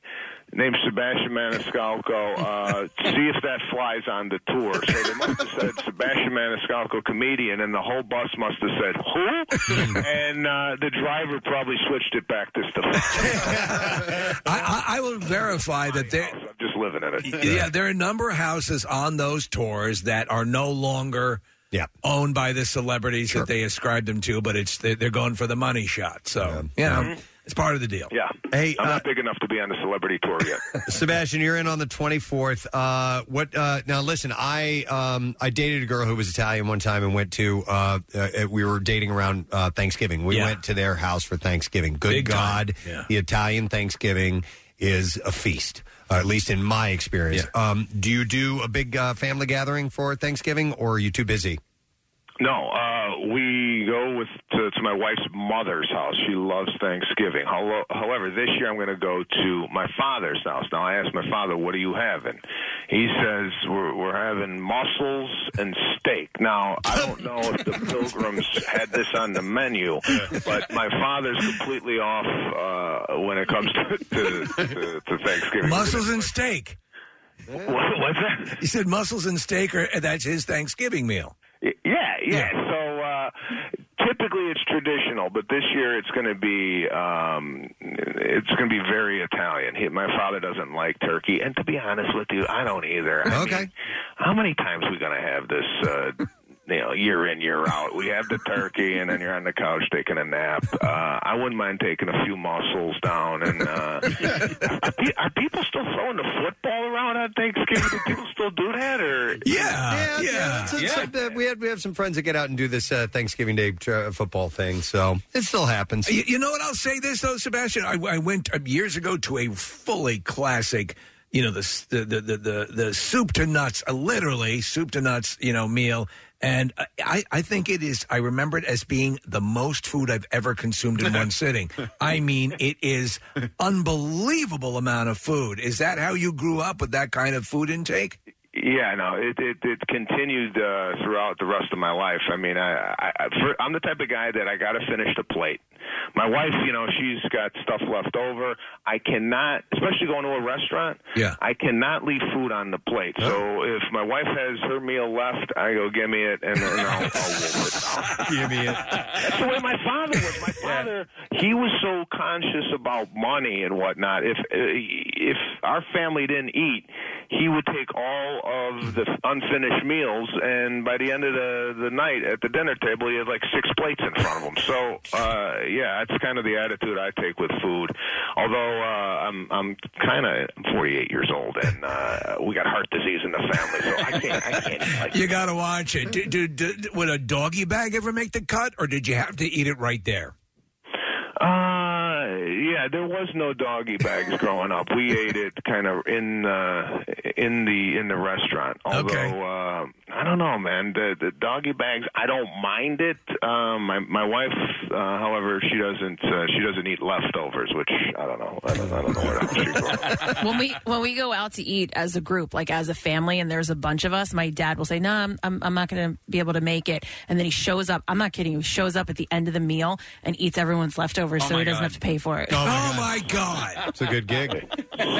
Speaker 13: named Sebastian Maniscalco. Uh, see if that flies on the tour. So they must have said Sebastian Maniscalco comedian, and the whole bus must have said who, and uh, the driver probably switched it back to Stefani.
Speaker 5: I, I, I will verify that there.
Speaker 13: I'm just living in it.
Speaker 5: Yeah, there are a number of houses on those tours that are no longer owned by the celebrities that they ascribe them to, but it's they're, they're going for the money shot. So yeah, it's part of the deal.
Speaker 13: Yeah.
Speaker 3: Hey,
Speaker 13: I'm not big enough to be on the celebrity tour yet.
Speaker 3: Sebastian, you're in on the 24th. Uh, what? Uh, now, listen, I um, I dated a girl who was Italian one time and went to. Uh, uh, we were dating around uh, Thanksgiving. We
Speaker 12: Yeah.
Speaker 3: went to their house for Thanksgiving. Good
Speaker 12: Big time.
Speaker 3: God,
Speaker 12: Yeah.
Speaker 3: the Italian Thanksgiving is a feast. Or at least in my experience. Um, do you do a big uh, family gathering for Thanksgiving, or are you too busy?
Speaker 13: No, uh, we go with to, to my wife's mother's house. She loves Thanksgiving. Hello, however, this year I'm going to go to my father's house. Now I asked my father, "What are you having?" He says, "We're, we're having mussels and steak." Now I don't know if the pilgrims had this on the menu, but my father's completely off uh, when it comes to, to, to, to Thanksgiving.
Speaker 5: Mussels and steak.
Speaker 13: What, what's that?
Speaker 5: He said mussels and steak, are, that's his Thanksgiving meal.
Speaker 13: Yeah, yeah. So uh, typically it's traditional, but this year it's going to be um, it's going to be very Italian. He, my father doesn't like turkey, and to be honest with you, I don't either. I okay. Mean, how many times are we going to have this? Uh, *laughs* you know, year in year out, we have the turkey, and then you're on the couch taking a nap. Uh, I wouldn't mind taking a few mussels down. And uh, are, pe- are people still throwing the football around on Thanksgiving? Do people still do that? Or
Speaker 3: yeah, it's- it's something- we had we have some friends that get out and do this uh, Thanksgiving Day uh, football thing, so it still happens.
Speaker 5: You, you know what? I'll say this though, Sebastian. I, I went uh, years ago to a fully classic, you know, the s- the the the, the, the soup to nuts, uh, literally soup to nuts, you know, meal. And I- I, I think it is. I remember it as being the most food I've ever consumed in
Speaker 8: *laughs*
Speaker 5: one sitting. I mean, it is unbelievable amount of food. Is that how you grew up with that kind of food intake?
Speaker 13: Yeah, no, it it, it continued uh, throughout the rest of my life. I mean, I, I, I for, I'm the type of guy that I got to finish the plate. My wife, you know, she's got stuff left over. I cannot, especially going to a restaurant.
Speaker 5: Yeah.
Speaker 13: I cannot leave food on the plate. So if my wife has her meal left, I go, give me it, and, and I'll, I'll
Speaker 3: *laughs*
Speaker 13: wolf it
Speaker 3: Give me it.
Speaker 13: That's the way my father was.
Speaker 5: *laughs*
Speaker 13: My father, he was so conscious about money and whatnot. If uh, if our family didn't eat, he would take all of the unfinished meals, and by the end of the the night at the dinner table, he had like six plates in front of him. So uh, yeah, that's kind of the attitude I take with food. Although uh, I'm I'm kind of 48 years old, and uh, we got heart disease in the family, so I can't I can't eat like
Speaker 5: You got to watch it. Did, did, did- would a doggy bag ever make the cut, or did you have to eat it right
Speaker 8: *laughs*
Speaker 5: there?
Speaker 13: Uh, yeah, there was no doggy
Speaker 3: *laughs*
Speaker 13: bags growing up. We ate it kind of in uh, in the in the restaurant. Although uh, I don't know, man, the the doggy bags. I don't mind it. Um, my my wife, uh, however, she doesn't uh, she doesn't eat leftovers, which I don't know. I don't, I don't know where else she grew up.
Speaker 4: when we when we go out to eat as a group, like as a family, and there's a bunch of us, my dad will say, "No, I'm I'm, I'm not going to be able to make it," and then he shows up. I'm not kidding. you, He shows up at the end of the meal and eats everyone's leftovers,
Speaker 5: Oh
Speaker 4: so he
Speaker 5: my
Speaker 4: doesn't
Speaker 5: God.
Speaker 4: have to pay for it.
Speaker 5: *laughs* Oh my god!
Speaker 3: It's a good gig.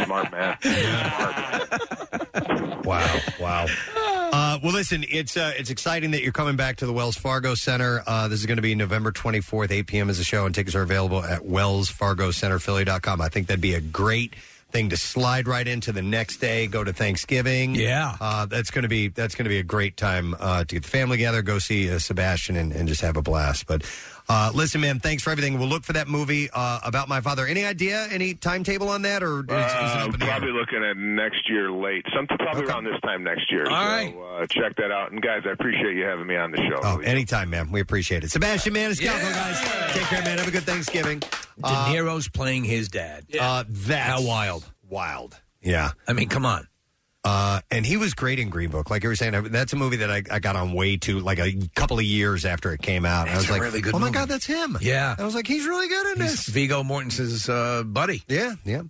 Speaker 13: Smart man.
Speaker 3: *laughs* Wow! Wow! Uh, well, listen, it's uh, it's exciting that you're coming back to the Wells Fargo Center. Uh, this is going to be November 24th, 8 p.m. is the show, and tickets are available at wellsfargocenterphilly.com. I think that'd be a great thing to slide right into the next day. Go to Thanksgiving.
Speaker 5: Yeah.
Speaker 3: uh, that's going to be that's going to be a great time uh, to get the family together, go see uh, Sebastian, and, and just have a blast. But uh, listen, man, thanks for everything. We'll look for that movie uh, about my father. Any idea? Any timetable on that? Or is, is it
Speaker 13: Uh,
Speaker 3: up in the air?
Speaker 13: probably looking at next year late. Something probably around this time next year. so, uh, check that out. And guys, I appreciate you having me on the show.
Speaker 3: Oh, anytime, man. We appreciate it. Sebastian Maniscalco, guys. Take care, man. Have a good Thanksgiving.
Speaker 5: De Niro's playing his dad.
Speaker 3: Uh, that
Speaker 5: how wild,
Speaker 3: wild. Yeah.
Speaker 5: I mean, come on.
Speaker 3: Uh, and he was great in Green Book. Like you were saying, I- that's a movie that I, I got on way too, like a couple of years after it came out. And I was
Speaker 5: It's a
Speaker 3: like,
Speaker 5: really good
Speaker 3: oh my
Speaker 5: movie.
Speaker 3: God, that's him.
Speaker 5: Yeah.
Speaker 3: I was like, he's really good in
Speaker 5: He's Vigo Mortensen's uh, buddy.
Speaker 3: Yeah, yeah.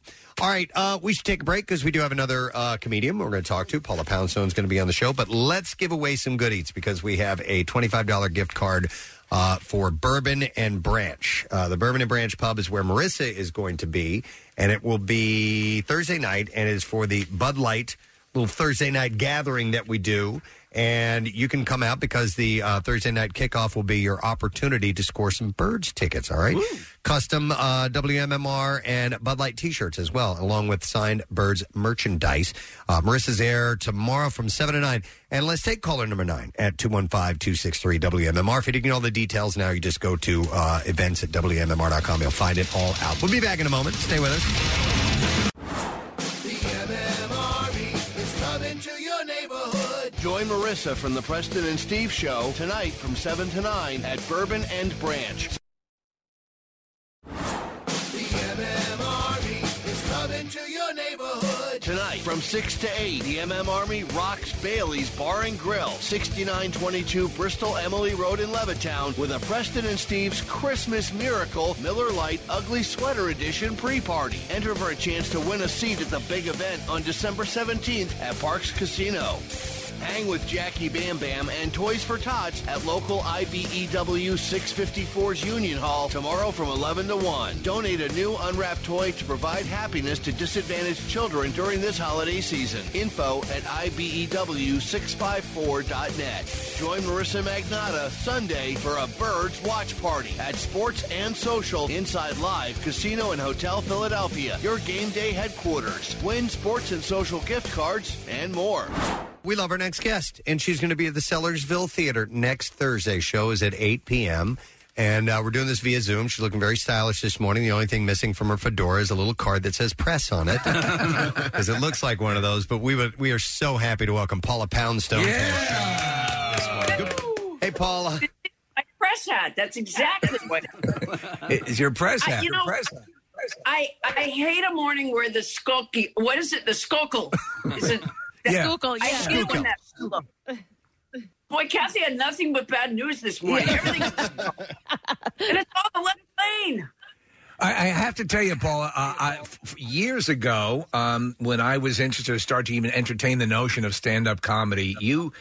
Speaker 3: All right, uh, we should take a break because we do have another uh, comedian we're going to talk to. Paula Poundstone's going to be on the show, but let's give away some goodies because we have a $25 gift card uh, for Bourbon and Branch. Uh, the Bourbon and Branch Pub is where Marissa is going to be, and it will be Thursday night, and it is for the Bud Light little Thursday night gathering that we do. And you can come out because the uh, Thursday night kickoff will be your opportunity to score some Birds tickets, all right? Custom uh, WMMR and Bud Light t shirts as well, along with signed Birds merchandise. Uh, Marissa's there tomorrow from 7 to 9. And let's take caller number 9 at 215 263 WMMR. If you didn't get all the details now, you just go to uh, events at WMMR.com. You'll find it all out. We'll be back in a moment. Stay with us.
Speaker 7: It's coming to your neighborhood. Join Marissa from the Preston and Steve Show tonight from 7 to 9 at Bourbon and Branch. It's coming to your neighborhood. Tonight from 6 to 8, the MM Army rocks Bailey's Bar and Grill, 6922 Bristol Emily Road in Levittown, with a Preston and Steve's Christmas Miracle Miller Lite Ugly Sweater Edition pre party. Enter for a chance to win a seat at the big event on December 17th at Parks Casino. Hang with Jackie Bam Bam and Toys for Tots at local E IBEW 654's Union Hall tomorrow from 11 to 1. Donate a new unwrapped toy to provide happiness to disadvantaged children during this holiday season. Info at E IBEW654.net. Join Marissa Magnata Sunday for a Birds Watch Party at Sports and Social inside Live Casino and Hotel Philadelphia, your game day headquarters. Win sports and social gift cards and more.
Speaker 3: We love our next guest, and she's going to be at the Sellersville Theater next Thursday. Show is at 8 p.m. And uh, we're doing this via Zoom. She's looking very stylish this morning. The only thing missing from her fedora is a little card that says "press" on *laughs* it, because it looks like one of those. But we would, we are so happy to welcome Paula Poundstone. to the show this morning. Good- Hey, Paula.
Speaker 8: *laughs* My press hat. That's exactly what.
Speaker 5: It's your *laughs* press
Speaker 8: I-
Speaker 5: hat.
Speaker 8: you know, I I hate a morning where the skulky. What is it? The skulkle. Is it?
Speaker 5: *laughs* Yeah.
Speaker 8: Skulkle. I hate it when that's. Boy, Kathy had nothing but bad news this morning. Everything's and it's all the left lane.
Speaker 5: I, I have to tell you, Paula, uh, I, f- years ago, um, when I was interested to start to even entertain the notion of stand up comedy, you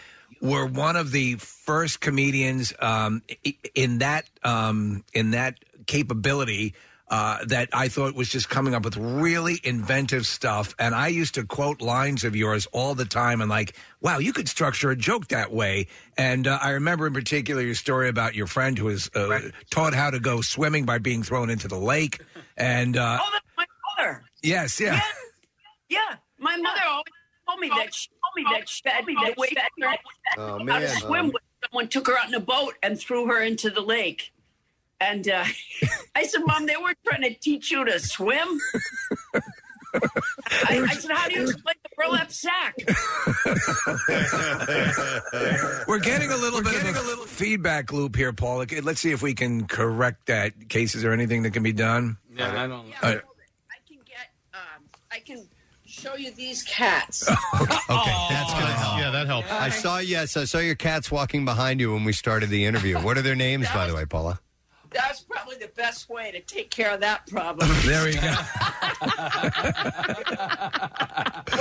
Speaker 5: were one of the first comedians um, i- in that um, in that capability. Uh, that I thought was just coming up with really inventive stuff. And I used to quote lines of yours all the time and, like, wow, you could structure a joke that way. And uh, I remember in particular your story about your friend who was uh, taught how to go swimming by being thrown into the lake. And uh,
Speaker 8: Oh, that's my mother.
Speaker 5: yes, yeah.
Speaker 8: Yeah, my mother always told me that. She told me that. She told me that. She
Speaker 3: Oh,
Speaker 8: how to
Speaker 3: man, um,
Speaker 8: swim with someone took her out in a boat and threw her into the lake. And uh, *laughs* I said, Mom, they were trying to teach you to swim. I, I said, How do you explain the burlap sack?
Speaker 5: *laughs* We're getting a little bit of a, *laughs* feedback loop here, Paul. Okay, Let's see if we can correct that. Cases or anything that can be done?
Speaker 9: Yeah, I don't.
Speaker 5: All right.
Speaker 8: I can show you
Speaker 3: *laughs*
Speaker 8: these cats.
Speaker 3: That's good. Yeah, that helps. I saw yes, I saw your cats walking behind you when we started the interview. What are their names, by the way, Paula?
Speaker 8: That's probably the best way to take care of
Speaker 3: *laughs*
Speaker 8: that problem.
Speaker 5: There we go.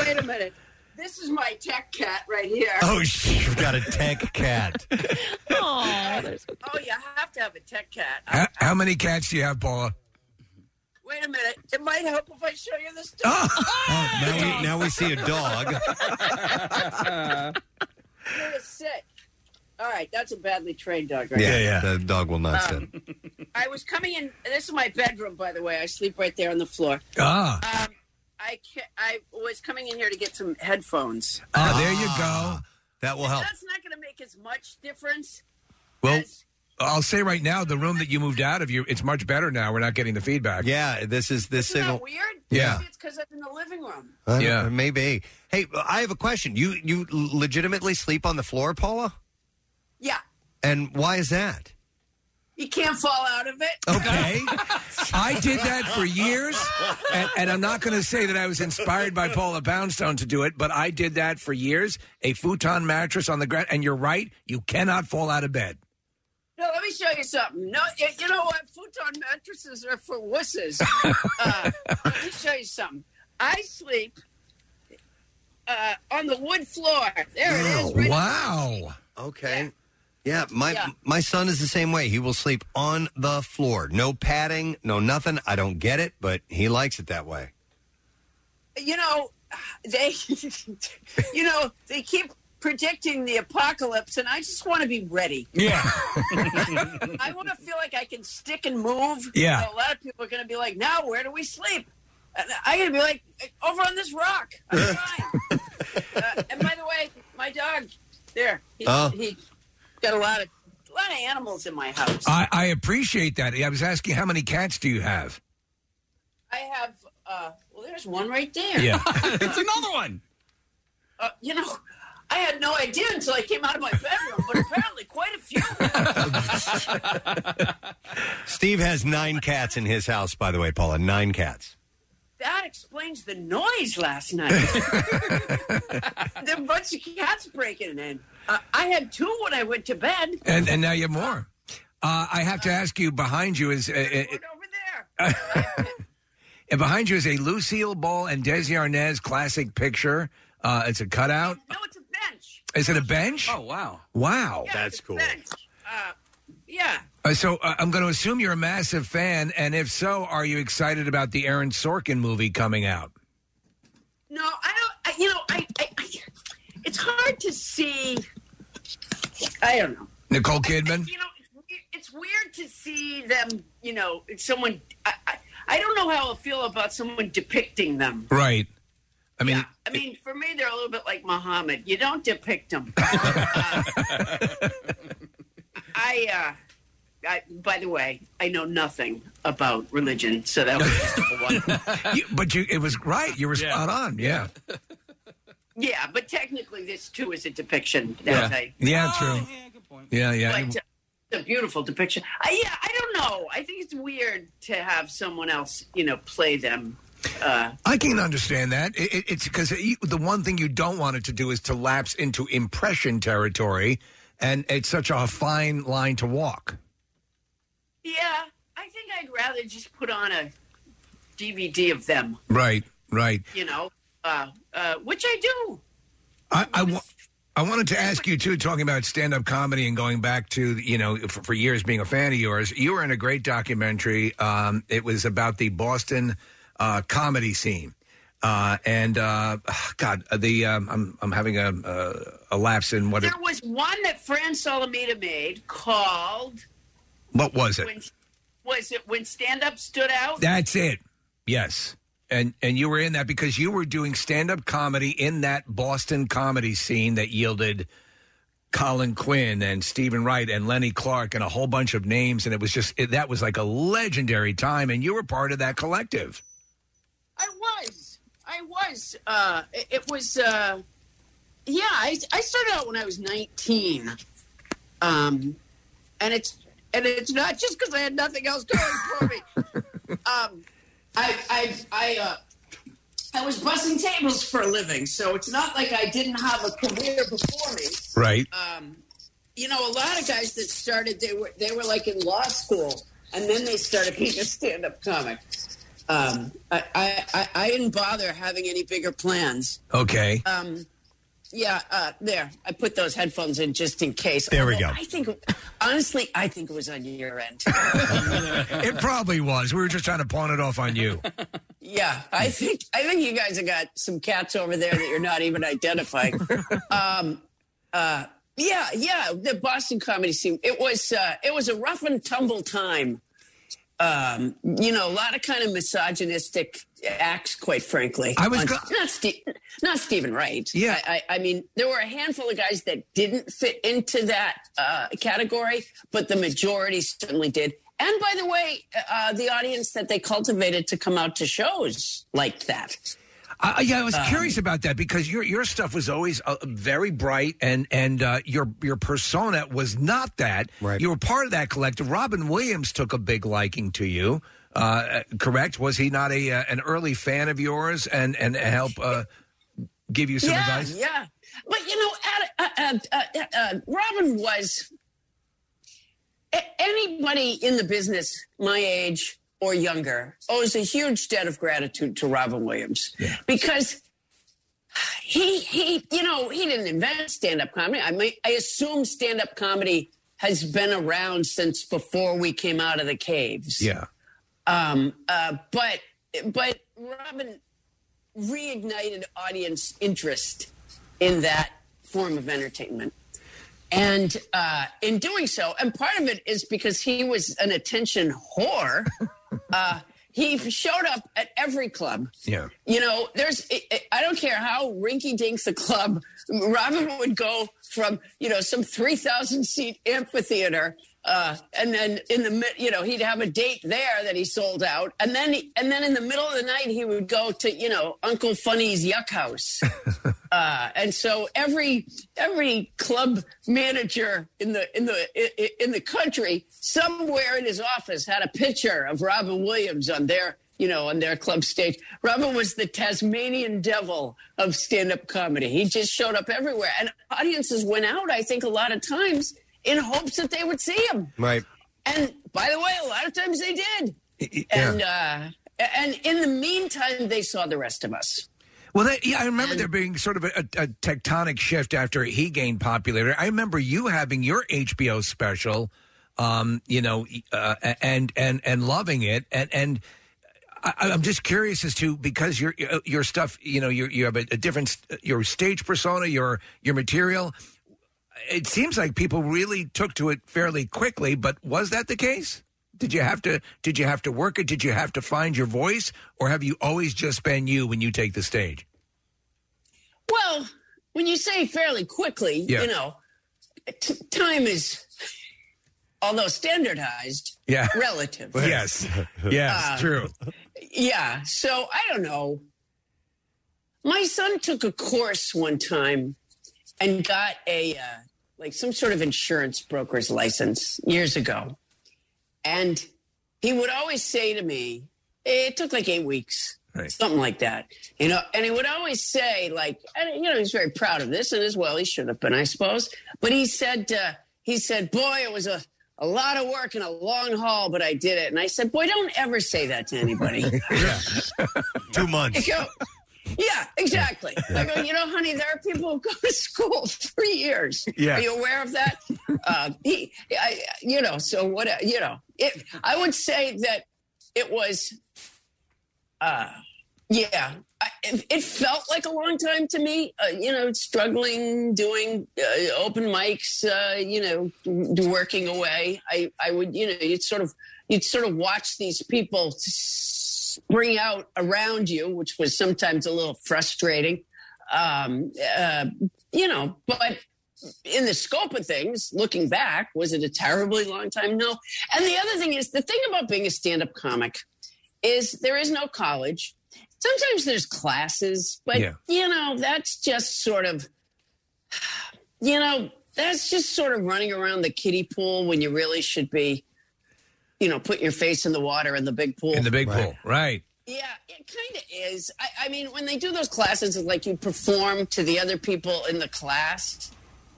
Speaker 8: Wait a minute. This is my tech cat right here.
Speaker 3: Oh, sh- you've got a tech cat.
Speaker 8: oh, you have to have a tech cat.
Speaker 5: *laughs* How, how many cats do you have, Paula?
Speaker 8: Wait a minute. It might help if I show you Oh, this.
Speaker 5: Oh,
Speaker 3: Ah!
Speaker 8: *laughs*
Speaker 3: now we now we see a dog.
Speaker 8: It was sick. All right, that's a badly trained dog right
Speaker 3: Yeah,
Speaker 8: there.
Speaker 3: yeah. The dog will not sit.
Speaker 8: Um, I was coming in. This is my bedroom, by the way. I sleep right there on the floor.
Speaker 5: Ah.
Speaker 8: Um, I ca- I was coming in here to get some headphones.
Speaker 5: Ah, there you go.
Speaker 3: That
Speaker 8: That's not going to make as much difference.
Speaker 5: Well, I'll say right now, the room that you moved out of, you it's much better now. We're not getting the feedback.
Speaker 3: Yeah, this is this
Speaker 8: Isn't that weird?
Speaker 3: Yeah.
Speaker 8: Maybe it's because I'm in the living room.
Speaker 3: yeah, maybe. Hey, I have a question. You you legitimately sleep on the floor, Paula?
Speaker 8: Yeah.
Speaker 3: And why is that?
Speaker 8: You can't fall out of it. *laughs*
Speaker 5: Okay. I did that for years, and, and I'm not going to say that I was inspired by Paula Poundstone to do it, but I did that for years. A futon mattress on the ground, and you're right, you cannot fall out of bed.
Speaker 8: No, let me show you something. No, you, you know what? Futon mattresses are for wusses. uh, let me show you something. I sleep uh, on the wood floor. There it is. Right
Speaker 5: Oh, wow.
Speaker 3: Okay. Yeah, my
Speaker 8: Yeah.
Speaker 3: my son is the same way. He will sleep on the floor. No padding, no nothing. I don't get it, but he likes it that way.
Speaker 8: You know, *sighs* they. *laughs* you know, they keep predicting the apocalypse, and I just want to be ready.
Speaker 5: Yeah.
Speaker 8: *laughs* I want to feel like I can stick and move.
Speaker 5: Yeah.
Speaker 8: a lot of people are going to be like, "Now, where do we sleep?" And I'm going to be like, "Over on this rock." I'm fine. uh, and by the way, my dog there. He,
Speaker 5: Oh.
Speaker 8: he got a lot of a lot of animals in my house.
Speaker 5: I, I appreciate that. I was asking how many cats do you have?
Speaker 8: I have. Uh, well, there's one right there. *laughs*
Speaker 5: it's another one.
Speaker 8: Uh, you know, I had no idea until I came out of my bedroom, but apparently quite a few.
Speaker 3: Steve has nine cats in his house, by the way, Paula. Nine cats.
Speaker 8: That explains the noise last
Speaker 5: *laughs*
Speaker 8: night. there were a bunch of cats breaking in. Uh, I had two when I went to bed.
Speaker 5: And, and now you have more. Uh, I have to ask you. Behind you is uh, over there. *laughs* and behind you is a Lucille Ball and Desi Arnaz classic picture. Uh, it's a cutout.
Speaker 8: No, it's a bench.
Speaker 5: Is it a bench?
Speaker 8: Oh, wow.
Speaker 5: Wow,
Speaker 8: Yeah, it's a bench. Uh, yeah.
Speaker 5: Uh, so uh, I'm going to assume you're a massive fan, and if so, are you excited about the Aaron Sorkin movie coming out?
Speaker 8: No, I don't. I, you know, I, I, I. It's hard to see. I don't know.
Speaker 5: Nicole Kidman.
Speaker 8: You know, it's weird- it's weird to see them. You know, someone. I, I, I don't know how I feel about someone depicting them.
Speaker 5: Right. I *laughs* mean,
Speaker 8: I mean, for me, they're a little bit like Muhammad. You don't
Speaker 5: *laughs*
Speaker 8: depict them. Uh, I, uh, I, by the way, I know nothing about religion, so that was just a one.
Speaker 5: you- but you, it was right. You were spot on. Yeah.
Speaker 8: Yeah, but technically, this too is a depiction. That
Speaker 5: yeah.
Speaker 8: I,
Speaker 5: Yeah, True. Yeah. Yeah.
Speaker 8: But, uh, it's a beautiful depiction. I, yeah, I don't know. I think it's weird to have someone else, you know, play them. Uh,
Speaker 5: I can understand that. It, it, it's because the one thing you don't want it to do is to lapse into impression territory, and it's such a fine line to walk.
Speaker 8: yeah, I think I'd rather just put on a DVD of them.
Speaker 5: Right, right.
Speaker 8: You know, uh, uh, which I do.
Speaker 5: I, I, wa- I wanted to ask you too, talking about stand-up comedy and going back to you know for, for years being a fan of yours. You were in a great documentary. Um, it was about the Boston uh, comedy scene, uh, and uh, God, the um, I'm I'm having a a, a lapse in what it,
Speaker 8: There was one that Fran Solomita made called
Speaker 5: what was it?
Speaker 8: When, was it when stand up stood out?
Speaker 5: That's it. Yes. And and you were in that because you were doing stand-up comedy in that Boston comedy scene that yielded Colin Quinn and Stephen Wright and Lenny Clark and a whole bunch of names and it was just it, that was like a legendary time and you were part of that collective.
Speaker 8: I was. I was. Uh, it, it was. Uh, yeah, I, I started out when I was 19, um, and it's and it's not just because I had nothing else going for me. um, I I I uh, I was bussing tables for a living, so it's not like I didn't have a career before me.
Speaker 5: Right.
Speaker 8: Um, you know, a lot of guys that started they were they were like in law school, and then they started being a stand up comic. Um, I, I, I, I didn't bother having any bigger plans.
Speaker 5: Okay.
Speaker 8: Um, yeah, uh, there. I put those headphones in just in case.
Speaker 5: There we
Speaker 8: Although
Speaker 5: go.
Speaker 8: I think, honestly, I think it was on your end.
Speaker 5: it probably was. We were just trying to pawn it off on you.
Speaker 8: Yeah, I think I think you guys have got some cats over there that you're not even identifying. um, uh, yeah, yeah, the Boston comedy scene. It was uh, it was a rough and tumble time. Um, you know, a lot of kind of misogynistic acts, quite frankly.
Speaker 5: I was
Speaker 8: On-
Speaker 5: go-
Speaker 8: not Ste- not Stephen Wright.
Speaker 5: Yeah.
Speaker 8: I, I, I mean, there were a handful of guys that didn't fit into that uh, category, but the majority certainly did. And by the way, uh, the audience that they cultivated to come out to shows liked that.
Speaker 5: I, I- yeah, I was
Speaker 8: Um,
Speaker 5: curious about that because your your stuff was always uh, very bright, and and uh, your your persona was not that. Right. You were part of that collective. Robin Williams took a big liking to you. Uh, correct? Was he not a uh, an early fan of yours and and help uh, give you some
Speaker 8: yeah,
Speaker 5: advice?
Speaker 8: Yeah, but you know, at, uh, uh, uh, uh, Robin was a- anybody in the business my age or younger owes a huge debt of gratitude to Robin Williams because he he you know he didn't invent stand up comedy. I mean, I assume stand up comedy has been around since before we came out of the caves.
Speaker 5: Yeah.
Speaker 8: Um, uh, but but Robin reignited audience interest in that form of entertainment, and uh, in doing so, and part of it is because he was an attention whore. *laughs* uh, he showed up at every club.
Speaker 5: Yeah.
Speaker 8: You know, there's, I- I- I don't care how rinky dinks the club, Robin would go from, you know, some 3,000 seat amphitheater. Uh, and then in the mid, you know, he'd have a date there that he sold out. And then, he, and then in the middle of the night, he would go to, you know, Uncle Funny's Yuck House. uh, and so every, every club manager in the, in the, i- i- in the country, somewhere in his office had a picture of Robin Williams on their, you know, on their club stage. Robin was the Tasmanian devil of stand up comedy. He just showed up everywhere. And audiences went out, I think, a lot of times in hopes that they would see him.
Speaker 3: Right.
Speaker 8: And by the way, a lot of times they did.
Speaker 5: yeah.
Speaker 8: And, uh, and in the meantime, they saw the rest of us.
Speaker 5: Well, that, yeah, I remember there being sort of a, a tectonic shift after he gained popularity. I remember you having your HBO special, um, you know, uh, and and and loving it, and and I, I'm just curious as to because your uh, your stuff, you know, you you have a, a different uh, your stage persona, your your material. It seems like people really took to it fairly quickly, but was that the case? Did you have to did you have to work it? Did you have to find your voice, or have you always just been you when you take the stage?
Speaker 8: Well, when you say fairly quickly,
Speaker 5: Yeah.
Speaker 8: you know, t- time is, although standardized,
Speaker 5: Yeah.
Speaker 8: relative.
Speaker 5: Yes. Yes.
Speaker 8: Uh,
Speaker 5: true.
Speaker 8: Yeah. So I don't know. My son took a course one time and got a, uh, like some sort of insurance broker's license years ago. And he would always say to me, "Eh, it took like eight weeks, something like that, you know. And he would always say, like, and, you know, he's very proud of this, and as well, he should have been, I suppose. But he said, uh, he said, boy, it was a a lot of work and a long haul, but
Speaker 5: *laughs*
Speaker 8: I *laughs* did it. And I said, boy, don't ever say that to anybody.
Speaker 3: Two months.
Speaker 8: You know, Yeah, exactly. I go, you know, honey, there are people who go to school *laughs* three years.
Speaker 21: Yeah.
Speaker 8: Are you aware of that? uh, he, I, you know, so what, uh, you know, it, I would say that it was, uh, yeah, I, it, it felt like a long time to me, uh, you know, struggling, doing uh, open mics, uh, you know, d- working away. I, I would, you know, you'd sort of, you'd sort of watch these people spring out around you, which was sometimes a little frustrating. Um, uh, you know, but in the scope of things, looking back, was it a terribly long time? No. And the other thing is the thing about being a stand up comic is there is no college. Sometimes there's classes, but
Speaker 30: Yeah.
Speaker 8: you know, that's just sort of, *sighs* you know, that's just sort of running around the kiddie pool when you really should be, you know, putting your face in the water in the big pool.
Speaker 5: in the big pool, right?
Speaker 8: Yeah, it kind of is. I, I mean, when they do those classes, it's like you perform to the other people in the class.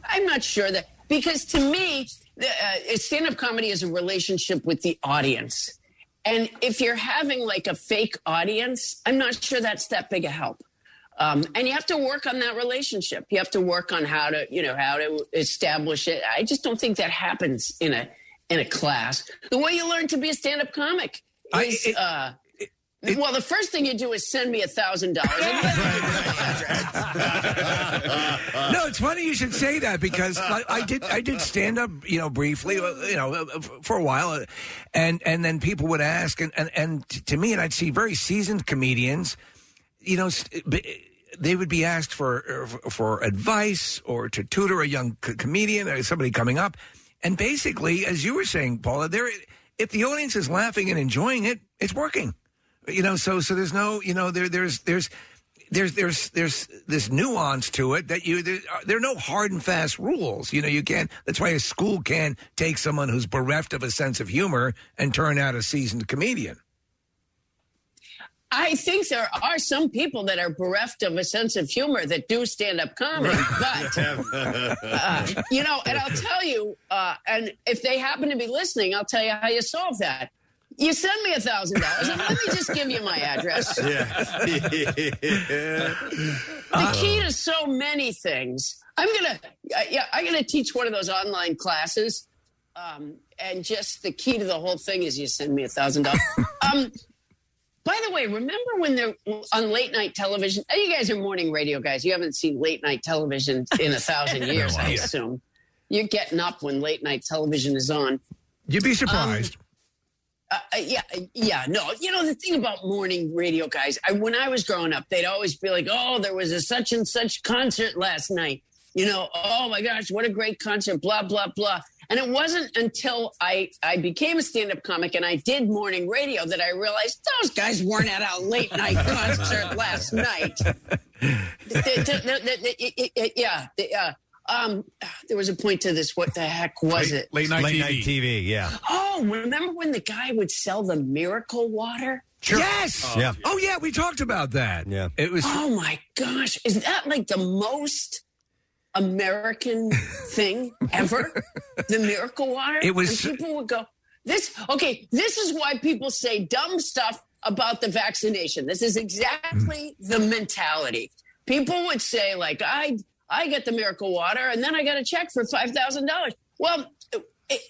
Speaker 8: I'm not sure that because to me, the, uh, stand-up comedy is a relationship with the audience, and if you're having like a fake audience, I'm not sure that's that big a help. Um, and you have to work on that relationship. You have to work on how to, you know, how to establish it. I just don't think that happens in a in a class. The way you learn to be a stand-up comic
Speaker 5: I-
Speaker 8: is.
Speaker 5: it-
Speaker 8: uh, well, the first thing you do is send me a thousand dollars.
Speaker 5: no, it's funny you should say that because I, I did I did stand up, you know, briefly, uh, you know, uh, f- for a while, uh, and and then people would ask, and and, and t- to me, and I'd see very seasoned comedians, you know, st- b- they would be asked for uh, for advice or to tutor a young c- comedian or somebody coming up, and basically, as you were saying, Paula, there, if the audience is laughing and enjoying it, it's working, you know. So so there's no, you know, there there's there's there's there's there's this nuance to it that you there, uh, there are no hard and fast rules. You know, you can't. That's why a school can take someone who's bereft of a sense of humor and turn out a seasoned comedian.
Speaker 8: I think there are some people that are bereft of a sense of humor that do stand up comedy, but uh, you know, and I'll tell you, uh, and if they happen to be listening, I'll tell you how you solve that. You send me a thousand dollars, and let me just give you my address. *laughs*
Speaker 3: yeah.
Speaker 5: Uh,
Speaker 8: The key to so many things. I'm gonna, uh, yeah, I'm gonna teach one of those online classes, um, and just the key to the whole thing is you send me a thousand dollars. Um, by the way, remember when they're on late night television? oh, You guys are morning radio guys. You haven't seen late night television in
Speaker 11: *laughs*
Speaker 8: a *laughs* thousand years, I
Speaker 5: Yeah.
Speaker 8: assume. You're getting up when late night television is on.
Speaker 5: You'd be surprised.
Speaker 8: Uh, uh, yeah, uh, yeah, no. You know the thing about morning radio guys. I, when I was growing up, they'd always be like, "Oh, there was a such and such concert last night." You know, oh my gosh, what a great concert! Blah blah blah. And it wasn't until I I became a stand up comic and I did morning radio that I realized those guys weren't at a late
Speaker 3: *laughs*
Speaker 8: night concert last night. Th- th- th- th- th- it- it- it- yeah, the, uh, um, there was a point to this. What the heck was it?
Speaker 3: Late night TV. yeah.
Speaker 8: Oh, remember when the guy would sell the miracle water?
Speaker 5: Yes.
Speaker 3: Yeah.
Speaker 5: Oh yeah, we talked about that. Yeah. It was.
Speaker 8: Oh my gosh, is that like the most American thing
Speaker 5: *laughs*
Speaker 8: ever? the miracle water?
Speaker 5: It was-
Speaker 8: And people would go, this, okay, this is why people say dumb stuff about the vaccination. This is
Speaker 5: Mm.
Speaker 8: exactly the mentality. People would say, like, I, I get the miracle water and then I got a check for $5,000. Well, it,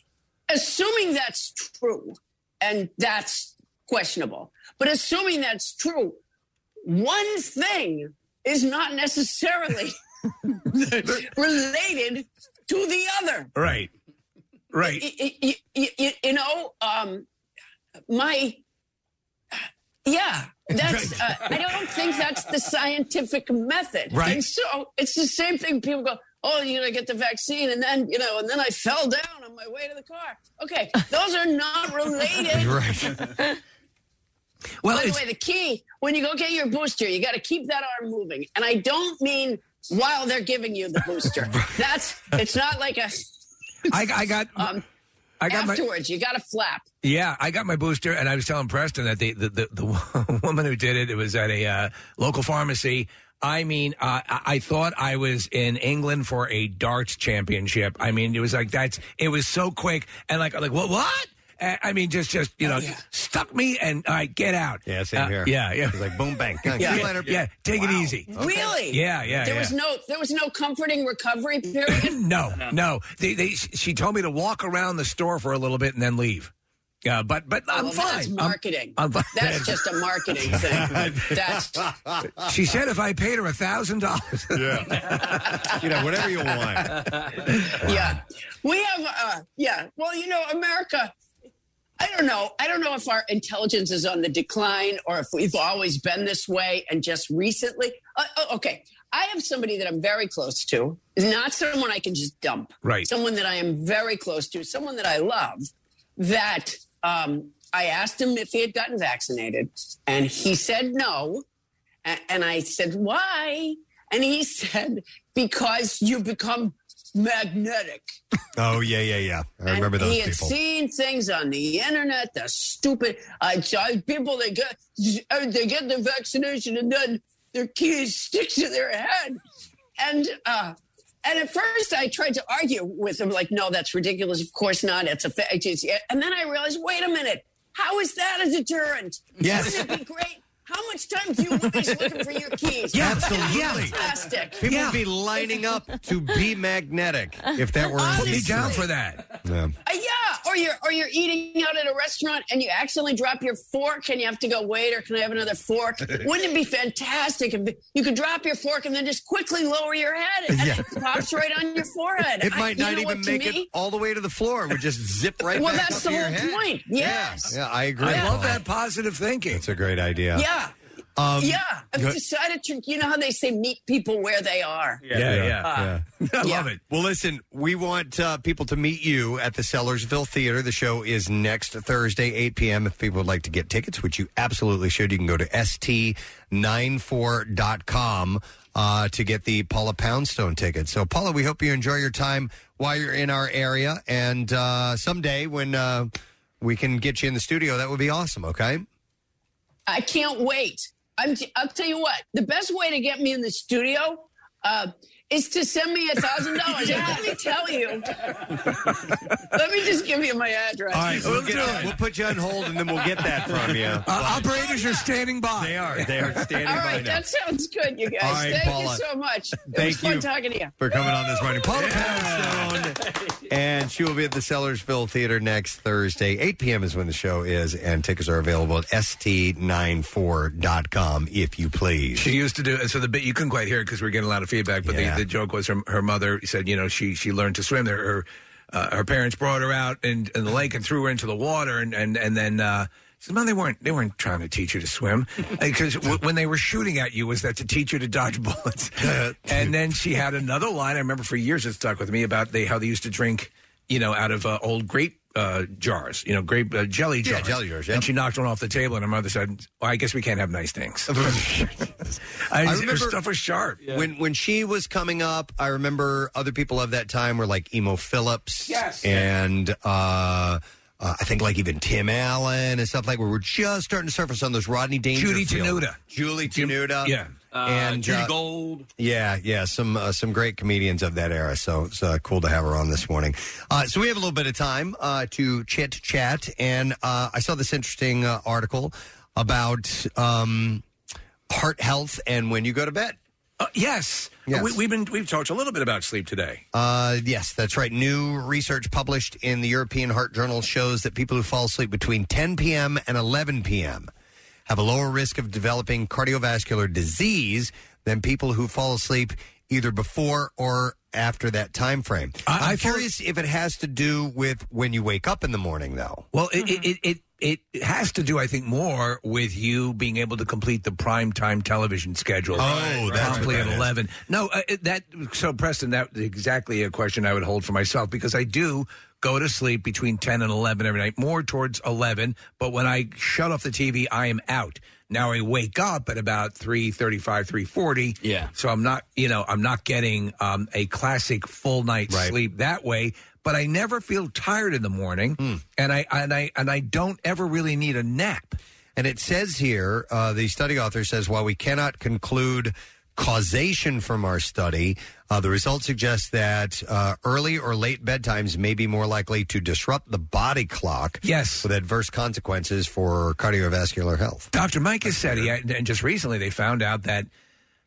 Speaker 8: assuming that's true, and that's questionable, but assuming that's true, one thing is not
Speaker 5: *laughs*
Speaker 8: necessarily *laughs* related to the other.
Speaker 5: Right. Right.
Speaker 8: You, you- you- you- you know, um, my, yeah, that's, uh, I don't think that's the scientific method.
Speaker 25: Right.
Speaker 8: And so it's the same thing. People go, oh, you're going to get the vaccine. And then, you know, and then I fell down on my way to the car. Okay. Those are not related.
Speaker 5: *laughs*
Speaker 8: *laughs*
Speaker 5: right. Well,
Speaker 8: By the way, the key when you go get your booster, you got to keep that arm moving, and I don't mean while they're giving you the
Speaker 5: *laughs*
Speaker 8: booster. That's it's not like a.
Speaker 5: I, I got.
Speaker 8: *laughs* Um,
Speaker 5: I got my-
Speaker 8: afterwards, you got to flap.
Speaker 5: Yeah, I got my booster, and I was telling Preston that the the, the, the *laughs* woman who did it, it was at a uh, local pharmacy. I mean, uh, I I thought I was in England for a darts championship. I mean, it was like that's. It was so quick, and like like what what. Uh, I mean, just just
Speaker 8: Oh,
Speaker 5: you know, stuck me and I get out.
Speaker 3: Yeah, same
Speaker 5: Uh,
Speaker 3: here.
Speaker 5: Yeah, yeah.
Speaker 3: It's like boom, bang,
Speaker 5: yeah,
Speaker 3: gun. See you
Speaker 5: yeah,
Speaker 3: later.
Speaker 5: yeah. Take it easy.
Speaker 8: Really?
Speaker 5: Yeah, yeah.
Speaker 8: There was
Speaker 5: yeah.
Speaker 8: no there was no comforting recovery period.
Speaker 5: No, no. They, they, she told me to walk around the store for a little bit and then leave. Uh, but but I'm
Speaker 8: Oh, Well,
Speaker 5: fine.
Speaker 8: That's
Speaker 5: I'm-
Speaker 8: marketing.
Speaker 5: I'm fine.
Speaker 8: That's just a marketing
Speaker 5: *laughs*
Speaker 8: thing. That's
Speaker 5: she said if I paid her a thousand dollars, yeah,
Speaker 3: you know whatever *laughs* you want.
Speaker 8: yeah. We have uh yeah. Well, you know, America I don't know. I don't know if our intelligence is on the decline or if we've always been this way and just recently. Uh, oh, okay. I have somebody that I'm very close to. It's not someone I can just dump.
Speaker 5: Right.
Speaker 8: Someone that I am very close to, someone that I love that um I asked him if he had gotten vaccinated and he said no. A- And I said, why? And he said, because you become magnetic.
Speaker 3: Oh yeah, yeah, yeah. I remember those
Speaker 8: he had
Speaker 3: people.
Speaker 8: seen things on the internet, the stupid uh, j- people that get, uh, they get the vaccination and then their keys *laughs* stick to their head. And, uh, and at first I tried to argue with him, like, no, that's ridiculous. Of course not. It's a fact. It's- And then I realized, wait a minute. How is that a deterrent?
Speaker 3: Yes.
Speaker 8: Wouldn't it be great? How much time do you waste looking for your
Speaker 3: *laughs*
Speaker 8: keys?
Speaker 3: Yeah, absolutely.
Speaker 8: Fantastic.
Speaker 3: People would be lining up to be magnetic if that
Speaker 8: *laughs*
Speaker 3: were.
Speaker 8: Put me down
Speaker 5: for that.
Speaker 3: Yeah.
Speaker 8: Uh, yeah, or you're or you're eating out at a restaurant and you accidentally drop your fork and you have to go waiter. Can I have
Speaker 3: *laughs*
Speaker 8: another fork? Wouldn't it be fantastic if you could drop your fork and then just quickly lower your head and
Speaker 3: Yeah.
Speaker 8: it pops right on your forehead?
Speaker 3: It
Speaker 8: I-
Speaker 3: might
Speaker 8: you
Speaker 3: not
Speaker 8: know
Speaker 3: even
Speaker 8: what, to
Speaker 3: make it
Speaker 8: me?
Speaker 3: all the way to the floor. It would just zip right.
Speaker 8: well,
Speaker 3: back
Speaker 8: that's
Speaker 3: up
Speaker 8: the
Speaker 3: to your
Speaker 8: whole
Speaker 3: head.
Speaker 8: point. Yes.
Speaker 3: Yeah, I agree.
Speaker 5: I love that positive thinking.
Speaker 3: That's a great idea.
Speaker 8: Yeah. Yeah.
Speaker 3: Um,
Speaker 8: I've
Speaker 3: go-
Speaker 8: decided to. You know how they say meet people where they are.
Speaker 3: *laughs*
Speaker 8: Uh,
Speaker 5: I love it.
Speaker 3: Well, listen, we want uh, people to meet you at the Sellersville Theater. The show is next Thursday, 8 p.m. If people would like to get tickets, which you absolutely should, you can go to st94.com uh, to get the Paula Poundstone ticket. So, Paula, we hope you enjoy your time while you're in our area. And uh, someday when uh, we can get you in the studio, that would be awesome, okay?
Speaker 8: I can't wait. I'm. t- I'll tell you what. The best way to get me in the studio uh, is to send me a thousand dollars. Let me tell you. Let me just give you my address.
Speaker 3: All right, we'll, get, we'll put you on hold and then we'll get that from you.
Speaker 5: operators are standing by.
Speaker 3: They are. They are standing
Speaker 8: All
Speaker 3: by
Speaker 8: right,
Speaker 3: now.
Speaker 8: that sounds good, you guys.
Speaker 3: All right,
Speaker 8: Thank
Speaker 3: Paula.
Speaker 8: you so much. it
Speaker 3: Thank
Speaker 8: was fun
Speaker 3: you.
Speaker 8: talking to you.
Speaker 3: for coming on this morning. Paula Poundstone. And she will be at the Sellersville Theater next Thursday. 8 p.m. is when the show is, and tickets are available at st94.com if you please.
Speaker 5: She used to do so. The bit you couldn't quite hear because we were getting a lot of feedback. But the, the joke was her, her mother said, you know, she she learned to swim. Her her, uh, her parents brought her out in, in the lake and threw her into the water, and and and then. Uh, she said, Mom, they weren't they weren't trying to teach you
Speaker 3: *laughs*
Speaker 5: to swim because w- when they were shooting at you was that to teach you to dodge *laughs* bullets. and then she had another line I remember for years it stuck with me about they how they used to drink you know out of uh, old grape uh, jars you know grape uh, jelly
Speaker 3: Yeah,
Speaker 5: jars
Speaker 3: jelly jars,
Speaker 5: and she knocked one off the table and her mother said well, I guess we can't have
Speaker 3: *laughs*
Speaker 5: nice things. I, remember stuff was sharp.
Speaker 3: When when she was coming up, I remember other people of that time were like Emo Phillips.
Speaker 5: Yes.
Speaker 3: And uh, uh, I think like even Tim Allen and stuff like where we're just starting to surface on those Rodney Dangerfield.
Speaker 5: Judy Tenuta.
Speaker 3: Julie Tenuta.
Speaker 5: Yeah.
Speaker 3: and uh,
Speaker 12: Gold.
Speaker 3: Yeah, yeah, some uh, some great comedians of that era. So it's uh, cool to have her on this morning. Uh, so we have a little bit of time uh, to chit chat, and uh, I saw this interesting uh, article about um, heart health and when you go to bed.
Speaker 5: Uh, yes. We, we've been we've talked a little bit about sleep today.
Speaker 3: Uh, yes, that's right. New research published in the European Heart Journal shows that people who fall asleep between 10 p.m. and 11 p.m. have a lower risk of developing cardiovascular disease than people who fall asleep either before or after that time frame. I, am curious if it has to do with when you wake up in the morning, though.
Speaker 5: Well, it, it, it, it, it has to do, I think, more with you being able to complete the prime time television schedule.
Speaker 3: Oh, Right, that's right.
Speaker 5: promptly
Speaker 3: what that
Speaker 5: at
Speaker 3: is.
Speaker 5: eleven. No, uh, it- that so Preston, that's exactly a question I would hold for myself because I do go to sleep between ten and eleven every night, more towards eleven. But when I shut off the TV, I am out. Now I wake up at about 3.35, 3.40. Yeah. So I'm not, you know, I'm not getting um, a classic full night sleep that way. But I never feel tired in the morning, and I and I and I don't ever really need a nap.
Speaker 3: And it says here, uh, the study author says, while we cannot conclude causation from our study. Uh, the results suggest that uh, early or late bedtimes may be more likely to disrupt the body clock.
Speaker 5: Yes.
Speaker 3: With adverse consequences for cardiovascular health.
Speaker 5: Dr. Mike Cassetti, and and just recently they found out that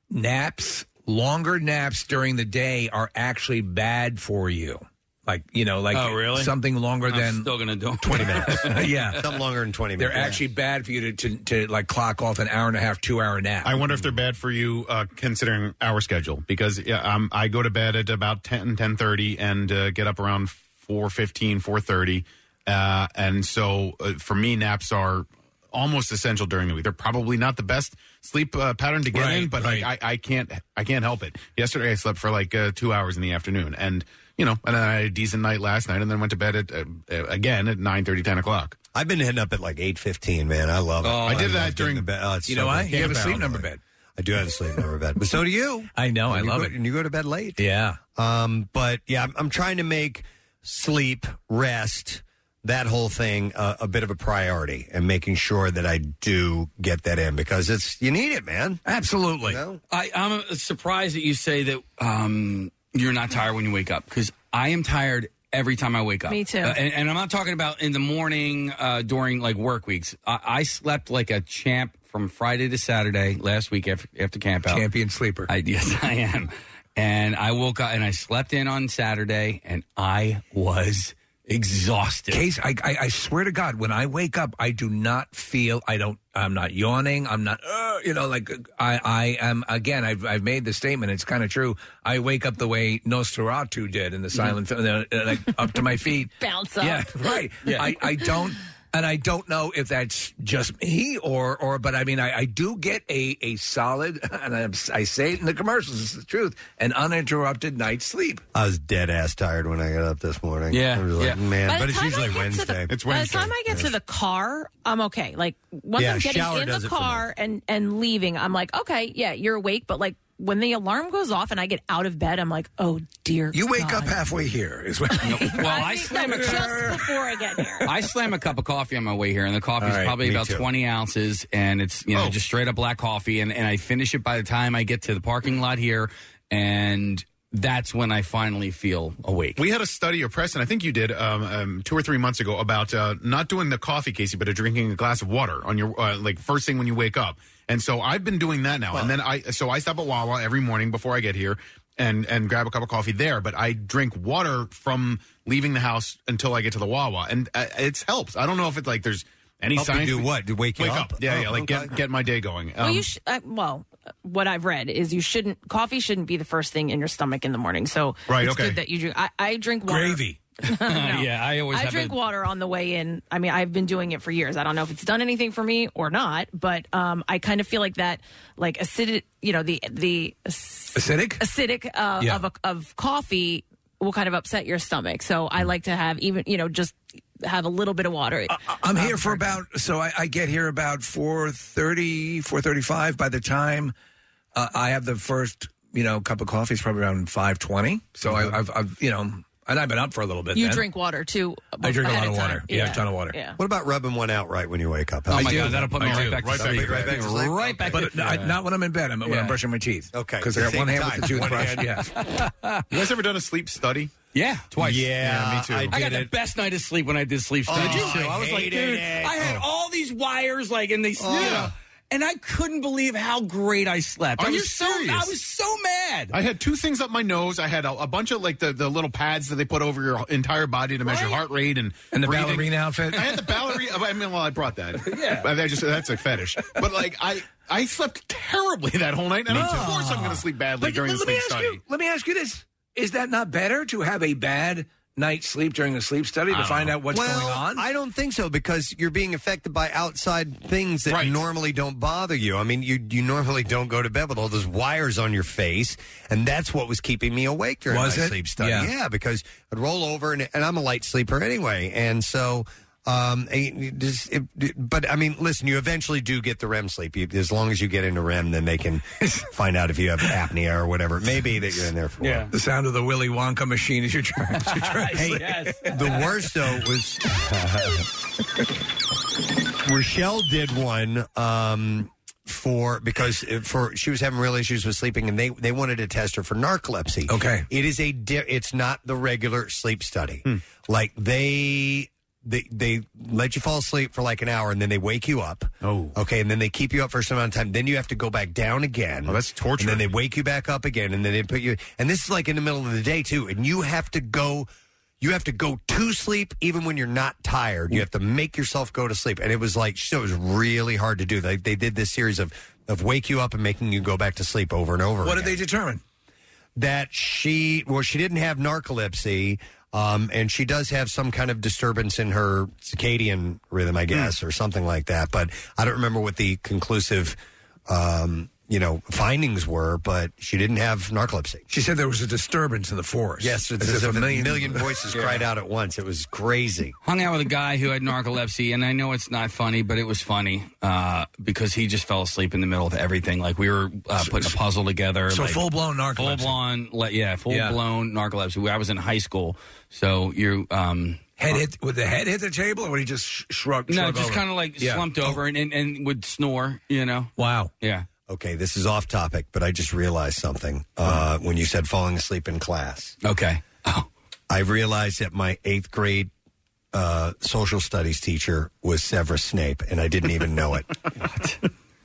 Speaker 5: naps, longer naps during the day, are actually bad for you. Like you know, like
Speaker 9: Oh, really?
Speaker 5: something longer
Speaker 9: I'm
Speaker 5: than
Speaker 9: still gonna do it.
Speaker 5: twenty
Speaker 9: *laughs*
Speaker 5: minutes. yeah,
Speaker 3: something longer than twenty
Speaker 5: They're
Speaker 6: minutes, yeah.
Speaker 5: actually bad for you to, to to like clock off an hour and a half, two hour nap.
Speaker 6: I wonder if they're bad for you, uh, considering our schedule. Because yeah, um, I go to bed at about 10, 10.30 and uh, get up around 4.15, 4.30. Uh, and so uh, for me, naps are almost essential during the week. They're probably not the best sleep uh, pattern to get in, but like, I, I can't I can't help it. Yesterday, I slept for like uh, two hours in the afternoon. And, you know, and then I had a decent night last night and then went to bed at uh, uh, again at 9.30, 10 o'clock.
Speaker 3: I've been hitting up at like 8.15, man. I
Speaker 5: Oh,
Speaker 3: love it.
Speaker 6: I did
Speaker 3: love
Speaker 6: that
Speaker 3: getting
Speaker 6: during
Speaker 3: to bed. Oh, it's
Speaker 5: you
Speaker 3: so
Speaker 5: know why?
Speaker 3: good.
Speaker 5: You have a
Speaker 3: Can't
Speaker 5: sleep
Speaker 3: get
Speaker 5: number
Speaker 3: out of it.
Speaker 5: bed.
Speaker 3: I do have a sleep number bed, but so do you.
Speaker 5: I know. I
Speaker 3: And you
Speaker 5: love
Speaker 3: go-
Speaker 5: it.
Speaker 3: And you go to bed late.
Speaker 5: Yeah.
Speaker 3: Um, but yeah, I'm, I'm trying to make sleep, rest, that whole thing uh, a bit of a priority and making sure that I do get that in because it's you need it, man.
Speaker 5: Absolutely.
Speaker 9: I, I'm surprised that you say that um, you're not tired when you wake up because I am tired every time I wake up.
Speaker 4: Me too.
Speaker 9: Uh, and, and I'm not talking about in the morning uh, during like work weeks. I, I slept like a champ from Friday to Saturday last week after, after camp out.
Speaker 5: Champion sleeper.
Speaker 9: I, yes, *laughs* I am. And I woke up and I slept in on Saturday and I was exhausted.
Speaker 5: Case, I, I, I swear to God, when I wake up, I do not feel. I don't. I'm not yawning. I'm not. Uh, you know, like I, I am. Again, I've, I've made the statement. It's kind of true. I wake up the way Nosferatu did in the
Speaker 9: Mm-hmm.
Speaker 5: silent film, uh, uh, like up to my feet,
Speaker 10: Bounce up.
Speaker 5: Yeah,
Speaker 4: *laughs*
Speaker 5: right.
Speaker 10: Yeah.
Speaker 5: I, I don't. And I don't know if that's just me or, or, but I mean, I, I do get a, a solid, *laughs* and I, I say it in the commercials, it's the truth, an uninterrupted night's sleep.
Speaker 3: I was dead ass tired when I got up this morning.
Speaker 5: Yeah,
Speaker 3: I was like,
Speaker 5: yeah.
Speaker 3: man.
Speaker 5: By the
Speaker 3: but it's
Speaker 5: time I
Speaker 3: usually
Speaker 5: get to
Speaker 3: Wednesday.
Speaker 4: By the time I get to the car, I'm okay. Like once
Speaker 3: Yeah,
Speaker 4: I'm getting
Speaker 3: shower
Speaker 4: in
Speaker 3: does
Speaker 4: the
Speaker 3: it for me.
Speaker 4: car and and leaving, I'm like, okay, yeah, you're awake. But like when the alarm goes off and I get out of bed, I'm like, oh dear.
Speaker 5: You wake up
Speaker 4: God.
Speaker 5: halfway here, is what.
Speaker 4: *laughs*
Speaker 12: Oh,
Speaker 9: well, I
Speaker 4: No,
Speaker 9: slept *laughs*
Speaker 4: but just before I
Speaker 3: *laughs*
Speaker 4: get here.
Speaker 9: I slam a cup of coffee on my way here, and the coffee's
Speaker 5: All right,
Speaker 9: probably
Speaker 5: me
Speaker 9: about
Speaker 5: too. Oh.
Speaker 9: 20 ounces, and it's you know just straight up black coffee, and, and I finish it by the time I get to the parking lot here, and that's when I finally feel awake.
Speaker 6: We had a study, or press, and I think you did um, um, two or three months ago about uh, not doing the coffee, Casey, but uh, drinking a glass of water on your uh, like first thing when you wake up. And so I've been doing that now. and then I so I stop at Wawa every morning before I get here and and grab a cup of coffee there. But I drink water from leaving the house until I get to the Wawa, and uh, it's helped. I don't know if it's like there's any
Speaker 3: Help you
Speaker 6: science.
Speaker 3: do what? To wake you up?
Speaker 6: Yeah, yeah.
Speaker 3: Oh,
Speaker 6: Like
Speaker 3: okay.
Speaker 6: get get my day going.
Speaker 4: well,
Speaker 6: Um,
Speaker 4: you sh- uh, well, uh, what I've read is you shouldn't coffee shouldn't be the first thing in your stomach in the morning. So
Speaker 6: Right,
Speaker 4: it's
Speaker 6: okay.
Speaker 4: good that you drink. I, I drink water. *laughs*
Speaker 5: *laughs*
Speaker 4: No.
Speaker 9: Yeah, I always
Speaker 4: I
Speaker 9: have
Speaker 4: drink
Speaker 9: a-
Speaker 4: water on the way in. I mean, I've been doing it for years. I don't know if it's done anything for me or not, but um, I kind of feel like that, like acidic, you know, the the
Speaker 5: acidic
Speaker 4: acidic uh,
Speaker 5: Yeah.
Speaker 4: of a, of coffee will kind of upset your stomach. So I like to have even, you know, just have a little bit of water.
Speaker 5: I'm
Speaker 4: uh,
Speaker 5: here for about so I, I get here about 4.30, 4.35. By the time uh, I have the first, you know, cup of coffee, it's probably around five twenty. So I, I've, I've, you know, and I've been up for a little bit.
Speaker 4: Mm-hmm. you
Speaker 5: then.
Speaker 4: drink water too.
Speaker 5: I drink a
Speaker 4: ahead
Speaker 5: lot of
Speaker 4: time.
Speaker 5: water. Yeah, a ton of water.
Speaker 4: Yeah.
Speaker 3: What about rubbing one out right when you wake up?
Speaker 5: Oh
Speaker 3: I
Speaker 5: my
Speaker 3: do.
Speaker 5: God, that'll put me
Speaker 3: I
Speaker 5: right
Speaker 3: do.
Speaker 5: back to sleep.
Speaker 3: Right back to sleep.
Speaker 5: Right back. But I- not when I'm in bed. I'm when I'm brushing my teeth.
Speaker 3: Okay,
Speaker 5: because I got
Speaker 6: Same
Speaker 5: one hand
Speaker 6: time.
Speaker 5: with the
Speaker 6: One
Speaker 5: toothbrush.
Speaker 6: hand.
Speaker 5: Yeah.
Speaker 6: *laughs* you guys ever done a sleep study?
Speaker 9: Yeah, twice.
Speaker 6: Yeah, me too.
Speaker 9: I, got the best night of sleep when I did sleep studies.
Speaker 6: Oh,
Speaker 9: too.
Speaker 6: I
Speaker 9: was like,
Speaker 6: hated
Speaker 9: dude,
Speaker 6: it.
Speaker 9: I had all these wires like, and they, you know,
Speaker 6: Oh. Yeah.
Speaker 9: and I couldn't believe how great I slept.
Speaker 6: Are
Speaker 9: I
Speaker 6: you
Speaker 9: was so,
Speaker 6: serious?
Speaker 9: I was so mad.
Speaker 6: I had two things up my nose. I had a, a bunch of like the, the little pads that they put over your entire body to measure heart rate and
Speaker 5: And the
Speaker 6: breathing.
Speaker 5: ballerina outfit.
Speaker 6: I had the ballerina. I mean, *laughs* well, I brought that. *laughs* yeah, I just that's
Speaker 12: *laughs*
Speaker 6: a fetish. But like I I slept terribly that whole night, and
Speaker 5: Me
Speaker 6: of
Speaker 5: too.
Speaker 6: course I'm going to sleep badly
Speaker 5: But
Speaker 6: during the
Speaker 5: let me
Speaker 6: sleep
Speaker 5: ask
Speaker 6: study.
Speaker 5: You, let me ask you this: Is that not better to have a bad night's sleep during a sleep study to find out what's
Speaker 3: Well,
Speaker 5: going on?
Speaker 3: I don't think so because you're being affected by outside things that
Speaker 5: Right.
Speaker 3: normally don't bother you. I mean, you you normally don't go to bed with all those wires on your face, and that's what was keeping me awake during
Speaker 5: Was
Speaker 3: my
Speaker 5: it?
Speaker 3: sleep study.
Speaker 5: Yeah.
Speaker 3: because I'd roll over, and, and I'm a light sleeper anyway, and so. Um, it just- it- it- but I mean, listen. You eventually do get the REM sleep. You, as long as you get into REM, then they
Speaker 5: *laughs*
Speaker 3: can find out if you have apnea or whatever it may be that you're in there for.
Speaker 5: Yeah. The sound of the Willy Wonka machine as you're trying. As you're trying to sleep.
Speaker 3: The worst though was *laughs* Rochelle did one um, for because uh, for she was having real issues with sleeping, and they they wanted to test her for narcolepsy.
Speaker 5: Okay.
Speaker 3: it is a di- it's not the regular sleep study. Like they. They, they let you fall asleep for like an hour and then they wake you up. Oh. Okay. And then they keep you up for some amount of time. Then you have to go back down again. Oh, that's torture. And then they wake you back up again and then they put you. And this is like in the middle of the day too. And you have to go you have to go to sleep even when you're not tired. You have to make yourself go to sleep. And it was like, so it was really hard to do. They, they did this series of, of wake you up and making you go back to sleep over and over.
Speaker 5: What
Speaker 3: again.
Speaker 5: did they determine?
Speaker 3: That she, well, she didn't have narcolepsy. Um, and she does have some kind of disturbance in her circadian rhythm,
Speaker 5: Hmm.
Speaker 3: I guess, or something like that. But I don't remember what the conclusive, um, you know, findings were. But she didn't have narcolepsy.
Speaker 5: She said there was a disturbance in the forest.
Speaker 3: Yes, it's as if a
Speaker 5: *laughs*
Speaker 3: million voices cried out at once. It was crazy.
Speaker 9: Hung out with a guy who had narcolepsy, and I know it's not funny, but it was funny uh, because he just fell asleep in the middle of everything. Like we were uh, putting a puzzle together.
Speaker 5: So
Speaker 9: like,
Speaker 5: full blown narcolepsy.
Speaker 9: Full blown, le- yeah, full
Speaker 5: Yeah.
Speaker 9: blown narcolepsy. I was in high school, so you um,
Speaker 5: Head hit with the head hit the table, or would he just sh- shrug?
Speaker 9: No,
Speaker 5: shrug
Speaker 9: just
Speaker 5: over?
Speaker 9: kind of like
Speaker 5: Yeah.
Speaker 9: slumped over and, and, and would snore. You know.
Speaker 5: Wow.
Speaker 9: Yeah.
Speaker 3: Okay, this is off topic, but I just realized something uh, when you said falling asleep in class.
Speaker 9: Okay.
Speaker 3: I realized that my eighth grade uh, social studies teacher was Severus Snape, and I didn't even
Speaker 5: *laughs*
Speaker 3: know it.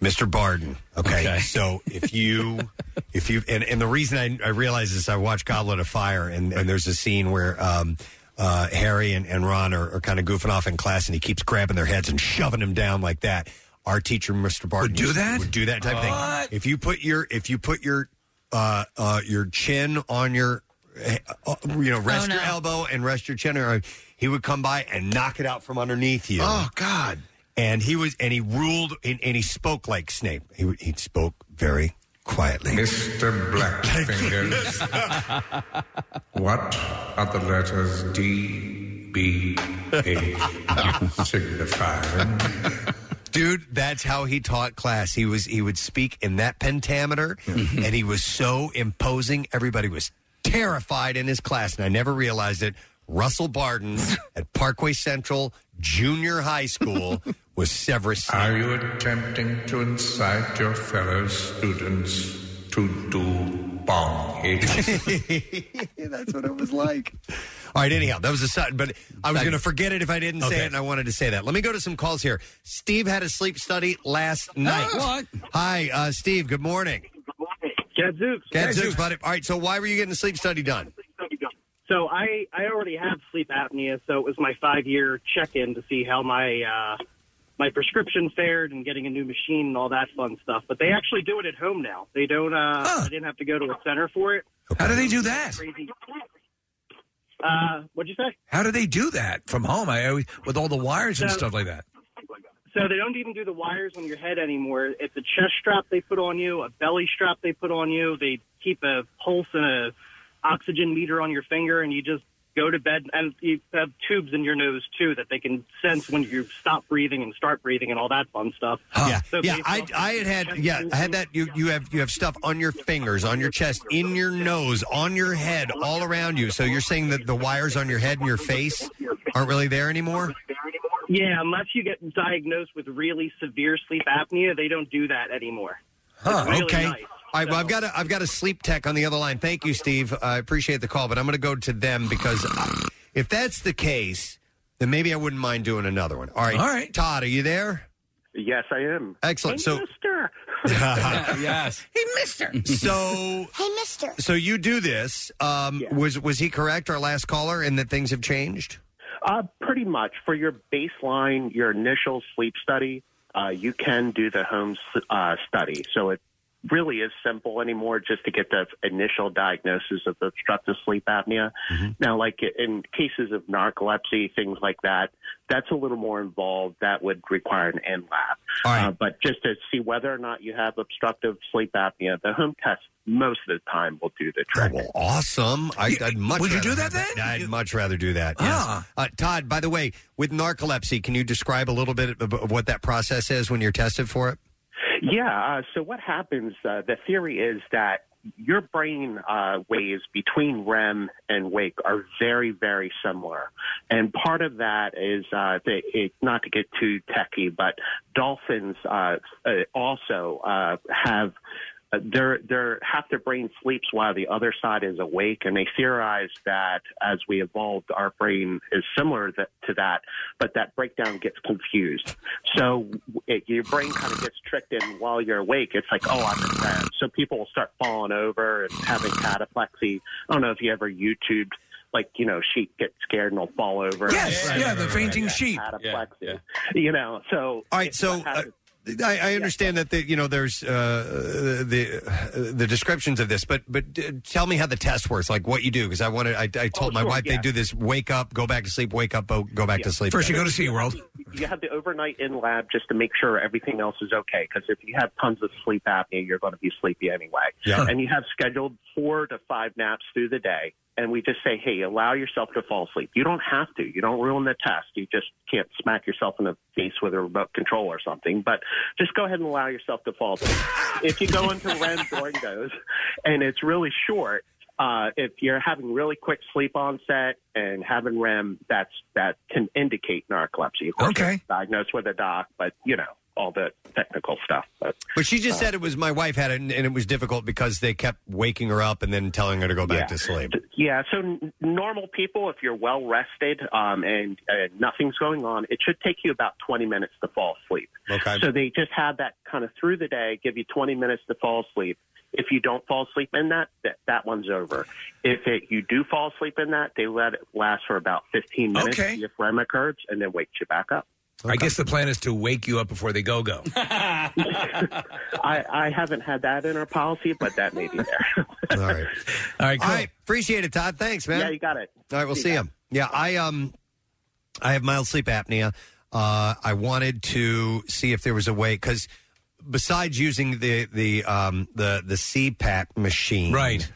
Speaker 3: Mr. Barden. Okay. So if you, if you, and, and the reason I, I realize this, I watched Goblet of Fire, and, and there's a scene where um, uh, Harry and, and Ron are, are kind of goofing off in class, and he keeps grabbing their heads and shoving them down like that. Our teacher, Mr. Barton,
Speaker 5: Would do
Speaker 3: used-
Speaker 5: that?
Speaker 3: Would do that type of
Speaker 5: What?
Speaker 3: thing. If you put your, if you put your, uh, uh, your chin on your, eh, uh, you know, rest
Speaker 5: Oh,
Speaker 3: your elbow and rest your chin. Or he would come by and knock it out from underneath you.
Speaker 5: Oh, God.
Speaker 3: And he was, and he ruled, and, and he spoke like Snape. He, would- he spoke very quietly.
Speaker 21: Mr.
Speaker 3: *laughs*
Speaker 21: Blackfingers. what are the letters D, B, H signifying?
Speaker 3: Dude, that's how he taught class. He was he would speak in that pentameter, and he was so imposing. Everybody was terrified in his class, and I never realized it. Russell Barden at Parkway Central Junior High School was Severus. Snape.
Speaker 21: Are you attempting to incite your fellow students to do
Speaker 3: *laughs*
Speaker 21: bong hitting?
Speaker 3: That's what it was like. All right, anyhow, that was a sudden, but I was going to forget it if I didn't say
Speaker 21: Okay.
Speaker 3: it, and I wanted to say that. Let me go to some calls here. Steve had a sleep study last night. *gasps*
Speaker 21: what?
Speaker 3: Hi, uh, Steve. Good morning.
Speaker 30: Gadzooks.
Speaker 3: Gadzooks,
Speaker 30: Gadzooks.
Speaker 3: buddy. All right, so why were you getting a sleep study done?
Speaker 30: So I, I already have sleep apnea, so it was my five year check in to see how my uh, my prescription fared and getting a new machine and all that fun stuff. But they actually do it at home now. They don't. Uh, I didn't have to go to a center for it.
Speaker 5: How do they do that?
Speaker 30: Crazy. Uh, what'd you say?
Speaker 5: How do they do that from home? I always with all the wires and
Speaker 30: So-
Speaker 5: stuff like that.
Speaker 30: So they don't even do the wires on your head anymore. It's a chest strap they put on you, a belly strap they put on you. They keep a pulse and a oxygen meter on your finger, and you just go to bed. And you have tubes in your nose too that they can sense when you stop breathing and start breathing and all that fun stuff.
Speaker 3: Yeah,
Speaker 30: So
Speaker 3: yeah.
Speaker 30: based
Speaker 3: I,
Speaker 30: off-
Speaker 3: I had had yeah, I had that. You you have you have stuff on your fingers, on your chest, in your nose, on your head, all around you. So you're saying that the wires on your head and your face aren't really there anymore?
Speaker 30: Yeah, unless you get diagnosed with really severe sleep apnea, they don't do that anymore.
Speaker 3: Huh,
Speaker 30: It's really
Speaker 3: okay.
Speaker 30: nice.
Speaker 3: All right, well, I've got a, I've got a sleep tech on the other line. Thank you, Steve. I appreciate the call, but I'm going to go to them because uh, if that's the case, then maybe I wouldn't mind doing another one. All right, all right. Todd, are you there?
Speaker 25: Yes, I am.
Speaker 3: Excellent.
Speaker 25: Hey,
Speaker 3: so, *laughs*
Speaker 25: yes.
Speaker 5: Hey, Mister.
Speaker 3: So,
Speaker 25: hey, Mister.
Speaker 3: so you do this. Um, Was was he correct, our last caller, in that things have changed?
Speaker 25: Uh, pretty much for your baseline, your initial sleep study, uh, you can do the home s- uh, study. So it really is simple anymore just to get that initial diagnosis of obstructive sleep apnea. Now, like in cases of narcolepsy, things like that, that's a little more involved. That would require an in lab. Uh, but just to see whether or not you have obstructive sleep apnea, the home test most of the time will do the trick.
Speaker 3: Awesome. I, I'd much
Speaker 25: would you
Speaker 3: rather
Speaker 25: do that Ah.
Speaker 3: have I'd much rather do that. Yes. Uh, Todd, by the way, with narcolepsy, can you describe a little bit of, of what that process is when you're tested for it?
Speaker 25: Yeah. Uh, so what happens? Uh, the theory is that your brain uh, waves between REM and wake are very, very similar. And part of that is uh, the, it, not to get too techy, but dolphins uh, uh, also uh, have. Uh, their their half their brain sleeps while the other side is awake, and they theorize that as we evolved, our brain is similar th- to that, but that breakdown gets confused. So it, your brain kind of gets tricked, and while you're awake, it's like, oh, I'm in REM. So people will start falling over and having cataplexy. I don't know if you ever YouTubed. Like you know, sheep get scared and they'll fall over.
Speaker 5: Yes,
Speaker 25: And-
Speaker 5: yeah,
Speaker 25: and
Speaker 5: the fainting sheep.
Speaker 25: Cataplexy. *laughs* You know, so
Speaker 3: All right, so uh, I, I understand that the, you know there's uh, the uh, the descriptions of this, but but uh, tell me how the test works, like what you do, because I wanted. I, I told my
Speaker 25: Oh, sure,
Speaker 3: wife
Speaker 25: yeah.
Speaker 3: they do this: wake up, go back to sleep, wake up, bo- go back to sleep.
Speaker 25: First you go to
Speaker 5: SeaWorld.
Speaker 25: you have the overnight in lab just to make sure everything else is okay. Because if you have tons of sleep apnea, you're going to be sleepy anyway.
Speaker 31: Yeah.
Speaker 25: And you have scheduled four to five naps through the day. And we just say, hey, allow yourself to fall asleep. You don't have to. You don't ruin the test. You just can't smack yourself in the face with a remote control or something. But just go ahead and allow yourself to fall asleep. if you go into REM during those, and it's really short, uh, if you're having really quick sleep onset and having REM, that's that can indicate narcolepsy. Of course,
Speaker 5: okay,
Speaker 25: diagnosed with a doc, but you know all the technical stuff. But
Speaker 3: But she
Speaker 25: Uh,
Speaker 3: just said it was my wife had it, and, and it was difficult because they kept waking her up and then telling her to go back to sleep.
Speaker 25: yeah, so n- normal people, if you're well rested um, and uh, nothing's going on, it should take you about 20 minutes to fall asleep.
Speaker 3: Okay.
Speaker 25: So they just have that kind of through the day, give you 20 minutes to fall asleep. If you don't fall asleep in that, that, that one's over. If it, you do fall asleep in that, they let it last for about 15 minutes,
Speaker 5: Okay.
Speaker 25: see if REM occurs, and then wakes you back
Speaker 3: *laughs*
Speaker 25: up.
Speaker 5: I guess the plan is to wake you up before they go go.
Speaker 25: I, I haven't had that in our policy, but that may be
Speaker 3: *laughs*
Speaker 25: there.
Speaker 3: All right.
Speaker 5: All right.
Speaker 3: All right. Appreciate it, Todd. Thanks, man.
Speaker 25: Yeah, you got it.
Speaker 3: All right, we'll see him. Yeah, I um, I have mild sleep apnea. Uh, I wanted to see if there was a way because besides using the the um the the CPAP machine,
Speaker 5: Right.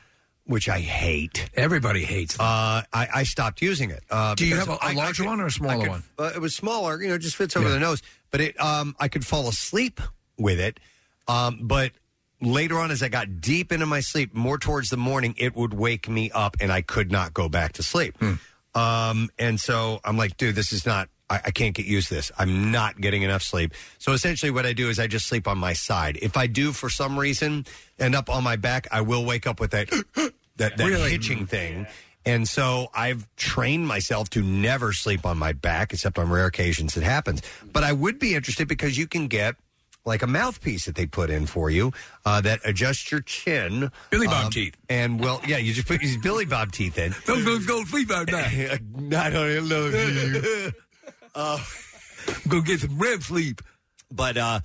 Speaker 3: which I hate.
Speaker 5: *laughs* Everybody hates.
Speaker 3: Uh, I, I stopped using it. Uh,
Speaker 5: Do you
Speaker 3: because
Speaker 5: have a,
Speaker 3: I-
Speaker 5: a
Speaker 3: I
Speaker 5: larger
Speaker 3: could-
Speaker 5: one or a smaller
Speaker 3: I could-
Speaker 5: one?
Speaker 3: Uh, it was smaller, you know, it just fits over the nose. But it, um, I could fall asleep with it. Um, but later on, as I got deep into my sleep, more towards the morning, it would wake me up, and I could not go back to sleep.
Speaker 12: Hmm.
Speaker 3: Um, and so I'm like, dude, this is not. I, I can't get used to this. I'm not getting enough sleep. So essentially, what I do is I just sleep on my side. If I do, for some reason, end up on my back, I will wake up with that *gasps* that, that hitching thing. And so I've trained myself to never sleep on my back, except on rare occasions it happens. But I would be interested because you can get like a mouthpiece that they put in for you uh, that adjusts your chin. Billy Bob teeth. And well, yeah, you just put these Billy Bob teeth in.
Speaker 5: Those those gold sleep out
Speaker 3: there. *laughs* I don't love you. *laughs* uh,
Speaker 5: Go get some REM sleep.
Speaker 3: But uh,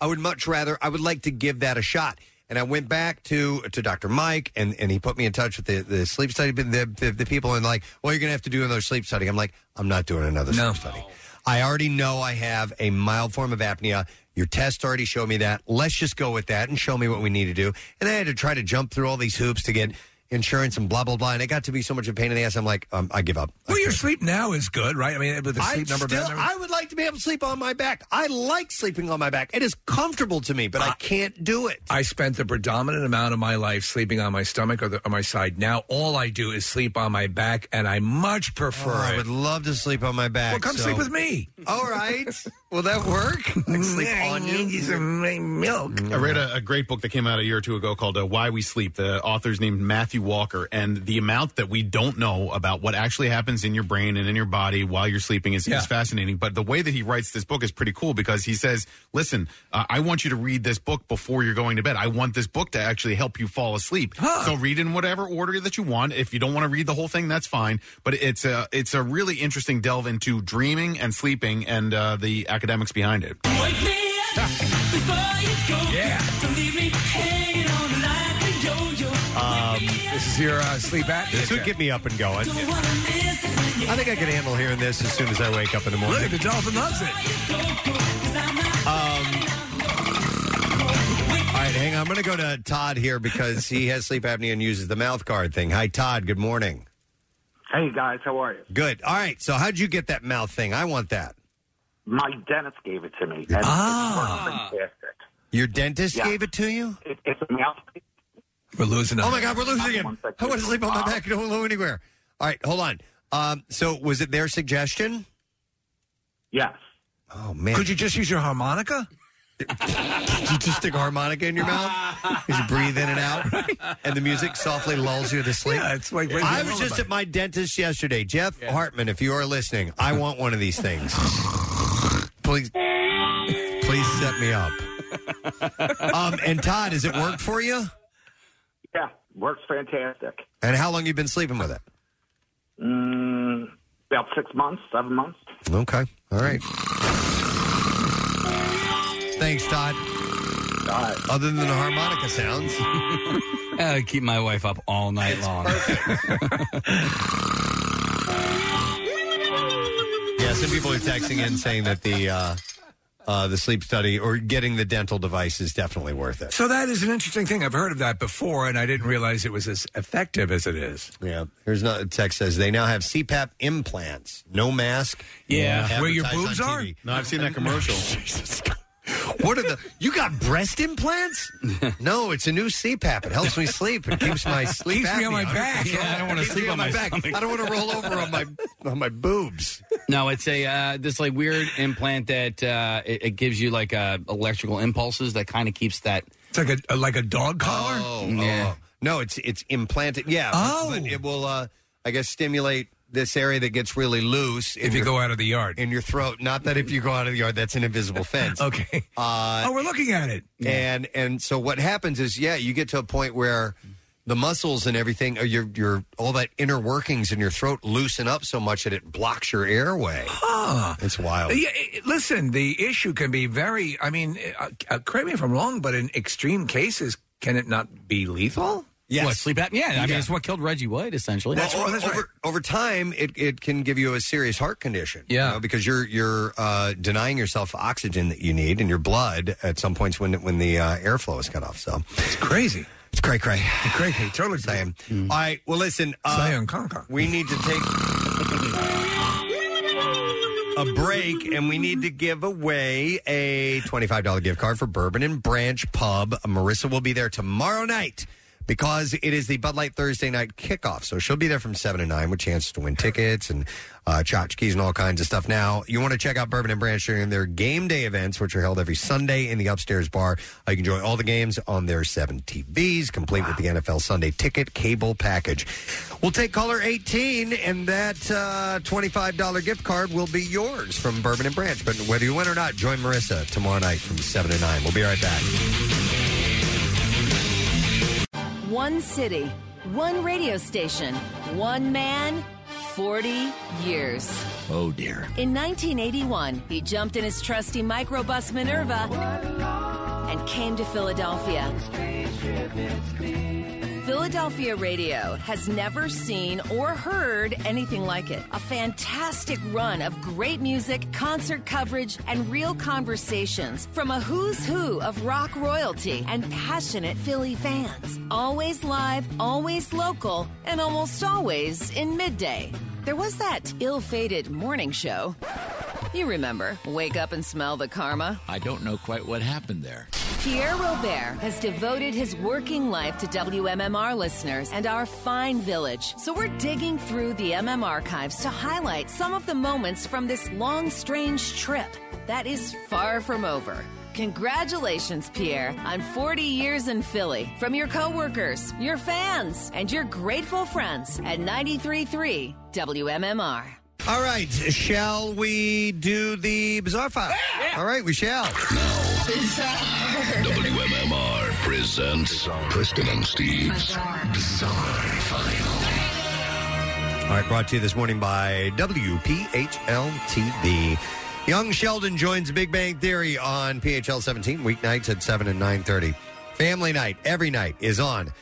Speaker 3: I would much rather. I would like to give that a shot. And I went back to to Dr. Mike, and, and he put me in touch with the, the sleep study the, the, the people, and like, well, you're gonna have to do another sleep study. I'm like, I'm not doing another sleep study. I already know I have a mild form of apnea. Your test already showed me that. Let's just go with that and show me what we need to do. And I had to try to jump through all these hoops to get insurance and blah blah blah. And it got to be so much of a pain in the ass. I'm like, um, I give up.
Speaker 5: Well, your sleep now is good, right? I mean, with the
Speaker 3: I'm
Speaker 5: sleep number.
Speaker 3: still-
Speaker 5: bed and everything.
Speaker 3: I would like to be able to sleep on my back. I like sleeping on my back. It is comfortable to me, but I can't do it.
Speaker 5: I spent the predominant amount of my life sleeping on my stomach or the, on my side. Now all I do is sleep on my back, and I much prefer.
Speaker 3: Oh, I
Speaker 5: it.
Speaker 3: would love to sleep on my back.
Speaker 5: Well, come
Speaker 3: so-
Speaker 5: sleep with me.
Speaker 3: All right. Will
Speaker 12: *laughs*
Speaker 3: that work? I sleep on you.
Speaker 5: milk.
Speaker 6: I read a, a great book that came out a year or two ago called uh, Why We Sleep. The author's named Matthew Walker, and the amount that we don't know about what actually happens in your brain and in your body while you're sleeping is, is fascinating. But the way that he writes this book is pretty cool because he says, "Listen, uh, I want you to read this book before you're going to bed. I want this book to actually help you fall asleep. So read in whatever order that you want. If you don't want to read the whole thing, that's fine. But it's a it's a really interesting delve into dreaming and sleeping and uh, the academics behind it."
Speaker 12: Wake me up before you go. Yeah. Don't leave me hanging on like a yo-yo.
Speaker 3: Um,
Speaker 5: this is your uh, sleep apnea.
Speaker 3: This would get me up and going.
Speaker 12: Don't wanna miss it when you
Speaker 3: I think I could handle hearing this as soon as I wake up in the morning.
Speaker 5: Look, the dolphin loves it.
Speaker 12: go, go, 'cause I'm not
Speaker 3: Um, All right, hang on. I'm going to go to Todd here because he has sleep apnea and uses the mouth guard thing. Hi, Todd. Good morning.
Speaker 1: Hey guys, how are you?
Speaker 3: Good. All right. So, how'd you get that mouth thing? I want that.
Speaker 1: My dentist gave it to me, and
Speaker 3: Ah.
Speaker 1: it's worked fantastic.
Speaker 3: Your dentist
Speaker 1: Yeah.
Speaker 3: gave it to you?
Speaker 1: It, it's a mouth.
Speaker 5: We're losing.
Speaker 3: Oh my God, we're losing him. I want to sleep on my back. I don't go anywhere. All right, hold on. Um, so was it their suggestion?
Speaker 23: Yes.
Speaker 3: Oh man,
Speaker 5: Could you just use your harmonica?
Speaker 3: Did you just stick a harmonica in your mouth? As you breathe in and out, and the music softly lulls you to sleep.
Speaker 5: Yeah, it's like raising
Speaker 3: I
Speaker 5: a
Speaker 3: was
Speaker 5: lullaby.
Speaker 3: just at my dentist yesterday. Jeff Hartman, if you are listening, I want one of these things. please, please set me up. Um, and Todd, has it worked for you?
Speaker 23: Yeah, works fantastic.
Speaker 3: And how long you been sleeping with it?
Speaker 23: Mm, about six months, seven months.
Speaker 3: Okay. All right. Thanks, Todd. Other than the harmonica sounds.
Speaker 9: *laughs* I keep my wife up all night long.
Speaker 3: Yeah, some people are texting in saying that the uh, uh, the sleep study or getting the dental device is definitely worth it.
Speaker 5: So that is an interesting thing. I've heard of that before, and I didn't realize it was as effective as it is.
Speaker 3: Yeah. Here's another text says they now have CPAP implants, no mask.
Speaker 5: Yeah.
Speaker 3: no
Speaker 5: Where your
Speaker 3: advertised
Speaker 5: boobs
Speaker 3: on
Speaker 5: are?
Speaker 3: TV.
Speaker 5: No, I've seen that commercial.
Speaker 3: Jesus. What are the? You got breast implants? *laughs* No, it's a new CPAP. It helps me sleep. It keeps
Speaker 5: *laughs*
Speaker 3: my sleep.
Speaker 5: Keeps me
Speaker 3: apnea
Speaker 5: on my
Speaker 3: under *laughs*
Speaker 5: back.
Speaker 3: control.
Speaker 5: Yeah, I don't wanna
Speaker 3: Keeps
Speaker 5: sleep
Speaker 3: me
Speaker 5: on my stomach.
Speaker 3: I don't want to roll over on my on my boobs.
Speaker 9: *laughs* No, it's a uh, this like weird implant that uh, it, it gives you like uh, electrical impulses that kind of keeps that.
Speaker 5: It's like a like a dog collar.
Speaker 3: Oh,
Speaker 9: yeah.
Speaker 3: oh. no, it's it's implanted. Yeah. but-
Speaker 5: Oh.
Speaker 3: but it will, uh, I guess, stimulate this area that gets really loose in
Speaker 5: If you
Speaker 3: your-
Speaker 5: go out of the yard.
Speaker 3: in your throat. Not that if you go out of the yard, that's an
Speaker 5: *laughs*
Speaker 3: invisible fence.
Speaker 5: okay.
Speaker 3: Uh,
Speaker 5: oh, we're looking at it.
Speaker 3: and and so what happens is, yeah, you get to a point where the muscles and everything, or your your all that inner workings in your throat loosen up so much that it blocks your airway.
Speaker 5: Huh.
Speaker 3: It's wild.
Speaker 5: Yeah, i- i- listen, the issue can be very. I mean, uh, uh, correct me if I'm wrong, but in extreme cases, can it not be lethal?
Speaker 3: Yes.
Speaker 9: What, sleep apnea? Yeah, I mean,
Speaker 3: Yeah.
Speaker 9: it's what killed Reggie White, essentially.
Speaker 3: Well, o- over, over time, it, it can give you a serious heart condition. you
Speaker 9: Yeah.
Speaker 3: know, because you're you're uh, denying yourself oxygen that you need in your blood at some points when when the uh, airflow is cut off. So
Speaker 5: it's crazy.
Speaker 3: It's cray cray.
Speaker 5: Cray cray. Totally same.
Speaker 3: All right. Well, listen. Uh, we need to take a break, and we need to give away a twenty-five dollar gift card for Bourbon and Branch Pub. Marissa will be there tomorrow night because it is the Bud Light Thursday night kickoff. So she'll be there from seven to nine with chances to win tickets and uh, tchotchkes and all kinds of stuff. Now you want to check out Bourbon and Branch during their game day events, which are held every Sunday in the upstairs bar. Uh, you can enjoy all the games on their seven TVs, complete with the NFL Sunday ticket cable package. We'll take caller 18, and that uh, $25 gift card will be yours from Bourbon and Branch. But whether you win or not, join Marissa tomorrow night from 7 to 9. We'll be right back.
Speaker 2: One city, one radio station, one man, 40 years.
Speaker 15: Oh dear.
Speaker 2: In 1981, he jumped in his trusty microbus Minerva and came to Philadelphia. Philadelphia radio has never seen or heard anything like it. A fantastic run of great music, concert coverage, and real conversations from a who's who of rock royalty and passionate Philly fans. Always live, always local, and almost always in midday. There was that ill fated morning show. You remember, wake up and smell the karma.
Speaker 15: I don't know quite what happened there.
Speaker 2: Pierre Robert has devoted his working life to WMMR listeners and our fine village. So we're digging through the MM archives to highlight some of the moments from this long, strange trip that is far from over. Congratulations, Pierre, on 40 years in Philly. From your coworkers, your fans, and your grateful friends at 93.3 WMMR.
Speaker 3: All right. Shall we do the bizarre file? All right, we shall.
Speaker 29: WMMR presents Preston and Steve's Bizarre File.
Speaker 3: All right, brought to you this morning by WPHL TV. Young Sheldon joins Big Bang Theory on PHL 17 weeknights at 7 and 9:30. Family night every night is on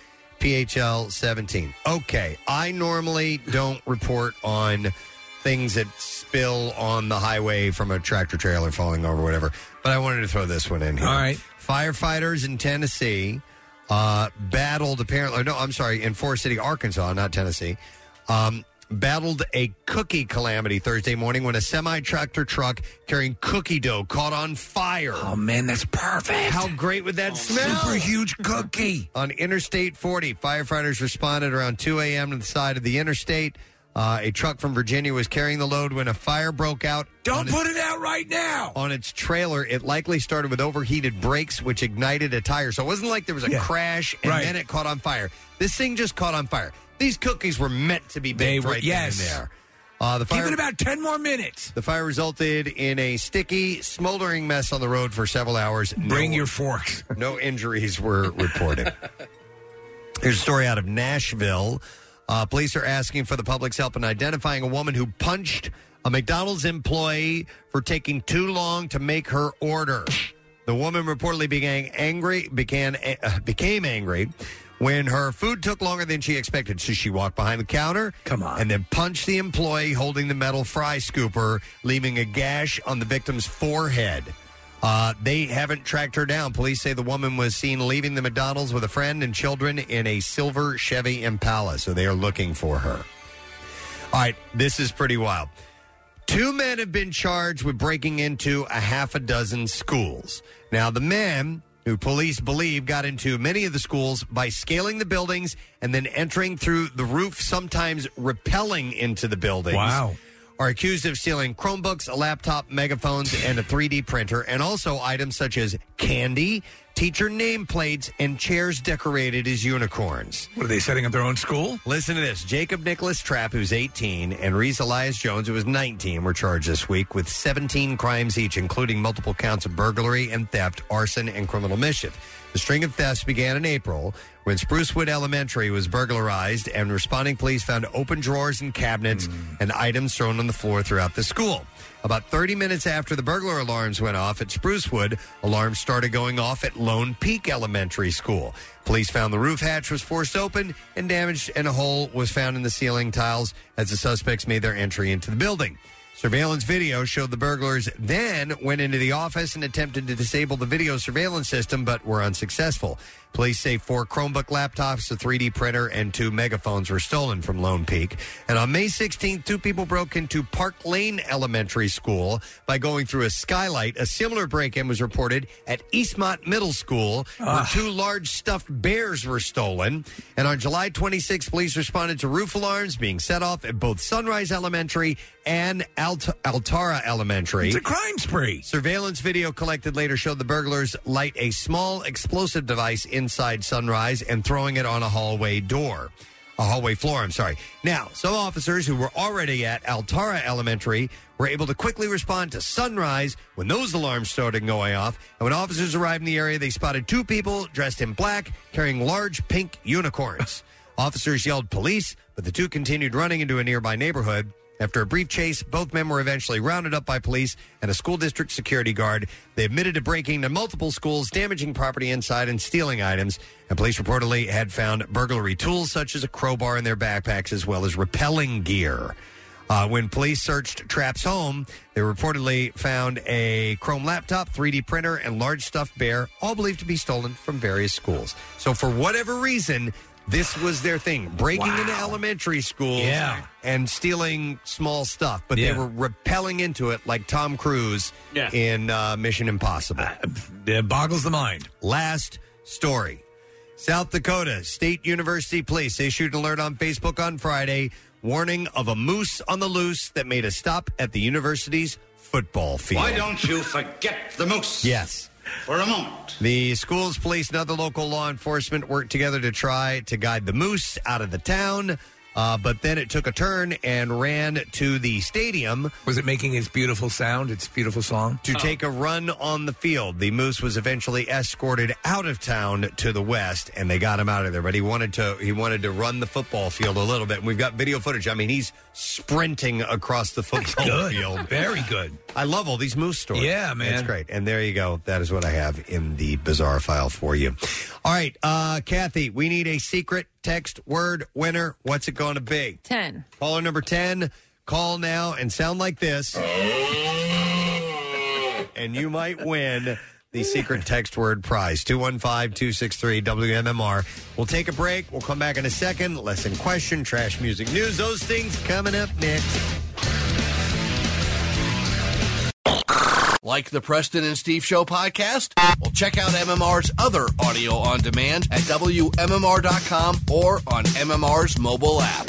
Speaker 3: PHL 17. Okay, I normally don't report on things that spill on the highway from a tractor trailer falling over whatever, but I wanted to throw this one in here. All right. Firefighters in Tennessee uh, battled apparently. No, I'm sorry, in Forest City, Arkansas, not Tennessee. Um, battled a cookie calamity Thursday morning when a semi tractor truck carrying cookie dough caught on fire. Oh,
Speaker 5: man, that's perfect.
Speaker 3: How great would that smell?
Speaker 5: Super huge cookie.
Speaker 3: on Interstate 40, firefighters responded around 2 a.m. to the side of the interstate. Uh, a truck from Virginia was carrying the load when a fire broke out.
Speaker 5: Don't
Speaker 3: on
Speaker 5: put
Speaker 3: its-
Speaker 5: it out right now.
Speaker 3: on its trailer, it likely started with overheated brakes, which ignited a tire. So it wasn't like there was a
Speaker 5: Yeah.
Speaker 3: crash and
Speaker 5: Right.
Speaker 3: then it caught on fire. This thing just caught on fire. These cookies were meant to be baked
Speaker 5: They were-
Speaker 3: right
Speaker 5: yes.
Speaker 3: then and there. Uh, the
Speaker 5: Give
Speaker 3: fire,
Speaker 5: it about 10 more minutes.
Speaker 3: the fire resulted in a sticky, smoldering mess on the road for several hours.
Speaker 5: Bring
Speaker 3: No-
Speaker 5: your forks.
Speaker 3: No injuries were
Speaker 5: *laughs*
Speaker 3: reported. Here's a story out of Nashville. Uh, police are asking for the public's help in identifying a woman who punched a McDonald's employee for taking too long to make her order. The woman reportedly began angry, began uh, became angry when her food took longer than she expected. So she walked behind the counter, come on, and then punched the employee holding the metal fry scooper, leaving a gash on the victim's forehead. Uh, they haven't tracked her down. Police say the woman was seen leaving the McDonald's with a friend and children in a silver Chevy Impala, so they are looking for her. All right, this is pretty wild. Two men have been charged with breaking into a half a dozen schools. Now, the men who police believe got into many of the schools by scaling the buildings and then entering through the roof, sometimes rappelling into the buildings.
Speaker 5: Wow.
Speaker 3: Are accused of stealing Chromebooks, a laptop, megaphones, and a 3D printer, and also items such as candy, teacher nameplates, and chairs decorated as unicorns.
Speaker 5: What are they setting up their own school?
Speaker 3: Listen to this. Jacob Nicholas Trapp, who's 18, and Reese Elias Jones, who was 19, were charged this week with 17 crimes each, including multiple counts of burglary and theft, arson, and criminal mischief. The string of thefts began in April when Sprucewood Elementary was burglarized, and responding police found open drawers and cabinets and items thrown on the floor throughout the school. About 30 minutes after the burglar alarms went off at Sprucewood, alarms started going off at Lone Peak Elementary School. Police found the roof hatch was forced open and damaged, and a hole was found in the ceiling tiles as the suspects made their entry into the building. Surveillance video showed the burglars then went into the office and attempted to disable the video surveillance system, but were unsuccessful. Police say four Chromebook laptops, a 3D printer, and two megaphones were stolen from Lone Peak. And on May 16th, two people broke into Park Lane Elementary School by going through a skylight. A similar break in was reported at Eastmont Middle School, where two large stuffed bears were stolen. And on July 26th, police responded to roof alarms being set off at both Sunrise Elementary and Alt- Altara Elementary.
Speaker 5: It's a crime spree.
Speaker 3: Surveillance video collected later showed the burglars light a small explosive device inside Sunrise and throwing it on a hallway door. A hallway floor, I'm sorry. Now, some officers who were already at Altara Elementary were able to quickly respond to Sunrise when those alarms started going off. And when officers arrived in the area, they spotted two people dressed in black carrying large pink
Speaker 5: *laughs*
Speaker 3: unicorns. Officers yelled police, but the two continued running into a nearby neighborhood. After a brief chase, both men were eventually rounded up by police and a school district security guard. They admitted to breaking into multiple schools, damaging property inside, and stealing items. And police reportedly had found burglary tools such as a crowbar in their backpacks, as well as repelling gear. Uh, when police searched Trapp's home, they reportedly found a Chrome laptop, 3D printer, and large stuffed bear, all believed to be stolen from various schools. So, for whatever reason, this was their thing breaking into elementary schools
Speaker 5: Yeah.
Speaker 3: and stealing small stuff, but
Speaker 5: Yeah.
Speaker 3: they were rappelling into it like Tom Cruise
Speaker 5: Yeah. Uh,
Speaker 3: in uh, Mission Impossible.
Speaker 5: It boggles the mind.
Speaker 3: Last story. South Dakota State University Police issued an alert on Facebook on Friday warning of a moose on the loose that made a stop at the university's football field.
Speaker 12: Why don't you forget the moose
Speaker 3: Yes.
Speaker 12: for a moment?
Speaker 3: The schools, police, and other local law enforcement worked together to try to guide the moose out of the town. Uh, but then it took a turn and ran to the stadium.
Speaker 5: Was it making its beautiful sound, its beautiful song?
Speaker 3: To take a run on the field. The moose was eventually escorted out of town to the west, and they got him out of there. But he wanted to he wanted to run the football field a little bit. And we've got video footage. I mean, he's sprinting across the football
Speaker 5: Good.
Speaker 3: field.
Speaker 5: Very good.
Speaker 3: I love all these moose stories.
Speaker 5: Yeah, man.
Speaker 3: That's great. And there you go. That is what I have in the bizarre file for you. All right, uh, Kathy, we need a secret text word winner. What's it going to be?
Speaker 8: 10.
Speaker 3: Caller number 10, call now and sound like this. and you might win the secret text word prize 215 263 WMMR. We'll take a break. We'll come back in a second. Lesson question, trash music news, those things coming up next.
Speaker 7: Like the Preston and Steve Show podcast? Well, check out MMR's other audio on demand at WMMR.com or on MMR's mobile app.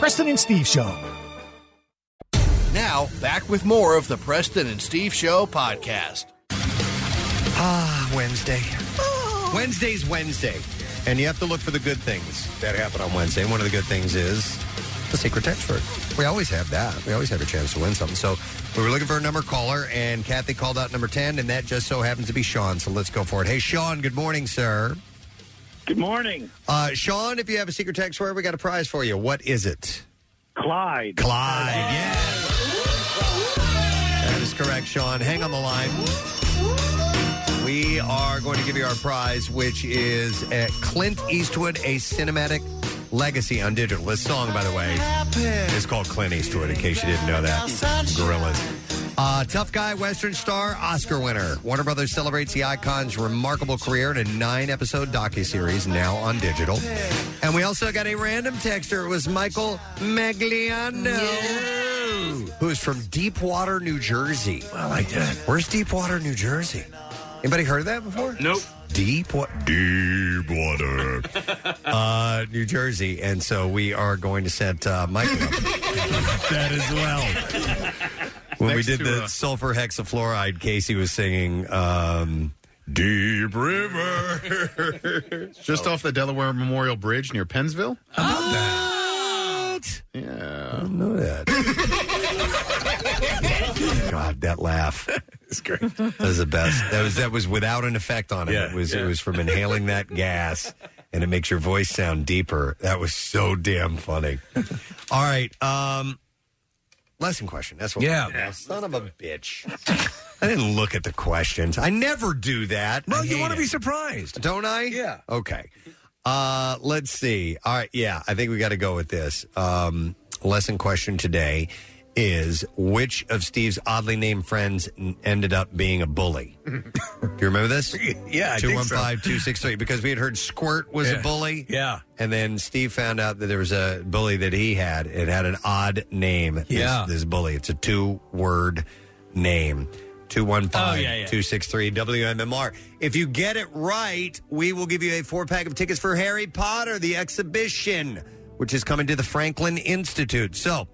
Speaker 11: Preston and Steve Show.
Speaker 7: Now, back with more of the Preston and Steve Show podcast.
Speaker 3: Ah, Wednesday.
Speaker 7: Ah.
Speaker 3: Wednesday's Wednesday. And you have to look for the good things that happen on Wednesday. One of the good things is the secret text word. We always have that. We always have a chance to win something. So we were looking for a number caller, and Kathy called out number 10, and that just so happens to be Sean. So let's go for it. Hey, Sean, good morning, sir.
Speaker 32: Good morning.
Speaker 3: Uh, Sean, if you have a secret text word, we got a prize for you. What is it?
Speaker 32: Clyde.
Speaker 3: Clyde, yes. That is correct, Sean. Hang on the line. We are going to give you our prize, which is uh, Clint Eastwood, a cinematic legacy on digital. This song, by the way, is called Clint Eastwood, in case you didn't know that. Gorillas. Uh, tough guy, Western star, Oscar winner. Warner Brothers celebrates the icon's remarkable career in a nine episode docuseries now on digital. And we also got a random texter. It was Michael Magliano, who is from Deepwater, New Jersey. I like that. Where's Deepwater, New Jersey? Anybody heard of that before?
Speaker 32: Nope.
Speaker 3: Deep what? Deep water, uh, New Jersey, and so we are going to set uh, Michael up that as *laughs* well. when
Speaker 12: Next
Speaker 3: we did
Speaker 12: to,
Speaker 3: the
Speaker 12: uh,
Speaker 3: sulfur hexafluoride. Casey was singing um, "Deep River."
Speaker 6: Just off the Delaware Memorial Bridge near Pennsville. Yeah. I
Speaker 3: don't
Speaker 12: *laughs*
Speaker 3: know that. God,
Speaker 12: *laughs*
Speaker 3: that laugh. It's great. That was the best. That was that was without an effect on it. it was it was from inhaling that
Speaker 12: *laughs*
Speaker 3: gas and it makes your voice sound deeper. That was so damn funny. All right. Um lesson question. That's what
Speaker 12: Yeah.
Speaker 3: Now, son of a *laughs* bitch. I didn't look at the questions. I never do that.
Speaker 12: Well, you
Speaker 3: want
Speaker 12: wanna
Speaker 3: to
Speaker 12: be
Speaker 3: surprised. Don't I? Yeah. Okay. Uh let's see. All right, yeah, I think we got to go with this. Um lesson question today is which of Steve's oddly named friends n- ended up being a bully? Do you remember this?
Speaker 5: *laughs* Yeah, I
Speaker 3: two
Speaker 5: think
Speaker 3: one
Speaker 5: so.
Speaker 3: five two six three. Because we had heard Squirt was
Speaker 5: Yeah.
Speaker 3: a bully.
Speaker 5: Yeah.
Speaker 3: and then Steve found out that there was a bully that he had. It had an odd name. this-
Speaker 12: Yeah.
Speaker 3: this, bully. It's a two word name.
Speaker 5: Oh,
Speaker 3: 215-263 WMMR. If you get it right, we will give you a four pack of tickets for Harry Potter the exhibition, which is coming to the Franklin Institute. So.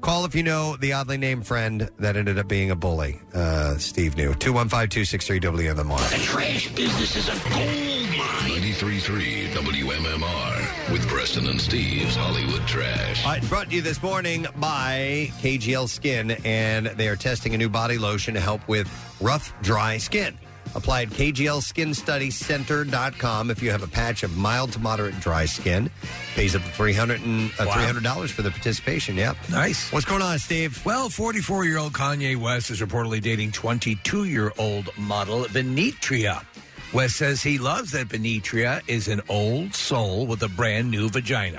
Speaker 3: Call if you know the oddly named friend that ended up being a bully. Uh, Steve knew. 215-263 WMMR.
Speaker 29: Trash business is a gold mine. 93.3 WMMR with Preston and Steve's Hollywood Trash.
Speaker 3: All right, brought to you this morning by KGL Skin, and they are testing a new body lotion to help with rough, dry skin. Apply at KGLSkinStudyCenter.com if you have a patch of mild to moderate dry skin. Pays up to $300, and, uh,
Speaker 5: Wow.
Speaker 3: $300 for the participation. Yeah.
Speaker 5: Nice.
Speaker 3: What's going on, Steve?
Speaker 5: Well, 44 year old Kanye West is reportedly dating 22 year old model Benitria. West says he loves that Benitria is an old soul with a brand new vagina.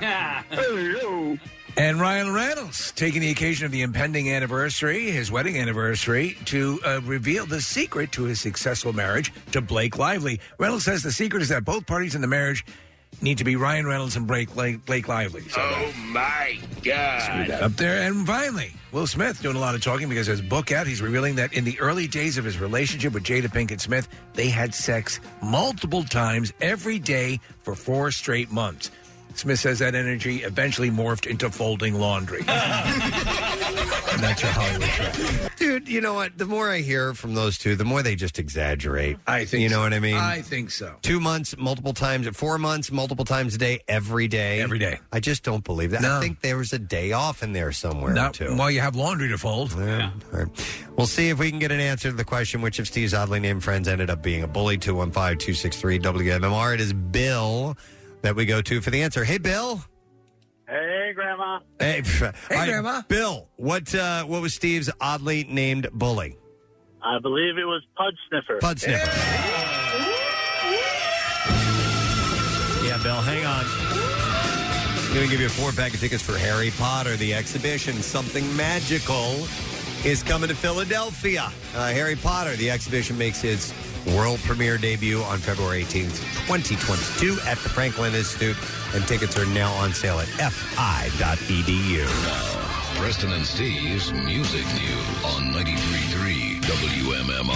Speaker 32: *laughs* Hello.
Speaker 5: And Ryan Reynolds taking the occasion of the impending anniversary, his wedding anniversary, to uh, reveal the secret to his successful marriage to Blake Lively. Reynolds says the secret is that both parties in the marriage need to be Ryan Reynolds and Blake, Blake, Blake Lively. So
Speaker 29: Oh my
Speaker 5: Screw that
Speaker 29: God.
Speaker 5: up there. And finally, Will Smith doing a lot of talking because his book out, he's revealing that in the early days of his relationship with Jada Pinkett Smith, they had sex multiple times every day for four straight months. Smith says that energy eventually morphed into folding laundry.
Speaker 3: And that's your Hollywood trash. Dude, you know what? The more I hear from those two, the more they just exaggerate. I
Speaker 5: think
Speaker 3: You know
Speaker 5: so.
Speaker 3: what I mean?
Speaker 5: I think so.
Speaker 3: Two months, multiple times, four months, multiple times a day, every day. Every day. I just don't believe that. I think there was a day off in there somewhere,
Speaker 5: Not
Speaker 3: too.
Speaker 5: while you have laundry to fold.
Speaker 3: All right. We'll see if we can get an answer to the question which of Steve's oddly named friends ended up being a bully. 215 263 WMMR. It is Bill that we go to for the answer. Hey, Bill.
Speaker 32: Hey, Grandma.
Speaker 3: *laughs* Hey, hey
Speaker 32: Grandma.
Speaker 3: Bill, what uh, what was Steve's oddly named bully?
Speaker 32: I believe it was Pud Sniffer.
Speaker 3: Pud Sniffer. Yeah, Bill, hang on. I'm going to give you a four pack of tickets for Harry Potter, the exhibition. Something magical is coming to Philadelphia. Uh, Harry Potter, the exhibition makes its world premiere debut on February 18th, 2022 at the Franklin Institute, and tickets are now on sale at E fi.edu.
Speaker 29: Preston and Steve's Music News on 93.3 WMMR.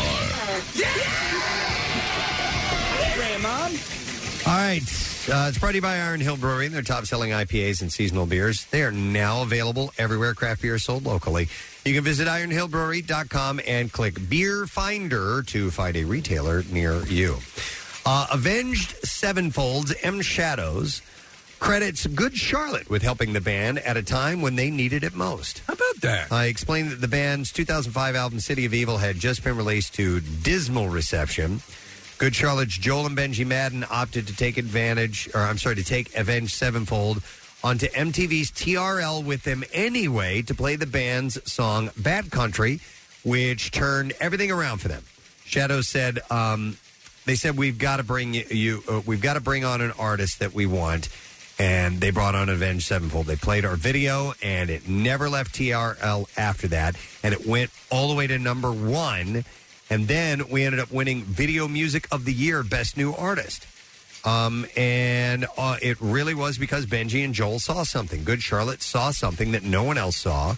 Speaker 14: Grandma.
Speaker 3: All right. Uh, it's brought to you by Iron Hill Brewery and their top selling IPAs and seasonal beers. They are now available everywhere craft beer is sold locally. You can visit ironhillbrewery.com and click Beer Finder to find a retailer near you. Uh, Avenged Sevenfold's M Shadows credits Good Charlotte with helping the band at a time when they needed it most. How
Speaker 5: about that?
Speaker 3: I explained that the band's 2005 album City of Evil had just been released to dismal reception. Good Charlotte's Joel and Benji Madden opted to take advantage, or I'm sorry, to take Avenged Sevenfold onto MTV's TRL with them anyway to play the band's song Bad Country, which turned everything around for them. Shadow said, um, they said we've got to bring you, you uh, we've got to bring on an artist that we want and they brought on avenged sevenfold they played our video and it never left trl after that and it went all the way to number one and then we ended up winning video music of the year best new artist um, and uh, it really was because benji and joel saw something good charlotte saw something that no one else saw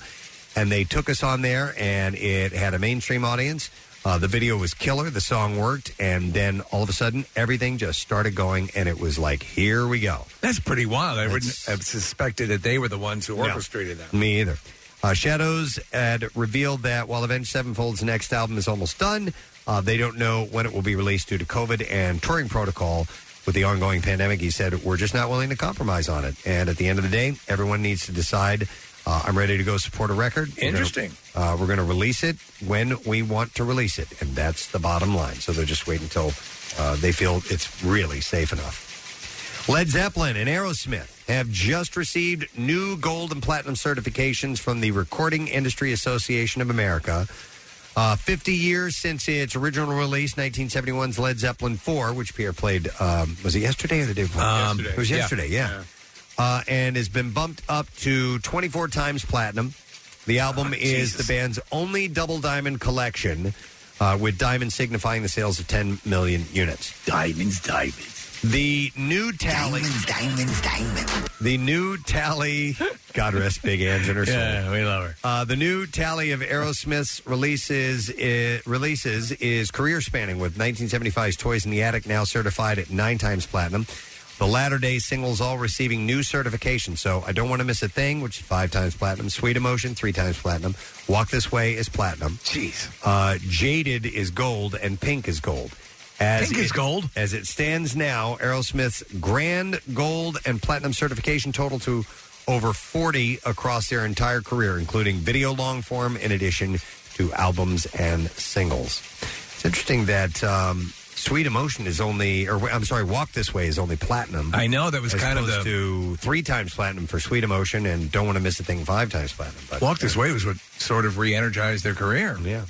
Speaker 3: and they took us on there and it had a mainstream audience uh, the video was killer the song worked and then all of a sudden everything just started going and it was like here we go
Speaker 5: That's pretty wild. I wouldn't have suspected that they were the ones who
Speaker 3: No.
Speaker 5: orchestrated that.
Speaker 3: Me either. Uh, Shadows had revealed that while Avenged Sevenfold's next album is almost done, uh, they don't know when it will be released due to COVID and touring protocol. With the ongoing pandemic, he said, We're just not willing to compromise on it. And at the end of the day, everyone needs to decide. Uh, I'm ready to go support a record. We're gonna-
Speaker 5: Interesting.
Speaker 3: uh, we're going to release it when we want to release it. And that's the bottom line. So they're just waiting until uh, they feel it's really safe enough. Led Zeppelin and Aerosmith have just received new gold and platinum certifications from the Recording Industry Association of America. Uh, 50 years since its original release, 1971's Led Zeppelin 4, which Pierre played, um, was it yesterday or the day before?
Speaker 5: Um, Yesterday.
Speaker 3: It was
Speaker 5: Yeah.
Speaker 3: yesterday, yeah. Uh, and has been bumped up to 24 times platinum. The album is the band's only double diamond collection, uh, with diamond signifying the sales of 10 million units. Diamonds, diamonds. The new tally. Diamonds, diamonds, diamonds. The new tally. God rest Big Ange and her soul.
Speaker 14: Yeah, we love her.
Speaker 3: Uh, the new tally of Aerosmith's releases i releases is career spanning, with 1975's Toys in the Attic now certified at nine times platinum. The latter day singles all receiving new certification. So I don't want to miss a thing, which is five times platinum. Sweet Emotion, three times platinum. Walk This Way is platinum. Jeez. Uh, Jaded is gold, and Pink is gold. As
Speaker 5: Pink is
Speaker 3: it- gold. As it stands now, Aerosmith's grand gold and platinum certification total to over 40 across their entire career, including video long form in addition to albums and singles. It's interesting that um, Sweet Emotion is only, or I'm sorry, Walk This Way is only platinum.
Speaker 5: I know, that was
Speaker 3: as
Speaker 5: kind of
Speaker 3: opposed
Speaker 5: the-
Speaker 3: to three times platinum for Sweet Emotion and Don't Want to Miss a Thing five times platinum. But uh,
Speaker 5: Walk This Way was what sort of re energized their career.
Speaker 3: Yeah.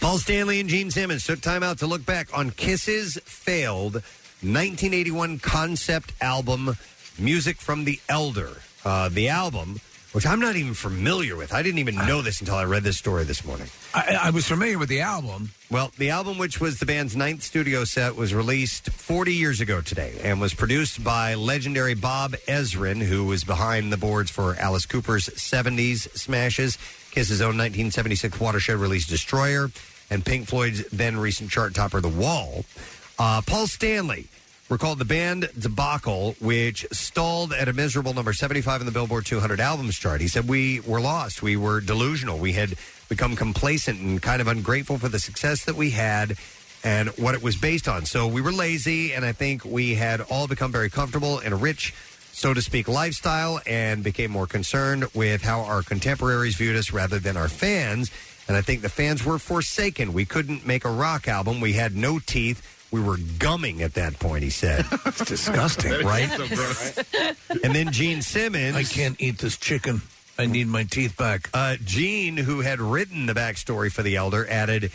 Speaker 3: Paul Stanley and Gene Simmons took time out to look back on Kiss's failed 1981 concept album, Music from the Elder. Uh, the album, which I'm not even familiar with. I didn't even know this until I read this story this morning.
Speaker 5: I, I was familiar with the album.
Speaker 3: Well, the album, which was the band's ninth studio set, was released 40 years ago today and was produced by legendary Bob Ezrin, who was behind the boards for Alice Cooper's 70s smashes, Kiss's own 1976 watershed release Destroyer, and Pink Floyd's then recent chart topper The Wall. Uh, Paul Stanley were called the band debacle, which stalled at a miserable number 75 in the Billboard 200 albums chart. He said, We were lost. We were delusional. We had become complacent and kind of ungrateful for the success that we had and what it was based on. So we were lazy, and I think we had all become very comfortable in a rich, so to speak, lifestyle and became more concerned with how our contemporaries viewed us rather than our fans. And I think the fans were forsaken. We couldn't make a rock album, we had no teeth. We were gumming at that point, he said. It's
Speaker 12: *laughs*
Speaker 3: disgusting, right? and then Gene Simmons. I can't eat this chicken. I need my teeth back. Uh, Gene, who had written the backstory for The Elder, added,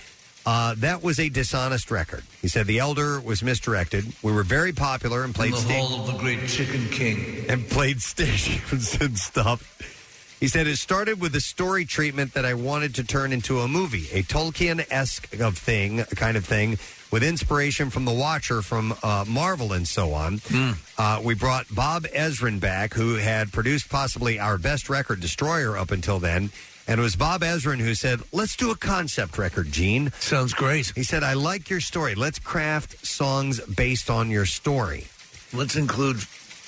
Speaker 3: uh, That was a dishonest record. He said The Elder was misdirected. We were very popular and played
Speaker 12: the
Speaker 3: sta-
Speaker 12: Hall of the Great Chicken King.
Speaker 3: and played *laughs* stations and stuff. He said it started with a story treatment that I wanted to turn into a movie, a Tolkien esque of thing, kind of thing, with inspiration from The Watcher, from uh, Marvel, and so on. Uh, we brought Bob Ezrin back, who had produced possibly our best record, Destroyer, up until then. And it was Bob Ezrin who said, Let's do a concept record, Gene. Sounds great. He said, I like your story. Let's craft songs based on your story. Let's include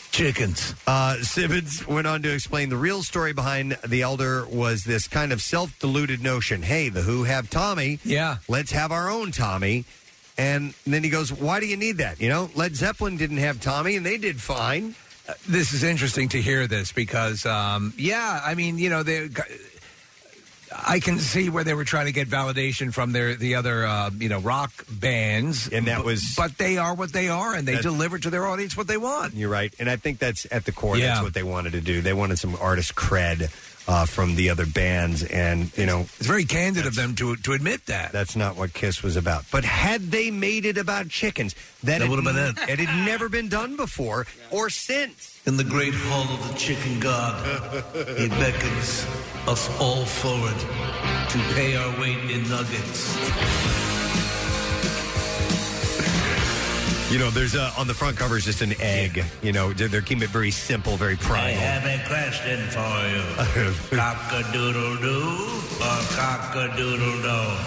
Speaker 3: chickens. Uh, Simmons went on to explain the real story behind The Elder was this kind of self deluded notion hey, the Who have Tommy. Yeah. Let's have our own Tommy. And then he goes, Why do you need that? You know, Led Zeppelin didn't have Tommy, and they did fine.
Speaker 5: This is interesting to hear this because, um, yeah, I mean, you know, they. I can see where they were trying to get validation from their the other uh, you know rock bands, and that was. But they are what they are, and they
Speaker 3: That's-
Speaker 5: deliver to their audience what they want.
Speaker 3: You're right. And I think that's at the core.
Speaker 5: Yeah.
Speaker 3: That's what they wanted to do. They wanted some artist cred uh, from the other bands. And, you know, it's very candid of them to, to admit that. That's not what Kiss was about. But had they made it about chickens, that,
Speaker 5: That
Speaker 3: had-
Speaker 5: would've been it.
Speaker 3: It had never been done before or since.
Speaker 12: In the great hall of the chicken god, he beckons us all forward to pay our weight in nuggets.
Speaker 3: You know, there's a, on the front cover is just an egg. You know, they're, they're keeping it very simple, very
Speaker 12: I
Speaker 3: primal.
Speaker 12: have a question for
Speaker 3: *laughs*
Speaker 12: you. Cock-a-doodle-doo or cock-a-doodle-don't?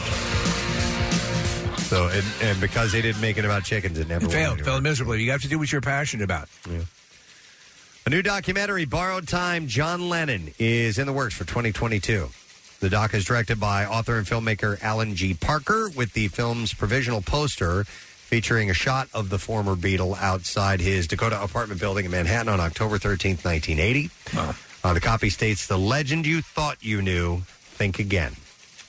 Speaker 3: So, and, and because they didn't make it about chickens, it never
Speaker 5: It failed,
Speaker 3: went
Speaker 5: failed miserably. You have to do what you're passionate about.
Speaker 3: A new documentary, Borrowed Time, John Lennon, is in the works for 2022. The doc is directed by author and filmmaker Alan G. Parker, with the film's provisional poster featuring a shot of the former Beatle outside his Dakota apartment building in Manhattan on October 13th, 1980. Uh, the copy states The legend you thought you knew, think again.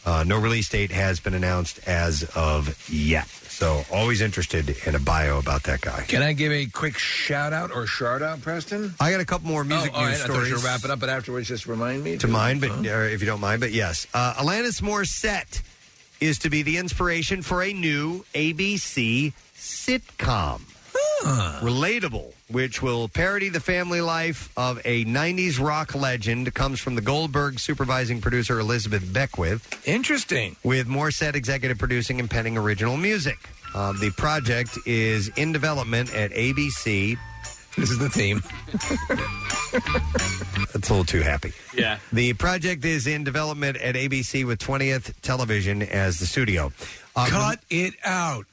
Speaker 3: Uh, no release date has been announced as of yet. So, always interested in a bio about that guy.
Speaker 5: Can I give a quick shout out or shout out, Preston?
Speaker 3: I got a couple more music
Speaker 5: oh, all
Speaker 3: news
Speaker 5: right, I thought you
Speaker 3: stories.
Speaker 5: were wrapping up, but afterwards, just remind me
Speaker 3: to mine, but uh, if you don't mind, but yes, uh, Alanis Morissette is to be the inspiration for a new ABC sitcom, relatable, which will parody the family life of a '90s rock legend. Comes from the Goldberg supervising producer Elizabeth Beckwith.
Speaker 5: Interesting.
Speaker 3: With Morissette executive producing and penning original music. Uh, the project is in development at ABC.
Speaker 5: This is the theme.
Speaker 3: *laughs* That's a little too happy.
Speaker 33: Yeah.
Speaker 3: The project is in development at ABC with 20th Television as the studio. Cut
Speaker 5: it out.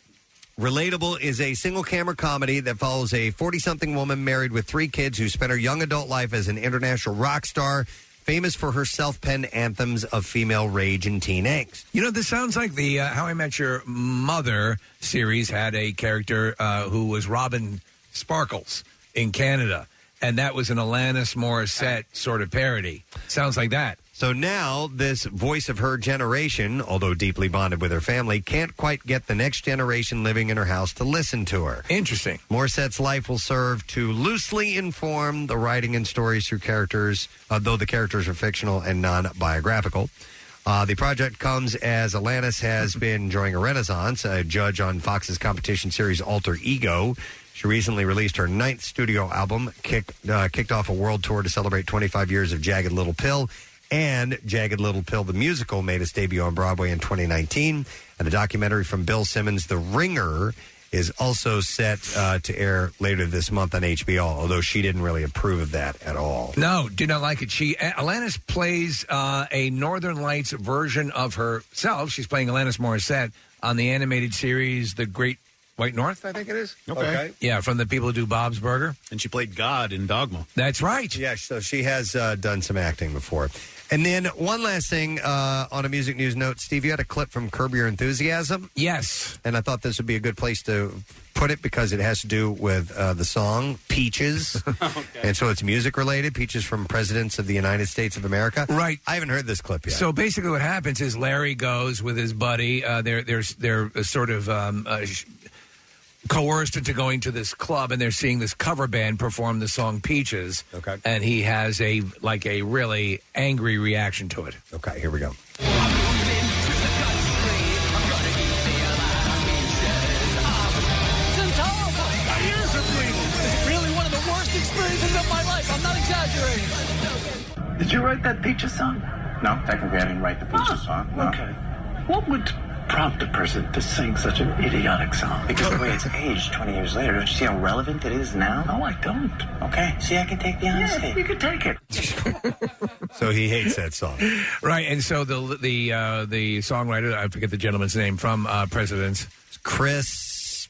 Speaker 3: Relatable is a single camera comedy that follows a 40 something woman married with three kids who spent her young adult life as an international rock star, famous for her self penned anthems of female rage and teen angst.
Speaker 5: You know, this sounds like the uh, How I Met Your Mother series had a character uh, who was Robin Sparkles in Canada, and that was an Alanis Morissette sort of parody. Sounds like that.
Speaker 3: So now, this voice of her generation, although deeply bonded with her family, can't quite get the next generation living in her house to listen to her.
Speaker 5: Interesting.
Speaker 3: Morissette's life will serve to loosely inform the writing and stories through characters, uh, though the characters are fictional and non biographical. Uh, the project comes as Alanis has *laughs* been enjoying a renaissance, a judge on Fox's competition series Alter Ego. She recently released her ninth studio album, kick, uh, kicked off a world tour to celebrate 25 years of Jagged Little Pill, and Jagged Little Pill the musical made its debut on Broadway in 2019. And a documentary from Bill Simmons, The Ringer, is also set uh, to air later this month on HBO, although she didn't really approve of that at all.
Speaker 5: No, do not like it. She A- Alanis plays uh, a Northern Lights version of herself. She's playing Alanis Morissette on the animated series The Great. what, White North, I think it is.
Speaker 6: Okay.
Speaker 5: Yeah, from the people who do Bob's Burger.
Speaker 6: And she played God in Dogma.
Speaker 5: That's right.
Speaker 3: Yeah, so she has uh, done some acting before. And then one last thing uh, on a music news note, Steve, you had a clip from Curb Your Enthusiasm.
Speaker 5: Yes.
Speaker 3: And I thought this would be a good place to put it because it has to do with uh, the song
Speaker 5: *laughs*
Speaker 3: Peaches. And so it's music related, Peaches from Presidents of the United States of America.
Speaker 5: Right.
Speaker 3: I haven't heard this clip yet.
Speaker 5: So basically, what happens is Larry goes with his buddy. Uh, they're they're they're uh, sort of um, uh, sh- coerced into going to this club, and they're seeing this cover band perform the song "Peaches." Okay, and he has a like a really angry reaction to it.
Speaker 3: Okay, here we go.
Speaker 34: This is horrible. It's really one of the worst experiences of my life. I'm not exaggerating.
Speaker 12: Did you write that Peaches song? No, technically I didn't write the Peaches song. Okay. What would prompt a person to sing such an idiotic song? Because the way it's aged 20 years later, don't you see how relevant it is now? No, I don't. Okay, see, I can take the honesty. you can take it.
Speaker 3: So he hates that song.
Speaker 5: *laughs* Right, and so the the uh, the songwriter I forget the gentleman's name from uh, Presidents,
Speaker 3: Chris.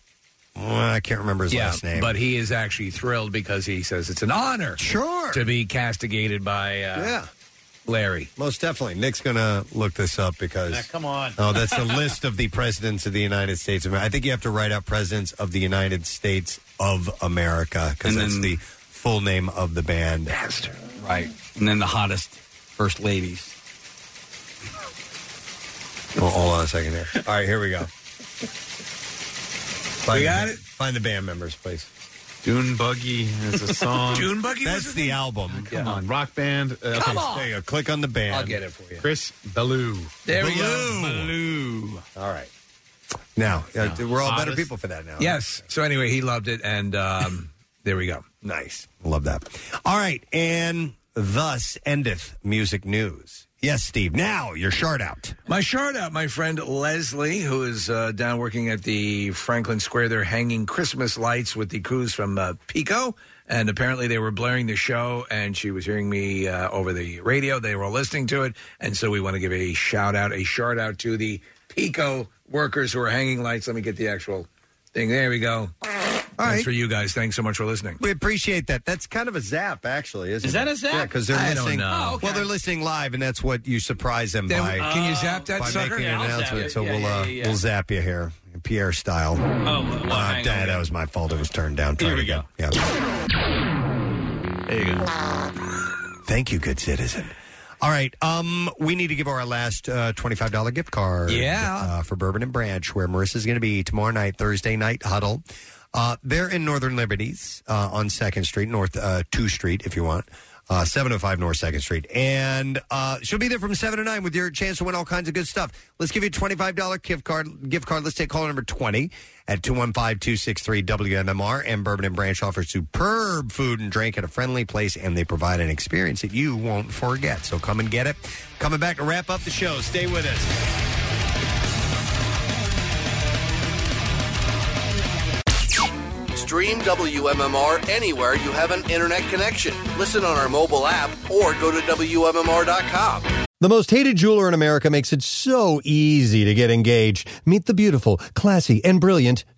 Speaker 3: I can't remember his last name.
Speaker 5: but he is actually thrilled because he says it's an honor,
Speaker 3: Sure.
Speaker 5: to be castigated by uh,
Speaker 3: Yeah.
Speaker 5: Larry.
Speaker 3: Most definitely. Nick's going to look this up because.
Speaker 5: Ah, come on.
Speaker 3: Oh, that's
Speaker 6: *laughs*
Speaker 3: the list of the presidents of the United States of America. I think you have to write out presidents of the United States of America because
Speaker 9: And
Speaker 3: that's
Speaker 9: then-
Speaker 3: the full name of the band. Bastard.
Speaker 9: Right. And then the hottest first ladies.
Speaker 3: Well, hold on a second here. All right, here we go. Find
Speaker 6: We got
Speaker 3: the, it? Find the band members, please.
Speaker 6: Dune Buggy is a song.
Speaker 3: Dune Buggy was That's his the name? album.
Speaker 6: come on, rock band. Uh,
Speaker 3: Come on. There you go. Click on the band.
Speaker 6: I'll get it for you. Chris Ballou.
Speaker 5: There
Speaker 6: Ballou.
Speaker 5: we go.
Speaker 3: All right. Now, uh, we're all better
Speaker 5: Hottest-
Speaker 3: people for that now.
Speaker 5: Yes. So anyway, he loved it, and
Speaker 3: *laughs*
Speaker 5: um, there we go.
Speaker 3: Nice. Love that. All right, and thus endeth music news. Yes, Steve. Now your shard out.
Speaker 5: My shout out, my friend Leslie, who is uh, down working at the Franklin Square. They're hanging Christmas lights with the crews from uh, Pico. And apparently they were blaring the show, and she was hearing me uh, over the radio. They were all listening to it. And so we want to give a shout out, a shout out to the Pico workers who are hanging lights. Let me get the actual thing. There we go. Thanks for you guys. Thanks so much for listening.
Speaker 3: We appreciate that. That's kind of a zap, actually, isn't
Speaker 5: Is
Speaker 3: it?
Speaker 5: that a zap?
Speaker 3: Yeah, because they're
Speaker 5: I don't
Speaker 3: listening.
Speaker 5: know. Oh, okay.
Speaker 3: Well, they're listening live, and that's what you surprise them
Speaker 5: Then-
Speaker 3: by.
Speaker 5: can you zap that
Speaker 3: by
Speaker 5: sucker?
Speaker 3: making
Speaker 5: Yeah,
Speaker 3: an
Speaker 5: I'll zap
Speaker 3: announcement?
Speaker 5: it.
Speaker 3: So
Speaker 5: Yeah,
Speaker 3: we'll
Speaker 5: yeah,
Speaker 3: uh,
Speaker 5: yeah, yeah.
Speaker 3: we'll zap you here, Pierre style.
Speaker 34: Oh, well,
Speaker 3: Uh,
Speaker 34: hang on.
Speaker 3: that, that was my fault. It was turned down. Try
Speaker 34: Here we
Speaker 3: it again. Yeah. There you go. Thank you, good citizen. All right. Um, we need to give our last uh, twenty-five dollar gift card.
Speaker 5: Yeah.
Speaker 3: Uh, for Bourbon and Branch, where Marissa's going to be tomorrow night, Thursday night huddle. Uh, they're in Northern Liberties uh, on Second Street, North uh, Two Street, if you want. Uh, 705 North 2nd Street. And uh, she'll be there from 7 to 9 with your chance to win all kinds of good stuff. Let's give you a $25 gift card. Gift card. Let's take caller number 20 at 215-263-WMMR. And Bourbon and Branch offers superb food and drink at a friendly place, and they provide an experience that you won't forget. So come and get it. Coming back to wrap up the show. Stay with us.
Speaker 7: Stream WMMR anywhere you have an internet connection. Listen on our mobile app or go to WMMR.com.
Speaker 35: The most hated jeweler in America makes it so easy to get engaged. Meet the beautiful, classy, and brilliant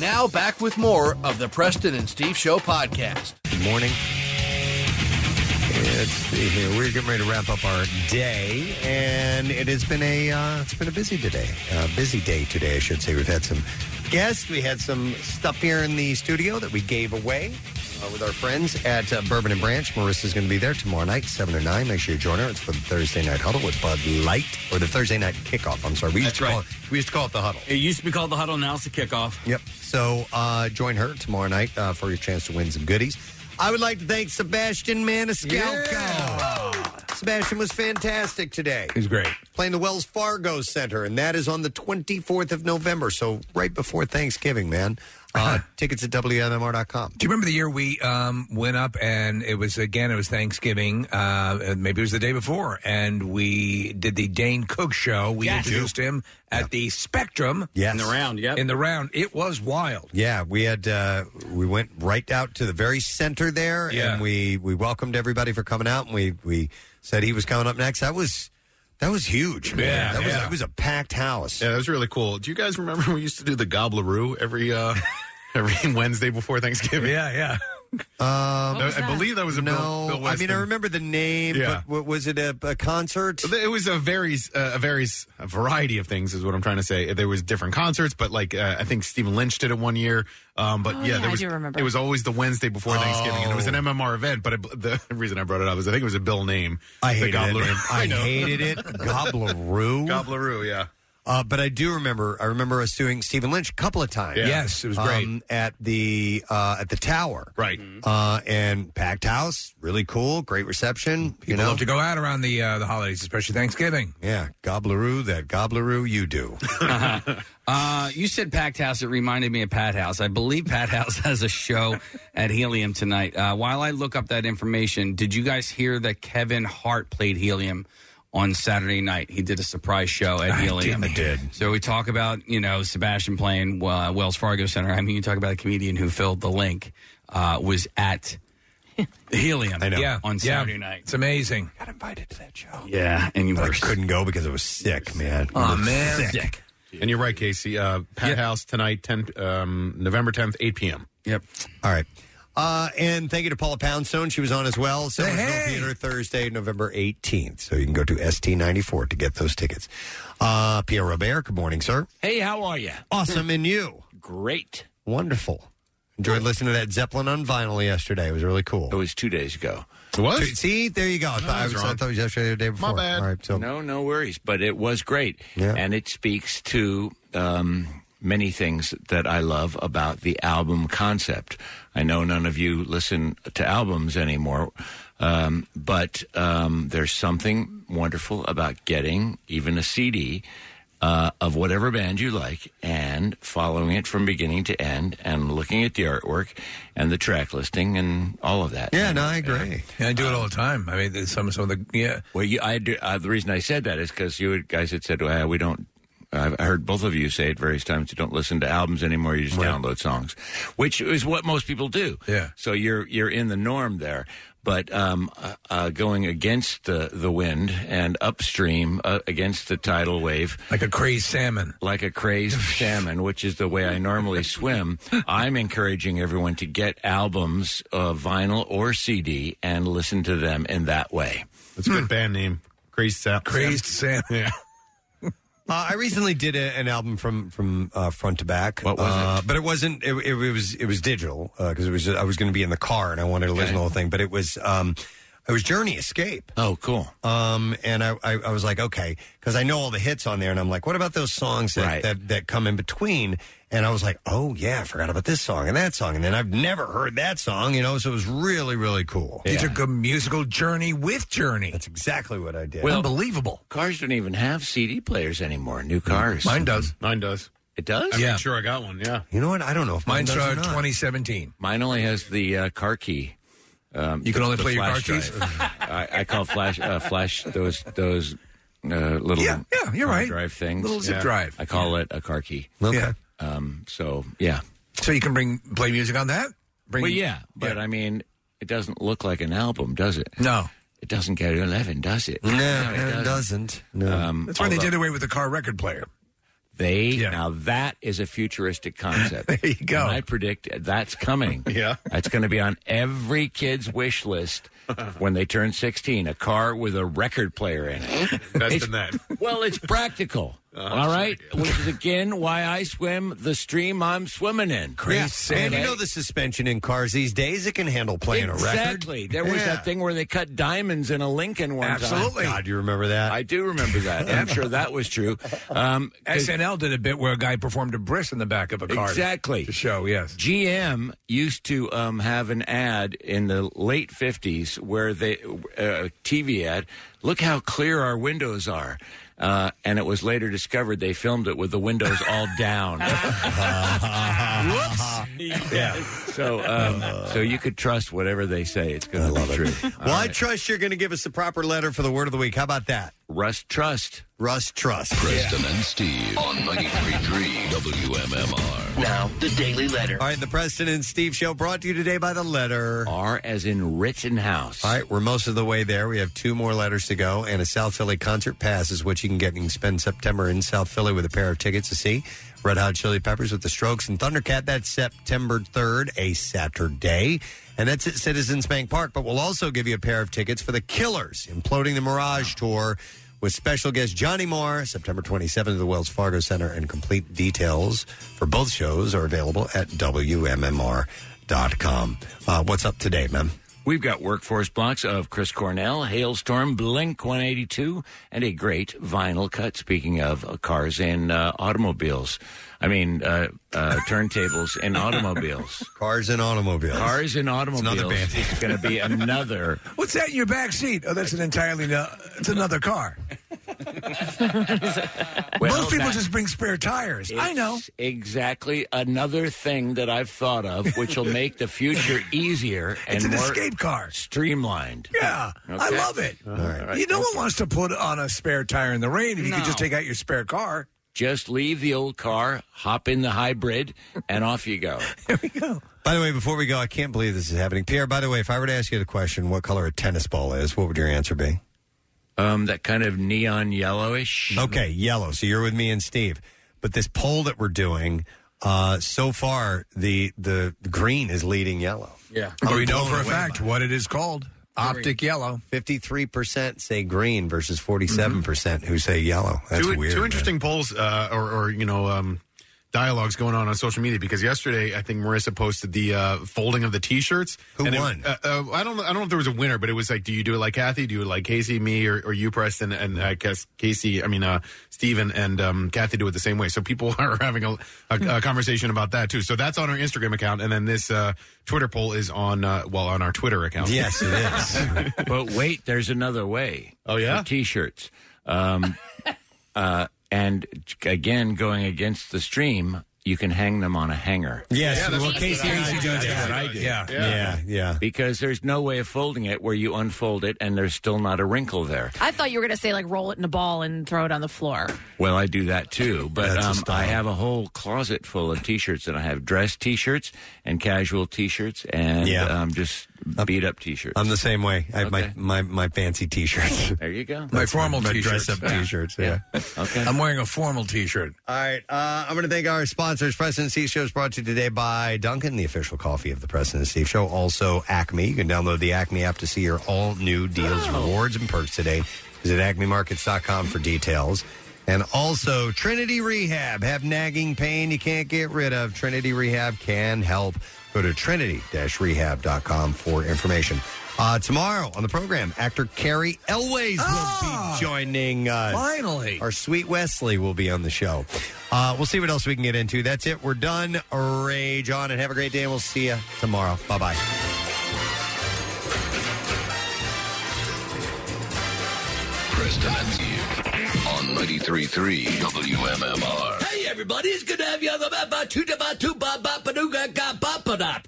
Speaker 7: Now back with more of the Preston and Steve Show podcast.
Speaker 3: Good morning. Let's see here. We're getting ready to wrap up our day, and it has been a uh, it's been a busy today, uh, busy day today, I should say. We've had some guests. We had some stuff here in the studio that we gave away uh, with our friends at uh, Bourbon and Branch. Marissa's going to be there tomorrow night, seven to nine. Make sure you join her. It's for the Thursday night huddle with Bud Light, or the Thursday night kickoff. I'm sorry. We used to call it, we used to call it the huddle.
Speaker 9: It used to be called the huddle, now it's the kickoff.
Speaker 3: Yep. So uh, join her tomorrow night uh, for your chance to win some goodies. I would like to thank Sebastian Maniscalco. Sebastian was fantastic today.
Speaker 5: He's great.
Speaker 3: Playing the Wells Fargo Center, and that is on the 24th of November, so right before Thanksgiving, man.
Speaker 5: *laughs*
Speaker 3: Uh, tickets at WMMR.com.
Speaker 5: Do you remember the year we um, went up and it was again it was Thanksgiving, uh, and maybe it was the day before, and we did the Dane Cook show. We
Speaker 9: Yes.
Speaker 5: introduced him at the Spectrum.
Speaker 3: Yes.
Speaker 9: In the round, yep.
Speaker 5: In the round, it was wild.
Speaker 3: Yeah, we had uh, we went right out to the very center there,
Speaker 5: Yeah.
Speaker 3: and we we welcomed everybody for coming out, and we we said he was coming up next. That was that was huge, man. that was that was a packed house.
Speaker 6: Yeah, that was really cool. Do you guys remember *laughs* we used to do the gobbleroo every uh *laughs* every Wednesday before Thanksgiving?
Speaker 5: Yeah, yeah.
Speaker 3: Um,
Speaker 6: What was I that? believe that was a
Speaker 3: no.
Speaker 6: Bill- Bill
Speaker 3: I mean,
Speaker 6: Weston.
Speaker 3: I remember the name,
Speaker 6: Yeah.
Speaker 3: but w- was it a, a concert?
Speaker 6: It was a varies uh, a varies a variety of things is what I'm trying to say. There was different concerts, but like uh, I think Stephen Lynch did it one year. Um, but
Speaker 8: Oh,
Speaker 6: yeah,
Speaker 8: yeah,
Speaker 6: there
Speaker 8: I
Speaker 6: was
Speaker 8: do remember.
Speaker 6: it was always the Wednesday before Thanksgiving, and it was an
Speaker 8: Oh.
Speaker 6: MMR event. But I, the *laughs* reason I brought it up is I think it was a Bill name.
Speaker 3: I
Speaker 6: the
Speaker 3: hated
Speaker 6: Gobbler-
Speaker 3: it. *laughs* I,
Speaker 6: know. *laughs*
Speaker 3: hated it. Gobbleroo. Gobbleroo,
Speaker 6: yeah.
Speaker 3: Uh, but I do remember. I remember us doing Stephen Lynch a couple of times.
Speaker 5: Yeah. Yes, it was great. Mm-hmm.
Speaker 3: um, at the uh, at the Tower.
Speaker 6: Right.
Speaker 3: Uh, and packed house. Really cool. Great reception.
Speaker 5: People
Speaker 3: you know,
Speaker 5: love to go out around the uh, the holidays, especially Thanksgiving.
Speaker 3: Yeah, gobbleroo that gobbleroo
Speaker 6: *laughs*
Speaker 3: you do.
Speaker 9: Uh, you said Packed House. It reminded me of Pat House. I believe Pat *laughs* House has a show at Helium tonight. Uh, while I look up that information, did you guys hear that Kevin Hart played Helium on Saturday night? He did a surprise show at Helium.
Speaker 5: didn't hear.
Speaker 9: So we talk about you know Sebastian playing uh, Wells Fargo Center. I mean, you talk about a comedian who filled the link uh, was at Helium.
Speaker 5: I know. Yeah.
Speaker 9: on
Speaker 5: Yeah.
Speaker 9: Saturday night.
Speaker 5: It's amazing. Got
Speaker 9: invited to that show. Yeah, and you
Speaker 3: I couldn't go because I was sick, man.
Speaker 6: Oh,
Speaker 5: man.
Speaker 9: Sick.
Speaker 6: And you're right, Casey. Uh, Pat House tonight, 10, um, November 10th, 8 p.m.
Speaker 9: Yep.
Speaker 3: All right. Uh, and thank you to Paula Poundstone. She was on as well. Summersville Theater Thursday, November 18th. So you can go to ST94 to get those tickets. Uh, Pierre Robert, good morning, sir.
Speaker 15: Hey, how are you?
Speaker 3: Awesome. And you?
Speaker 15: Great.
Speaker 3: Wonderful. Enjoyed listening to that Zeppelin on vinyl yesterday. It was really cool. It
Speaker 15: was two days ago.
Speaker 6: What?
Speaker 3: See, there you go. I thought,
Speaker 15: I
Speaker 3: I,
Speaker 15: was
Speaker 3: was, I
Speaker 15: wrong.
Speaker 3: thought it was yesterday or the day before. All right, so
Speaker 15: No, no worries. But it was great. And it speaks to um, many things that I love about the album concept. I know none of you listen to albums anymore, um, but um, there's something wonderful about getting even a CD. Uh, of whatever band you like, and following it from beginning to end, and looking at the artwork and the track listing and all of that.
Speaker 3: Yeah, no, I agree.
Speaker 5: And I do it all the time. I mean, there's some some of the yeah.
Speaker 15: Well, you, I do, uh, the reason I said that is because you had- guys had said well, we don't. I've I heard both of you say it various times. You don't listen to albums anymore. You just download songs, which is what most people do.
Speaker 5: Yeah.
Speaker 15: So you're you're in the norm there. But um, uh, uh, going against the the wind and upstream uh, against the tidal wave,
Speaker 5: like a crazed salmon,
Speaker 15: like a
Speaker 5: *laughs*
Speaker 15: crazed salmon, which is the way I normally swim. I'm encouraging everyone to get albums, uh, vinyl or CD, and listen to them in that way.
Speaker 6: That's a
Speaker 3: Hmm.
Speaker 6: good band name. Crazed Sam.
Speaker 5: Crazed Sam.
Speaker 6: Yeah.
Speaker 3: Uh, I recently did a, an album from from uh, front to back. What
Speaker 15: was it?
Speaker 3: Uh, but it wasn't. It, it was it was digital because it was. I was going to be in the car and I wanted to listen to the whole thing. But it was. Um, it was Journey Escape.
Speaker 15: Oh, cool.
Speaker 3: Um, and I, I, I was like, okay, because I know all the hits on there, and I'm like, what about those songs that, that that come in between? And I was like, oh yeah, I forgot about this song and that song, and then I've never heard that song, you know. So it was really really cool.
Speaker 5: You took a musical journey with Journey. That's
Speaker 3: exactly what I did.
Speaker 15: Well-
Speaker 5: Unbelievable.
Speaker 15: Cars don't even have CD players anymore. New cars.
Speaker 5: Mine does.
Speaker 6: Mine does.
Speaker 15: It does.
Speaker 6: I'm sure I got one. Yeah.
Speaker 3: You know what? I don't know if
Speaker 5: Mine's
Speaker 15: does
Speaker 5: uh,
Speaker 15: or not.
Speaker 5: 2017.
Speaker 15: Mine only has the uh, car key. Um,
Speaker 5: You can
Speaker 15: the-
Speaker 5: only
Speaker 15: the
Speaker 5: play your
Speaker 15: flash
Speaker 5: car keys?
Speaker 15: drive. I, I call flash uh, flash those those uh, little
Speaker 5: Yeah, yeah, you're
Speaker 15: car
Speaker 5: right.
Speaker 15: drive things
Speaker 5: Little zip Yeah. drive.
Speaker 15: I call it a car key.
Speaker 3: Okay.
Speaker 15: Um, so yeah.
Speaker 5: So you can bring play music on that. Bring
Speaker 15: well, yeah, but I mean, it doesn't look like an album, does it?
Speaker 5: No.
Speaker 15: It doesn't go to eleven, does *laughs* it?
Speaker 3: No.
Speaker 15: Um,
Speaker 5: That's why they
Speaker 15: although-
Speaker 5: did away with the car record player.
Speaker 15: They now that is a futuristic concept. *laughs* there you go. I predict that's coming. *laughs* yeah, that's going to be on every kid's wish *laughs* list when they turn sixteen. A car with a record player in Oh, it. *laughs*
Speaker 6: Best
Speaker 15: It's-
Speaker 6: in that.
Speaker 15: Well, it's practical. all right, which is again why I swim the stream I'm swimming in.
Speaker 3: Yeah. And you know the suspension in cars these days; it can handle playing a record.
Speaker 15: Exactly. There was
Speaker 3: Yeah.
Speaker 15: that thing where they cut diamonds in a Lincoln one
Speaker 5: Absolutely.
Speaker 15: time.
Speaker 5: God,
Speaker 3: you remember that?
Speaker 15: I do remember that. I'm sure that was true. Um, 'cause-
Speaker 5: SNL did a bit where a guy performed a bris in the back of a car.
Speaker 15: Exactly.
Speaker 3: Oh,
Speaker 5: To show, yes.
Speaker 15: GM used to um, have an ad in the late 50s where they, uh, a TV ad, look how clear our windows are. Uh, and it was later discovered they filmed it with the windows all
Speaker 3: *laughs*
Speaker 15: down.
Speaker 14: Whoops.
Speaker 15: yeah. So, um, so you could trust whatever they say; it's going to be true.
Speaker 3: Well, I trust you're going to give us the proper letter for the word of the week. How about that?
Speaker 15: Rust Trust.
Speaker 3: Rust Trust.
Speaker 29: Preston and Steve on 93.3 WMMR.
Speaker 3: Now, the Daily Letter. All right, the Preston and Steve Show brought to you today by the letter
Speaker 15: R, as in Rittenhouse.
Speaker 3: All right, we're most of the way there. We have two more letters to go, and a South Philly concert pass is what you can get. You can spend September in South Philly with a pair of tickets to see Red Hot Chili Peppers with the Strokes and Thundercat. That's September 3rd, a Saturday. And that's at Citizens Bank Park, but we'll also give you a pair of tickets for the Killers Imploding the Mirage Tour with special guest Johnny Moore, September 27th at the Wells Fargo Center. And complete details for both shows are available at WMMR.com. Uh, what's up today, man?
Speaker 15: We've got workforce blocks of Chris Cornell, Hailstorm, Blink 182, and a great vinyl cut. Speaking of uh, cars and uh, automobiles, I mean, uh, uh, turntables and automobiles.
Speaker 3: Cars and automobiles.
Speaker 15: Cars and automobiles.
Speaker 5: another band.
Speaker 15: It's going to be another.
Speaker 5: What's that in your back seat? Oh, that's an entirely no, it's another car.
Speaker 15: Well,
Speaker 5: Most people
Speaker 15: that-
Speaker 5: just bring spare tires. I know.
Speaker 15: It's Exactly another thing that I've thought of, which will make the
Speaker 5: *laughs*
Speaker 15: future easier and
Speaker 5: It's an
Speaker 15: more
Speaker 5: escape car.
Speaker 15: streamlined.
Speaker 5: Yeah, I
Speaker 15: Okay.
Speaker 5: love it.
Speaker 15: All right.
Speaker 5: You, no one wants to put on a spare tire in the rain if you could just take out your spare car.
Speaker 15: Just leave the old car, hop in the hybrid, and off you go.
Speaker 3: By the way, before we go, I can't believe this is happening. Pierre, by the way, if I were to ask you the question, what color a tennis ball is, what would your answer be?
Speaker 15: Um, that kind of neon yellowish.
Speaker 3: Okay, yellow. So you're with me and Steve. But this poll that we're doing, uh, so far the the green is leading yellow.
Speaker 5: Yeah. But we know for a
Speaker 3: Blown away
Speaker 5: fact what it is called. Optic yellow.
Speaker 3: Fifty-three percent say green versus
Speaker 15: Mm-hmm.
Speaker 3: forty-seven percent who say yellow. That's
Speaker 6: two,
Speaker 3: weird.
Speaker 6: Two
Speaker 3: man.
Speaker 6: interesting polls uh, or, or you know um, dialogues going on on social media because yesterday I think Marissa posted the uh, folding of the T-shirts.
Speaker 3: Who
Speaker 6: it-
Speaker 3: won?
Speaker 6: uh, uh, I don't. I don't know if there was a winner, but it was like, do you do it like Kathy? Do you like Casey, me, or, or you, Preston? And I guess Casey. I mean, uh, Steven and um, Kathy do it the same way. So people *laughs* are having a, a, a conversation about that too. So that's on our Instagram account, and then this uh, Twitter poll is on uh, well on our Twitter account.
Speaker 3: Yes, it
Speaker 6: *laughs*
Speaker 3: is.
Speaker 15: *laughs* but wait, there's another way.
Speaker 6: Oh yeah,
Speaker 15: for t-shirts. Um, *laughs* uh, and again, going against the stream, you can hang them on a hanger.
Speaker 3: Yes,
Speaker 14: Yeah, that's well, what- Casey that's what I- does that's that. what I do. Yeah.
Speaker 3: yeah, yeah.
Speaker 15: Because there's no way of folding it where you unfold it and there's still not a wrinkle there.
Speaker 4: I thought you were going to say like roll it in a ball and throw it on the floor.
Speaker 15: Well, I do that too, but
Speaker 4: That's a
Speaker 15: um,
Speaker 4: style.
Speaker 15: I have a whole closet full of t-shirts, and I have dress t-shirts and casual t-shirts and
Speaker 3: Yeah.
Speaker 15: um, just beat up t-shirts.
Speaker 3: I'm the same way. I have
Speaker 15: Okay.
Speaker 3: my, my my fancy *laughs* T-shirts.
Speaker 15: There you go.
Speaker 3: My formal my dress up T-shirts. Yeah.
Speaker 15: *laughs* Okay.
Speaker 5: I'm wearing a formal T-shirt.
Speaker 3: All right. Uh, I'm going to thank our sponsors. President Steve Show is brought to you today by Duncan, the official coffee of the President Steve Show. Also, Acme. You can download the Acme app to see your all new deals, rewards, and perks today. Visit acmemarkets.com for details. And also, Trinity Rehab. Have nagging pain you can't get rid of? Trinity Rehab can help. Go to trinity rehab.com for information. Uh, tomorrow on the program, actor Carrie Elways
Speaker 12: Oh, Ah.
Speaker 3: will be joining us.
Speaker 5: Finally.
Speaker 3: Our sweet Wesley will be on the show. Uh, we'll see what else we can get into. That's it. We're done. Rage on and have a great day. And we'll see you tomorrow. Bye bye.
Speaker 29: Preston and Steve on 93.3 WMMR.
Speaker 14: Hey, everybody, it's good to have you on the map. Ba- Two da- ba- two ba- ba- ba- doo- ga- ga- ba- ba- da.